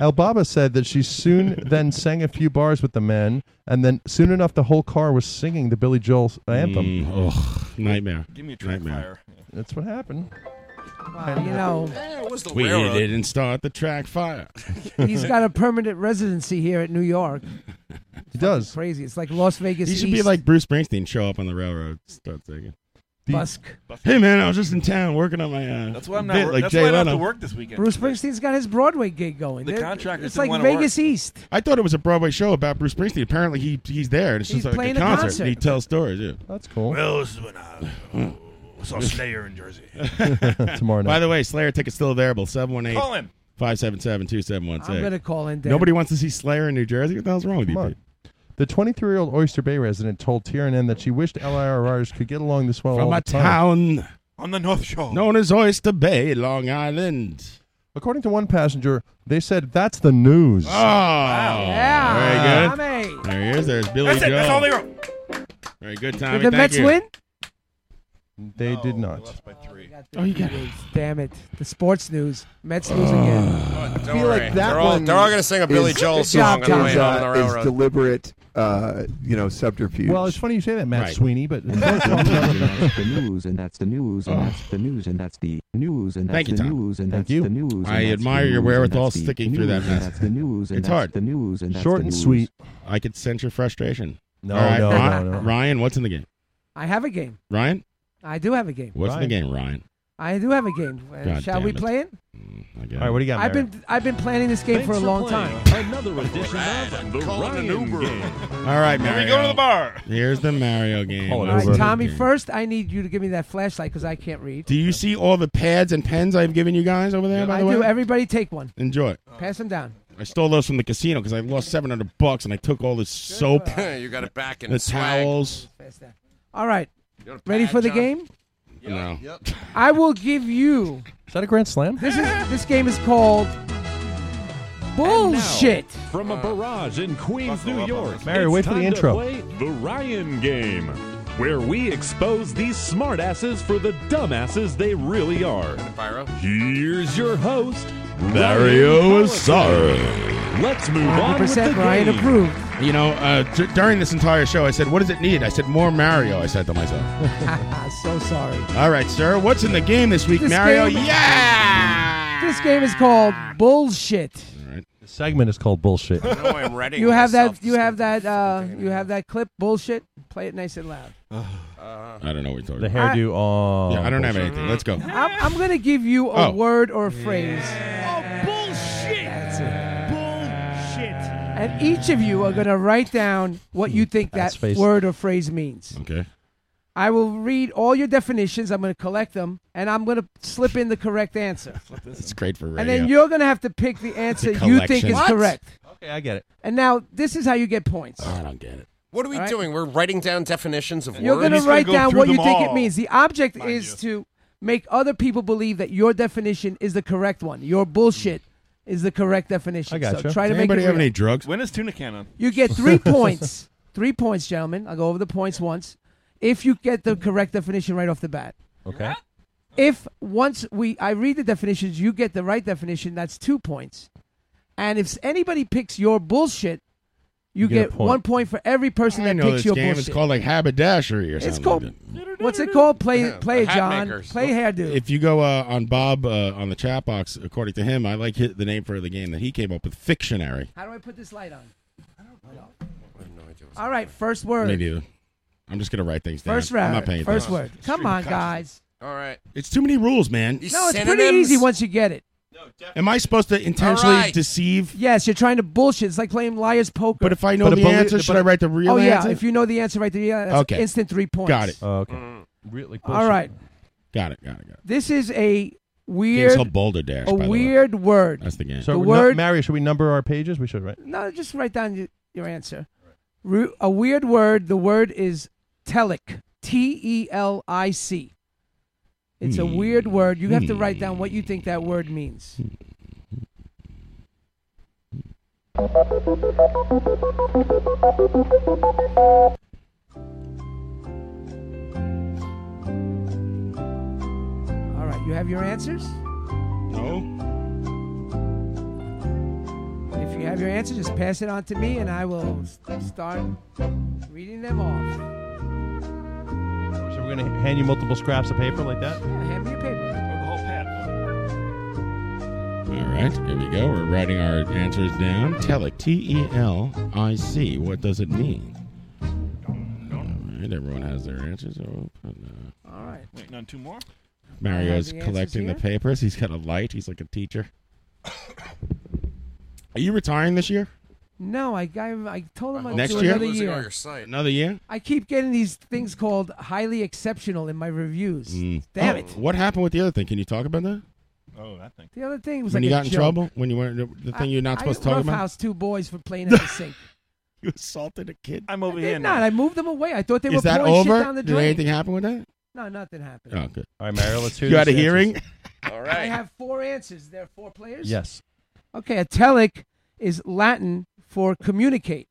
S8: Albaba said that she soon then sang a few bars with the men, and then soon enough the whole car was singing the Billy Joel anthem.
S2: Mm, ugh, nightmare. Give me a track
S8: nightmare. That's what happened.
S11: Wow, you know,
S2: We didn't start the track fire.
S11: [LAUGHS] he's got a permanent residency here at New York.
S8: He does.
S11: Crazy. It's like Las Vegas.
S2: He should be
S11: East.
S2: like Bruce Springsteen, show up on the railroad, start singing.
S11: Busk.
S2: Hey man, I was just in town working on my. Uh,
S11: That's why I'm
S7: not
S2: bit
S7: wor-
S2: like
S7: that's
S2: Jay
S7: why I don't have
S2: Leno.
S7: to work this weekend.
S11: Bruce Springsteen's got his Broadway gig going.
S7: The
S11: They're-
S7: contractors
S11: It's
S7: didn't
S11: like
S7: wanna
S11: Vegas
S7: work.
S11: East.
S2: I thought it was a Broadway show about Bruce Springsteen. Apparently, he he's there, and it's
S11: He's
S2: just like
S11: playing
S2: a
S11: a
S2: concert.
S11: concert.
S2: And he tells stories. Yeah,
S8: that's cool.
S9: Well, this is when I
S2: [SIGHS]
S9: saw Slayer
S2: [LAUGHS]
S9: in Jersey.
S8: Tomorrow night.
S2: By the way, Slayer tickets still available. 718
S9: Call him.
S2: 577 2716.
S11: I'm gonna call in, Dan.
S2: Nobody wants to see Slayer in New Jersey? What the hell's wrong with you,
S8: Come on.
S2: Pete?
S8: The 23 year old Oyster Bay resident told TRNN that she wished LIR riders could get along this well.
S2: From
S8: all
S2: a
S8: the time.
S2: town
S7: on the North Shore
S2: known as Oyster Bay, Long Island.
S8: According to one passenger, they said, That's the news.
S2: Oh, yeah. Very
S11: good.
S2: There he is. There's Billy
S8: That's it.
S2: Joel.
S8: That's all they
S2: wrote. Very good, Tommy.
S11: Did the
S2: Thank
S11: Mets
S2: you.
S11: win?
S8: They did not.
S11: Oh, you got it. Damn it. The sports news. Mets news
S7: Oh,
S11: again.
S6: Don't worry. they're, all, they're all going to sing a Billy
S17: is-
S6: Joel
S17: is,
S6: song on the way
S17: is,
S6: home on the
S17: uh,
S6: railroad.
S17: Is deliberate, uh, you know, subterfuge.
S8: Well, it's funny you say that, Matt
S17: Right.
S8: Sweeney, but
S21: that's the news, and that's the news, and that's the news, and that's the news, and
S2: Thank
S21: that's
S2: you,
S21: the
S2: Tom.
S21: news, and
S2: Thank
S21: that's
S2: you.
S21: the news. and
S2: I
S21: that's the
S2: admire your
S21: news, and
S2: wherewithal
S21: that's the
S2: sticking through that
S21: news,
S2: mess.
S21: And that's the news, and
S2: It's
S21: that's
S2: hard.
S21: the news, and that's
S2: Short
S21: the
S2: and
S21: news.
S2: sweet. I could sense your frustration.
S8: No,
S2: All right,
S8: no,
S2: Ryan,
S8: no, no.
S2: Ryan, what's in the game?
S11: I have a game.
S2: Ryan,
S11: I do have a game.
S2: what's in the game, Ryan?
S11: I do have a game. Uh,
S2: God
S11: Shall
S2: damn
S11: we
S2: it.
S11: play it?
S2: I guess.
S8: All right, what do you got,
S11: I've
S8: Mayor?
S11: been I've been planning this game for a long time.
S15: Another edition of the Ryan Game.
S4: [LAUGHS]
S2: All right,
S15: Here
S2: Mario.
S15: we go to the bar.
S2: Here's the Mario game.
S11: All right, Tommy. First, I need you to give me that flashlight because I can't read.
S2: Do you see all the pads and pens I've given you guys over there? by
S11: I
S2: the way,
S11: do. Everybody take one.
S2: enjoy.
S7: Oh.
S11: Pass them down.
S2: I stole those from the casino because I lost seven hundred bucks, and I took all this soap. [LAUGHS]
S6: You got it back in
S2: the
S6: swag.
S2: towels.
S11: All right.
S6: You want a
S11: Ready
S6: pad,
S11: for the
S6: John?
S11: game?
S2: No.
S11: I will give you.
S8: Is that a grand slam?
S11: This is this game is called
S9: [LAUGHS]
S11: bullshit. [LAUGHS]
S15: From a barrage in Queens, New York.
S8: Mary,
S15: it's
S8: wait for the
S15: time to
S8: intro.
S15: play the Ryan Game, where we expose these smartasses for the dumbasses they really are. Here's your host,
S2: Mario is sorry.
S15: Let's move on with the
S11: 100% Ryan
S15: game.
S11: approved.
S2: You know, uh, d- during this entire show, I said, "What does it need?" I said, "More Mario." I said to myself.
S11: so sorry.
S2: All right, sir. What's in the game this week,
S11: This
S2: Mario?
S11: game-
S2: yeah.
S11: This game is called bullshit.
S8: The segment is called
S2: [LAUGHS]
S8: Bullshit.
S4: Oh,
S6: know I'm ready.
S11: You have that. You have that. Uh, you have that clip. Bullshit. Play it nice and loud.
S2: I don't know what you're talking
S8: The
S2: about.
S8: hairdo. oh,
S2: Yeah, I don't have
S8: bullshit.
S2: anything. Let's go.
S11: I'm, I'm gonna give you a
S2: Oh.
S11: word or a phrase,
S3: Oh, bullshit! That's it. Bullshit.
S11: and each of you are gonna write down what you think that
S2: Hmm, That's face-
S11: word or phrase means.
S2: Okay.
S11: I will read all your definitions. I'm gonna collect them, and I'm gonna slip in the correct answer.
S2: It's great for radio.
S11: And then you're gonna have to pick the answer you think
S2: collection.
S11: is
S2: What?
S11: correct.
S8: Okay, I get it.
S11: And now this is how you get points.
S2: I don't get it.
S6: What are we
S11: Alright.
S6: doing? We're writing down definitions of
S11: You're
S6: words.
S11: going to write down what you think it means. The object is to make other people believe that your definition is the correct one. Your bullshit is the correct definition.
S8: I gotcha.
S11: So try to make it real.
S2: drugs?
S7: When is tuna cannon?
S11: You get three points. [LAUGHS] Three points, gentlemen. I'll go over the points once. If you get the correct definition right off the bat.
S8: Okay.
S11: If once we I read the definitions, you get the right definition, that's two points. And if anybody picks your bullshit, you,
S2: You get a
S11: get
S2: point.
S11: one point for every person
S2: I
S11: that
S2: know
S11: picks
S2: this
S11: your
S2: game.
S11: bullshit.
S2: It's called like haberdashery or something.
S11: It's
S2: like
S11: called.
S2: that.
S11: What's it called? Play, play it,
S6: hat
S11: John.
S6: makers.
S11: Play hairdo.
S2: If you go uh, on Bob uh, on the chat box, according to him, I like hit the name for the game that he came up with, Fictionary.
S11: How do I put this light on? All right, first
S2: Me
S11: word.
S2: neither. uh, I'm just gonna write things down.
S11: First
S2: I'm not
S11: round.
S2: paying
S11: First word.
S2: attention.
S11: Come on, guys.
S6: All right.
S2: It's too many rules, man.
S11: No, it's pretty easy once you get it.
S2: Am I supposed to intentionally
S11: All right.
S2: deceive?
S11: Yes, you're trying to bullshit. It's like playing liar's poker. But
S2: if I know But the a bully- answer, but should a- I write the real
S11: oh,
S2: answer?
S11: yeah. If you know the answer, write the real answer.
S2: Okay.
S11: Instant three points.
S2: Got it.
S8: okay. Really
S11: All right.
S2: Got it. Got it. Got it.
S11: This is a
S2: Game's
S11: weird.
S2: called Boulder Dash.
S11: a
S2: by the way.
S11: weird word.
S2: That's the game.
S8: So,
S11: The
S8: nu-
S11: word-
S8: Mario, should we number our pages? We should, right?
S11: No, just write down your, your answer. Ru- a weird word. The word is telic. T E L I C. It's a weird word. You have to write down what you think that word means. All right, you have your answers?
S2: No.
S11: If you have your answer, just pass it on to me and I will s- start reading them off.
S8: So we're gonna hand you multiple scraps of paper like that.
S11: Yeah, hand me your paper.
S4: Oh,
S11: the whole pad.
S2: All right, here we go. We're writing our answers down. Telic, T E L I C. What does it mean? All right, everyone has their answers. Oh, and, uh,
S11: All right.
S9: Wait, none two more?
S2: Mario's
S9: the answers
S2: collecting the
S9: here.
S2: papers. He's got a light. He's like a teacher. Are you retiring this year?
S11: No, I, I, I told him I'd
S2: Next
S11: do
S2: year?
S11: another year.
S2: Another year?
S11: I keep getting these things called highly exceptional in my reviews.
S2: Mm.
S11: Damn
S2: Oh,
S11: it.
S2: What happened with the other thing? Can you talk about that?
S9: Oh, that thing.
S11: The other thing was
S2: when
S11: like
S2: you
S11: a
S2: got in
S11: joke.
S2: trouble? When you were the thing you're not
S11: I
S2: supposed to talk about?
S11: roughhoused two boys for playing at the sink.
S2: [LAUGHS] You assaulted a kid.
S9: I'm over
S11: I
S9: here
S11: Did
S9: now.
S11: not. I moved them away. I thought they were
S2: Is that
S11: pouring
S2: over?
S11: shit down the
S2: Did
S11: drain.
S2: anything happen with that?
S11: No, nothing happened.
S2: Oh, good.
S8: All right, Mario, let's hear
S2: You had a
S8: these answers.
S2: hearing?
S11: All right. I have four answers. There are four players. [LAUGHS]
S8: Yes.
S11: Okay, a telic is Latin for communicate.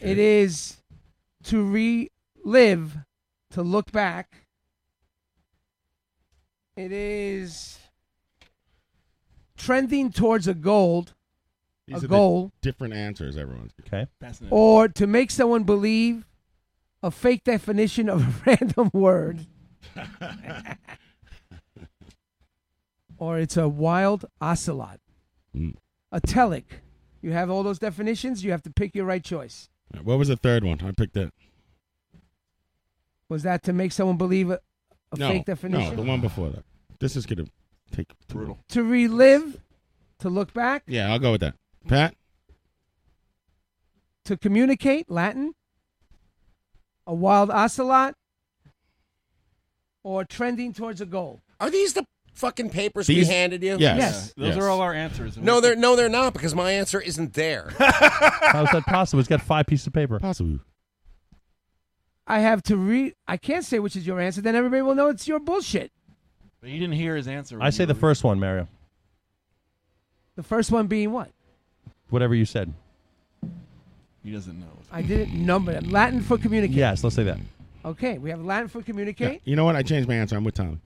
S11: It is to relive, to look back. It is trending towards a goal,
S2: These
S11: a
S2: are the
S11: goal,
S2: different answers, Oh. everyone.
S8: Okay.
S11: or to make someone believe a fake definition of a [LAUGHS] random word. or it's a wild ocelot.
S2: Mm.
S11: A telic. You have all those definitions, you have to pick your right choice.
S2: What was the third one? I picked that.
S11: Was that to make someone believe a, a
S2: no,
S11: fake definition?
S2: No, the one before that. This is gonna take brutal.
S11: To relive, to look back,
S2: Yeah, I'll go with that. Pat,
S11: to communicate, Latin. A wild ocelot, or trending towards a goal.
S6: Are these the fucking papers
S2: These-
S6: we handed you?
S2: yes, Yes.
S8: those yes. are
S7: all our answers.
S6: No, they're no, they're not because my answer isn't
S11: [LAUGHS]
S6: there.
S8: [LAUGHS] How's that possible? It's got five pieces of paper.
S2: Possible.
S11: I have to read. I can't say which is your answer. Then everybody will know it's your bullshit.
S7: But you didn't hear his answer.
S8: I say the first one, Mario.
S11: The first one being what?
S8: Whatever you said.
S7: He doesn't know.
S11: I didn't number them. Latin for communicate.
S8: Yes, let's say that.
S11: Okay, we have Latin for communicate.
S2: you know what? I changed my answer. I'm with Tommy.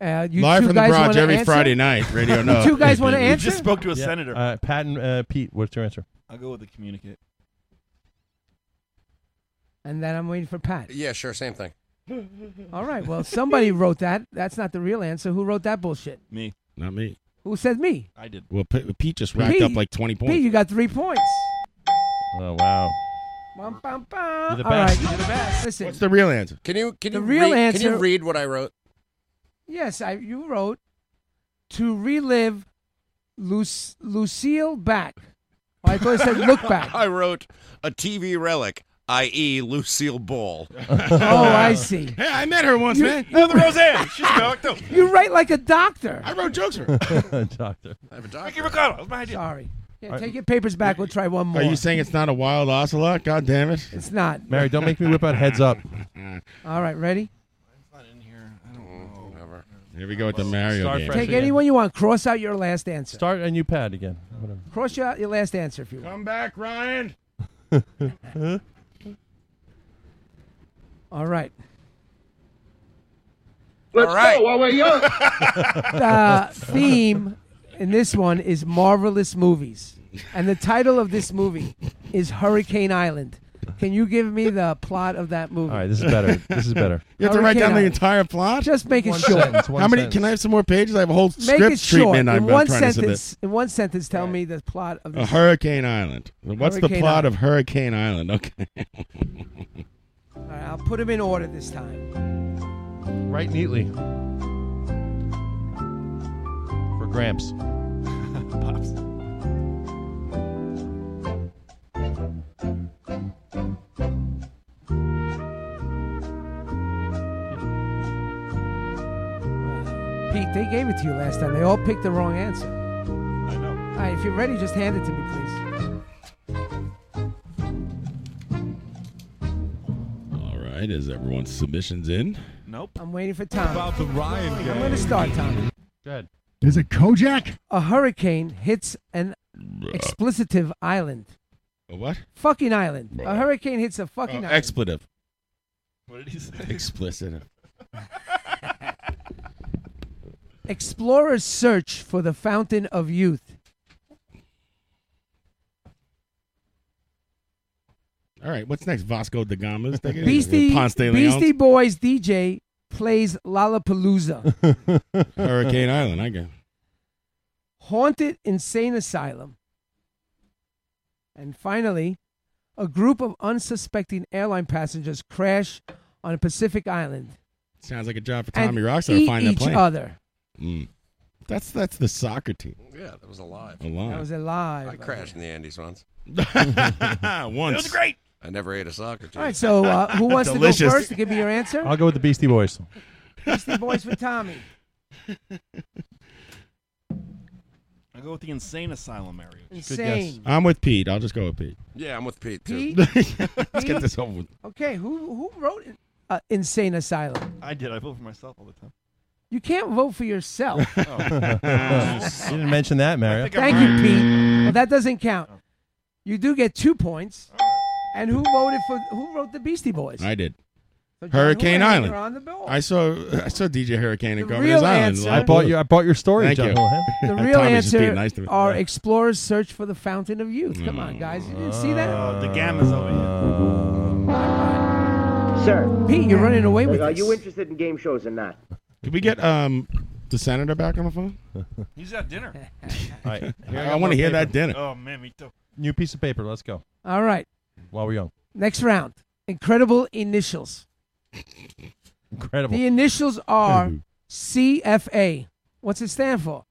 S11: Uh, you
S2: Live
S11: two
S2: from the
S11: guys
S2: Bronx
S11: wanna
S2: every
S11: answer?
S2: Friday night,
S11: [LAUGHS]
S2: Radio
S11: You
S2: Now.
S11: two guys
S8: [LAUGHS]
S11: want to
S2: You
S11: answer?
S2: just spoke to a
S8: Yeah.
S2: senator.
S8: Uh, Pat and uh, Pete, what's your answer?
S7: I'll go with the communicate.
S11: And then I'm waiting for Pat.
S6: yeah, sure, same thing.
S11: All right. Well,
S6: [LAUGHS]
S11: somebody wrote that. That's not the real answer. Who wrote that bullshit?
S7: Me.
S2: Not me.
S11: Who said me?
S7: I did.
S2: Well, P- Pete just racked
S11: Pete.
S2: up like 20
S11: Me.
S2: points.
S11: You got three points.
S8: Oh wow. [LAUGHS]
S11: Bum, bum, bum.
S2: You're the
S11: All right.
S2: best.
S11: You're the best. Listen.
S2: What's the real answer?
S6: Can you can
S11: The
S6: you
S11: real
S6: read, Can
S11: answer-
S6: you read what I wrote?
S11: Yes, I, you wrote to relive Luc- Lucille back. I thought it said
S6: [LAUGHS]
S11: look
S2: [LAUGHS]
S11: back.
S6: I wrote a TV relic, i.e., Lucille Ball.
S11: [LAUGHS] Oh,
S6: [LAUGHS]
S11: I see.
S2: Hey, I met her once,
S11: You-
S2: man.
S11: Oh, the
S6: Roseanne. She's a doctor.
S11: [LAUGHS] You write like a doctor.
S2: I wrote jokes.
S6: [LAUGHS]
S8: Doctor.
S6: I have a doctor.
S9: Ricky Ricardo. That was my idea.
S11: Sorry. Yeah,
S8: Are-
S11: take your papers back. We'll try one more.
S2: Are you saying it's not a wild ocelot? God damn it.
S11: It's not.
S8: Mary, don't make me whip out heads up.
S11: All right, ready?
S6: Whatever.
S2: Here we go with the Mario
S8: Start
S2: game.
S8: fresh
S11: Take anyone you want. Cross out your last answer.
S8: Start a new pad again. Whatever.
S11: Cross you out your last answer if you want.
S2: Come back, Ryan.
S11: All right.
S20: [LAUGHS] Let's All right. go while we're young.
S11: [LAUGHS] The theme in this one is marvelous movies, and the title of this movie is Hurricane Island. Can you give me the plot of that movie?
S8: All right, this is better. This is better.
S2: You have to write
S11: Hurricane
S2: down the
S11: Island.
S2: entire plot?
S11: Just make it One short. sentence, one
S2: How many? Can
S11: sentence.
S2: I have some more pages? I have a whole
S11: Make
S2: script
S11: it short.
S2: treatment I'm,
S11: in
S2: I'm
S11: one
S2: trying to
S11: sentence.
S2: submit.
S11: In one sentence, tell me the plot of
S2: A
S11: this.
S2: Hurricane Island. What's the
S11: Hurricane
S2: plot
S11: Island.
S2: of Hurricane Island? Okay. [LAUGHS]
S11: All right, I'll put them in order this time.
S8: Write neatly. For
S11: [LAUGHS]
S8: Gramps.
S7: Pops.
S11: Pete, they gave it to you last time. They all picked the wrong answer.
S7: I know.
S11: All right, if you're ready, just hand it to me, please.
S2: All right. Is everyone's submissions in?
S11: Nope. I'm waiting for Tom.
S1: About the Ryan
S11: I'm
S1: gang.
S11: going to start, Tom.
S8: Go ahead.
S11: Is it Kojak? A hurricane hits an explicitive island.
S2: A what?
S11: Fucking island. A hurricane hits a
S2: Oh,
S11: fucking island.
S2: expletive.
S9: What did he say?
S2: Explicit.
S11: Explorers search for the fountain of youth.
S2: All right, what's next? Vasco da
S11: [LAUGHS]
S2: Gama's thing?
S11: Beastie,
S2: Ponce de Leon's?
S11: Beastie Boys DJ plays Lollapalooza. [LAUGHS]
S2: Hurricane Island, I guess.
S11: Haunted Insane Asylum. And finally, a group of unsuspecting airline passengers crash on a Pacific island.
S2: Sounds like a job for
S11: And
S2: Tommy Rockstar to
S11: eat
S2: find that
S11: each
S2: plane.
S11: other.
S2: Mm. That's that's the soccer team.
S6: Yeah, that was alive.
S2: Alive. That was
S11: alive.
S6: I crashed in the
S7: [LAUGHS]
S6: Andes once.
S2: once.
S6: [LAUGHS] It was great. I never ate a soccer team.
S11: All right, so uh,
S6: [LAUGHS]
S11: who wants to go first to give me your answer? [LAUGHS]
S8: I'll go with the Beastie Boys.
S11: Beastie Boys with Tommy.
S9: I go with the insane asylum area.
S11: Insane.
S2: I'm with Pete. I'll just go with Pete.
S6: Yeah, I'm with Pete
S11: Pete?
S15: [LAUGHS]
S2: Let's get
S11: Pete?
S2: this over with.
S11: Okay, who who wrote uh, Insane Asylum?
S9: I did. I vote for myself all the time.
S11: You can't vote for
S8: [LAUGHS]
S11: yourself.
S8: Oh.
S11: [LAUGHS]
S8: you didn't mention that, Mario.
S11: Thank you, Pete. Well, that doesn't count. You do get two points. And who voted for who wrote the Beastie Boys?
S2: I did.
S11: So John
S2: Hurricane
S11: Houlihan,
S2: Island.
S11: you're on the bill.
S2: I saw I saw DJ Hurricane at Governor's
S11: real
S2: Island.
S11: answer-
S8: I bought your I bought your story,
S2: Thank
S8: John
S2: you.
S8: Houlihan.
S2: [LAUGHS]
S11: The real
S2: Tommy's just being
S11: answer
S2: nice to me. Mm.
S11: are explorers search for the fountain of youth. Come on, guys, you didn't see
S2: Oh,
S11: that?
S9: The gamma's over here.
S15: Uh,
S22: Sir.
S11: Pete, you're running away with
S22: Are
S11: this.
S22: you interested in game shows or not?
S2: Can we get um the senator back on the phone?
S9: [LAUGHS] He's at dinner.
S8: right, here
S2: I,
S8: got
S2: want to
S8: more
S2: hear that
S8: paper.
S2: dinner.
S9: Oh man, me too.
S8: New piece of paper. Let's go.
S11: All right,
S8: While we're young.
S11: next round. Incredible initials.
S8: Incredible.
S11: The initials
S2: Mm-hmm.
S11: are CFA. What's it stand for?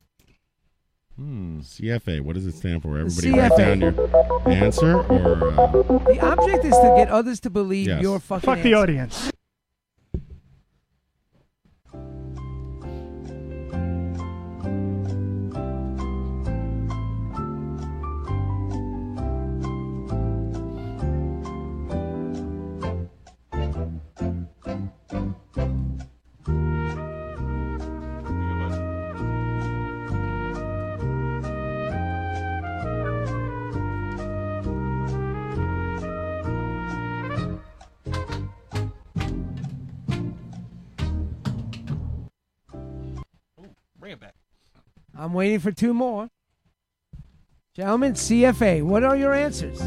S2: Hmm. CFA. What does it stand for? Everybody,
S11: CFA.
S2: write down your answer or uh,
S11: The object is to get others to believe
S2: Yes.
S11: your fucking.
S2: Fuck the
S11: answer.
S2: audience.
S9: Bring it back.
S11: I'm waiting for two more. Gentlemen, CFA. What are your answers?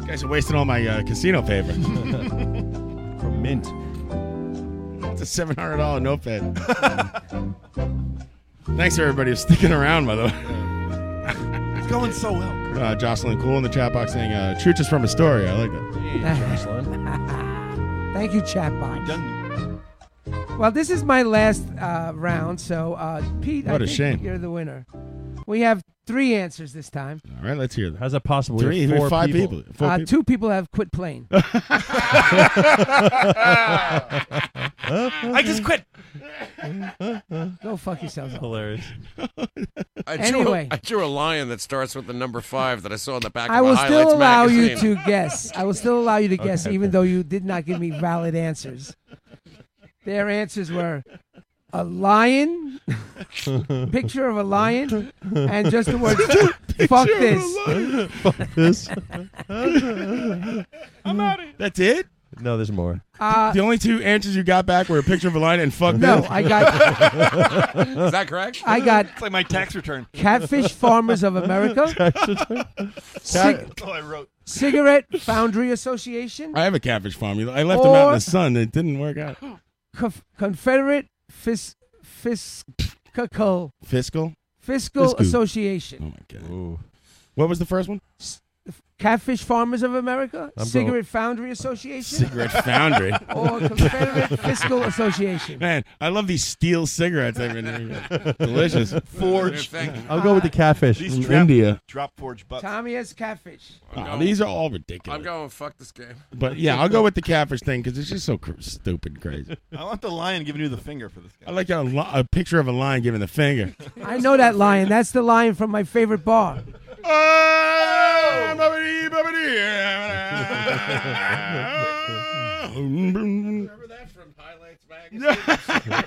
S2: You guys are wasting all my uh, casino
S8: [LAUGHS]
S2: paper.
S8: From Mint.
S2: It's a seven hundred dollar notepad. Thanks everybody for sticking around, by the way.
S9: It's going so well.
S2: Uh, Jocelyn Cool in the chat box saying, uh, "Truth is from Astoria." I like that.
S11: Thank you, chatbot. Well, this is my last uh, round, so uh, Pete,
S2: What
S11: I
S2: a
S11: think
S2: shame.
S11: you're the winner. We have three answers this time.
S2: All right, let's hear that.
S8: How's that possible? We
S2: Three,
S8: have four
S2: five
S8: people.
S2: people. Four
S11: uh,
S2: people.
S11: Two people have quit playing.
S9: I just quit.
S11: Go fuck yourselves.
S8: Hilarious.
S6: I drew,
S11: anyway,
S6: I drew a lion that starts with the number five that I saw in the back
S11: I
S6: of a
S11: will
S6: highlights
S11: still allow you
S6: magazine.
S11: to guess. I will still allow you to guess,
S6: Okay.
S11: even though you did not give me valid answers. Their answers were a lion, picture of a lion, and just the
S2: [LAUGHS]
S6: [LAUGHS]
S11: words [LAUGHS] "fuck [LAUGHS] this."
S8: Fuck this.
S11: I'm out of
S2: That's it.
S8: No, there's more.
S11: Uh,
S2: the only two answers you got back were a picture of a lion and fuck
S11: No,
S2: this.
S11: I
S2: [LAUGHS]
S11: got-
S9: Is that correct?
S11: I got.
S9: It's like my tax return.
S11: Catfish Farmers of
S2: [LAUGHS]
S11: America.
S9: Tax return. That's all I wrote.
S11: Cigarette Foundry Association.
S2: I have a catfish farm. I left them out in
S11: Or-
S2: the sun. It didn't work out.
S11: Conf- Confederate Fis- Fiscal Fiscal
S2: Fiscal. Fiscal.
S11: Association.
S2: Oh my god. What was the first one?
S11: Catfish Farmers of America,
S2: I'm
S11: Cigarette
S2: going-
S11: Foundry Association,
S2: Cigarette Foundry.
S11: [LAUGHS] or Confederate Fiscal Association.
S2: Man, I love these steel cigarettes. I've been delicious.
S9: Forge.
S8: I'll go with the catfish
S9: These
S8: from
S9: trap-
S2: India.
S9: Drop forge butts.
S11: Tommy has catfish.
S2: Aw, these are all ridiculous.
S6: I'm going fuck this game.
S2: But yeah, I'll go with the catfish thing because it's just so cr- stupid, and crazy.
S9: I want the lion giving you the finger
S6: [LAUGHS]
S9: for this guy.
S2: I like a, li- a picture of a lion giving the finger.
S11: I know that lion. That's the lion from my favorite bar.
S8: [LAUGHS]
S2: [LAUGHS] Oh, Remember
S7: that from Highlights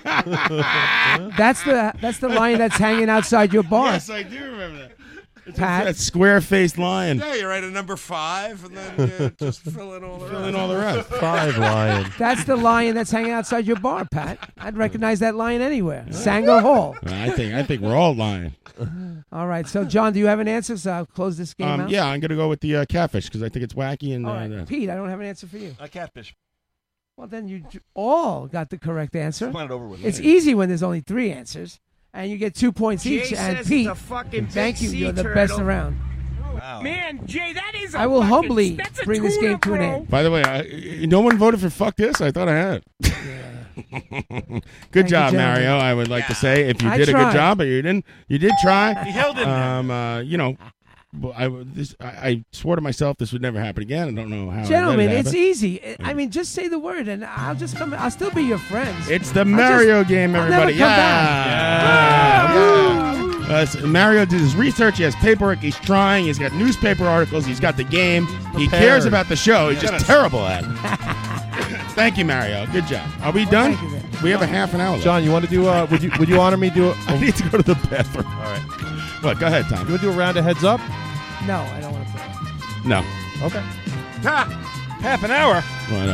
S2: Magazine?
S11: that's the
S6: [LAUGHS]
S11: that's the lion that's hanging outside your bar.
S6: Yes, I do remember that.
S2: It's That square faced lion.
S6: Yeah, you're right at number five, and then you just fill in all the
S2: Fill
S6: rest.
S2: in all the rest.
S8: Five lion.
S11: That's the lion that's hanging outside your bar, Pat. I'd recognize that lion anywhere. Sanger Hall.
S2: I think I think we're all lying.
S11: All right. So, John, do you have an answer? So I'll close this game
S2: Um,
S11: out.
S2: yeah, I'm gonna go with the uh, catfish because I think it's wacky and.
S11: All
S2: uh,
S11: right,
S2: the-
S11: Pete, I don't have an answer for you.
S9: A catfish.
S11: Well, then you j- all got the correct answer.
S9: want it over with.
S11: It's
S9: Yeah.
S11: easy when there's only three answers, and you get two points
S3: Jay
S11: each.
S3: says
S11: And
S3: it's
S11: Pete,
S3: a fucking
S11: thank
S3: big
S11: you.
S3: sea
S11: You're the
S3: turtle.
S11: best around.
S3: Man, Jay, that is. a
S11: I will
S3: fucking-
S11: humbly
S3: that's a
S11: bring this
S3: tuna,
S11: game to an
S3: bro.
S11: end.
S2: By the way, I, no one voted for fuck this. I thought I had. [LAUGHS] Good job,
S15: gentlemen.
S2: Mario. I would like to say if you
S15: I
S2: did a
S15: tried.
S2: good job, but you didn't. You did try.
S15: He held in there.
S2: Um, uh, you know, but I, would- this, I I swore to myself this would never happen again. I don't know how. I let Oh, it
S11: Gentlemen, it's
S2: happen.
S11: easy. I- I mean, just say the word, and I'll just come. I'll still be your friends.
S2: It's the
S11: I'll
S2: Mario
S11: just-
S2: game,
S11: I'll never
S2: everybody.
S11: come
S2: yeah.
S11: back.
S2: Yeah. Yeah. Uh, so Mario did his research. He has paperwork. He's trying. He's got newspaper articles. He's got the game. He
S15: prepared.
S2: cares about the show. He's
S15: Yeah.
S2: just terrible at it.
S11: [LAUGHS]
S2: Thank you, Mario. Good job. Are we done? we have a half an hour. left.
S8: John, you want to do? Uh, would you would you honor me? Do a,
S2: [LAUGHS] I need to go to the bathroom. All
S8: right.
S2: What? Go ahead, Tom.
S8: You want to do a round of heads up?
S11: No, I don't want to play.
S2: No.
S8: Okay.
S7: Half an hour.
S2: Well, no.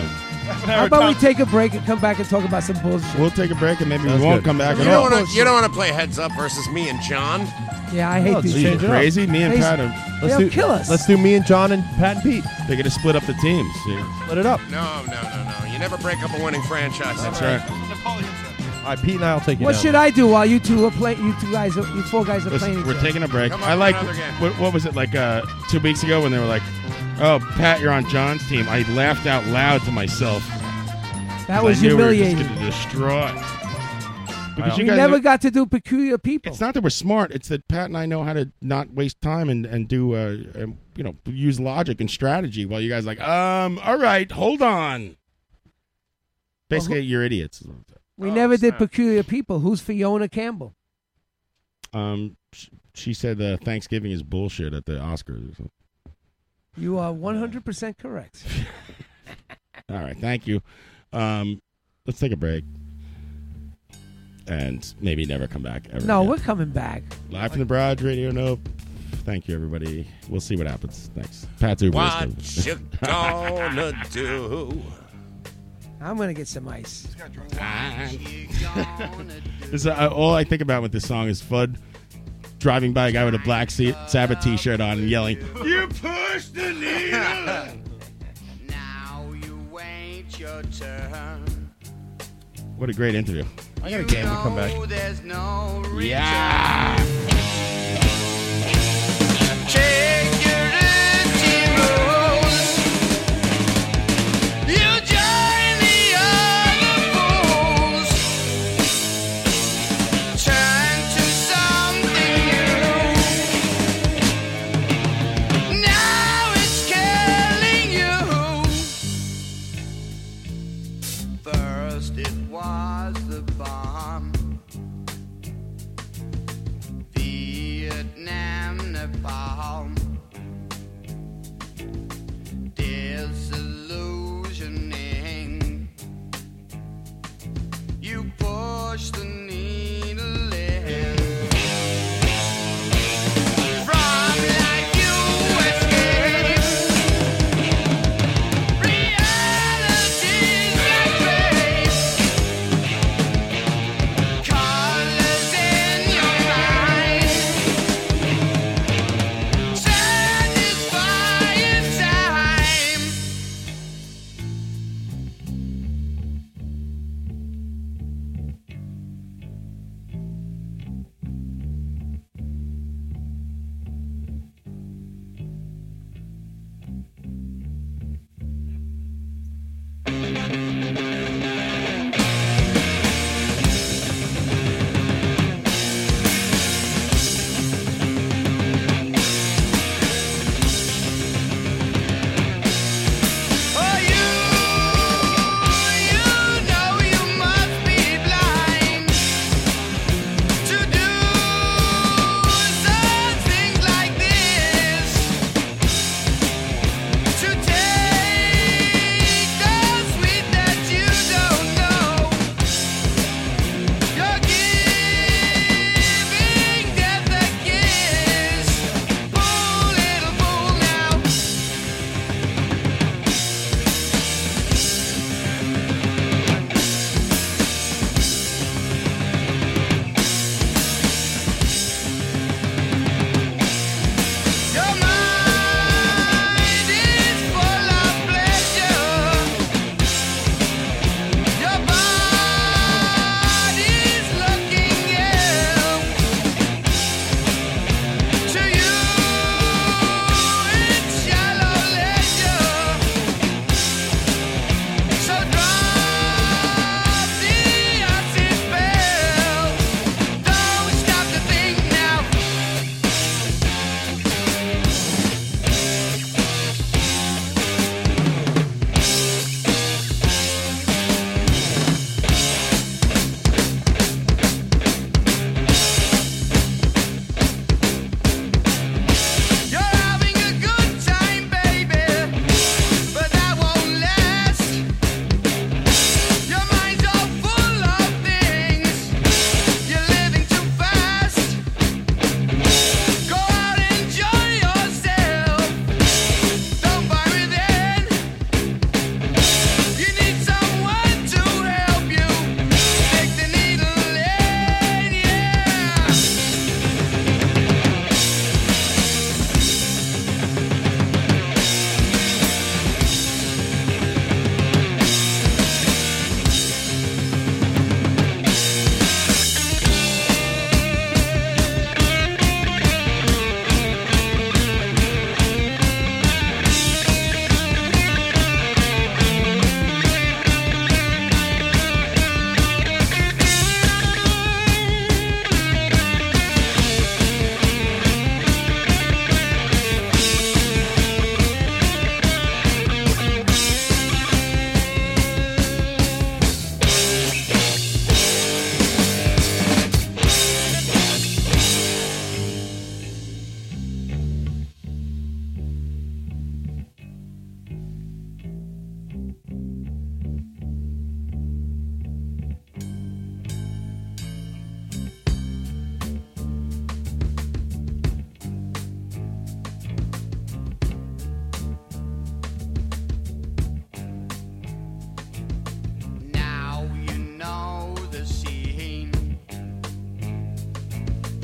S11: How about we take a break and come back and talk about some bullshit?
S2: We'll take a break and maybe we won't come back
S6: You
S2: at
S6: don't
S2: all.
S6: wanna- You don't want to play heads up versus me and John.
S11: Yeah, I hate
S2: Oh,
S11: these.
S2: geez,
S11: things.
S2: you're crazy. Me and
S11: They-
S2: Pat are.
S11: They'll kill us.
S8: Let's do me and John and Pat and Pete.
S2: They're gonna split up the teams. Yeah.
S8: Split it up.
S6: No, no, no, no. You never break up a winning franchise.
S2: That's right.
S8: All right, Pete and I'll take it.
S11: What should I do while you two are playing? You two guys, are, you four guys are
S2: Listen,
S11: playing. each
S2: we're
S11: other?
S2: taking a break. I like what, what was it like uh, two weeks ago when they were like, "Oh, Pat, you're on John's team." I laughed out loud to myself.
S11: That was
S2: I knew
S11: humiliating.
S2: We were just gonna destroy. it. Because
S11: we
S2: you guys
S11: never
S2: are-
S11: got to do peculiar people.
S2: it's not that we're smart. It's that Pat and I know how to not waste time and and do uh, um, you know use logic and strategy while you guys are like, um, all right, hold on. Basically,
S11: Uh-huh.
S2: you're idiots.
S11: We never did peculiar people. Who's Fiona Campbell?
S2: Um, sh- she said uh, Thanksgiving is bullshit at the Oscars. or something.
S11: You are 100% correct.
S2: All right, thank you. Um, let's take a break and maybe never come back ever.
S11: No,
S2: again.
S11: we're coming back.
S2: live from the Broad Radio. Nope. Thank you, everybody. We'll see what happens. Thanks, Pat's Uber. is
S6: What
S2: good.
S6: you gonna do?
S11: I'm going to get some ice.
S2: This is, uh, all I think about with this song is Fudd driving by a guy with a black se- Sabbath T-shirt on and yelling.
S16: You push the needle.
S4: Now you wait your turn.
S2: What a great interview!
S8: I got a game to come back.
S4: Oh, there's no return.
S2: Yeah.
S4: Take your empty road. You join the other fools. Turn to something new. Now it's killing you. First it was the bomb.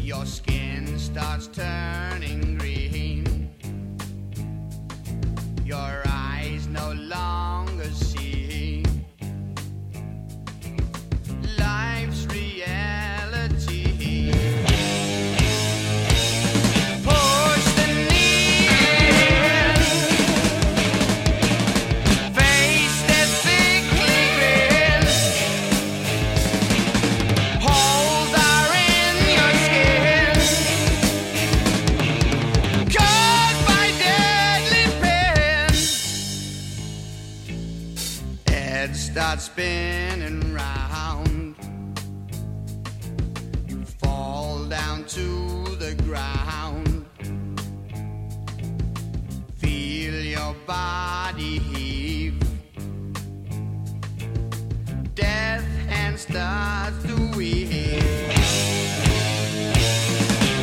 S1: your skin starts turning green. Your eyes no longer see. Life's reality. Push the needle. Face the big reveal. Holes are in your skin, cut by deadly pins. Head starts spinning round. You fall down to the ground. Feel your body heave death and starts to weep.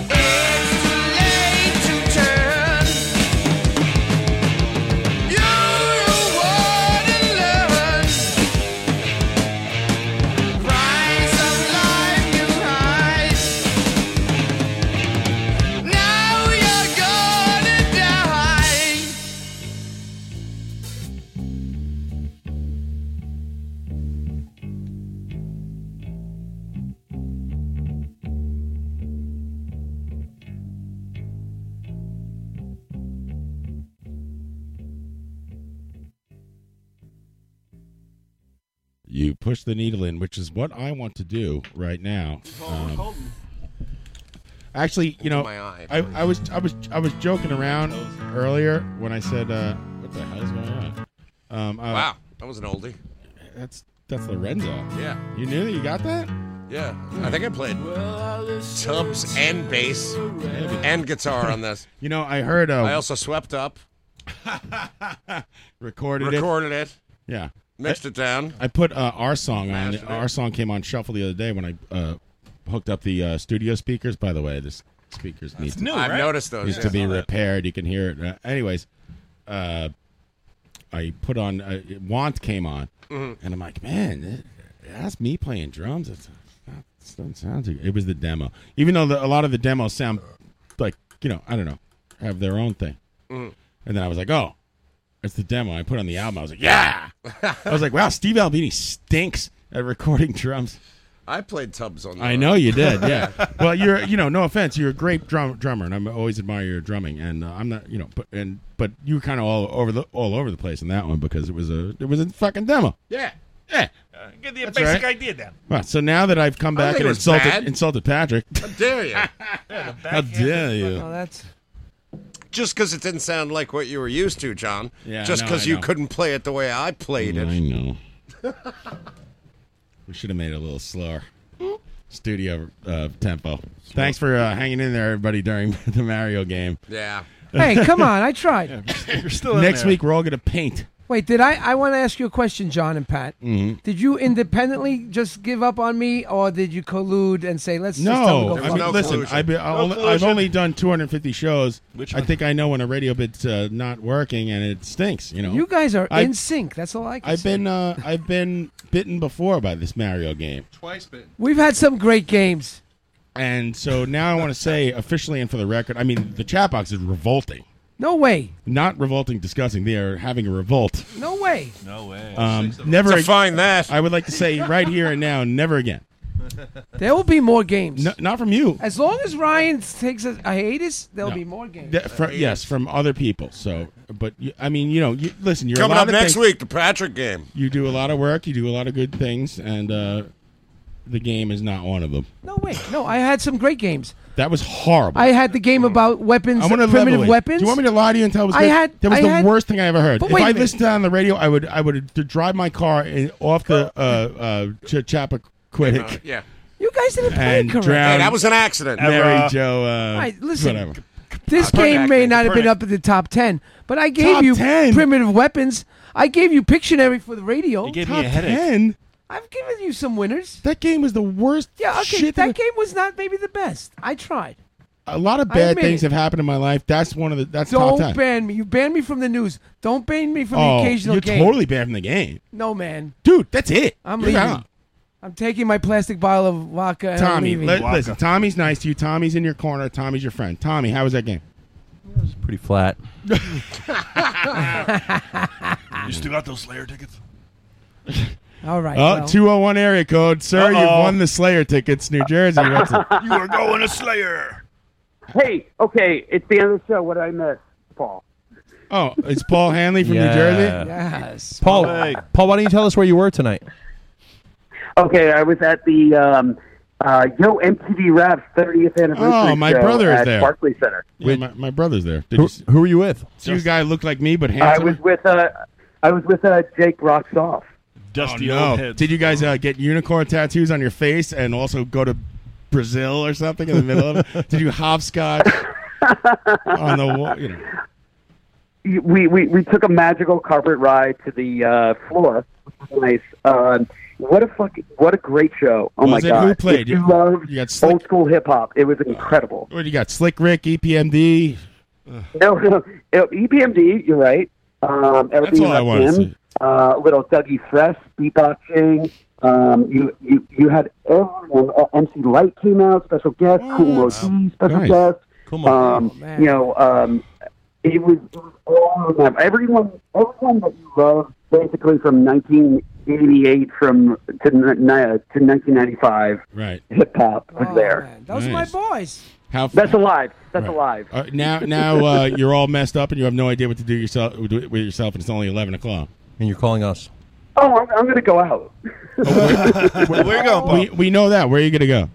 S1: It's too late to turn. You're a word and learn. Price of life you hide. Now you're gonna die.
S2: You push the needle in, which is what I want to do right now. Um, Actually, you know,
S6: My eye.
S2: I, I was I was I was joking around earlier when I said, uh, "What the hell is going on?" Um, uh,
S6: wow, that was an oldie.
S2: That's that's Lorenzo.
S6: Yeah.
S2: you knew that you got that.
S6: Yeah, I think I played tubs and bass and guitar on this.
S2: [LAUGHS] You know, I heard, uh,
S6: I also swept up,
S2: [LAUGHS] recorded,
S6: recorded it,
S2: Yeah,
S6: mixed it down.
S2: I put uh, our song on. Our song came on shuffle the other day when I uh, hooked up the uh, studio speakers. By the way, this speakers need to,
S6: new, I've right? noticed those,
S2: Needs
S6: yeah.
S2: to be
S6: Saw that.
S2: repaired. You can hear it. Uh, anyways, uh, I put on uh, Want came on,
S6: Mhm.
S2: and I'm like, man, that- that's me playing drums. It's, it's- it doesn't sound too good. It was the demo, even though the, a lot of the demos sound like you know, I don't know, have their own thing.
S6: Mhm.
S2: And then I was like, oh, it's the demo. I put on the album. I was like, yeah. I was like, wow, Steve Albini stinks at recording drums.
S6: I played tubs on.
S2: I know you did, yeah. [LAUGHS]
S6: [LAUGHS]
S2: well, you're, you know, no offense, you're a great drum, drummer, and I'm always admire your drumming. And uh, I'm not, you know, but and but you were kind of all over the all over the place in that one because it was a it was a fucking demo.
S6: Yeah.
S2: Yeah.
S9: Get the basic idea down.
S2: [LAUGHS] Wow. So now that I've come back
S9: I don't think
S2: and
S9: it was
S2: insulted
S9: bad.
S2: insulted Patrick,
S6: How dare [LAUGHS] you?
S2: how dare you?
S11: that's
S6: just because it didn't sound like what you were used to, John.
S2: Yeah, I
S6: just
S2: know,
S6: because
S2: I
S6: you
S2: know. Mm,
S6: couldn't play it the way I played it.
S2: I know. We should have made it a little slower. Studio uh, tempo. Thanks for uh, hanging in there, everybody, during [LAUGHS] the Mario game.
S6: Yeah.
S11: Hey, come on! I
S2: [LAUGHS]
S11: tried.
S2: You're
S11: still in
S2: Next
S11: there.
S2: week, we're all going to paint.
S11: Wait, did I? I want to ask you a question, John and Pat.
S2: Mhm.
S11: Did you independently just give up on me, or did you collude and say, "Let's just tell them
S2: No,
S11: to go
S2: I
S11: fuck
S2: mean, listen.
S11: themselves"?
S2: I've, been, I only, I've only done 250 shows.
S11: Which
S2: I
S11: one?
S2: think I know when a radio bit's uh, not working and it stinks. You know,
S11: You guys are
S2: I-
S11: in sync. That's all I can
S2: I've
S11: say.
S2: been uh, I've been bitten before by this Mario game,
S7: Twice bitten.
S11: We've had some great games.
S2: and so now I want to say officially and for the record, I mean the chat box is revolting.
S11: No way.
S2: Not revolting, disgusting. They are having a revolt.
S11: No way.
S7: No way.
S2: Um, never
S6: To
S2: ag-
S6: find that.
S2: I would like to say right here and now, never again.
S11: [LAUGHS] There will be more games.
S2: No, not from you.
S11: As long as Ryan takes a hiatus, there'll
S2: No.
S11: be more games.
S2: Th- fro- yes, from other people. So, but you, I mean, you know, you, listen. You're a
S6: Coming
S2: lot
S6: up
S2: of
S6: next
S2: things-
S6: week, the Patrick game.
S2: You do a lot of work. You do a lot of good things, and uh, the game is not one of them.
S11: No way. No, I had some great games.
S2: That was horrible.
S11: I had the game about weapons,
S2: I wanna
S11: primitive
S2: level it.
S11: weapons.
S2: Do you want me to lie to you and tell it was
S11: I
S2: good?
S11: had.
S2: that was
S11: I
S2: the
S11: had-
S2: worst thing I ever heard.
S11: But
S2: If
S11: wait
S2: I
S11: a minute.
S2: listened to that on the radio, I would I would d- drive my car in, off the uh, uh, Ch- Chappaquiddick
S6: Yeah.
S11: You guys didn't play
S2: and
S11: correct.
S2: drown.
S6: Hey, that was an accident.
S2: Mary
S6: Never.
S2: Jo. Uh,
S11: All right, listen.
S2: Whatever.
S11: This
S2: Copernic,
S11: game may not have been
S2: Copernic.
S11: up in the top ten, but I gave
S2: Top
S11: you primitive weapons. I gave you Pictionary for the radio. You
S2: gave me a Top headache. 10?
S11: I've given you some winners.
S2: That game was the worst.
S11: Yeah, okay.
S2: shit
S11: that
S2: that-
S11: game was not maybe the best. I tried.
S2: A lot of
S11: I
S2: bad
S11: admit
S2: things
S11: it.
S2: have happened in my life. That's one of the. That's
S11: Don't
S2: top ten.
S11: ban me. You banned me from the news. Don't ban me from
S2: oh,
S11: the occasional
S2: you're
S11: game.
S2: totally banned from the game,
S11: No man.
S2: dude. That's it.
S11: I'm
S2: You're
S11: leaving.
S2: out.
S11: I'm taking my plastic bottle of vodka. And I'm
S2: Tommy,
S11: leaving.
S2: li- listen. Tommy's nice to you. Tommy's in your corner. Tommy's your friend. Tommy, how was that game? It was
S8: pretty flat.
S16: You still got those Slayer tickets?
S11: [LAUGHS] All right.
S2: Oh,
S11: well.
S2: 201 area code. Sir, you've
S16: Uh-oh.
S2: won the Slayer tickets. New Jersey. What's it?
S5: [LAUGHS]
S16: You are going to Slayer.
S5: Hey, okay, it's the end of the show. What did I miss, Paul?
S2: Oh, it's
S8: [LAUGHS]
S2: Paul Hanley from
S8: Yeah.
S2: New Jersey?
S11: Yes.
S8: Paul, Paul, why don't you tell us where you were tonight?
S5: Okay, I was at the um, uh, Yo MTV Raps 30th anniversary.
S2: Oh, my
S5: show
S2: brother is
S5: at
S2: there.
S5: Barclay Center.
S2: Yeah, my, my brother's there. Did you,
S8: who are you with?
S2: So you guy looked like me, but
S5: I
S2: handsome.
S5: was with uh, I was with uh, Jake Rocks Off.
S16: Dusty
S2: Oh, no.
S16: old heads.
S2: Did you guys uh, get unicorn tattoos on your face and also go to Brazil or something in the middle of
S5: [LAUGHS]
S2: it? Did you hopscotch on the wall? You know.
S5: we, we, we took a magical carpet ride to the uh, floor. Which was nice. Um, what a fucking what a great show! Oh
S2: Was
S5: my
S2: it?
S5: god!
S2: Who played?
S5: If you
S2: You-
S5: love
S2: you got Slick-
S5: old school hip hop. It was incredible.
S2: What do you got? Slick Rick, E EPMD.
S5: No, no, no, EPMD. You're right. Um, everything
S2: all I
S5: about
S2: wanted to
S5: him. Uh, little Dougie Fresh beatboxing. Um, you, you you had everyone. Uh, MC Light came out. Special guest. Cool Motif. Special
S4: Nice.
S5: guest.
S4: Cool Motif.
S5: um,
S4: Oh, man.
S5: you know, um, it was it was all of them. Everyone, everyone that you love, basically from 1988 from to ni- uh, to 1995.
S2: Right.
S5: Hip hop
S4: Oh,
S5: was there.
S11: Those are my boys.
S2: How
S5: That's alive. That's alive.
S2: Uh, now, now uh, you're all messed up and you have no idea what to do yourself with yourself, and it's only eleven o'clock.
S8: And you're calling us.
S5: Oh, I'm, I'm going to go out.
S2: [LAUGHS] Oh, Where you
S5: Oh.
S2: going, We, we know that. Where are you going to go?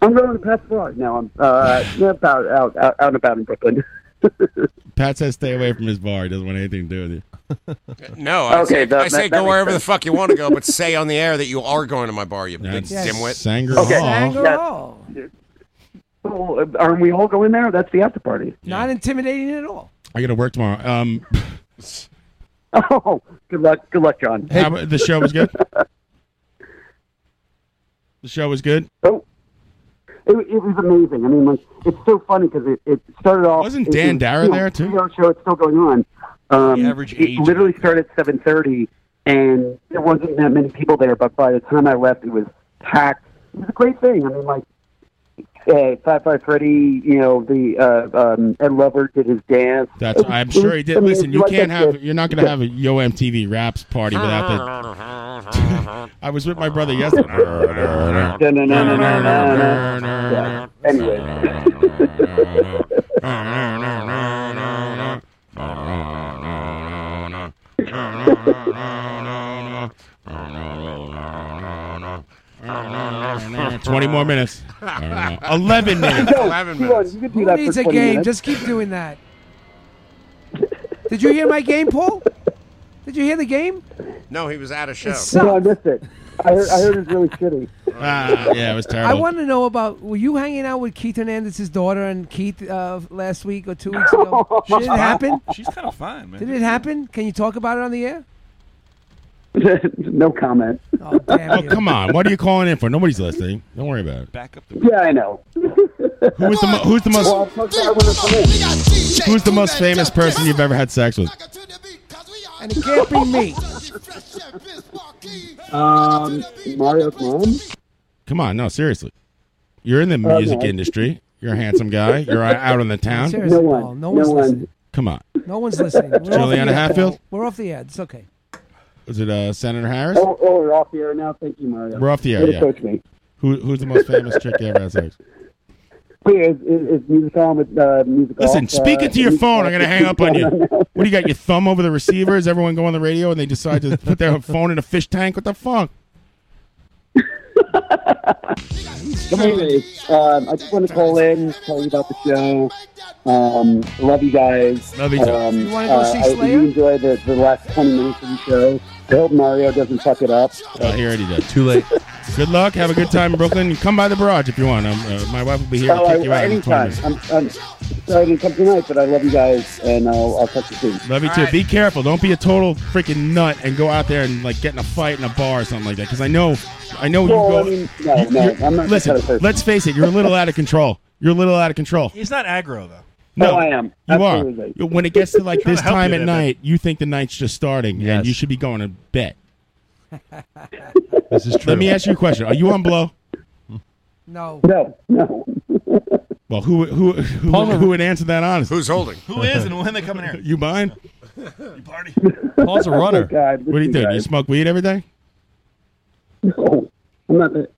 S5: I'm going to Pat's Bar. No, I'm uh, yeah, about out, out out and about in Brooklyn.
S2: Pat says stay away from his bar. He doesn't want anything to do with you.
S6: No, I
S5: Okay,
S6: say,
S5: that-
S6: I say
S5: that- that
S6: go
S5: makes
S6: wherever
S5: sense.
S6: the fuck you want to
S5: [LAUGHS]
S6: go, but say on the air that you are going to my bar, you big
S2: That's
S6: dimwit.
S2: Sanger
S5: Okay.
S2: Hall.
S6: Oh.
S5: That's- Well, Oh, aren't we all going there? That's the after party.
S11: Not intimidating at all.
S2: I got to work tomorrow. Um,
S5: [LAUGHS] Oh, good luck, good luck, John.
S2: how about- the show was good. The show was good.
S5: Oh, It, it was amazing. I mean, like it's so funny because it, it started off.
S2: Wasn't
S5: it
S2: Dan
S5: was,
S2: Dara
S5: you know,
S2: there, too?
S5: radio show. It's still going on. Um,
S2: The average
S5: it
S2: age of
S5: literally started at seven thirty, and there wasn't that many people there. But by the time I left, it was packed. It was a great thing. I mean, like uh, Five Five Freddy, you know, the uh, um, Ed Lover did his dance.
S2: That's.
S5: It was-
S2: I'm
S5: it
S2: sure
S5: was-
S2: he
S5: I
S2: did.
S5: mean,
S2: Listen,
S5: it's
S2: you
S5: like
S2: can't
S5: that-
S2: have. You're not going to
S5: yeah.
S2: have a Yo MTV Raps party without
S6: Uh-huh.
S2: that. I was with my
S7: [LAUGHS]
S2: brother yesterday. Twenty
S7: [LAUGHS]
S2: more minutes. [LAUGHS] Eleven minutes.
S5: [LAUGHS] No, Elon, You can do
S11: Who
S5: that
S11: needs
S5: for
S11: a
S5: 20
S11: game?
S5: minutes.
S11: Just keep doing
S5: [LAUGHS]
S11: that. Did you hear my game, Paul? Did you hear the game?
S6: No, he was out of show.
S5: No, I missed it. I heard, I heard it was
S2: [LAUGHS]
S5: really shitty.
S2: Ah, yeah, it was
S11: I
S2: terrible.
S11: want to know about. Were you hanging out with Keith Hernandez's daughter and Keith uh, last week or two weeks
S5: [LAUGHS]
S11: ago? Did it happen?
S7: She's kind of fine, man.
S11: Did it happen? Can you talk about it on the air?
S5: [LAUGHS] no comment.
S11: Oh, damn you.
S2: Come on, what are you calling in for? Nobody's listening. Don't worry about it.
S7: Back up
S5: Yeah, I know.
S2: Who is the mo- who's the most
S5: Well, I'm so glad when I come in.
S2: who's the most famous person you've ever had sex with?
S11: And it can't be me.
S5: Um, Mario's mom.
S2: Come on, no, seriously. You're in the
S5: Uh,
S2: music
S5: no.
S2: industry. You're a handsome guy. You're o- out on the town.
S11: Seriously, No one. Paul, no No one's one. listening.
S2: Come on.
S11: No one's listening. We're off the
S2: Juliana
S11: air.
S2: Hatfield?
S11: We're off the air. It's okay.
S2: Was it uh, Senator Harris?
S5: Oh, oh, we're off the air now. Thank you, Mario.
S2: We're off the air.
S5: Way to
S2: yeah.
S5: coach me.
S2: Who, who's the most famous chick you ever had sex? with?
S5: Wait, is, is, is music on with uh, music
S2: Listen,
S5: off,
S2: speaking
S5: uh,
S2: to your
S5: music
S2: phone,
S5: off?
S2: I'm
S5: [LAUGHS]
S2: going to hang up on you. What do you got? Your thumb over the receiver? Is everyone go on the radio and they decide to put their phone in a fish tank? What the fuck?
S5: But anyways, um, I just want to call in, tell you about the show. Um, love you guys.
S2: Love you too.
S5: Um,
S2: You wanna go
S5: uh,
S2: see
S5: I hope
S2: Slayer?
S5: you enjoy the, the last 20 minutes of the show. I hope Mario doesn't fuck it up.
S2: Oh, he already did. Too late. Good luck. Have a good time in Brooklyn. Come by the barrage if you want. Um, uh, my wife will be here
S5: Oh,
S2: to kick you
S5: I,
S2: out in 20
S5: anytime.
S2: minutes.
S5: I'm, I'm sorry I didn't come tonight, but I love you guys, and I'll, I'll talk to you soon.
S2: Love you too. Be careful. Don't be a total freaking nut and go out there and like get in a fight in a bar or something like that. Because I know, I know
S5: Well,
S2: you go.
S5: I mean, no,
S2: you-
S5: no,
S2: you're-
S5: I'm not that
S2: listen,
S5: kind of person.
S2: let's face it. You're a little out of control. You're a little out of control.
S9: He's not aggro though.
S2: No,
S9: Oh, I am.
S2: You
S9: Absolutely.
S2: are. When it gets to like
S9: [LAUGHS] Trying
S2: this
S9: to help
S2: time
S9: you
S2: at
S9: there, man. [LAUGHS]
S2: night, you think the night's just starting, and you should be going to bed.
S8: This is true.
S2: Let me ask you a question. Are you on blow?
S11: No.
S5: No. No.
S2: Well, who who who,
S8: Palmer-
S2: who would answer that honestly?
S6: Who's holding?
S9: [LAUGHS] Who is and when they come in here?
S2: you buying?
S9: You party.
S2: Paul's
S5: a runner. Oh, [LAUGHS] God,
S2: what do you
S5: this
S2: do?
S5: guy.
S2: You smoke weed every day?
S5: No, I'm not. The,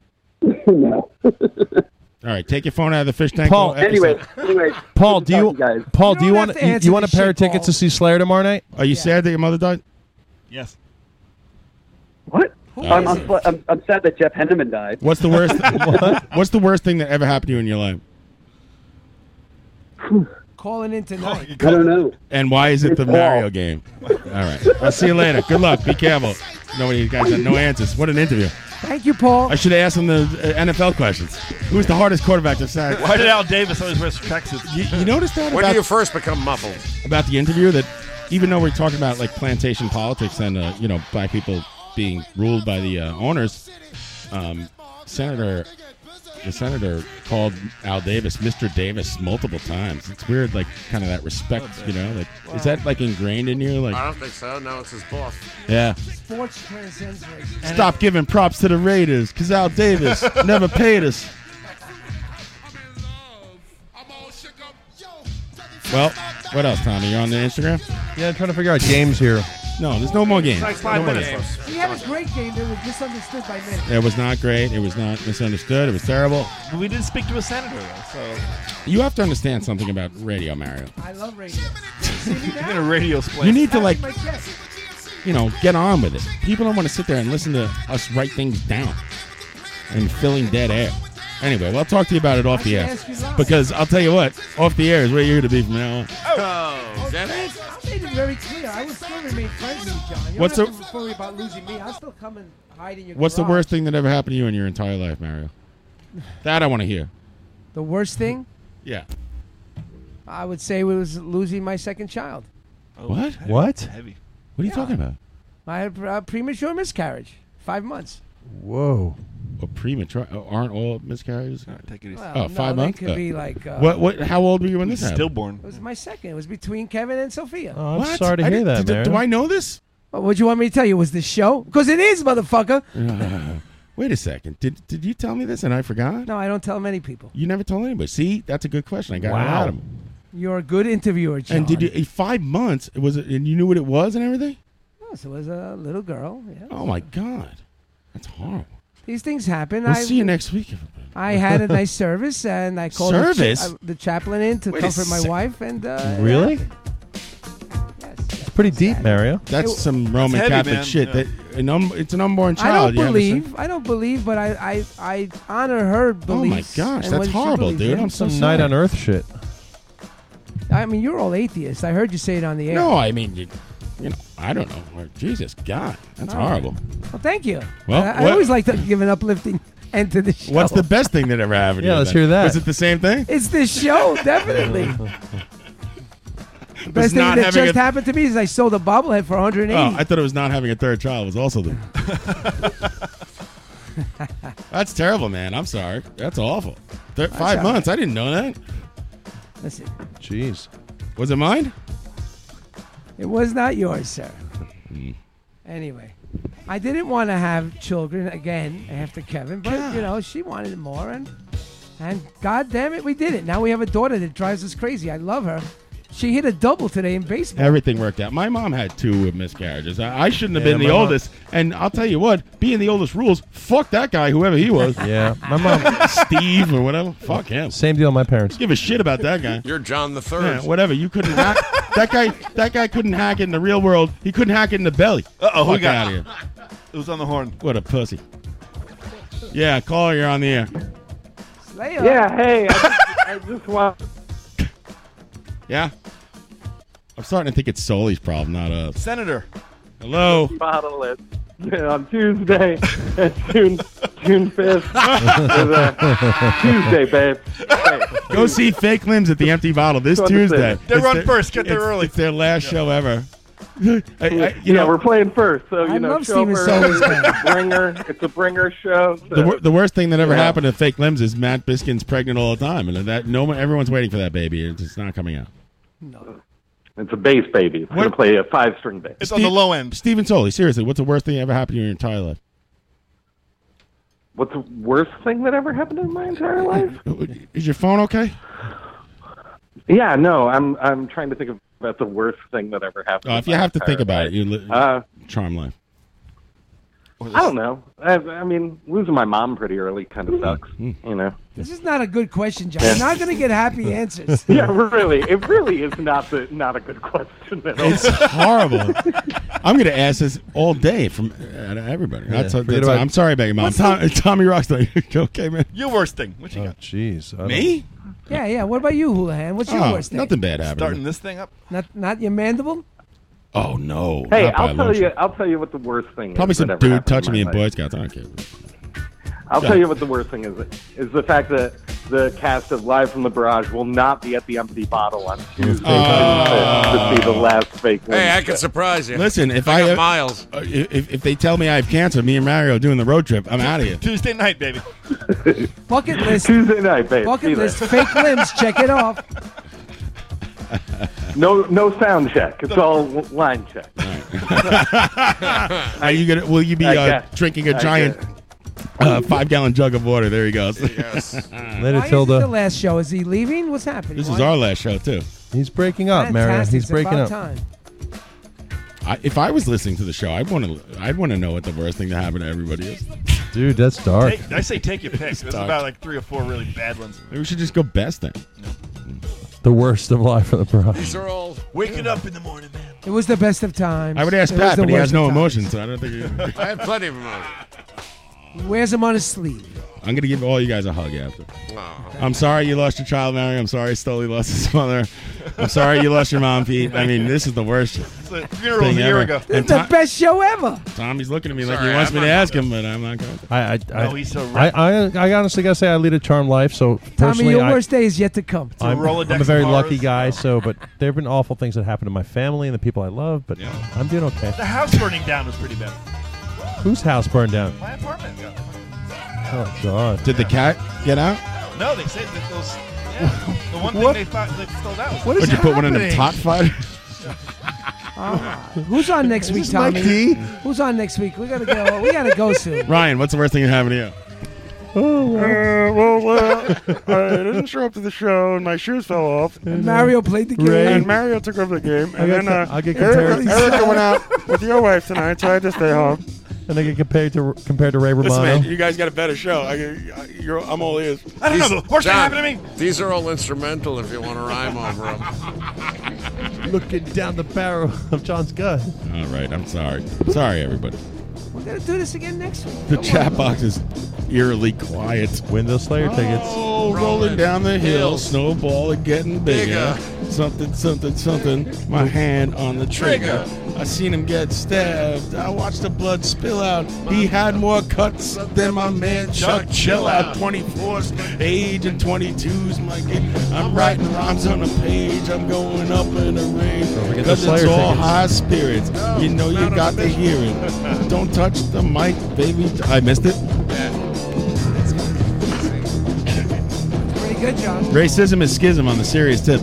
S5: no.
S2: All right, take your phone out of the fish tank.
S8: Paul,
S2: We'll have to
S8: anyway,
S2: say-
S5: Anyway,
S8: Paul, do you, Paul, do you want
S2: to
S8: you,
S2: answer
S8: you want a
S2: this
S8: pair
S2: shit,
S8: of tickets
S2: Paul.
S8: to see Slayer tomorrow night?
S2: Are you sad that your mother died?
S9: Yes.
S5: I'm, I'm, sl- I'm, I'm sad that Jeff Henneman died.
S2: What's the
S5: [LAUGHS]
S2: worst? What's the worst thing that ever happened to you in your life?
S11: Calling in tonight.
S5: I don't know.
S2: And why is it the
S11: Paul.
S2: Mario game? All right, I'll see you later. Good luck. Be careful. Nobody, you guys, have no answers. What an interview.
S11: Thank you, Paul.
S2: I should have asked him the uh, NFL questions. Who's the hardest quarterback to sack?
S9: [LAUGHS] Why did Al Davis always wear tracksuits?
S2: You, you noticed that
S6: When
S2: about-
S6: do you first become muffled?
S2: about the interview that even though we're talking about like plantation politics and uh, you know black people being ruled by the uh, owners, um, Senator the senator called Al Davis Mr. Davis multiple times. It's weird, like kind of that respect, you know? Like is that like ingrained in you?
S6: I
S2: Like
S6: don't think so. No, it's his boss.
S2: yeah.
S11: Sports transcends race.
S2: Stop giving props to the Raiders because Al Davis never paid us. Well, what else, Tommy? You're on the Instagram?
S8: Yeah, I'm trying to figure out games here.
S2: No, there's no more games. No more games.
S11: He had a great game that was misunderstood by many.
S2: It was not great. It was not misunderstood. It was terrible.
S9: We didn't speak to a senator, though, so.
S2: You have to understand something about radio, Mario.
S11: I love radio.
S9: in a radio splay.
S2: You need to like, you know, get on with it. People don't want to sit there and listen to us write things down and filling dead air. Anyway, well, I'll talk to you about it off the air
S11: ask you live.
S2: because I'll tell you what, off the air is where you're going to be from now on.
S11: Oh, thanks. I made it very clear. I would still remain friends with you, John. You
S2: What's
S11: don't have
S2: the-
S11: to worry about losing me. I'll still come and hide in your
S2: What's the
S11: garage.
S2: worst thing that ever happened to you in your entire life, Mario? That I want to hear.
S11: The worst thing?
S2: Yeah.
S11: I would say was losing my second child.
S2: What?
S8: What?
S9: Oh, Heavy.
S2: What are you talking about?
S11: I had a uh, premature miscarriage. Five months.
S8: Whoa.
S2: A premature? oh, Aren't all miscarriages?
S9: Take it easy.
S11: Well,
S2: Oh, five
S11: no, they
S2: months.
S11: could
S2: Uh,
S11: be like, uh,
S2: what? What? How old were you when this happened?
S11: It was my second. It was between Kevin and Sophia.
S2: Oh, I'm What? sorry to I hear didn't- that, do- do Mario. I know this?
S11: What would you want me to tell you? Was this show? Because it is, motherfucker.
S2: Uh, [LAUGHS] wait a second. Did did you tell me this and I forgot?
S11: No, I don't tell many people.
S2: You never told anybody. See, that's a good question. I got it
S11: Wow.
S2: out of him.
S11: You're a good interviewer, John.
S2: And did you eh, five months? Was it? And you knew what it was and everything?
S11: Yes, Oh, it was a little girl. Yeah.
S2: Oh my God, that's horrible.
S11: These things happen.
S2: We'll
S11: I
S2: see you next week.
S11: I had a
S2: [LAUGHS]
S11: nice service, and I called the cha-
S2: Service?
S11: uh, the chaplain in to
S2: Wait a
S11: comfort my
S2: sec-
S11: wife. And uh,
S8: Really? It's pretty deep, Mario.
S2: That's some Roman
S11: heavy,
S2: Catholic
S11: man.
S2: shit.
S11: Yeah.
S2: That an um, it's an unborn
S11: I
S2: child.
S11: don't
S2: you understand?
S11: believe. I don't believe, but I I, I honor her
S2: Oh my
S11: beliefs.
S2: gosh,
S11: and
S2: that's
S11: what she
S2: horrible,
S11: believes
S2: dude.
S11: in.
S2: I'm so
S8: Some
S2: sorry.
S8: night on Earth shit.
S11: I mean, you're all atheists. I heard you say it on the air.
S2: No, I mean, you, you know, I don't know. Or, Jesus God, that's
S11: Oh.
S2: horrible.
S11: Well, thank you.
S2: Well,
S11: I, I
S2: what-
S11: always like to give an uplifting end to the show.
S2: What's the best thing that ever happened? to
S8: Yeah,
S2: you
S8: let's
S2: then?
S8: hear that.
S2: Was it the same thing?
S11: It's this
S2: [LAUGHS]
S11: show, definitely. The
S2: Was
S11: best thing
S2: not
S11: that
S2: having
S11: just
S2: a-
S11: happened to me is I sold a bobblehead for 180.
S2: Oh, I thought it was not having a third child was also the.
S8: [LAUGHS]
S2: That's terrible, man. I'm sorry. That's awful. Thir-
S11: That's
S2: five
S11: all
S2: months. I didn't know that.
S11: Listen,
S8: Jeez.
S2: Was it mine?
S11: it was not yours, sir.
S2: Mm.
S11: Anyway, I didn't want to have children again after Kevin, but you know she wanted more, and and God damn it, we did it. Now we have a daughter that drives us crazy. I love her. She hit a double today in baseball.
S2: Everything worked out. My mom had two miscarriages. I, I shouldn't have
S8: Yeah,
S2: been the
S8: my mom-
S2: oldest. And I'll tell you what, being the oldest rules. Fuck that guy, whoever he was.
S8: [LAUGHS] Yeah, my mom,
S2: Steve or whatever. Fuck him.
S8: Same deal. My parents.
S2: Give a shit about that guy.
S6: You're John the Third.
S2: Yeah, whatever. You
S10: [LAUGHS]
S2: couldn't hack that guy. That guy couldn't hack it in the real world. He couldn't hack it in the belly.
S9: Uh-oh, we
S2: Fuck
S9: got-
S2: outta here.
S9: [LAUGHS] It was on the horn.
S2: What a pussy. Yeah, caller, you're on the air.
S11: Slayer.
S10: Yeah, hey, I just, I just want.
S2: Yeah. I'm starting to think it's Soli's problem, not us. [LAUGHS]
S9: Senator.
S2: Hello.
S10: Bottle
S2: [LAUGHS]
S10: it on Tuesday, and June June
S2: [LAUGHS]
S10: fifth is uh, Tuesday, babe. Hey,
S2: Go see Fake Limbs at the Empty Bottle this
S10: Go on the
S2: Tuesday.
S10: stage. They
S2: It's
S10: run
S2: their-
S10: first, get there
S2: it's-
S10: early.
S2: It's their last show ever. I- I-
S10: yeah,
S2: you know,
S10: we're playing first, so you
S11: I
S10: know,
S11: love
S10: show
S11: Steven
S10: her.
S11: Soderbergh.
S10: It's a bringer. It's a bringer show. so-
S2: the, wor- the worst thing that ever
S10: Yeah.
S2: happened to Fake Limbs is Matt Biskin's pregnant all the time, and that no one, everyone's waiting for that baby. It's, it's not coming out.
S10: It's a bass baby. It's going to play a five string bass.
S2: Ste- Steven Tolley, seriously, what's the worst thing that ever happened to you in your entire life?
S10: What's the worst thing that ever happened in my entire life?
S2: Is your phone okay?
S10: Yeah, no, I'm I'm trying to think of about the worst thing that ever happened.
S2: Uh,
S10: in
S2: if you
S10: my
S2: have to
S10: entire
S2: think about
S10: life.
S2: it, you li-
S10: Uh,
S2: charm life.
S10: I don't know. I, I mean, losing my mom pretty early kind
S2: Mm-hmm.
S10: of sucks. You know.
S11: This is not a good question, John.
S10: Yeah.
S11: You're not going to get
S2: [LAUGHS]
S11: happy answers.
S10: [LAUGHS] yeah, really, it really is not the not a good question at all.
S2: It's horrible. [LAUGHS] I'm going to ask this all day from uh, everybody.
S8: Yeah,
S2: That's, that's,
S8: forget about-
S2: I'm sorry about your mom.
S8: What's
S2: Tom,
S8: the-
S2: [LAUGHS] Tommy Rocksteady. You [LAUGHS] okay, man.
S11: Your worst thing. What
S8: Oh, jeez. I
S2: Me?
S11: Yeah, yeah. What about you, Houlihan? What's your
S2: Oh,
S11: worst thing?
S2: nothing bad happened. Starting
S11: this thing up? Not not your mandible?
S2: Oh no.
S10: Hey,
S2: Not by
S10: I'll tell
S2: lunch.
S10: you. I'll tell you what the worst thing
S2: Probably
S10: is. that
S2: some
S10: ever
S2: dude
S10: happened
S2: touching me
S10: in my
S2: in Boy
S10: life.
S2: Scouts. I don't care.
S10: I'll
S2: Yeah.
S10: tell you what the worst thing is. Is the fact that the cast of Live from the Barrage will not be at the Empty Bottle on Tuesday to see the last fake.
S6: Hey, I
S10: Wednesday.
S6: could surprise you.
S2: Listen, if
S6: I
S2: I,
S6: got miles.
S2: uh, if, if they tell me I have cancer, me and Mario are doing the road trip. I'm out of here.
S9: Tuesday night, baby.
S2: [LAUGHS]
S11: Bucket list.
S10: Tuesday night, babe.
S11: Bucket
S10: See
S11: list.
S10: there.
S11: Fake limbs. Check
S10: [LAUGHS]
S11: it off.
S10: No, no sound check. It's all w- line check. [LAUGHS]
S2: Are you gonna? Will you be
S10: I
S2: uh,
S10: guess.
S2: drinking a
S10: I
S2: giant uh, five gallon jug of water? There he goes. [LAUGHS]
S8: Later,
S11: Why
S8: Tilda.
S11: Is it the last show? Is he leaving? What's happening?
S2: This
S11: Why-
S2: is our last show too.
S8: He's breaking up, Mario.
S11: Fantastic.
S8: He's
S11: It's
S8: breaking
S11: about
S8: up.
S11: Time.
S2: I, if I was listening to the show, I'd want to. I'd want to know what the worst thing that happened to everybody is.
S8: Dude, that's dark.
S9: Take, I say take your pick. There's
S2: dark.
S9: about like three or four really bad ones.
S2: [LAUGHS] Maybe we should just go best thing.
S8: The worst of life for the barrage.
S2: [LAUGHS]
S9: These are all waking up in the morning, man.
S11: It was the best of times.
S2: I would ask
S11: It was
S2: Pat,
S11: the
S2: but he
S11: worst
S2: has
S11: of
S2: no
S11: times.
S2: emotion, so I don't
S9: [LAUGHS]
S2: think. He,
S6: I have plenty of emotion.
S11: He wears them on his sleeve.
S2: I'm gonna give all you guys a hug after.
S6: Aw.
S2: I'm sorry you lost your child, Mary. I'm sorry Stoley lost his mother. I'm sorry you lost your mom, Pete. I mean, this is the worst.
S9: a funeral
S2: thing
S9: a year
S2: ever.
S9: ago.
S11: This is
S2: And
S11: the
S2: Tom-
S11: best show ever.
S2: Tommy's looking at me like
S9: Sorry,
S2: he wants
S9: I'm
S2: me to
S9: not-
S2: ask him, but I'm not going to.
S8: I I, I,
S9: No, he's so
S8: I, I, I honestly gotta say I lead a charmed life, so
S11: Tommy,
S8: personally,
S11: your
S8: I,
S11: worst day is yet to come.
S8: I'm, I'm a very lucky guy.
S2: [LAUGHS]
S8: So, but there have been awful things that happened to my family and the people I love, but I'm doing okay.
S9: The house burning down was pretty bad.
S8: Whose house burned down?
S9: My apartment.
S8: Oh God!
S2: Did the cat get out?
S9: No, they said that those. Yeah, the one thing they found they stole out. was-
S2: Would you put one in the top five?
S11: [LAUGHS] Ah, who's on next
S2: Is
S11: week,
S2: this Mike
S11: Tommy?
S2: D?
S11: Who's on next week? We gotta go. We gotta go
S2: [LAUGHS]
S11: soon.
S2: Ryan, what's the worst thing that happened to you?
S8: Oh,
S13: well, well, I didn't show up to the show, and my shoes fell off. And
S11: Mario played the game.
S13: and Mario took over the game.
S8: I got
S13: And then
S8: co-
S13: uh,
S8: I get
S13: Erica,
S8: compared- [LAUGHS]
S13: Erica went out with your wife tonight, so I had to stay home.
S8: And they get compared to compared to Ray
S13: Listen,
S8: Romano.
S13: man, you guys got a better show. I, I- you're, I'm all ears.
S6: John, These are all instrumental if you want to rhyme over them.
S8: Looking down the barrel [LAUGHS] of John's gun.
S2: All right, I'm sorry. Sorry, everybody.
S11: We're gonna do this again next week.
S2: The chat box is eerily quiet.
S8: Win those Slayer tickets.
S2: Oh, rolling down the hill, snowball is getting bigger. Something, something, something. My hand on the trigger. I seen him get stabbed. I watched the blood spill out. He had more cuts than my man Chuck. Chill out. 24's my age and 22's my game. I'm writing rhymes on the page. I'm going up in the range.
S8: forget the
S2: Cause it's
S8: Slayer
S2: all
S8: tickets.
S2: high spirits. You know you got to hear it. Don't touch the mic, baby. I missed it.
S11: Pretty good, John.
S2: Racism is schism on the serious tip.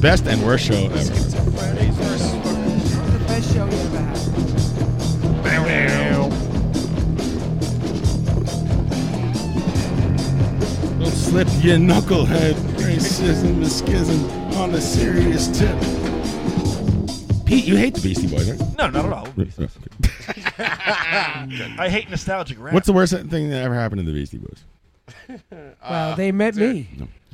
S2: Best and worst show ever.
S11: The best show you ever had.
S2: Don't slip your knucklehead. Racism is schism on the serious tip. Pete, you hate the Beastie Boys, right?
S9: No, not at all. [LAUGHS] I hate nostalgic rap.
S2: What's the
S11: Uh,
S2: worst thing that ever happened to the Beastie Boys?
S11: Well, they met me.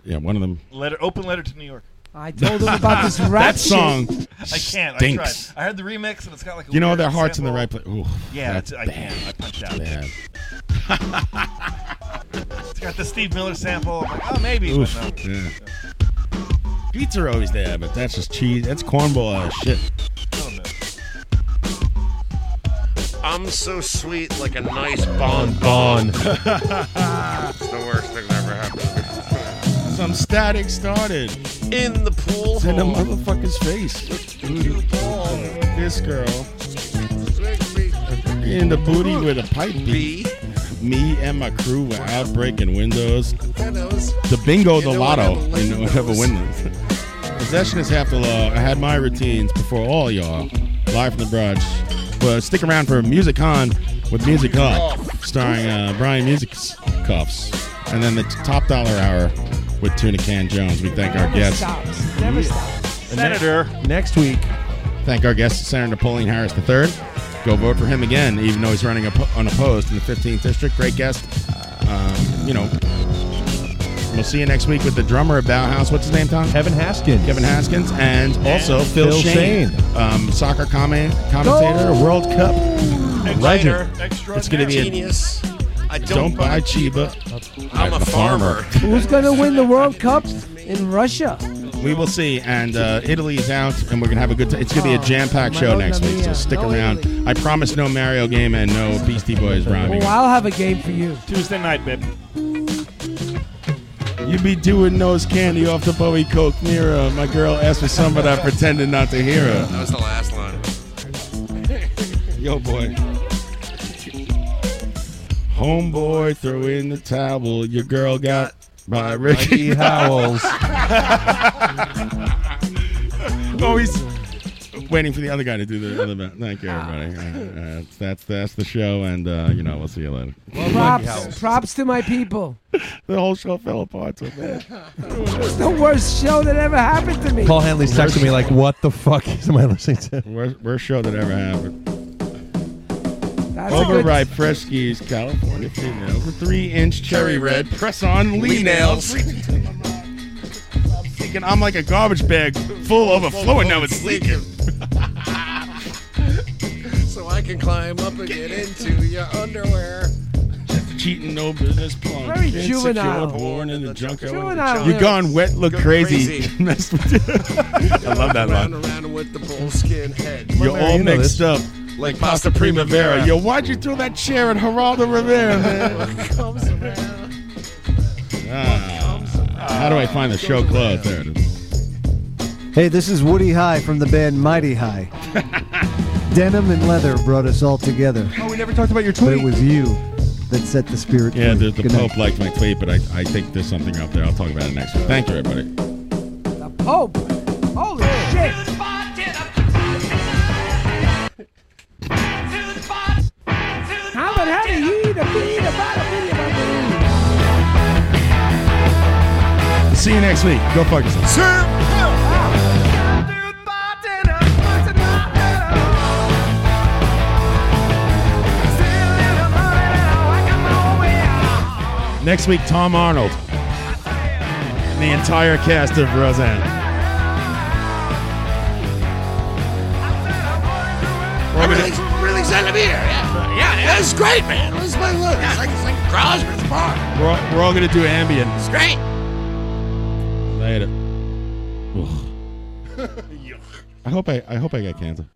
S2: Yeah, one of them.
S9: Letter, open letter to New York.
S11: I told them about this rap
S2: [LAUGHS] That song
S11: shit.
S9: I can't. I tried.
S2: stinks.
S9: I heard the remix and it's got like. A
S2: You know
S9: weird
S2: their heart's in
S9: sample.
S2: the right place. Ooh,
S9: Yeah,
S2: that's
S9: it's- I
S2: bad.
S9: can't. I punched out. [LAUGHS]
S2: Bad.
S9: It's got the Steve Miller sample. I'm like, oh, maybe.
S2: Oof.
S9: But no.
S2: Yeah. Beats are always there, but that's just cheese. That's cornball ass shit.
S6: I'm so sweet, like a nice bonbon.
S2: Bonbon.
S6: it's the worst thing that ever happened.
S2: Some static started.
S6: In the pool
S2: In the
S6: hall.
S2: motherfucker's face. This girl. In the booty with a pipe bee. Me and my crew were out breaking windows.
S6: Windows.
S2: The bingo, the
S6: You know what
S2: lotto,
S6: happened
S2: and whatever windows. Possession is half the law. I had my routines before all y'all. Live from the barrage. But stick around for Music On with Music Hot, starring uh, Brian Music Cuffs. And then the top dollar hour with Tuna Can Jones. We thank our guests.
S11: stops. Never stops.
S2: And next- Next week. Thank our guest, Senator Napoleon Harris III. Go vote for him again, even though he's running up unopposed in the 15th district. Great guest. Um, you know, we'll see you next week with the drummer of Bauhaus. What's his name, Tom? Kevin Haskins. Kevin Haskins, and also
S8: And
S2: Phil,
S8: Phil
S2: Shane, um, soccer comment, commentator, World Cup legend. It's going to be a
S6: genius. I
S2: don't, buy Chiba.
S6: I'm a farmer.
S11: Who's going to win the World Cup in Russia?
S2: We will see. And uh, Italy is out, and we're gonna have a good. time. It's gonna be a jam-packed show next week, so stick around. I promise no Mario game and no Beastie Boys rhyming.
S11: Well, I'll have a game for you.
S16: Tuesday night, babe.
S2: You be doing nose candy off the Bowie Coke mirror. My girl asked for some, but I pretended not to hear
S6: That
S2: her.
S6: was the last line.
S2: Yo, boy. Homeboy, throw in the towel. Your girl got by Ricky
S4: [LAUGHS]
S2: Howells. [LAUGHS]
S4: Oh,
S2: Always Oh, waiting for the other guy to do the other bit. Thank you, everybody. Uh, uh, that's that's the show, and uh, you know we'll see you later.
S11: Props, props to my people.
S2: [LAUGHS] the whole show fell apart so bad.
S11: It was the worst show that ever happened to me.
S8: Paul Hanley's texting me like, "What the fuck [LAUGHS] is am I listening to?"
S2: Worst, worst show that ever happened.
S11: That's a good-
S2: Overripe fresh skis, California female, over three inch cherry red, press on lee
S6: Lee
S2: nails. Thinking I'm like a garbage bag full overflowing. Now it's leaking.
S6: [LAUGHS] so I can climb up and get into your underwear.
S2: Cheating, no business punk.
S6: Very
S2: Insecure,
S6: juvenile.
S2: Born in the junkyard.
S6: Juvenile
S2: You
S6: lyrics.
S2: gone wet, look
S6: Go
S2: crazy.
S6: crazy.
S2: [LAUGHS] Messed with- [LAUGHS] I love that
S6: round
S2: line.
S6: around with the bullskin head.
S2: You're all mixed up.
S6: Like
S2: Pasta
S6: Pasta
S2: Primavera.
S6: Primavera.
S2: Yo, why'd you throw that chair at Geraldo Rivera, [LAUGHS] man?
S6: Comes around.
S2: Ah, how do I find the show clothes? There it is.
S14: Hey, this is Woody High from the band Mighty
S8: [LAUGHS]
S14: High. Denim and leather brought us all together.
S8: Oh, we never talked about your
S14: But it
S8: tweet.
S14: was you that set the spirit.
S2: Yeah,
S14: free.
S2: the, the
S14: Good night.
S2: Pope liked my tweet, but I, I think there's something up there. I'll talk about it next week. Thank you, everybody.
S11: Pope. Oh, Holy shit. How about how to eat a beat about a video
S2: See you next week. Go fuck yourself. Next week, Tom Arnold. The entire cast of Roseanne.
S6: I'm really, really excited to be here. Yeah, yeah, yeah. This is great, man. This is my look. It's like it's like garage, but it's bar.
S2: We're all, we're all gonna do ambient.
S6: It's great.
S2: Later.
S11: [LAUGHS]
S4: [LAUGHS]
S2: Ugh. I hope I I hope I got cancer.